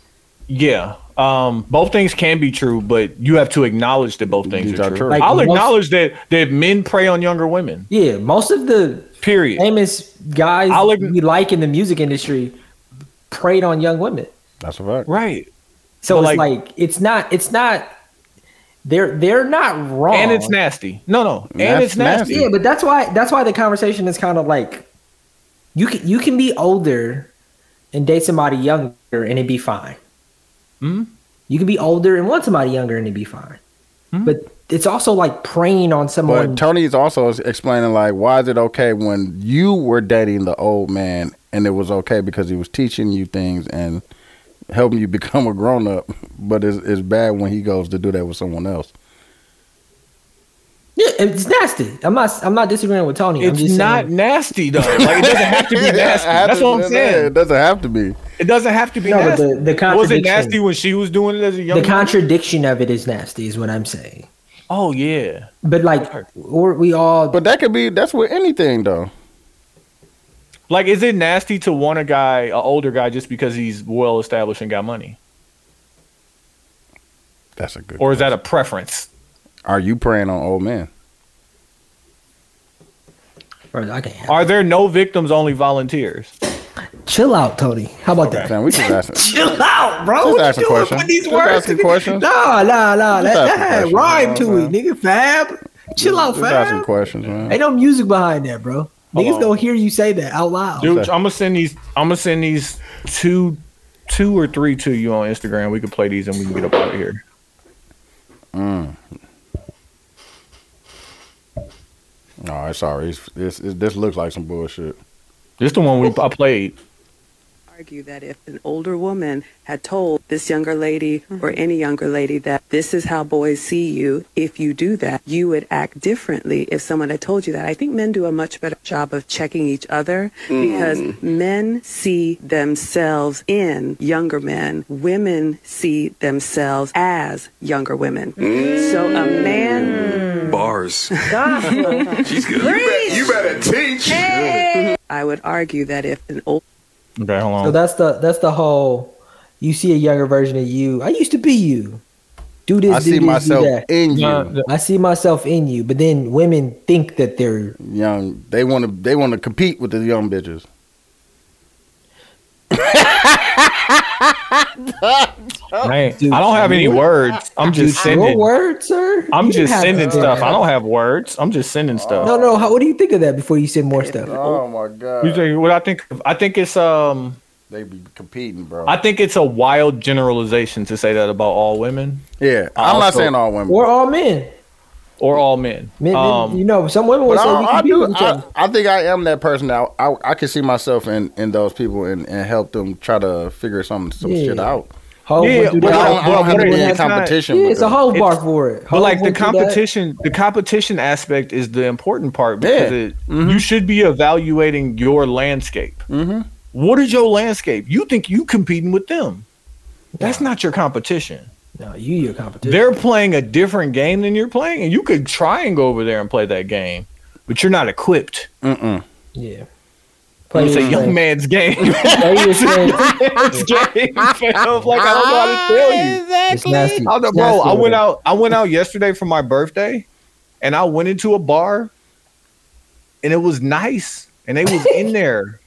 Speaker 2: Yeah. Um, both things can be true, but you have to acknowledge that both things
Speaker 1: These
Speaker 2: are
Speaker 1: are
Speaker 2: true.
Speaker 1: true.
Speaker 3: Like
Speaker 2: I'll
Speaker 3: most-
Speaker 2: acknowledge that that men prey on younger women.
Speaker 3: Yeah, most of the
Speaker 2: Period.
Speaker 3: famous guys
Speaker 2: I'll ag-
Speaker 3: we like in the music industry preyed on young women.
Speaker 1: That's a fact.
Speaker 2: Right.
Speaker 3: So
Speaker 2: But
Speaker 3: it's
Speaker 2: like-
Speaker 3: like, it's not it's not they're they're not wrong.
Speaker 2: And it's nasty. No, no. And
Speaker 1: That's
Speaker 2: it's nasty.
Speaker 1: nasty.
Speaker 3: Yeah, but that's why that's why the conversation is kind of like you can you can be older and date somebody younger and it'd be fine.
Speaker 2: Hmm?
Speaker 3: You can be older and want somebody younger and it'd be fine.
Speaker 2: Hmm?
Speaker 3: But it's also like preying on someone.
Speaker 1: But Tony is also explaining like why is it okay when you were dating the old man and it was okay because he was teaching you things and helping you [laughs] become a grown up, but it's, it's bad when he goes to do that with someone else.
Speaker 3: yeah, it's nasty. I'm not I'm not disagreeing with Tony. I'm
Speaker 2: It's
Speaker 3: just
Speaker 2: not
Speaker 3: saying,
Speaker 2: nasty though. Like it doesn't have to
Speaker 3: [laughs]
Speaker 2: be nasty. That's what I'm
Speaker 1: It
Speaker 2: saying.
Speaker 1: doesn't have to be.
Speaker 2: It doesn't have to be
Speaker 3: No, but
Speaker 2: nasty.
Speaker 3: the- the
Speaker 2: was it
Speaker 3: contradiction-
Speaker 2: nasty when she was doing it as a young
Speaker 3: the
Speaker 2: woman?
Speaker 3: contradiction of it is nasty is what I'm saying.
Speaker 2: Oh yeah.
Speaker 3: But like or we all
Speaker 1: But that could be that's with anything though.
Speaker 2: Like is it nasty to want a guy, an older guy, just because he's well established and got money?
Speaker 1: That's a good.
Speaker 2: Or is that a preference?
Speaker 1: [laughs] Are you preying on old man?
Speaker 3: or, I can't
Speaker 2: Are there no victims, only volunteers?
Speaker 3: chill out, Tony. How about that?
Speaker 1: Damn, we just asking.
Speaker 3: Chill out, bro.
Speaker 1: Just asking questions. Just asking questions.
Speaker 3: Nah, nah, nah. That,
Speaker 1: asking
Speaker 3: that had
Speaker 1: questions,
Speaker 3: rhyme
Speaker 1: you know
Speaker 3: to
Speaker 1: what
Speaker 3: it,
Speaker 1: I'm
Speaker 3: nigga. Fab. Chill out,
Speaker 1: Just asking
Speaker 3: fab.
Speaker 1: questions, man.
Speaker 3: Ain't no music behind that, bro. Niggas
Speaker 2: on.
Speaker 3: gonna hear you say that out loud.
Speaker 2: Dude, I'm gonna send these. I'm gonna send these two, two or three to you on Instagram. We can play these and we can get up out of here.
Speaker 1: No, it's sorry. It's, it's, it's, this looks like some bullshit.
Speaker 2: This the one we I played.
Speaker 9: argue that if an older woman had told this younger lady
Speaker 12: Mm-hmm.
Speaker 9: or any younger lady that this is how boys see you, if you do that, you would act differently if someone had told you that. I think men do a much better job of checking each other
Speaker 12: Mm.
Speaker 9: because men see themselves in younger men, women see themselves as younger women. So a man,
Speaker 12: Mm. Bars. [laughs] She's good. You bet- You better teach.
Speaker 9: I would argue that if an old
Speaker 2: Okay, hold
Speaker 3: So
Speaker 2: on.
Speaker 3: that's the that's the whole. You see a younger version of you. I used to be you. Do this.
Speaker 1: I
Speaker 3: do
Speaker 1: see
Speaker 3: this, do
Speaker 1: myself
Speaker 3: that.
Speaker 1: in you,
Speaker 2: Uh,
Speaker 3: I see myself in you, but then women think that they're
Speaker 1: young. They want to. They want to compete with the young bitches.
Speaker 2: now I ain't, I don't have any
Speaker 3: your-
Speaker 2: words. I'm just
Speaker 3: Dude, your
Speaker 2: sending.
Speaker 3: word, sir.
Speaker 2: I'm
Speaker 3: You
Speaker 2: just
Speaker 3: have
Speaker 2: sending
Speaker 3: it.
Speaker 2: stuff. I don't have words. I'm just sending stuff.
Speaker 3: No, no. How, what do you think of that before you send more stuff?
Speaker 1: Oh my
Speaker 2: You
Speaker 1: god.
Speaker 2: think what I think? I think it's um.
Speaker 1: They be competing, bro.
Speaker 2: I think it's a wild generalization to say that about all women
Speaker 1: yeah, I'm not
Speaker 2: also-
Speaker 1: saying all women.
Speaker 3: Or all men.
Speaker 2: or all men.
Speaker 3: Men, men-
Speaker 2: um,
Speaker 3: you know, some women will
Speaker 1: But
Speaker 3: say we
Speaker 1: I, I
Speaker 3: compete
Speaker 1: do.
Speaker 3: with each
Speaker 1: I,
Speaker 3: other.
Speaker 1: I think I am that person. That I, I I can see myself in in those people and, and help them try to figure some some
Speaker 3: Yeah.
Speaker 1: shit out.
Speaker 3: Ho,
Speaker 2: Yeah,
Speaker 3: would do
Speaker 1: But
Speaker 2: Well,
Speaker 1: I
Speaker 3: that.
Speaker 1: don't, I
Speaker 2: well,
Speaker 1: don't have to
Speaker 2: but
Speaker 1: be in
Speaker 2: it's not-
Speaker 1: competition.
Speaker 3: Yeah,
Speaker 1: with
Speaker 3: it's a
Speaker 1: them.
Speaker 3: whole bar
Speaker 2: It's-
Speaker 3: for it. Ho
Speaker 2: but like the
Speaker 3: would do that.
Speaker 2: competition, the competition aspect is the important part because
Speaker 1: Yeah.
Speaker 2: it, you should be evaluating your landscape.
Speaker 1: Mhm.
Speaker 2: What is your landscape? You think you competing with them? That's not your competition.
Speaker 3: No, you your competition.
Speaker 2: They're playing a different game than you're playing, and you could try and go over there and play that game, but you're not equipped.
Speaker 1: Mm-mm.
Speaker 3: yeah. Play
Speaker 2: It's a
Speaker 3: your
Speaker 2: young
Speaker 3: game.
Speaker 2: man's game. [laughs]
Speaker 3: Play your game.
Speaker 2: It's game. fam. Like I don't know how to tell you.
Speaker 3: It's nasty.
Speaker 2: I don't
Speaker 3: It's
Speaker 2: know, bro.
Speaker 3: nasty
Speaker 2: I
Speaker 3: over
Speaker 2: went
Speaker 3: there.
Speaker 2: out. I went out yesterday for my birthday, and I went into a bar, and it was nice, and they was in [laughs] there,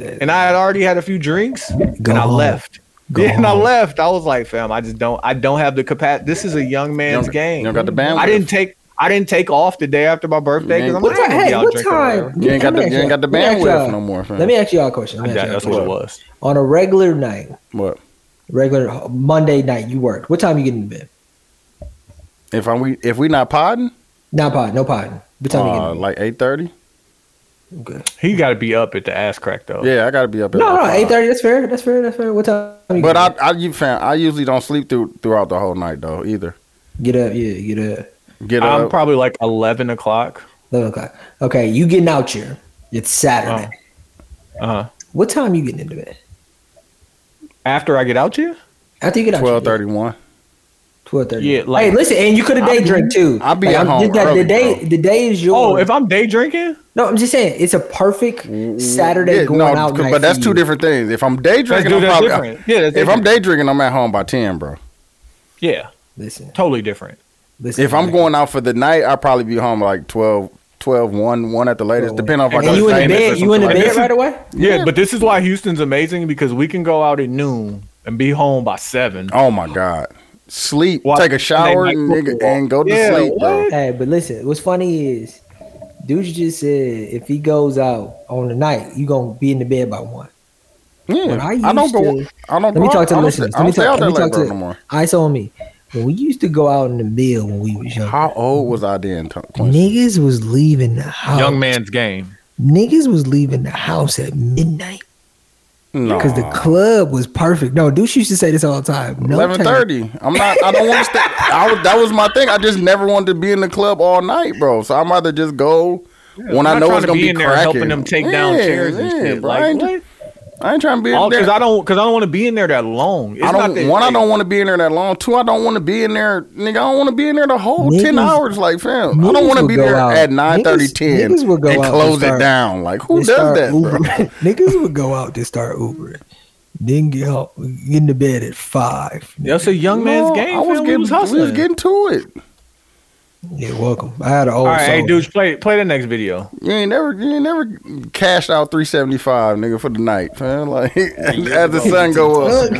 Speaker 2: and I had already had a few drinks,
Speaker 3: Go
Speaker 2: and I
Speaker 3: home.
Speaker 2: left.
Speaker 3: Go
Speaker 2: yeah, and I
Speaker 3: home.
Speaker 2: left. I was like, fam, I just don't. I don't have the capacity. This is a young man's
Speaker 1: don't-
Speaker 2: game.
Speaker 1: you don't got the bandwidth.
Speaker 2: I didn't take. I didn't take off the day after my birthday
Speaker 1: You ain't-
Speaker 2: because I'm like,
Speaker 3: What
Speaker 2: I
Speaker 3: time?
Speaker 2: ain't gonna be
Speaker 3: Hey,
Speaker 2: out
Speaker 3: what
Speaker 2: drinking or
Speaker 3: time?
Speaker 2: whatever.
Speaker 1: You ain't got the- you ain't got the
Speaker 3: Let me ask
Speaker 1: bandwidth
Speaker 3: y'all-
Speaker 1: no more, fam.
Speaker 3: Let me ask y'all a question. Let me
Speaker 2: Yeah,
Speaker 3: ask y'all a
Speaker 2: that's what it
Speaker 3: question.
Speaker 2: was.
Speaker 3: On a regular night,
Speaker 1: What
Speaker 3: regular uh, Monday night, you worked. What time you get in bed?
Speaker 1: if I'm we if we not podding?
Speaker 3: Not pod, no pod. What time you get
Speaker 1: Uh,
Speaker 3: in
Speaker 1: like eight thirty.
Speaker 3: bed? Good.
Speaker 2: He got to be up at the ass crack though.
Speaker 1: Yeah, I gotta be up. at
Speaker 3: Oh. No, no,
Speaker 1: five.
Speaker 3: eight thirty. That's fair. That's fair. That's fair. What time? You
Speaker 1: But
Speaker 3: get
Speaker 1: I,
Speaker 3: up?
Speaker 1: I, you fam, I usually don't sleep through throughout the whole night though either.
Speaker 3: get up. Yeah, get up.
Speaker 1: Get
Speaker 2: I'm
Speaker 1: up.
Speaker 2: probably like eleven o'clock.
Speaker 3: Eleven o'clock. Okay, you getting out here? It's Saturday.
Speaker 2: Uh huh.
Speaker 3: What time you getting into bed?
Speaker 2: After I get out here.
Speaker 3: After you get out.
Speaker 1: Twelve thirty one.
Speaker 3: Twelve thirty.
Speaker 2: Yeah, like-
Speaker 3: hey, listen, and you could have day drink too.
Speaker 1: I'll be
Speaker 3: Like,
Speaker 1: at
Speaker 3: I'm-
Speaker 1: home
Speaker 3: just that
Speaker 1: early,
Speaker 3: the day,
Speaker 1: bro.
Speaker 3: the day is yours.
Speaker 2: Oh, if I'm day drinking,
Speaker 3: no, I'm just saying it's a perfect Saturday
Speaker 1: Yeah,
Speaker 3: going
Speaker 1: no,
Speaker 3: out night.
Speaker 1: but that's
Speaker 3: for
Speaker 1: two
Speaker 3: you.
Speaker 1: different things. If I'm day
Speaker 2: That's-
Speaker 1: drinking,
Speaker 2: dude,
Speaker 1: I'm
Speaker 2: that's
Speaker 1: probably,
Speaker 2: different. Yeah, that's
Speaker 1: if I'm
Speaker 2: different.
Speaker 1: day drinking, I'm at home by ten, bro.
Speaker 2: yeah,
Speaker 3: Listen,
Speaker 2: totally different.
Speaker 3: listen.
Speaker 1: If I'm
Speaker 3: man.
Speaker 1: going out for the night, I'll probably be home like 12, 12 1, 1 at the latest,
Speaker 3: Well,
Speaker 1: depending on if I go
Speaker 3: and
Speaker 1: to
Speaker 3: you in the
Speaker 1: Vegas or
Speaker 3: bed, you
Speaker 1: something
Speaker 3: in the
Speaker 1: like
Speaker 3: bed
Speaker 1: that.
Speaker 3: right away.
Speaker 2: Yeah, but this is why Houston's amazing because we can go out at noon and be home by seven.
Speaker 1: Oh my god, sleep,
Speaker 2: Watch
Speaker 1: take a shower,
Speaker 2: Sunday
Speaker 1: and,
Speaker 2: night
Speaker 1: nigga,
Speaker 2: football.
Speaker 1: and go to
Speaker 2: Yeah,
Speaker 1: sleep, bro.
Speaker 2: what?
Speaker 3: Hey, but listen, what's funny is, dude just said if he goes out on the night, you gonna be in the bed by one.
Speaker 1: Yeah,
Speaker 3: When I
Speaker 1: I, don't
Speaker 3: used
Speaker 1: go.
Speaker 3: to-
Speaker 1: I don't.
Speaker 3: Let me
Speaker 1: go out-
Speaker 3: talk to
Speaker 1: I
Speaker 3: the
Speaker 1: don't
Speaker 3: listeners.
Speaker 1: stay- I
Speaker 3: Let me
Speaker 1: don't stay
Speaker 3: talk.
Speaker 1: out
Speaker 3: Let
Speaker 1: that
Speaker 3: me talk
Speaker 1: late, bro,
Speaker 3: to.
Speaker 1: no more.
Speaker 3: Ice on me. When we used to go out in the mill when we was young,
Speaker 1: How old was I then, Tom- Quincy?
Speaker 3: niggas was leaving the
Speaker 1: Uh-huh.
Speaker 3: house.
Speaker 2: Young man's game.
Speaker 3: Niggas was leaving the house at midnight
Speaker 1: No,
Speaker 3: because the club was perfect. No, Deuce used to say this all the time. No
Speaker 1: eleven
Speaker 3: turn-
Speaker 1: thirty. I'm not. I don't want to stay. I was, that was my thing. I just never wanted to be in the club all night, bro. So I'm rather just go when
Speaker 2: I'm
Speaker 1: I
Speaker 2: not
Speaker 1: know
Speaker 2: trying
Speaker 1: it's
Speaker 2: to
Speaker 1: gonna
Speaker 2: be
Speaker 1: be,
Speaker 2: in there
Speaker 1: cracking.
Speaker 2: helping them take down chairs and shit.
Speaker 1: bro.
Speaker 2: Like,
Speaker 1: I, ain't,
Speaker 2: what?
Speaker 1: I ain't trying to be in
Speaker 2: All
Speaker 1: there.
Speaker 2: because I don't because I don't want to be in there that long. It's
Speaker 1: I
Speaker 2: not
Speaker 1: don't.
Speaker 2: that,
Speaker 1: One, I
Speaker 2: like,
Speaker 1: don't want to be in there that long. Two, I don't want to be in there, nigga. I don't want to be in there the whole ten
Speaker 3: Niggas-
Speaker 1: hours, like fam. I don't
Speaker 3: niggas
Speaker 1: want to
Speaker 3: would
Speaker 1: be
Speaker 3: go
Speaker 1: there
Speaker 3: out.
Speaker 1: at 9, 30,
Speaker 3: Niggas-
Speaker 1: 10
Speaker 3: niggas would go
Speaker 1: and
Speaker 3: out and
Speaker 1: close it
Speaker 3: start-
Speaker 1: down. Like who
Speaker 3: They
Speaker 1: does
Speaker 3: start
Speaker 1: that, bro?
Speaker 3: Ubering. [laughs] Niggas would go out to start Uber, then get home, get into bed at five.
Speaker 2: That's a young man's
Speaker 1: No,
Speaker 2: game.
Speaker 1: I was getting,
Speaker 2: we was
Speaker 1: we
Speaker 2: hustling.
Speaker 1: was getting to it.
Speaker 3: Yeah, welcome. I had an old
Speaker 2: All right, hey
Speaker 3: song.
Speaker 2: dudes, play play the next video.
Speaker 1: You ain't never, you ain't never cashed out three seventy five, nigga, for the night, fam. [laughs] Like as the sun go up.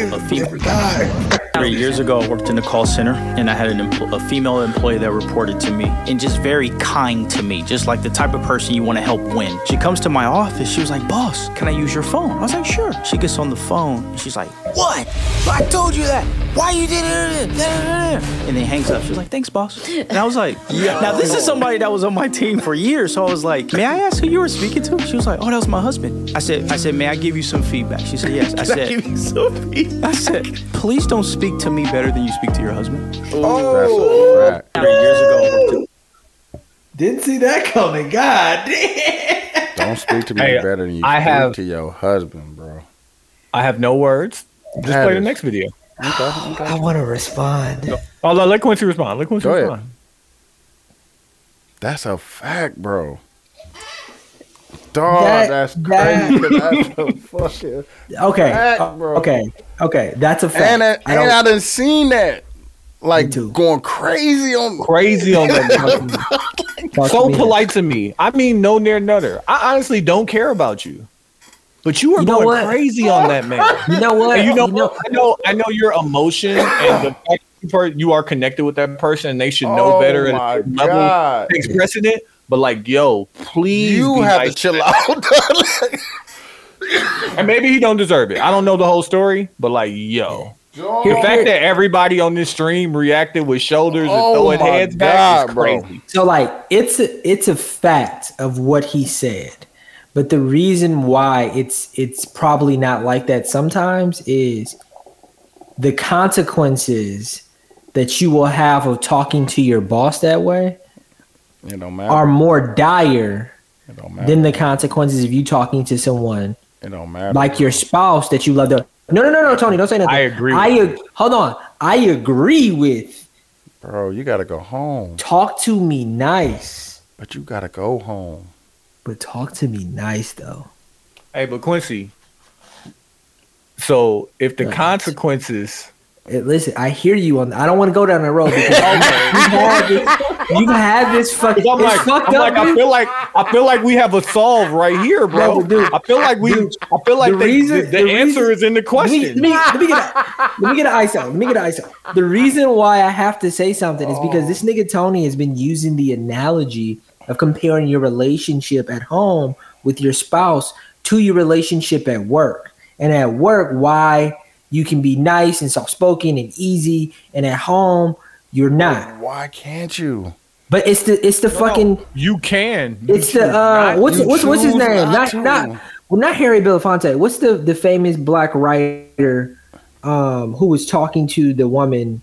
Speaker 3: [laughs]
Speaker 9: Three years ago, I worked in a call center, and I had an empl- a female employee that reported to me, and just very kind to me, just like the type of person you want to help win. She comes to my office. She was like, "Boss, can I use your phone?" I was like, "Sure." She gets on the phone, and she's like, "What? I told you that. Why you did it?" And then hangs up. She's like, "Thanks, boss." And I was like, "Now this is somebody that was on my team for years." So I was like, "May I ask who you were speaking to?" She was like, "Oh, that was my husband." I said, "I said, may I give you some feedback?" She said, "Yes." I said, I said, please don't speak to me better than you speak to your husband.
Speaker 1: That's a fact.
Speaker 9: Three years ago,
Speaker 3: Didn't see that coming. God damn.
Speaker 1: Don't speak to me
Speaker 2: Hey,
Speaker 1: better than you
Speaker 2: I
Speaker 1: speak
Speaker 2: have-
Speaker 1: to your husband, bro.
Speaker 2: I have no words. Just
Speaker 1: That
Speaker 2: play the
Speaker 1: is-
Speaker 2: next video.
Speaker 3: I want to respond.
Speaker 2: Oh, let let Quincy respond. Let Quincy
Speaker 1: Go ahead.
Speaker 2: respond.
Speaker 1: That's a fact, bro. Dog,
Speaker 3: That-
Speaker 1: that's
Speaker 3: that-
Speaker 1: crazy.
Speaker 3: [laughs]
Speaker 1: that's a fucking
Speaker 3: Okay.
Speaker 1: fact,
Speaker 3: uh,
Speaker 1: bro.
Speaker 3: Okay. Okay. That's a fact.
Speaker 1: And I,
Speaker 3: I
Speaker 1: and
Speaker 3: don't-
Speaker 1: I done seen that. Like
Speaker 3: Me too.
Speaker 1: going crazy on
Speaker 2: Crazy on that.
Speaker 3: fuck
Speaker 2: so
Speaker 3: me.
Speaker 2: polite to me. I mean, no near nutter. I honestly don't care about you. But you are
Speaker 13: You know
Speaker 2: going
Speaker 13: what?
Speaker 2: crazy on that [laughs] man.
Speaker 13: You know what?
Speaker 2: And you know,
Speaker 13: You know-
Speaker 2: I know, I know your emotion and the fact that you are- you are connected with that person, and they should know
Speaker 1: Oh
Speaker 2: better. and
Speaker 1: my
Speaker 2: at a certain level
Speaker 1: God.
Speaker 2: expressing it. But like, yo, please,
Speaker 1: You have to chill out. [laughs]
Speaker 2: and maybe he don't deserve it. I don't know the whole story, but like, yo, the
Speaker 1: Here-
Speaker 2: fact that everybody on this stream reacted with shoulders
Speaker 3: Oh
Speaker 2: and throwing
Speaker 3: my
Speaker 2: heads back is
Speaker 3: God, bro.
Speaker 2: crazy.
Speaker 3: So like it's a, it's a fact of what he said. But the reason why it's it's probably not like that sometimes is the consequences that you will have of talking to your boss that way
Speaker 1: It don't matter.
Speaker 3: are more dire
Speaker 1: it don't matter.
Speaker 3: than the consequences of you talking to someone
Speaker 1: it don't matter.
Speaker 3: like your spouse that you love. The, no, no, no, no, Tony, don't say nothing. I agree. I ag- hold on. I agree with.
Speaker 1: Bro, you gotta go home.
Speaker 3: Talk to me nice.
Speaker 1: But you gotta go home.
Speaker 3: But talk to me nice though.
Speaker 2: Hey, but Quincy. So if the consequences,
Speaker 3: Eh, listen, I hear you on. I don't want to go down that
Speaker 2: [laughs]
Speaker 3: road because you've had this. You've had this fucking.
Speaker 2: I'm
Speaker 3: it's
Speaker 2: like,
Speaker 3: fucked
Speaker 2: I'm
Speaker 3: up,
Speaker 2: like, I
Speaker 3: dude.
Speaker 2: feel like I feel like we have a solve right here, bro.
Speaker 3: No, but dude,
Speaker 2: I feel like we,
Speaker 3: dude,
Speaker 2: I feel like
Speaker 3: the
Speaker 2: the,
Speaker 3: reason-
Speaker 2: the, the answer is in the question.
Speaker 3: Let me, let me- let me get a,
Speaker 1: [laughs]
Speaker 3: let me get an ice out. Let me get an ice out. The reason why I have to say something is because
Speaker 1: Oh.
Speaker 3: this nigga Tony has been using the analogy of comparing your relationship at home with your spouse to your relationship at work. And at work, why you can be nice and soft spoken and easy, and at home you're not.
Speaker 1: Why can't you?
Speaker 3: But it's the it's the fucking
Speaker 2: you can.
Speaker 3: it's the uh, what's
Speaker 1: You
Speaker 3: what's what's his
Speaker 1: choose
Speaker 3: name? Not
Speaker 1: to.
Speaker 3: not well, not Harry Belafonte. What's the the famous black writer um, who was talking to the woman,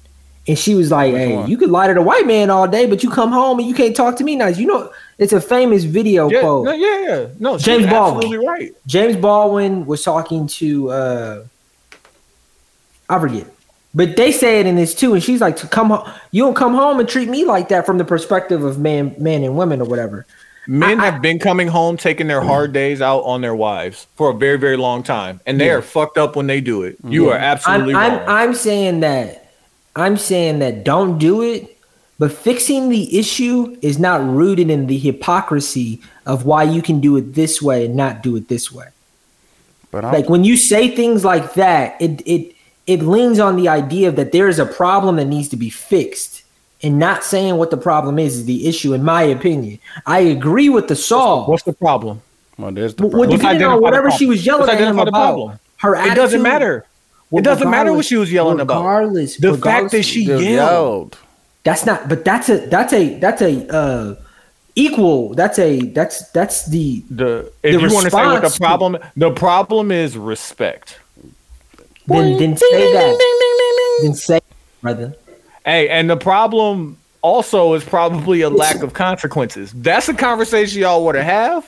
Speaker 3: and she was like, "Hey,
Speaker 2: one?
Speaker 3: you could lie to the white man all day, but you come home and you can't talk to me nice." You know, it's a famous video
Speaker 2: yeah,
Speaker 3: quote.
Speaker 2: no, yeah, yeah, no. she's
Speaker 3: James Baldwin.
Speaker 2: absolutely right.
Speaker 3: James Baldwin was talking to uh, I forget, but they say it in this too, and she's like, "To come home, you don't come home and treat me like that from the perspective of man, men and women or whatever."
Speaker 2: Men have been coming home, taking their hard days out on their wives for a very, very long time, and they
Speaker 3: Yeah.
Speaker 2: are fucked up when they do it. You
Speaker 3: Yeah.
Speaker 2: are absolutely
Speaker 3: I'm,
Speaker 2: wrong.
Speaker 3: I'm, I'm saying that. I'm saying that don't do it. But fixing the issue is not rooted in the hypocrisy of why you can do it this way and not do it this way.
Speaker 1: But
Speaker 3: Like when you say things like that, it it it leans on the idea that there is a problem that needs to be fixed, and not saying what the problem is is the issue. In my opinion, I agree with the solve. What's
Speaker 2: the problem?
Speaker 1: Well, there's the
Speaker 3: Well,
Speaker 1: problem.
Speaker 3: depending on whatever she was yelling at him
Speaker 2: identify the
Speaker 3: about,
Speaker 2: problem.
Speaker 3: her
Speaker 2: It doesn't
Speaker 3: attitude-
Speaker 2: matter.
Speaker 3: Well,
Speaker 2: it doesn't matter what
Speaker 3: regardless-
Speaker 2: she was yelling
Speaker 3: regardless,
Speaker 2: about. The
Speaker 3: regardless-
Speaker 2: fact that she
Speaker 3: Just
Speaker 2: yelled.
Speaker 3: yelled. That's not, but that's a that's a that's a uh equal. That's a that's that's the
Speaker 2: The if
Speaker 3: The
Speaker 2: you want to say what
Speaker 3: response
Speaker 2: the
Speaker 3: to-
Speaker 2: problem, the problem is respect.
Speaker 3: then then say that then say brother.
Speaker 2: Hey, and the problem also is probably a lack of consequences. That's a conversation y'all want to have.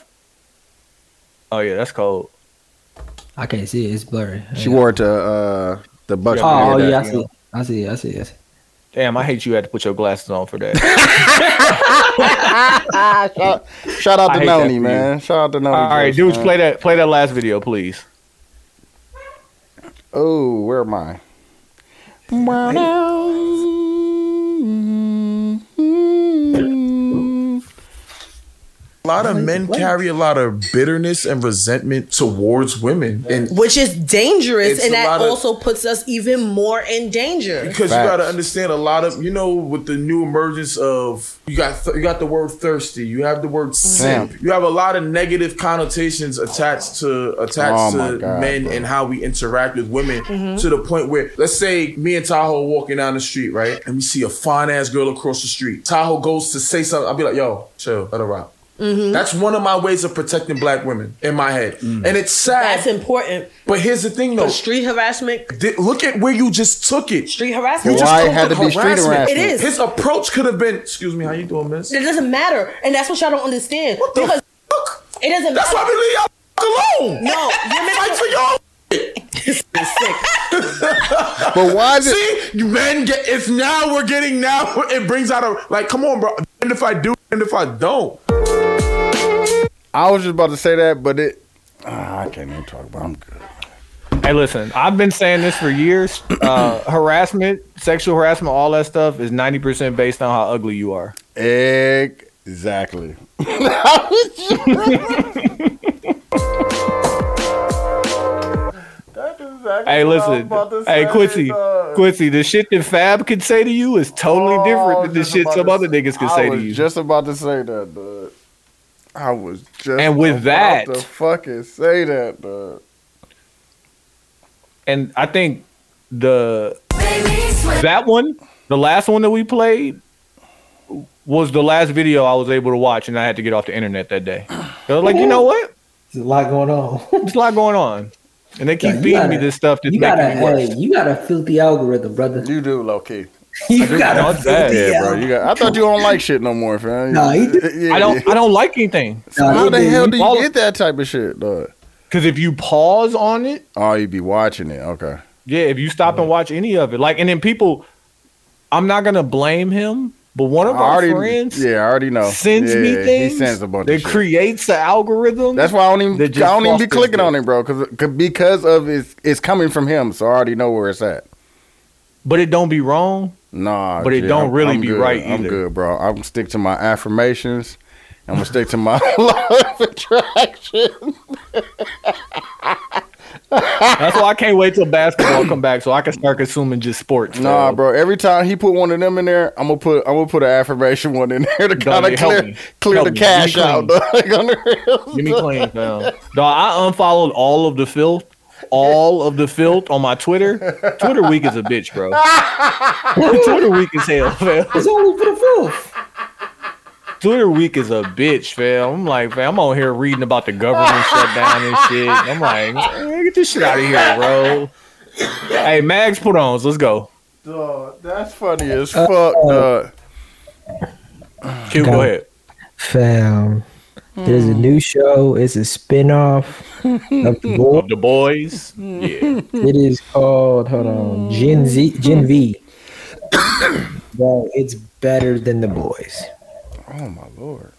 Speaker 2: Oh yeah, that's cold.
Speaker 3: I can't see it. It's blurry.
Speaker 1: She wore it to uh, the Bucks.
Speaker 3: Oh,
Speaker 1: game
Speaker 3: oh,
Speaker 1: that-
Speaker 3: yeah, I see. it. I see. it. I see. it.
Speaker 2: Damn, I hate you had to put your glasses on for [laughs] that.
Speaker 1: shout, shout out
Speaker 2: I
Speaker 1: to
Speaker 2: hate that for
Speaker 1: Noni,
Speaker 2: you.
Speaker 1: man. Shout out to Noni.
Speaker 2: All right,
Speaker 1: Jokes,
Speaker 2: dudes,
Speaker 1: man.
Speaker 2: play that play that last video, please.
Speaker 1: Oh, where am I?
Speaker 5: A lot of men carry a lot of bitterness and resentment towards women, and
Speaker 4: which is dangerous,
Speaker 5: It's
Speaker 4: and
Speaker 5: a
Speaker 4: that
Speaker 5: lot of-
Speaker 4: also puts us even more in danger.
Speaker 5: because you got to understand a lot of you know with the new emergence of you got th- you got the word thirsty, you have the word simp,
Speaker 1: Damn.
Speaker 5: you have a lot of negative connotations attached to
Speaker 1: Oh
Speaker 5: attached
Speaker 1: my
Speaker 5: to
Speaker 1: God,
Speaker 5: men
Speaker 1: bro.
Speaker 5: and how we interact with women
Speaker 4: Mm-hmm.
Speaker 1: Mhm.
Speaker 5: to the point where let's say me and Tahoe walking down the street, right, and we see a fine ass girl across the street. Tahoe goes to say something, I'll be like, "Yo, chill, let her rock."
Speaker 4: Mm-hmm.
Speaker 5: That's one of my ways of protecting black women in my head,
Speaker 1: Mm.
Speaker 5: and it's sad. That's
Speaker 4: important.
Speaker 5: But here's the thing, though:
Speaker 4: street harassment.
Speaker 5: look at where you just took it.
Speaker 4: Street harassment.
Speaker 5: You just
Speaker 4: Why it
Speaker 5: called
Speaker 4: had to be street harassment? It is.
Speaker 5: His approach could have been, "Excuse me, how you doing, miss?"
Speaker 4: It doesn't matter, and that's what y'all don't understand. because it doesn't.
Speaker 5: That's why
Speaker 4: matter.
Speaker 5: we leave y'all f- alone.
Speaker 4: No, women
Speaker 5: fight for y'all.
Speaker 1: but why is
Speaker 5: it? See, men get. It's now we're getting now. [laughs] It brings out a like. Come on, bro. And if I do, and if I don't,
Speaker 1: I was just about to say that, but it. Ah, I can't even talk about. I'm good.
Speaker 2: Hey, listen, I've been saying this for years. Uh, harassment, sexual harassment, all that stuff is ninety percent based on how ugly you are.
Speaker 1: Exactly.
Speaker 2: Hey, listen. Hey, Quincy.
Speaker 5: uh,
Speaker 2: Quincy, the shit that Fab can say to you is totally
Speaker 5: Oh,
Speaker 2: different than the shit some other niggas can say to
Speaker 5: I was
Speaker 2: you.
Speaker 5: Just about to say that, dog. I was just
Speaker 2: And with
Speaker 5: about
Speaker 2: that-
Speaker 5: to fucking say that, dog.
Speaker 2: and I think the
Speaker 14: sweat.
Speaker 2: that one, the last one that we played, was the last video I was able to watch, and I had to get off the internet that day. [clears throat] I was like, you know what?
Speaker 3: There's a lot
Speaker 2: [laughs]
Speaker 3: going on.
Speaker 2: There's a lot going on, and they
Speaker 3: Yeah,
Speaker 2: keep
Speaker 3: you
Speaker 2: feeding me
Speaker 3: gotta-
Speaker 2: this stuff that's
Speaker 3: you got a
Speaker 2: making me worse.
Speaker 3: hey, you got a filthy algorithm, brother.
Speaker 5: You do, low key.
Speaker 3: [laughs] you
Speaker 5: I do
Speaker 3: got
Speaker 5: want
Speaker 3: a
Speaker 5: that.
Speaker 3: filthy
Speaker 5: Yeah, bro.
Speaker 3: algorithm.
Speaker 5: You got. I thought you don't like shit no more, fam.
Speaker 3: Nah,
Speaker 2: [laughs]
Speaker 3: he do.
Speaker 5: [laughs]
Speaker 2: I don't. I don't like anything.
Speaker 5: So how the hell do you
Speaker 2: Follow-
Speaker 5: get that type of shit, dog?
Speaker 2: Because if you pause on it,
Speaker 5: oh, you be watching it. Okay.
Speaker 2: Yeah, if you stop and watch any of it, like, and then people, I'm not gonna blame him, but one of
Speaker 5: I
Speaker 2: our
Speaker 5: already-
Speaker 2: friends,
Speaker 5: yeah, I already know.
Speaker 2: sends
Speaker 5: Yeah,
Speaker 2: me
Speaker 5: he
Speaker 2: things.
Speaker 5: sends a bunch
Speaker 2: that
Speaker 5: of shit.
Speaker 2: creates the algorithm.
Speaker 5: That's why I don't even. I
Speaker 2: that just
Speaker 5: don't even be
Speaker 2: fosters
Speaker 5: clicking
Speaker 2: it.
Speaker 5: on it, bro, because because of it's it's coming from him, so I already know where it's at.
Speaker 2: But it don't be wrong.
Speaker 5: Nah,
Speaker 2: But it
Speaker 5: Jay,
Speaker 2: don't really be
Speaker 5: good.
Speaker 2: right
Speaker 5: I'm
Speaker 2: either.
Speaker 5: good, bro. I'm stick to my affirmations. I'm gonna stick to my. [laughs]
Speaker 2: That's why I can't wait till basketball come back so I can start consuming just sports.
Speaker 5: nah,
Speaker 2: bro.
Speaker 5: bro. Every time he put one of them in there, I'm gonna put I'm gonna put an affirmation one in there to
Speaker 2: Dog,
Speaker 5: kind of
Speaker 2: help
Speaker 5: clear
Speaker 2: me.
Speaker 5: clear
Speaker 2: Help
Speaker 5: the
Speaker 2: me.
Speaker 5: cash
Speaker 2: Give me
Speaker 5: out.
Speaker 2: clean.
Speaker 5: dog, [laughs] on the real.
Speaker 2: Give me clean, fam. Dog, I unfollowed all of the filth, all of the filth on my Twitter. Twitter week is a bitch, bro. Twitter week is hell, fam.
Speaker 3: It's only for the filth.
Speaker 2: Twitter week is a bitch, fam. I'm like, fam, I'm on here reading about the government shutdown and shit. I'm like, man, get this shit out of here, bro. Hey, Mags, put on. Let's go.
Speaker 5: Dog, that's funny as fuck, dog.
Speaker 2: Q, go ahead.
Speaker 3: Fam. There's a new show. It's a spinoff of
Speaker 2: [laughs]
Speaker 3: the boy.
Speaker 2: Of the boys. Yeah.
Speaker 3: It is called hold on Gen Z Gen V. [coughs] Bro, it's better than the boys.
Speaker 5: Oh my lord.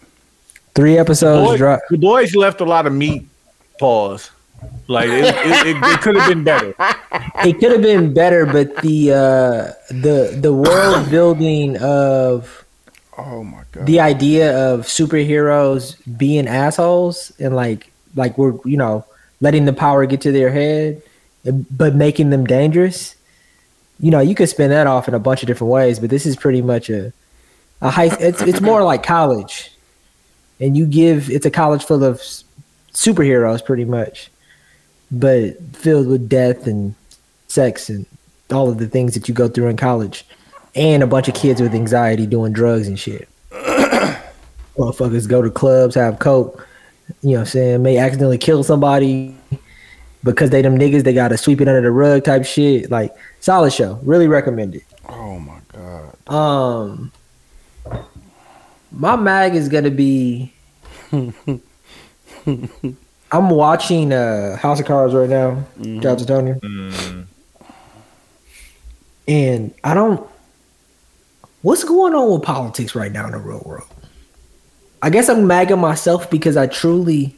Speaker 3: Three episodes
Speaker 2: Boy-
Speaker 3: drop.
Speaker 2: the boys left a lot of meat. Pause. Like it, it, it, it could have been better.
Speaker 3: It could have been better, but the uh, the the world building of
Speaker 5: oh my god
Speaker 3: the idea of superheroes being assholes and like like we're you know letting the power get to their head, eh, but making them dangerous. You know, you could spin that off in a bunch of different ways, but this is pretty much a a high. It's it's more like college, and you give it's a college full of s- superheroes, pretty much, but filled with death and sex and all of the things that you go through in college, and a bunch of kids with anxiety doing drugs and shit. Motherfuckers go to clubs, have coke, you know what I'm saying, may accidentally kill somebody because they them niggas, they gotta sweep it under the rug type shit. Like solid show. Really recommend it.
Speaker 5: Oh my god.
Speaker 3: Um my mag is
Speaker 2: [laughs]
Speaker 3: gonna be I'm watching uh House of Cards right now,
Speaker 2: Mm-hmm.
Speaker 3: mm
Speaker 2: Mm.
Speaker 3: and I don't. What's going on with politics right now in the real world? I guess I'm magging myself because I truly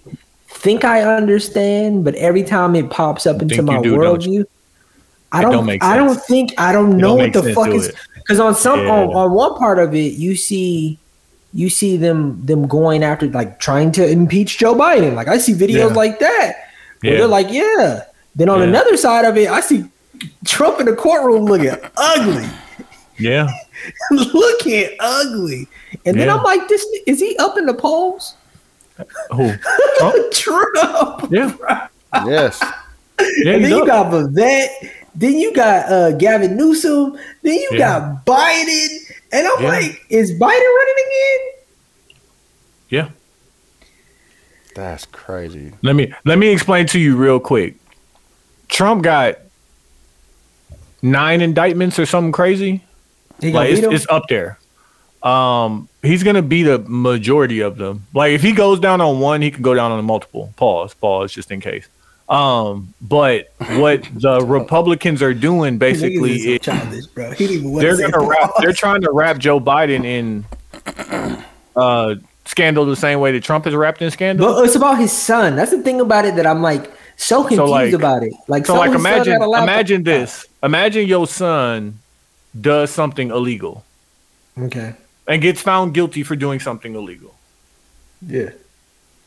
Speaker 3: think I understand, but every time it pops up into
Speaker 2: think
Speaker 3: my
Speaker 2: you do, don't
Speaker 3: worldview, I
Speaker 2: It
Speaker 3: don't.
Speaker 2: don't make
Speaker 3: I don't
Speaker 2: sense.
Speaker 3: think. I don't know
Speaker 2: make
Speaker 3: what the
Speaker 2: sense
Speaker 3: fuck
Speaker 2: to
Speaker 3: is
Speaker 2: it.
Speaker 3: because on some
Speaker 2: Yeah.
Speaker 3: on, on one part of it, you see. You see them them going after like trying to impeach Joe Biden. Like I see videos
Speaker 2: Yeah.
Speaker 3: like that. Where
Speaker 2: Yeah.
Speaker 3: they're like, yeah. Then on
Speaker 2: Yeah.
Speaker 3: another side of it, I see Trump in the courtroom looking ugly,
Speaker 2: Yeah.
Speaker 3: [laughs] looking ugly. And then
Speaker 2: Yeah.
Speaker 3: I'm like, this is he up in the polls? [laughs]
Speaker 2: Who?
Speaker 3: Trump.
Speaker 2: Yeah.
Speaker 5: Yes.
Speaker 3: and then
Speaker 2: he's
Speaker 3: you
Speaker 2: up.
Speaker 3: got Vivek. Then you got uh, Gavin Newsom. Then you
Speaker 2: Yeah.
Speaker 3: got Biden. And I'm
Speaker 2: Yeah.
Speaker 3: like, is Biden running again?
Speaker 2: Yeah.
Speaker 5: That's crazy.
Speaker 2: Let me let me explain to you real quick. Trump got nine indictments or something crazy.
Speaker 3: He gonna
Speaker 2: Like it's,
Speaker 3: beat 'em?
Speaker 2: it's up there. Um, he's gonna beat a majority of them. Like if he goes down on one, he can go down on a multiple. Pause, pause, just in case. Um, but what the Republicans are doing basically
Speaker 3: Niggas is
Speaker 2: is
Speaker 3: childish, bro. He didn't even wanna
Speaker 2: they're
Speaker 3: say
Speaker 2: gonna wrap,
Speaker 3: pause.
Speaker 2: they're trying to wrap Joe Biden in uh scandal the same way that Trump is wrapped in scandal.
Speaker 3: But it's about his son. That's the thing about it that I'm like so confused
Speaker 2: like-
Speaker 3: about it. Like
Speaker 2: so
Speaker 3: so
Speaker 2: like
Speaker 3: his son
Speaker 2: imagine
Speaker 3: got a laptop.
Speaker 2: imagine this imagine your son does something illegal
Speaker 3: Okay.
Speaker 2: and gets found guilty for doing something illegal
Speaker 3: Yeah.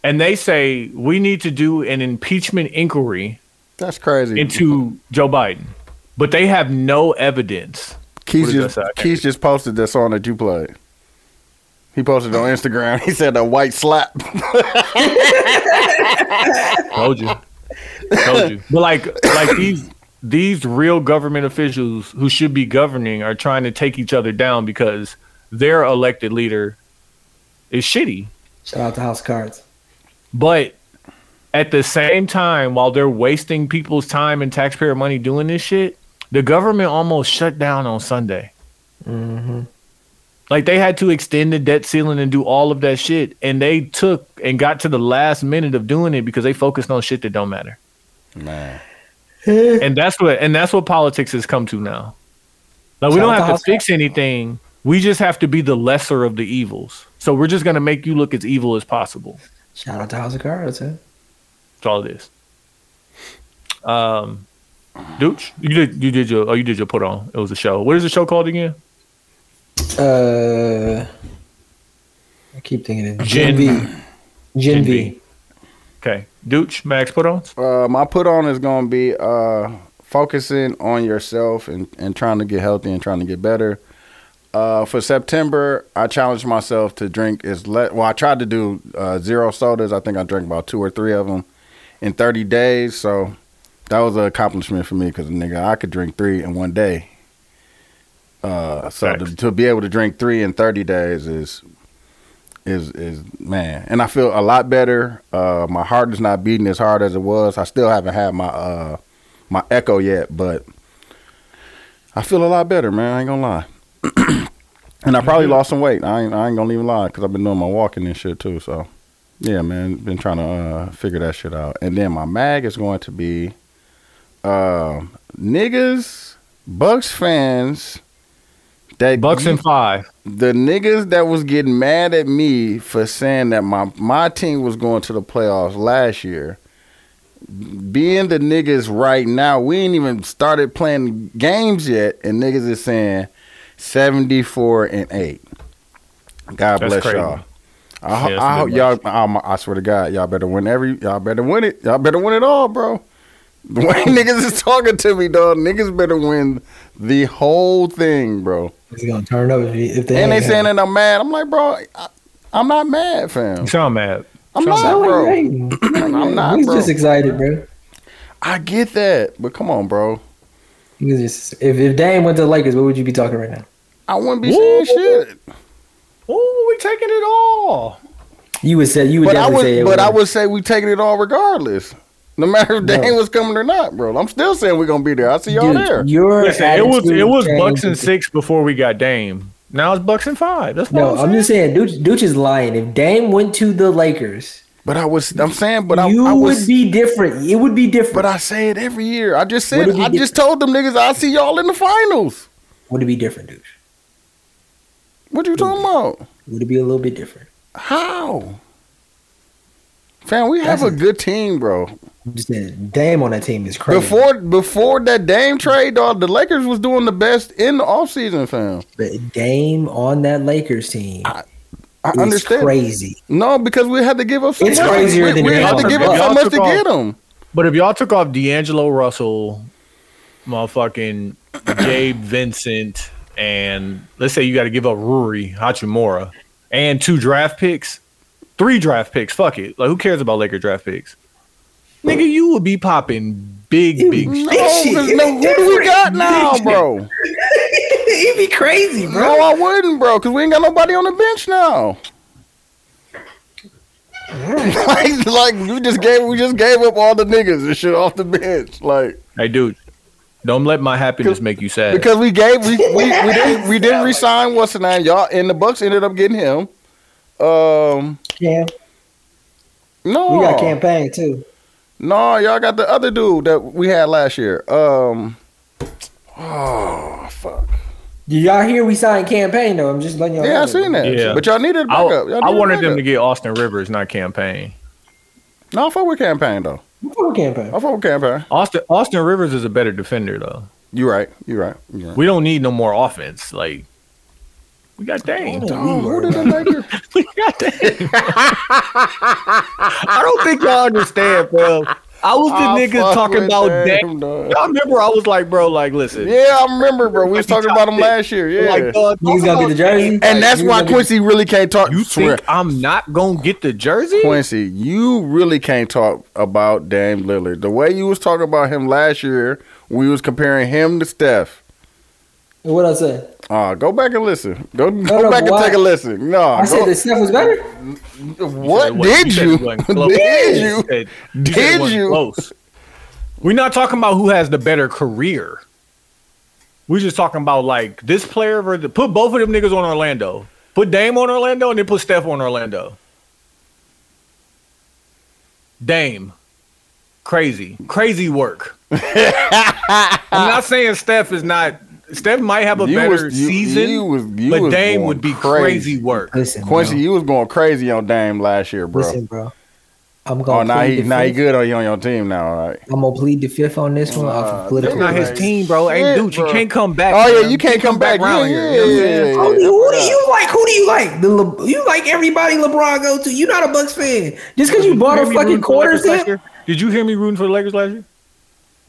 Speaker 2: and they say we need to do an impeachment inquiry
Speaker 1: That's crazy.
Speaker 2: into Joe Biden, but they have no evidence.
Speaker 1: Keith
Speaker 2: What is
Speaker 1: just
Speaker 2: that side?
Speaker 1: Keith just posted the song that you played. He posted on
Speaker 5: [laughs]
Speaker 1: Instagram. He said a white slap.
Speaker 2: Told you. Told you. But like like these these real government officials who should be governing are trying to take each other down because their elected leader is shitty.
Speaker 3: Shout out to House of
Speaker 2: [laughs]
Speaker 3: Cards.
Speaker 2: But at the same time, while they're wasting people's time and taxpayer money doing this shit, the government almost shut down on Sunday. Like they had to extend the debt ceiling and do all of that shit, and they took and got to the last minute of doing it because they focused on shit that don't matter.
Speaker 1: Man.
Speaker 2: and that's what and that's what politics has come to now. Like we
Speaker 15: Shout
Speaker 2: don't
Speaker 15: out to
Speaker 2: have to
Speaker 15: House-
Speaker 2: fix anything. We just have to be the lesser of the evils. So we're just gonna make you look as evil as possible.
Speaker 3: Shout out to House of Cards. Huh?
Speaker 2: That's all it is. Um, Dooch, you did you did your oh you did your put on. It was a show. What is the show called again?
Speaker 3: Uh, I keep thinking of
Speaker 2: Gen-
Speaker 3: Gen V. Gen V.
Speaker 2: Okay, Dooch, Max put on.
Speaker 1: Uh, my put on is gonna be uh, focusing on yourself and, and trying to get healthy and trying to get better. Uh, for September, I challenged myself to drink as le- well. I tried to do uh, zero sodas. I think I drank about two or three of them in 30 days. So that was an accomplishment for me because nigga, I could drink three in one day. Uh, so to, to be able to drink three in 30 days is is is man, and I feel a lot better. Uh, my heart is not beating as hard as it was. I still haven't had my uh my echo yet, but I feel a lot better, man. I ain't gonna lie. and I probably lost some weight. I ain't, I ain't gonna even lie because I've been doing my walking and shit too. So yeah, man, been trying to uh, figure that shit out. And then my mag is going to be um, niggas, Bucks fans. That
Speaker 2: Bucks and five.
Speaker 1: The niggas that was getting mad at me for saying that my my team was going to the playoffs last year. Being the niggas right now, we ain't even started playing games yet, and niggas is saying seventy four and eight. God
Speaker 2: That's
Speaker 1: bless
Speaker 2: crazy.
Speaker 1: y'all. I, ho-
Speaker 2: Yeah, it's
Speaker 1: I
Speaker 2: been
Speaker 1: hope y'all. I'm- I swear to God, y'all better win every. Y'all better win it. Y'all better win it all, bro. [laughs] The way niggas is talking to me, dog. Niggas better win the whole thing, bro.
Speaker 3: He's gonna turn up if, he, if they.
Speaker 1: and they
Speaker 3: ain't
Speaker 1: saying
Speaker 3: had
Speaker 1: that I'm mad. I'm like, bro, I, I'm not mad, fam.
Speaker 2: You sound mad.
Speaker 1: I'm
Speaker 3: Sound
Speaker 1: not,
Speaker 3: like
Speaker 1: bro.
Speaker 3: you
Speaker 1: [clears throat] I'm not,
Speaker 3: He's
Speaker 1: bro.
Speaker 3: just excited, bro.
Speaker 1: I get that, but come on, bro.
Speaker 3: He's just if if Dame went to the Lakers, what would you be talking right now?
Speaker 1: I wouldn't be
Speaker 2: Woo!
Speaker 1: saying shit.
Speaker 2: Oh, we taking it all.
Speaker 3: You would say you would
Speaker 1: But I
Speaker 3: definitely
Speaker 1: would,
Speaker 3: say it
Speaker 1: but I
Speaker 3: was-
Speaker 1: would say we taking it all regardless. No matter if
Speaker 3: No.
Speaker 1: Dane was coming or not, bro. I'm still saying we're gonna be there. I see y'all
Speaker 3: Dude,
Speaker 1: there.
Speaker 3: your
Speaker 2: Listen, it was
Speaker 3: attitude
Speaker 2: it was Bucks
Speaker 3: changed.
Speaker 2: and six before we got Dame. Now it's Bucks and five. That's
Speaker 3: No,
Speaker 2: no.
Speaker 3: I'm just saying, Dooch, Dooch is lying. If Dame went to the Lakers,
Speaker 1: but I was, I'm saying, but I,
Speaker 3: you
Speaker 1: I was-
Speaker 3: would be different. It would be different.
Speaker 1: But I say it every year. I just said
Speaker 3: What if we
Speaker 1: I
Speaker 3: get-
Speaker 1: just told them niggas I see y'all in the finals.
Speaker 3: Would it be different, Dooch?
Speaker 1: What you talking about?
Speaker 3: Would it be a little bit different?
Speaker 1: How? Fam, we have
Speaker 3: That's
Speaker 1: a good team, bro.
Speaker 3: I'm just saying, Dame on that team is crazy.
Speaker 1: Before before that Dame trade, dog, the Lakers was doing the best in the offseason, fam.
Speaker 3: But Dame on that Lakers team.
Speaker 1: I
Speaker 3: is
Speaker 1: understand.
Speaker 3: Crazy.
Speaker 1: No, because we had to give up so
Speaker 3: It's
Speaker 1: much.
Speaker 3: crazier
Speaker 1: we,
Speaker 3: than
Speaker 1: we
Speaker 3: Dame
Speaker 1: had to
Speaker 3: on
Speaker 1: give
Speaker 3: the
Speaker 1: up
Speaker 3: Bucks.
Speaker 1: so
Speaker 2: Y'all
Speaker 1: much
Speaker 2: took
Speaker 1: to
Speaker 2: off-
Speaker 1: get him.
Speaker 2: But if y'all took off D'Angelo Russell, motherfucking Gabe Vincent, and let's say you got to give up Ruri Hachimura and two draft picks, three draft picks. Fuck it. Like who cares about Laker draft picks? Nigga, you would be popping big, big. shit.
Speaker 1: No, 'cause no, who do we got now, bro?
Speaker 3: He'd be crazy,
Speaker 1: No, I wouldn't, bro, because we ain't got nobody on the bench now. [laughs] like, like we just gave we just gave up all the niggas and shit off the bench, like
Speaker 2: Hey, dude, don't let my happiness make you sad.
Speaker 1: because we gave we we,
Speaker 3: [laughs]
Speaker 1: we didn't we didn't resign what's the name y'all and the Bucks ended up getting him. Um,
Speaker 3: Yeah.
Speaker 1: no,
Speaker 3: We got campaign too.
Speaker 1: No, y'all got the other dude that we had last year. Um, oh fuck.
Speaker 3: Y'all hear we signed campaign though. I'm just letting y'all.
Speaker 1: Yeah,
Speaker 3: know.
Speaker 1: I seen that. But y'all needed
Speaker 2: I,
Speaker 1: backup. Y'all
Speaker 2: I
Speaker 1: needed
Speaker 2: wanted them
Speaker 1: backup.
Speaker 2: to get Austin Rivers, not campaign.
Speaker 1: No, I fuck with campaign though.
Speaker 3: Fuck campaign.
Speaker 1: I fuck with campaign.
Speaker 2: Austin Austin Rivers is a better defender though.
Speaker 1: You right. You right. You right.
Speaker 2: We don't need no more offense. Like we got Dame.
Speaker 1: Dog, who did the
Speaker 2: [laughs]
Speaker 1: Lakers?
Speaker 2: I don't think y'all understand, bro. [laughs] I was the
Speaker 5: I
Speaker 2: nigga
Speaker 5: fuck
Speaker 2: talking
Speaker 5: with
Speaker 2: about
Speaker 5: them,
Speaker 2: Dame. I remember I was like, bro, like, listen.
Speaker 5: Yeah, I remember, bro. We was talking about him last year. Yeah,
Speaker 2: Like, dog, talk
Speaker 5: Niggas gotta
Speaker 2: about
Speaker 5: get the jersey.
Speaker 2: Dame.
Speaker 5: And that's why
Speaker 2: niggas gotta
Speaker 5: Quincy really can't talk. You swear.
Speaker 2: think I'm not gonna get the jersey?
Speaker 5: Quincy, you really can't talk about Dame Lillard. The way you was talking about him last year, we was comparing him to Steph.
Speaker 3: What I say?
Speaker 5: Uh, go back and listen. Go, go
Speaker 3: no,
Speaker 5: back and
Speaker 3: why?
Speaker 5: take a listen. No,
Speaker 3: I said
Speaker 5: go-
Speaker 3: that Steph was better.
Speaker 5: What did
Speaker 2: said
Speaker 5: you?
Speaker 2: it wasn't close.
Speaker 5: Did you?
Speaker 2: said- said it
Speaker 5: Did
Speaker 2: wasn't
Speaker 5: you?
Speaker 2: Close. We're not talking about who has the better career. We're just talking about like this player versus put both of them niggas on Orlando. Put Dame on Orlando and then put Steph on Orlando. Dame. Crazy. Crazy
Speaker 5: [laughs]
Speaker 2: work. I'm not saying Steph is not Steph might have a
Speaker 5: You
Speaker 2: better
Speaker 5: was- you-
Speaker 2: season,
Speaker 5: you was- you
Speaker 2: but
Speaker 5: was
Speaker 2: Dame
Speaker 5: going
Speaker 2: would be
Speaker 5: crazy.
Speaker 2: crazy work.
Speaker 5: Quincy, you was going crazy on Dame last year, bro.
Speaker 3: Listen, bro. I'm
Speaker 5: oh,
Speaker 3: going.
Speaker 5: now he now he good on you on your team now, all right?
Speaker 3: I'm gonna plead the fifth on this one. off of
Speaker 2: That's
Speaker 3: political.
Speaker 2: not his
Speaker 3: reasons.
Speaker 2: team, bro. Ain't
Speaker 3: Shit,
Speaker 2: dude, you
Speaker 3: bro.
Speaker 2: can't come back.
Speaker 5: Oh, yeah,
Speaker 2: man.
Speaker 5: you can't come back.
Speaker 2: round
Speaker 5: Yeah,
Speaker 2: here. You know what I'm
Speaker 5: yeah,
Speaker 2: saying?
Speaker 5: yeah,
Speaker 3: Who do, who do you like? Who do you like? The Le- you like everybody LeBron go to. You're not a Bucks fan just because you bought
Speaker 2: Did
Speaker 3: a
Speaker 2: you hear me
Speaker 3: fucking
Speaker 2: rooting for the
Speaker 3: quarter
Speaker 2: Lakers last
Speaker 3: set,
Speaker 2: year? Did you hear me rooting for the Lakers last year?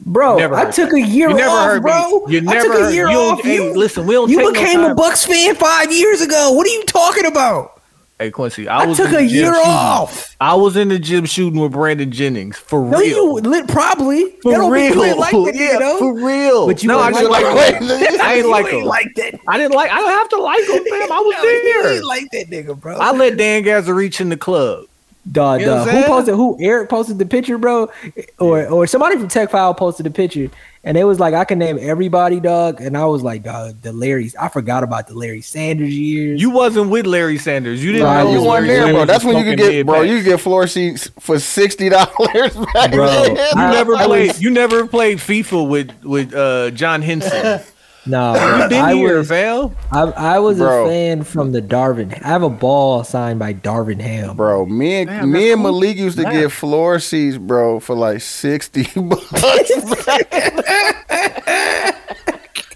Speaker 3: bro.
Speaker 2: Never
Speaker 3: I
Speaker 2: heard
Speaker 3: took a year
Speaker 2: You never
Speaker 3: off,
Speaker 2: heard me.
Speaker 3: bro.
Speaker 2: You
Speaker 3: I
Speaker 2: never
Speaker 3: took a
Speaker 2: heard-
Speaker 3: year
Speaker 2: you don't-
Speaker 3: off.
Speaker 2: hey,
Speaker 3: you
Speaker 2: listen, we don't
Speaker 3: You
Speaker 2: take no
Speaker 3: became a
Speaker 2: time.
Speaker 3: Bucks fan five years ago. What are you talking about?
Speaker 2: Hey Quincy, I,
Speaker 3: I
Speaker 2: was
Speaker 3: took
Speaker 2: in the
Speaker 3: a
Speaker 2: gym
Speaker 3: year
Speaker 2: shooting.
Speaker 3: off.
Speaker 2: I was in the gym shooting with Brandon Jennings for
Speaker 3: No,
Speaker 2: real.
Speaker 3: you lit probably.
Speaker 2: For
Speaker 3: that don't
Speaker 2: real.
Speaker 3: Be lit like that, [laughs]
Speaker 2: Yeah,
Speaker 3: you know?
Speaker 2: for real.
Speaker 3: But you
Speaker 2: No,
Speaker 3: don't
Speaker 2: I just
Speaker 3: like
Speaker 2: like-
Speaker 3: him. [laughs] Oh,
Speaker 2: wait, I ain't
Speaker 3: You
Speaker 2: like
Speaker 3: ain't
Speaker 2: him.
Speaker 3: Like that.
Speaker 2: I didn't like. I don't have to like him, fam. I [laughs] was
Speaker 3: No, you
Speaker 2: there.
Speaker 3: ain't like that nigga, bro.
Speaker 2: I let Dan Gazza reach in the club.
Speaker 3: Duh,
Speaker 2: You know
Speaker 3: duh.
Speaker 2: what I'm
Speaker 3: Who
Speaker 2: saying?
Speaker 3: posted? Who Eric posted the picture, bro? Or or somebody from Tech File posted the picture, and it was like I can name everybody, dog. And I was like, dog, the Larry's. I forgot about the Larry Sanders years.
Speaker 2: You wasn't with Larry Sanders. You didn't.
Speaker 3: Nah,
Speaker 2: know
Speaker 3: you
Speaker 2: Larry
Speaker 5: One there,
Speaker 2: Sanders
Speaker 5: bro.
Speaker 2: was
Speaker 5: That's when you could
Speaker 2: fucking
Speaker 5: get, bro.
Speaker 2: mid-pack.
Speaker 5: You could get floor seats for sixty dollars, [laughs] back
Speaker 3: Bro,
Speaker 5: then.
Speaker 2: You never played. You never played FIFA with with uh, John Henson.
Speaker 3: No,
Speaker 5: [clears throat]
Speaker 2: you been
Speaker 3: I
Speaker 2: here,
Speaker 3: was,
Speaker 2: Val.
Speaker 3: I, I was
Speaker 5: Bro.
Speaker 3: a fan from the Darvin. I have a ball signed by Darvin [laughs] Ham.
Speaker 5: Bro, me and
Speaker 3: Damn,
Speaker 5: me
Speaker 3: that's
Speaker 5: and
Speaker 3: cool.
Speaker 5: Malik used to
Speaker 3: Wow.
Speaker 5: get floor seats, bro, for like sixty [laughs] bucks.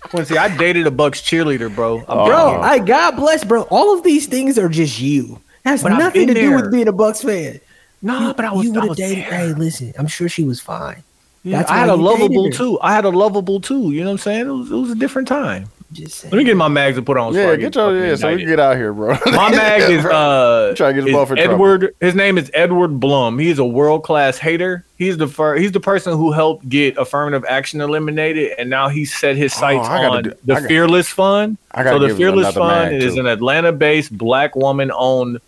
Speaker 2: Quincy, I dated a Bucks cheerleader, bro. I'm telling
Speaker 5: Oh.
Speaker 3: Bro,
Speaker 2: you.
Speaker 3: I God bless, bro. All of these things are just you. Has
Speaker 2: But I've
Speaker 3: nothing to
Speaker 2: been
Speaker 3: do
Speaker 2: there.
Speaker 3: with being a Bucks fan.
Speaker 2: Nah,
Speaker 3: You-
Speaker 2: but I was-
Speaker 3: You
Speaker 2: I
Speaker 3: would have
Speaker 2: was
Speaker 3: dated.
Speaker 2: there.
Speaker 3: Hey, listen, I'm sure she was fine.
Speaker 2: Yeah,
Speaker 3: That's
Speaker 2: I
Speaker 3: why
Speaker 2: had a
Speaker 3: you dated
Speaker 2: lovable
Speaker 3: her.
Speaker 2: too. I had a lovable too. You know what I'm saying? It was, it was a different time.
Speaker 3: Just saying.
Speaker 2: Let me get my mags and put on. so
Speaker 5: yeah,
Speaker 2: I
Speaker 5: get your
Speaker 2: fucking
Speaker 5: yeah, so we
Speaker 2: indicted.
Speaker 5: can get out here, bro. [laughs]
Speaker 2: My mag is uh
Speaker 5: Try to get us
Speaker 2: is
Speaker 5: both in trouble.
Speaker 2: Edward. His name is Edward Blum. He is a world class hater. He's the fir- he's the person who helped get affirmative action eliminated, and now he set his sights
Speaker 5: Oh, I gotta
Speaker 2: on
Speaker 5: do-
Speaker 2: the
Speaker 5: I got-
Speaker 2: Fearless Fund.
Speaker 5: I gotta
Speaker 2: so the
Speaker 5: give
Speaker 2: Fearless
Speaker 5: another
Speaker 2: Fund
Speaker 5: mag,
Speaker 2: is
Speaker 5: too.
Speaker 2: an Atlanta based black woman owned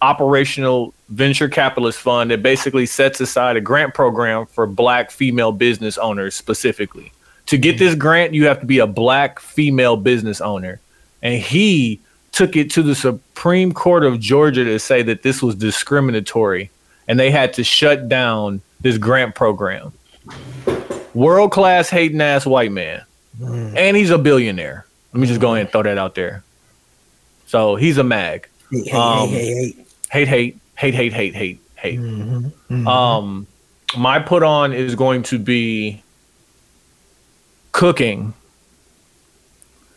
Speaker 2: operational venture capitalist fund that basically sets aside a grant program for black female business owners specifically. To get
Speaker 5: Mm-hmm.
Speaker 2: this grant, you have to be a black female business owner. And he took it to the Supreme Court of Georgia to say that this was discriminatory and they had to shut down this grant program. World class hating ass white man.
Speaker 5: Mm.
Speaker 2: And he's a billionaire. Let me just go ahead and throw that out there. So he's a mag.
Speaker 3: Hey, hey,
Speaker 2: Um,
Speaker 3: hey, hey, hey.
Speaker 2: hate, hate, hate, hate, hate, hate, hate. Um, my put on is going to be cooking.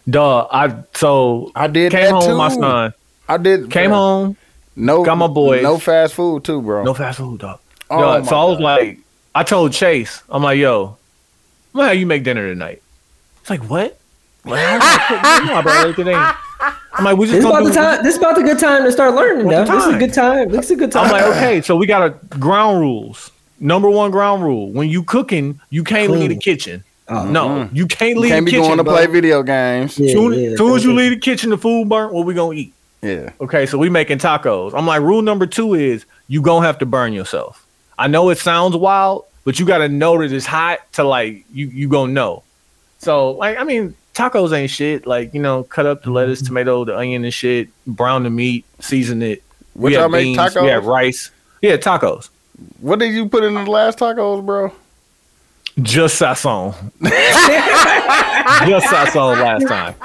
Speaker 2: Duh, I so
Speaker 5: I did
Speaker 2: came
Speaker 5: that
Speaker 2: home with my
Speaker 5: too.
Speaker 2: son.
Speaker 5: I did
Speaker 2: Came
Speaker 5: bro.
Speaker 2: home,
Speaker 5: No,
Speaker 2: got my boys.
Speaker 5: No fast food too, bro.
Speaker 2: no fast food, dog.
Speaker 5: Oh
Speaker 2: Duh,
Speaker 5: my
Speaker 2: so I was like, I told Chase, I'm like, yo, I'm gonna have you make dinner tonight. It's like what? What? no, bro, it ain't. I'm like, we just
Speaker 3: This
Speaker 2: gonna
Speaker 3: about the
Speaker 2: do-
Speaker 3: time. This about the good time to start learning.
Speaker 2: What's the
Speaker 3: Though. This is a
Speaker 2: time?
Speaker 3: good time. This is a good time.
Speaker 2: I'm like, okay, so we got a ground rules. Number one ground rule: when you cooking, you can't leave the kitchen.
Speaker 3: Oh,
Speaker 2: no, you can't
Speaker 5: Uh-huh. You
Speaker 2: leave the
Speaker 5: can't be
Speaker 2: kitchen.
Speaker 5: going to
Speaker 2: bro.
Speaker 5: play video games.
Speaker 3: Yeah,
Speaker 2: soon,
Speaker 3: yeah,
Speaker 2: soon as you
Speaker 3: don't-
Speaker 2: leave the kitchen, the food burnt. What we gonna eat?
Speaker 5: Yeah.
Speaker 2: Okay, so we making tacos. I'm like, rule number two is you gonna have to burn yourself. I know it sounds wild, but you gotta know that it's hot to like you you gonna know. So like, I mean, tacos ain't shit. Like you know, cut up the lettuce,
Speaker 5: Mm-hmm.
Speaker 2: tomato, the onion and shit, brown the meat, season it.
Speaker 5: What y'all
Speaker 2: had
Speaker 5: make,
Speaker 2: We
Speaker 5: tacos?
Speaker 2: had rice. Yeah, tacos.
Speaker 5: What did you put in the last tacos, bro?
Speaker 2: Just
Speaker 5: [laughs]
Speaker 2: sazon. Just sazon last time.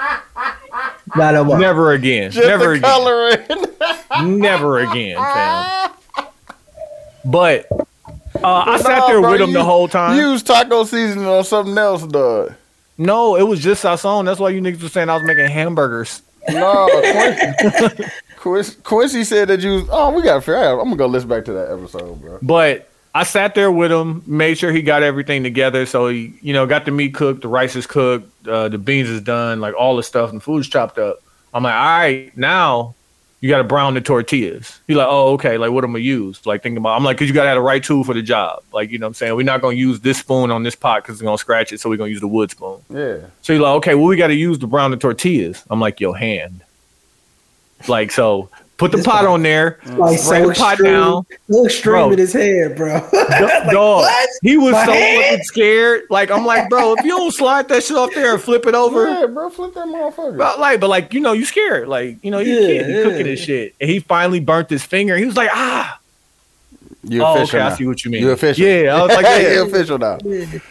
Speaker 3: Not no more.
Speaker 2: Never again.
Speaker 5: Just
Speaker 2: Never
Speaker 5: the
Speaker 2: again. [laughs]
Speaker 5: coloring.
Speaker 2: Never again, fam. But uh, I sat
Speaker 5: Nah,
Speaker 2: there
Speaker 5: bro,
Speaker 2: with him
Speaker 5: you-
Speaker 2: the whole time.
Speaker 5: Use taco seasoning on something else, dog.
Speaker 2: no, it was just sazon. That's why you niggas were saying I was making hamburgers.
Speaker 5: No, Quincy, Quincy said that you. Was, oh, we got to figure out. I'm gonna go listen back to that episode, bro.
Speaker 2: But I sat there with him, made sure he got everything together. So he, you know, got the meat cooked, the rice is cooked, uh, the beans is done, like all the stuff, and food's chopped up. I'm like, all right, now you got to brown the tortillas. He's like, oh, okay. Like, what am I use? Like, thinking about, I'm like, cause you got to have the right tool for the job. Like, you know what I'm saying? We're not going to use this spoon on this pot because it's going to scratch it. So we're going to use the wood spoon.
Speaker 5: Yeah.
Speaker 2: So you're like, okay, well, we got to use to brown the tortillas. I'm like, your hand. Like, so put the pot on there, break
Speaker 3: Like, so
Speaker 2: the pot
Speaker 3: extreme,
Speaker 2: down.
Speaker 3: so extreme
Speaker 2: Bro.
Speaker 3: in his head, bro. [laughs]
Speaker 5: [laughs]
Speaker 3: Like,
Speaker 2: Dog,
Speaker 3: what?
Speaker 2: he was
Speaker 3: My
Speaker 2: so
Speaker 3: hand?
Speaker 2: fucking scared. Like, I'm like, bro, if you don't slide that shit off there and flip it over,
Speaker 5: Yeah, bro, flip that motherfucker.
Speaker 2: but like, but like, you know, you scared. Like, you know, you
Speaker 5: Yeah,
Speaker 2: kid, you
Speaker 5: yeah.
Speaker 2: cooking this shit. And he finally burnt his finger. He was like, ah.
Speaker 5: You
Speaker 2: Oh,
Speaker 5: official
Speaker 2: okay, I
Speaker 5: now.
Speaker 2: see what you mean.
Speaker 5: You official.
Speaker 2: Yeah, I was
Speaker 5: [laughs]
Speaker 2: like, yeah.
Speaker 5: you official now.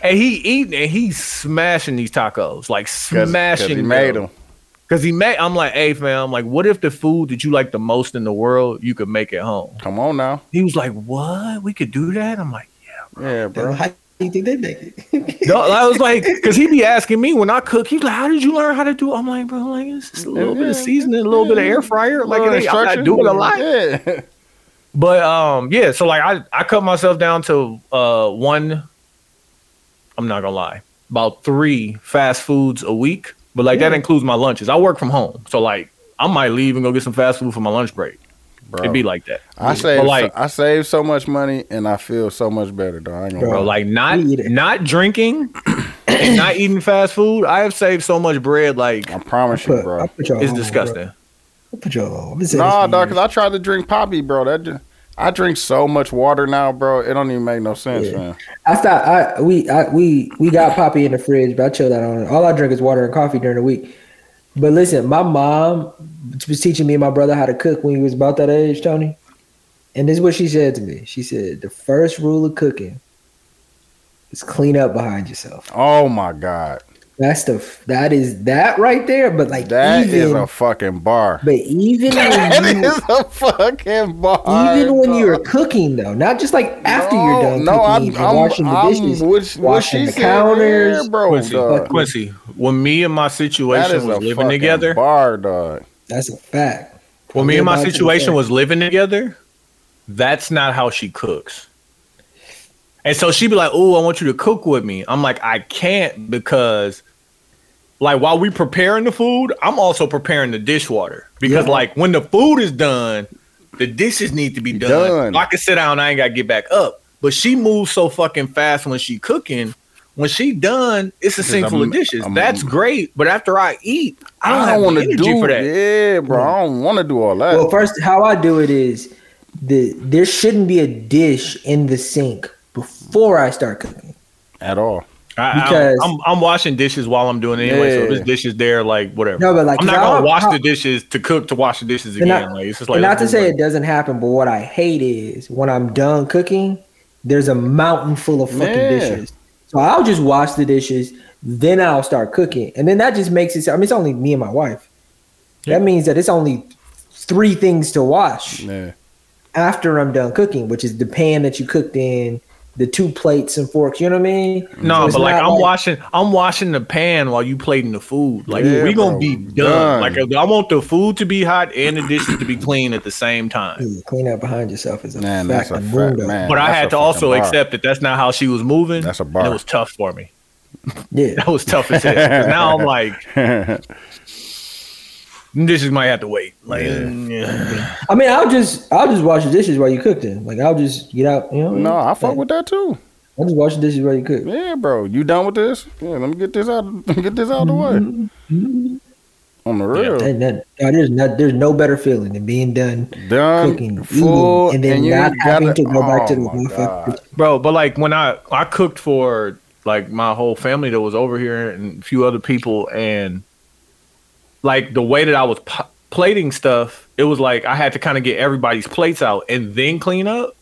Speaker 2: And he eating and he's smashing these tacos, like smashing.
Speaker 5: 'cause he made them.
Speaker 2: Cause he made. I'm like, hey fam, like, what if the food that you like the most in the world you could make at home?
Speaker 5: Come on now.
Speaker 2: He was like, what? We could do that. I'm like,
Speaker 5: yeah, bro.
Speaker 3: How do you think they make it?
Speaker 2: no, I was like, cause he be asking me when I cook. He's like, how did you learn how to do? I'm like, bro, like it's just a little bit of seasoning, a little bit of air fryer. Like, it ain't, I'm not doing a lot.
Speaker 5: Yeah.
Speaker 2: But um, yeah, so like I I cut myself down to uh one. I'm not gonna lie, about three fast foods a week. But like that
Speaker 5: Yeah.
Speaker 2: includes my lunches. I work from home, so like I might leave and go get some fast food for my lunch break.
Speaker 5: Bro.
Speaker 2: It'd be like that.
Speaker 5: I
Speaker 2: But,
Speaker 5: save
Speaker 2: like
Speaker 5: so, I save so much money and I feel so much better, dog. I ain't gonna
Speaker 2: bro,
Speaker 5: lie.
Speaker 2: like not not drinking, and not eating fast food. I have saved so much bread. Like I
Speaker 5: promise you, bro, y'all
Speaker 2: it's
Speaker 5: on, bro.
Speaker 2: disgusting.
Speaker 3: Put your I've been saying
Speaker 5: Nah,
Speaker 3: this for
Speaker 5: dog,
Speaker 3: years.
Speaker 5: because I tried to drink poppy, bro. That ju- I drink so much water now, bro. It don't even make no sense,
Speaker 3: Yeah.
Speaker 5: man.
Speaker 3: I stopped. I we I, we we got poppy in the fridge, but I chilled out on it. All I drink is water and coffee during the week. But listen, my mom was teaching me and my brother how to cook when he was about that age, Tony. And this is what she said to me. She said, "The first rule of cooking is clean up behind yourself."
Speaker 5: Oh my god,
Speaker 3: That's the f- that is that right there. But like
Speaker 5: that is
Speaker 3: even,
Speaker 5: a fucking bar. [laughs]
Speaker 3: but even
Speaker 5: That
Speaker 3: when you,
Speaker 5: is a fucking bar.
Speaker 3: even when you're cooking though, not just like after you're done.
Speaker 5: no,
Speaker 3: cooking,
Speaker 5: I'm-
Speaker 3: even
Speaker 5: I'm-
Speaker 3: washing the
Speaker 5: I'm
Speaker 3: dishes,
Speaker 5: with- what
Speaker 3: washing
Speaker 5: she
Speaker 3: the
Speaker 5: said,
Speaker 3: counters,
Speaker 5: yeah, bro,
Speaker 2: Quincy,
Speaker 5: dog.
Speaker 2: Quincy, when me and my
Speaker 5: That is
Speaker 2: situation
Speaker 5: a
Speaker 2: was living
Speaker 5: fucking
Speaker 2: together,
Speaker 5: bar, dog.
Speaker 3: That's a fact.
Speaker 2: when me and my
Speaker 3: Everybody can
Speaker 2: situation
Speaker 3: say.
Speaker 2: was living together, that's not how she cooks. And so she'd be like, "Oh, I want you to cook with me." I'm like, "I can't because like while we preparing the food, I'm also preparing the dishwater because
Speaker 5: Yeah.
Speaker 2: like when the food is done, the dishes need to be done.
Speaker 5: Done.
Speaker 2: I can sit down, I ain't got to get back up. But she moves so fucking fast when she cooking. When she done, it's a
Speaker 5: Just
Speaker 2: sink
Speaker 5: a
Speaker 2: full of
Speaker 5: m-
Speaker 2: dishes.
Speaker 5: a m-
Speaker 2: That's great, but after I eat, I don't, have
Speaker 5: wanna
Speaker 2: want to
Speaker 5: do
Speaker 2: for that.
Speaker 5: Yeah, bro. I don't want to do all that.
Speaker 3: Well, first, how I do it is the there shouldn't be a dish in the sink before I start cooking.
Speaker 5: At all.
Speaker 2: I,
Speaker 3: Because-
Speaker 2: because I'm, I'm washing dishes while I'm doing it anyway. So if
Speaker 5: Yeah.
Speaker 2: there's dishes there, like whatever.
Speaker 3: No, but, like,
Speaker 2: I'm not
Speaker 3: 'cause I
Speaker 2: gonna
Speaker 3: don't-
Speaker 2: wash
Speaker 3: I-
Speaker 2: the dishes to cook to wash the dishes
Speaker 3: And
Speaker 2: again.
Speaker 3: not-
Speaker 2: like it's just like
Speaker 3: and not to
Speaker 2: let's
Speaker 3: say
Speaker 2: do
Speaker 3: it doesn't happen, but what I hate is when I'm done cooking, there's a mountain full of fucking
Speaker 5: Yeah.
Speaker 3: dishes. So I'll just wash the dishes, then I'll start cooking, and then that just makes it. I mean, it's only me and my wife. That means that it's only three things to wash.
Speaker 5: Yeah.
Speaker 3: after I'm done cooking, which is the pan that you cooked in, the two plates and forks. You know what I mean?
Speaker 2: it. no,
Speaker 3: it's
Speaker 2: but like
Speaker 3: not
Speaker 2: I'm washing, I'm washing the pan while you plating the food. Like
Speaker 5: Yeah,
Speaker 2: we gonna
Speaker 5: bro.
Speaker 2: be done.
Speaker 5: Done.
Speaker 2: Like I want the food to be hot and the dishes to be clean at the same time.
Speaker 3: Yeah, clean up behind yourself is a
Speaker 5: Man,
Speaker 3: fact.
Speaker 5: that's a
Speaker 3: and
Speaker 5: fact,
Speaker 3: mundo.
Speaker 5: man.
Speaker 2: but I
Speaker 5: that's a
Speaker 2: had to
Speaker 5: fucking
Speaker 2: also
Speaker 5: bar.
Speaker 2: accept that that's not how she was moving. That's
Speaker 5: a
Speaker 2: bar.
Speaker 5: bar.
Speaker 2: It was tough for me. [laughs]
Speaker 3: Yeah,
Speaker 2: That was tough as hell. 'Cause
Speaker 3: [laughs]
Speaker 2: now I'm like,
Speaker 5: [laughs]
Speaker 2: dishes might have to wait. Like, mm,
Speaker 3: I mean, I'll just I'll just wash the dishes while you cook them. Like I'll just get out. You know?
Speaker 5: No, I fuck with that too.
Speaker 3: I just wash the dishes while you cook.
Speaker 5: Yeah, bro. You done with this? Yeah, let me get this out. [laughs] Get this out of the way. On the real,
Speaker 3: Ain't nothing- no, there's not there's no better feeling than being done
Speaker 5: done
Speaker 3: cooking,
Speaker 5: full,
Speaker 3: eating, and then
Speaker 5: and you
Speaker 3: not
Speaker 5: ain't
Speaker 3: having
Speaker 5: gotta-
Speaker 3: to go back to
Speaker 5: oh
Speaker 3: the
Speaker 5: my
Speaker 3: motherfucker.
Speaker 2: bro but like when i i cooked for like my whole family that was over here and a few other people and like the way that i was p- plating stuff it was like i had to kind of get everybody's plates out and then clean up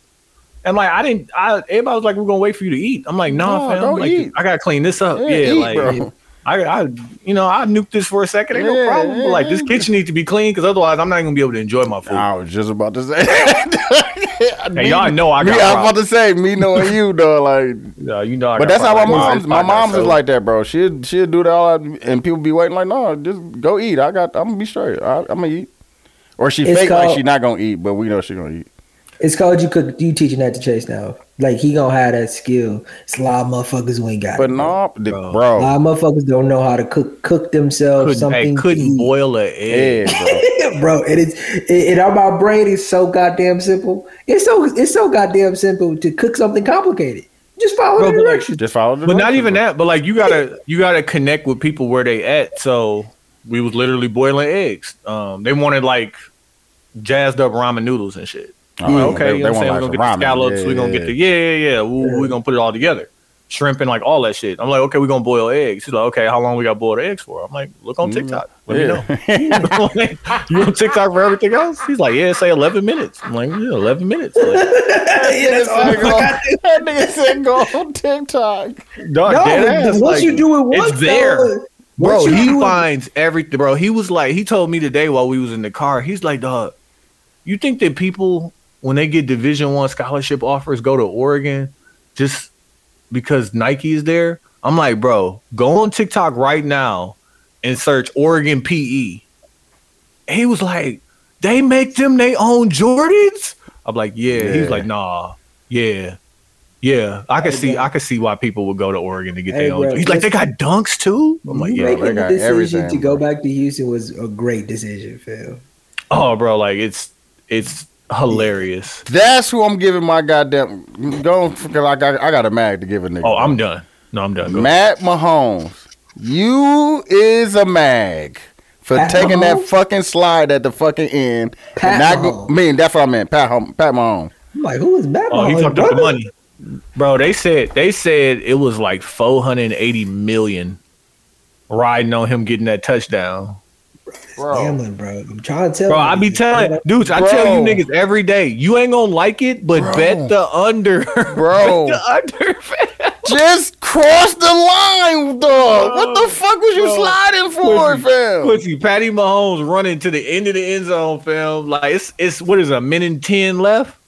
Speaker 2: and like i didn't i everybody was like we're gonna wait for you to eat i'm like
Speaker 5: No,
Speaker 2: nah, fam
Speaker 5: go
Speaker 2: like,
Speaker 5: eat.
Speaker 2: i gotta clean this up
Speaker 5: Yeah,
Speaker 2: yeah,
Speaker 5: eat,
Speaker 2: like
Speaker 5: bro.
Speaker 2: I, I, you know, I nuked this for a second. Ain't
Speaker 5: Yeah,
Speaker 2: no problem. But like, this
Speaker 5: yeah.
Speaker 2: kitchen needs to be clean because otherwise, I'm not even gonna be able to enjoy my food.
Speaker 5: I was just about to say. [laughs]
Speaker 2: And y'all know I
Speaker 5: me,
Speaker 2: got.
Speaker 5: I
Speaker 2: problems.
Speaker 5: was about to say me knowing you though, like.
Speaker 2: Yeah, you know, I got
Speaker 5: But that's how my
Speaker 2: problems.
Speaker 5: mom's. My
Speaker 2: I got
Speaker 5: mom's is
Speaker 2: so-
Speaker 5: like that, bro. She will she'll do that all, that, and people be waiting like, no, just go eat. I got. I'm gonna be straight. I, I'm gonna eat. Or she
Speaker 3: It's
Speaker 5: fake like
Speaker 3: called-
Speaker 5: she not gonna eat, but we know she gonna eat.
Speaker 3: It's called you could you teaching that to Chase now. Like he gonna have that skill. It's a lot of motherfuckers who ain't got
Speaker 5: But
Speaker 3: it.
Speaker 5: no, the- bro.
Speaker 3: A lot of motherfuckers don't know how to cook cook themselves
Speaker 2: Couldn't, hey,
Speaker 3: something.
Speaker 2: couldn't boil an
Speaker 5: [laughs]
Speaker 2: egg.
Speaker 3: [laughs] bro. it is it, it my brain is so goddamn simple. It's so it's so goddamn simple to cook something complicated. Just follow the directions.
Speaker 5: Just follow the
Speaker 2: But not even that. But like you gotta you gotta connect with people where they at. So we was literally boiling eggs. Um, they wanted like jazzed up ramen noodles and shit. I'm like,
Speaker 5: Yeah.
Speaker 2: okay,
Speaker 5: Oh, They-
Speaker 2: you know
Speaker 5: they
Speaker 2: what I'm saying? We're
Speaker 5: want
Speaker 2: gonna get the
Speaker 5: like ramen.
Speaker 2: scallops.
Speaker 5: Yeah,
Speaker 2: we're gonna
Speaker 5: yeah,
Speaker 2: get the yeah yeah yeah. We, We're gonna put it all together. Shrimp and like all that shit. I'm like, okay, we're gonna boil eggs. She's like, okay, how long we got boiled eggs for? I'm like, look on
Speaker 5: Mm-hmm.
Speaker 2: TikTok. Let me know. [laughs] You on TikTok for everything else? He's like, yeah, say 11 minutes. I'm like, yeah, 11 minutes. Like,
Speaker 3: [laughs]
Speaker 5: Yes, that nigga said go on TikTok.
Speaker 3: [laughs]
Speaker 2: Dog,
Speaker 5: [laughs] No,
Speaker 2: oh, dead ass,
Speaker 5: once
Speaker 2: like,
Speaker 5: you do it once,
Speaker 2: it's there.
Speaker 5: though,
Speaker 2: Bro,
Speaker 5: once you
Speaker 2: he
Speaker 5: do it-
Speaker 2: finds everything. Bro, he was like, he told me today while we was in the car, he's like, dog, you think that people when they get Division One scholarship offers go to Oregon just because Nike is there? I'm like, bro, go on TikTok right now and search Oregon PE. And he was like, they make them they own Jordans. I'm like, yeah. He was
Speaker 5: Yeah.
Speaker 2: like, nah, yeah. Yeah, I could see, I could see why people would go to Oregon to get
Speaker 3: Hey,
Speaker 2: their own.
Speaker 3: bro,
Speaker 2: He's like, they got dunks too. I'm like,
Speaker 3: You
Speaker 2: yeah, Oh they
Speaker 3: making the
Speaker 2: got
Speaker 3: decision
Speaker 2: everything.
Speaker 3: to go back to Houston was a great decision, Phil.
Speaker 2: oh, bro, like it's, it's hilarious.
Speaker 5: That's who I'm giving my goddamn. Don't because I got I got a mag to give a nigga.
Speaker 2: Oh, I'm done. No, I'm done. Go.
Speaker 5: Matt Mahomes, you is a mag for
Speaker 2: Pat
Speaker 5: taking that
Speaker 2: Mahomes?
Speaker 5: fucking slide at the fucking end.
Speaker 3: Pat
Speaker 5: and not go, mean that's what I meant. Pat Hom- Pat Mahomes.
Speaker 3: I'm like, who is Matt?
Speaker 2: Oh, he
Speaker 3: Mahomes,
Speaker 2: fucked up the
Speaker 3: brother?
Speaker 2: money, bro. They said they said it was like 480 million riding on him getting that touchdown.
Speaker 3: Gambling, bro. I'm trying to tell
Speaker 2: Bro,
Speaker 3: you.
Speaker 2: I be telling dudes, I tell you
Speaker 3: Bro.
Speaker 2: niggas every day, you ain't gonna like it, but bet the under, [laughs]
Speaker 5: Bro.
Speaker 2: Bet the under.
Speaker 5: Just cross the line,
Speaker 2: Oh,
Speaker 5: dog. what the fuck was you
Speaker 2: bro.
Speaker 5: sliding for,
Speaker 2: Quincy-
Speaker 5: fam?
Speaker 2: Quincy, Patty Mahomes running to the end of the end zone, fam. Like it's it's what is it, a minute and ten left.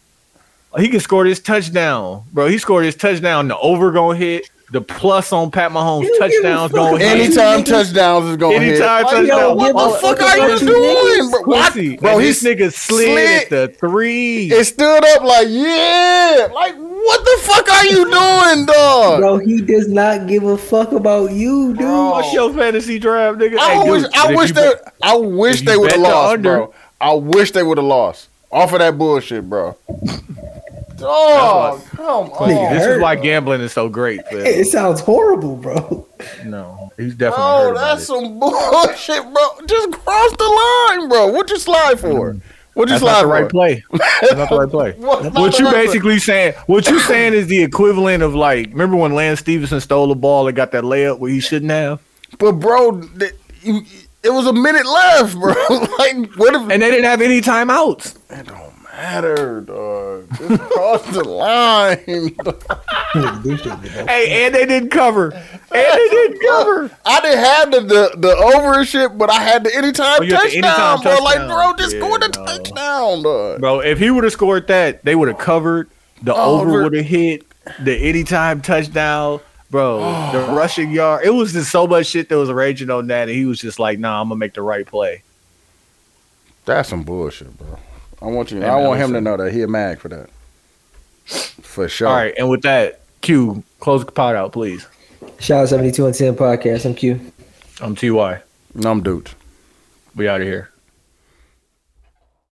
Speaker 2: He can score this touchdown, bro. He scored his touchdown. The over gonna hit. The plus on Pat Mahomes touchdowns going hit.
Speaker 5: Anytime touchdowns is going hit.
Speaker 2: Anytime
Speaker 5: Like,
Speaker 2: touchdown.
Speaker 5: yo, what the fuck are you doing, bro? What?
Speaker 2: Quincy,
Speaker 5: Bro,
Speaker 2: and
Speaker 5: he
Speaker 2: this nigga slid, at the three.
Speaker 5: It stood up like, yeah. Like, what the fuck are you doing, dog?
Speaker 3: Bro, he does not give a fuck about you, dude.
Speaker 2: What's your fantasy draft, nigga?
Speaker 5: I
Speaker 2: Hey,
Speaker 5: wish,
Speaker 2: dude, but
Speaker 5: I
Speaker 2: if
Speaker 5: wish
Speaker 2: you
Speaker 5: they,
Speaker 2: bet-
Speaker 5: I wish
Speaker 2: if
Speaker 5: they
Speaker 2: you
Speaker 5: would have
Speaker 2: bet the
Speaker 5: lost,
Speaker 2: under-
Speaker 5: bro. I wish they would have lost off of that bullshit, bro.
Speaker 2: That's
Speaker 5: [laughs] Dog,
Speaker 2: why-
Speaker 5: come
Speaker 2: Quincy,
Speaker 5: on.
Speaker 2: this is why gambling is so great, man.
Speaker 3: It sounds horrible,
Speaker 2: [laughs]
Speaker 3: bro.
Speaker 2: No, he's definitely.
Speaker 5: Oh,
Speaker 2: hurt about
Speaker 5: that's
Speaker 2: it.
Speaker 5: some bullshit, bro. Just cross the line, bro. What you slide for? What you
Speaker 2: Mm. That's
Speaker 5: slide
Speaker 2: not the right
Speaker 5: for?
Speaker 2: play.
Speaker 5: [laughs]
Speaker 2: That's not the right play. what
Speaker 5: What- not the
Speaker 2: you
Speaker 5: right play.
Speaker 2: basically saying? What you saying is the equivalent of like, remember when Lance Stevenson stole the ball and got that layup where he shouldn't have?
Speaker 5: But bro, th- you, it was a minute left, bro. [laughs] like, what if?
Speaker 2: And they didn't have any timeouts.
Speaker 5: matter, dog. Just cross the line. [laughs]
Speaker 2: Hey, and they didn't cover. And they didn't cover.
Speaker 5: I didn't have the the, the over and shit, but I had the anytime
Speaker 2: Oh, you had the
Speaker 5: touchdown,
Speaker 2: anytime
Speaker 5: bro. Like,
Speaker 2: touchdown.
Speaker 5: bro, just score the touchdown, dog.
Speaker 2: Bro, if he would have scored that, they would have covered. The over,
Speaker 5: Over.
Speaker 2: would have hit. The anytime touchdown. Bro,
Speaker 5: [sighs]
Speaker 2: the rushing yard. It was just so much shit that was raging on that, and he was just like, "Nah, I'm gonna make the right play."
Speaker 5: That's some bullshit, bro. I want you.
Speaker 2: Hey,
Speaker 5: I
Speaker 2: man,
Speaker 5: want him to
Speaker 2: listen.
Speaker 5: know that he a mag for that. For sure.
Speaker 2: All right, and with that, Q, close the pot out, please.
Speaker 3: Shout out 72 and 10 podcast. I'm Q.
Speaker 2: I'm Ty.
Speaker 5: Num dude.
Speaker 2: We out of here.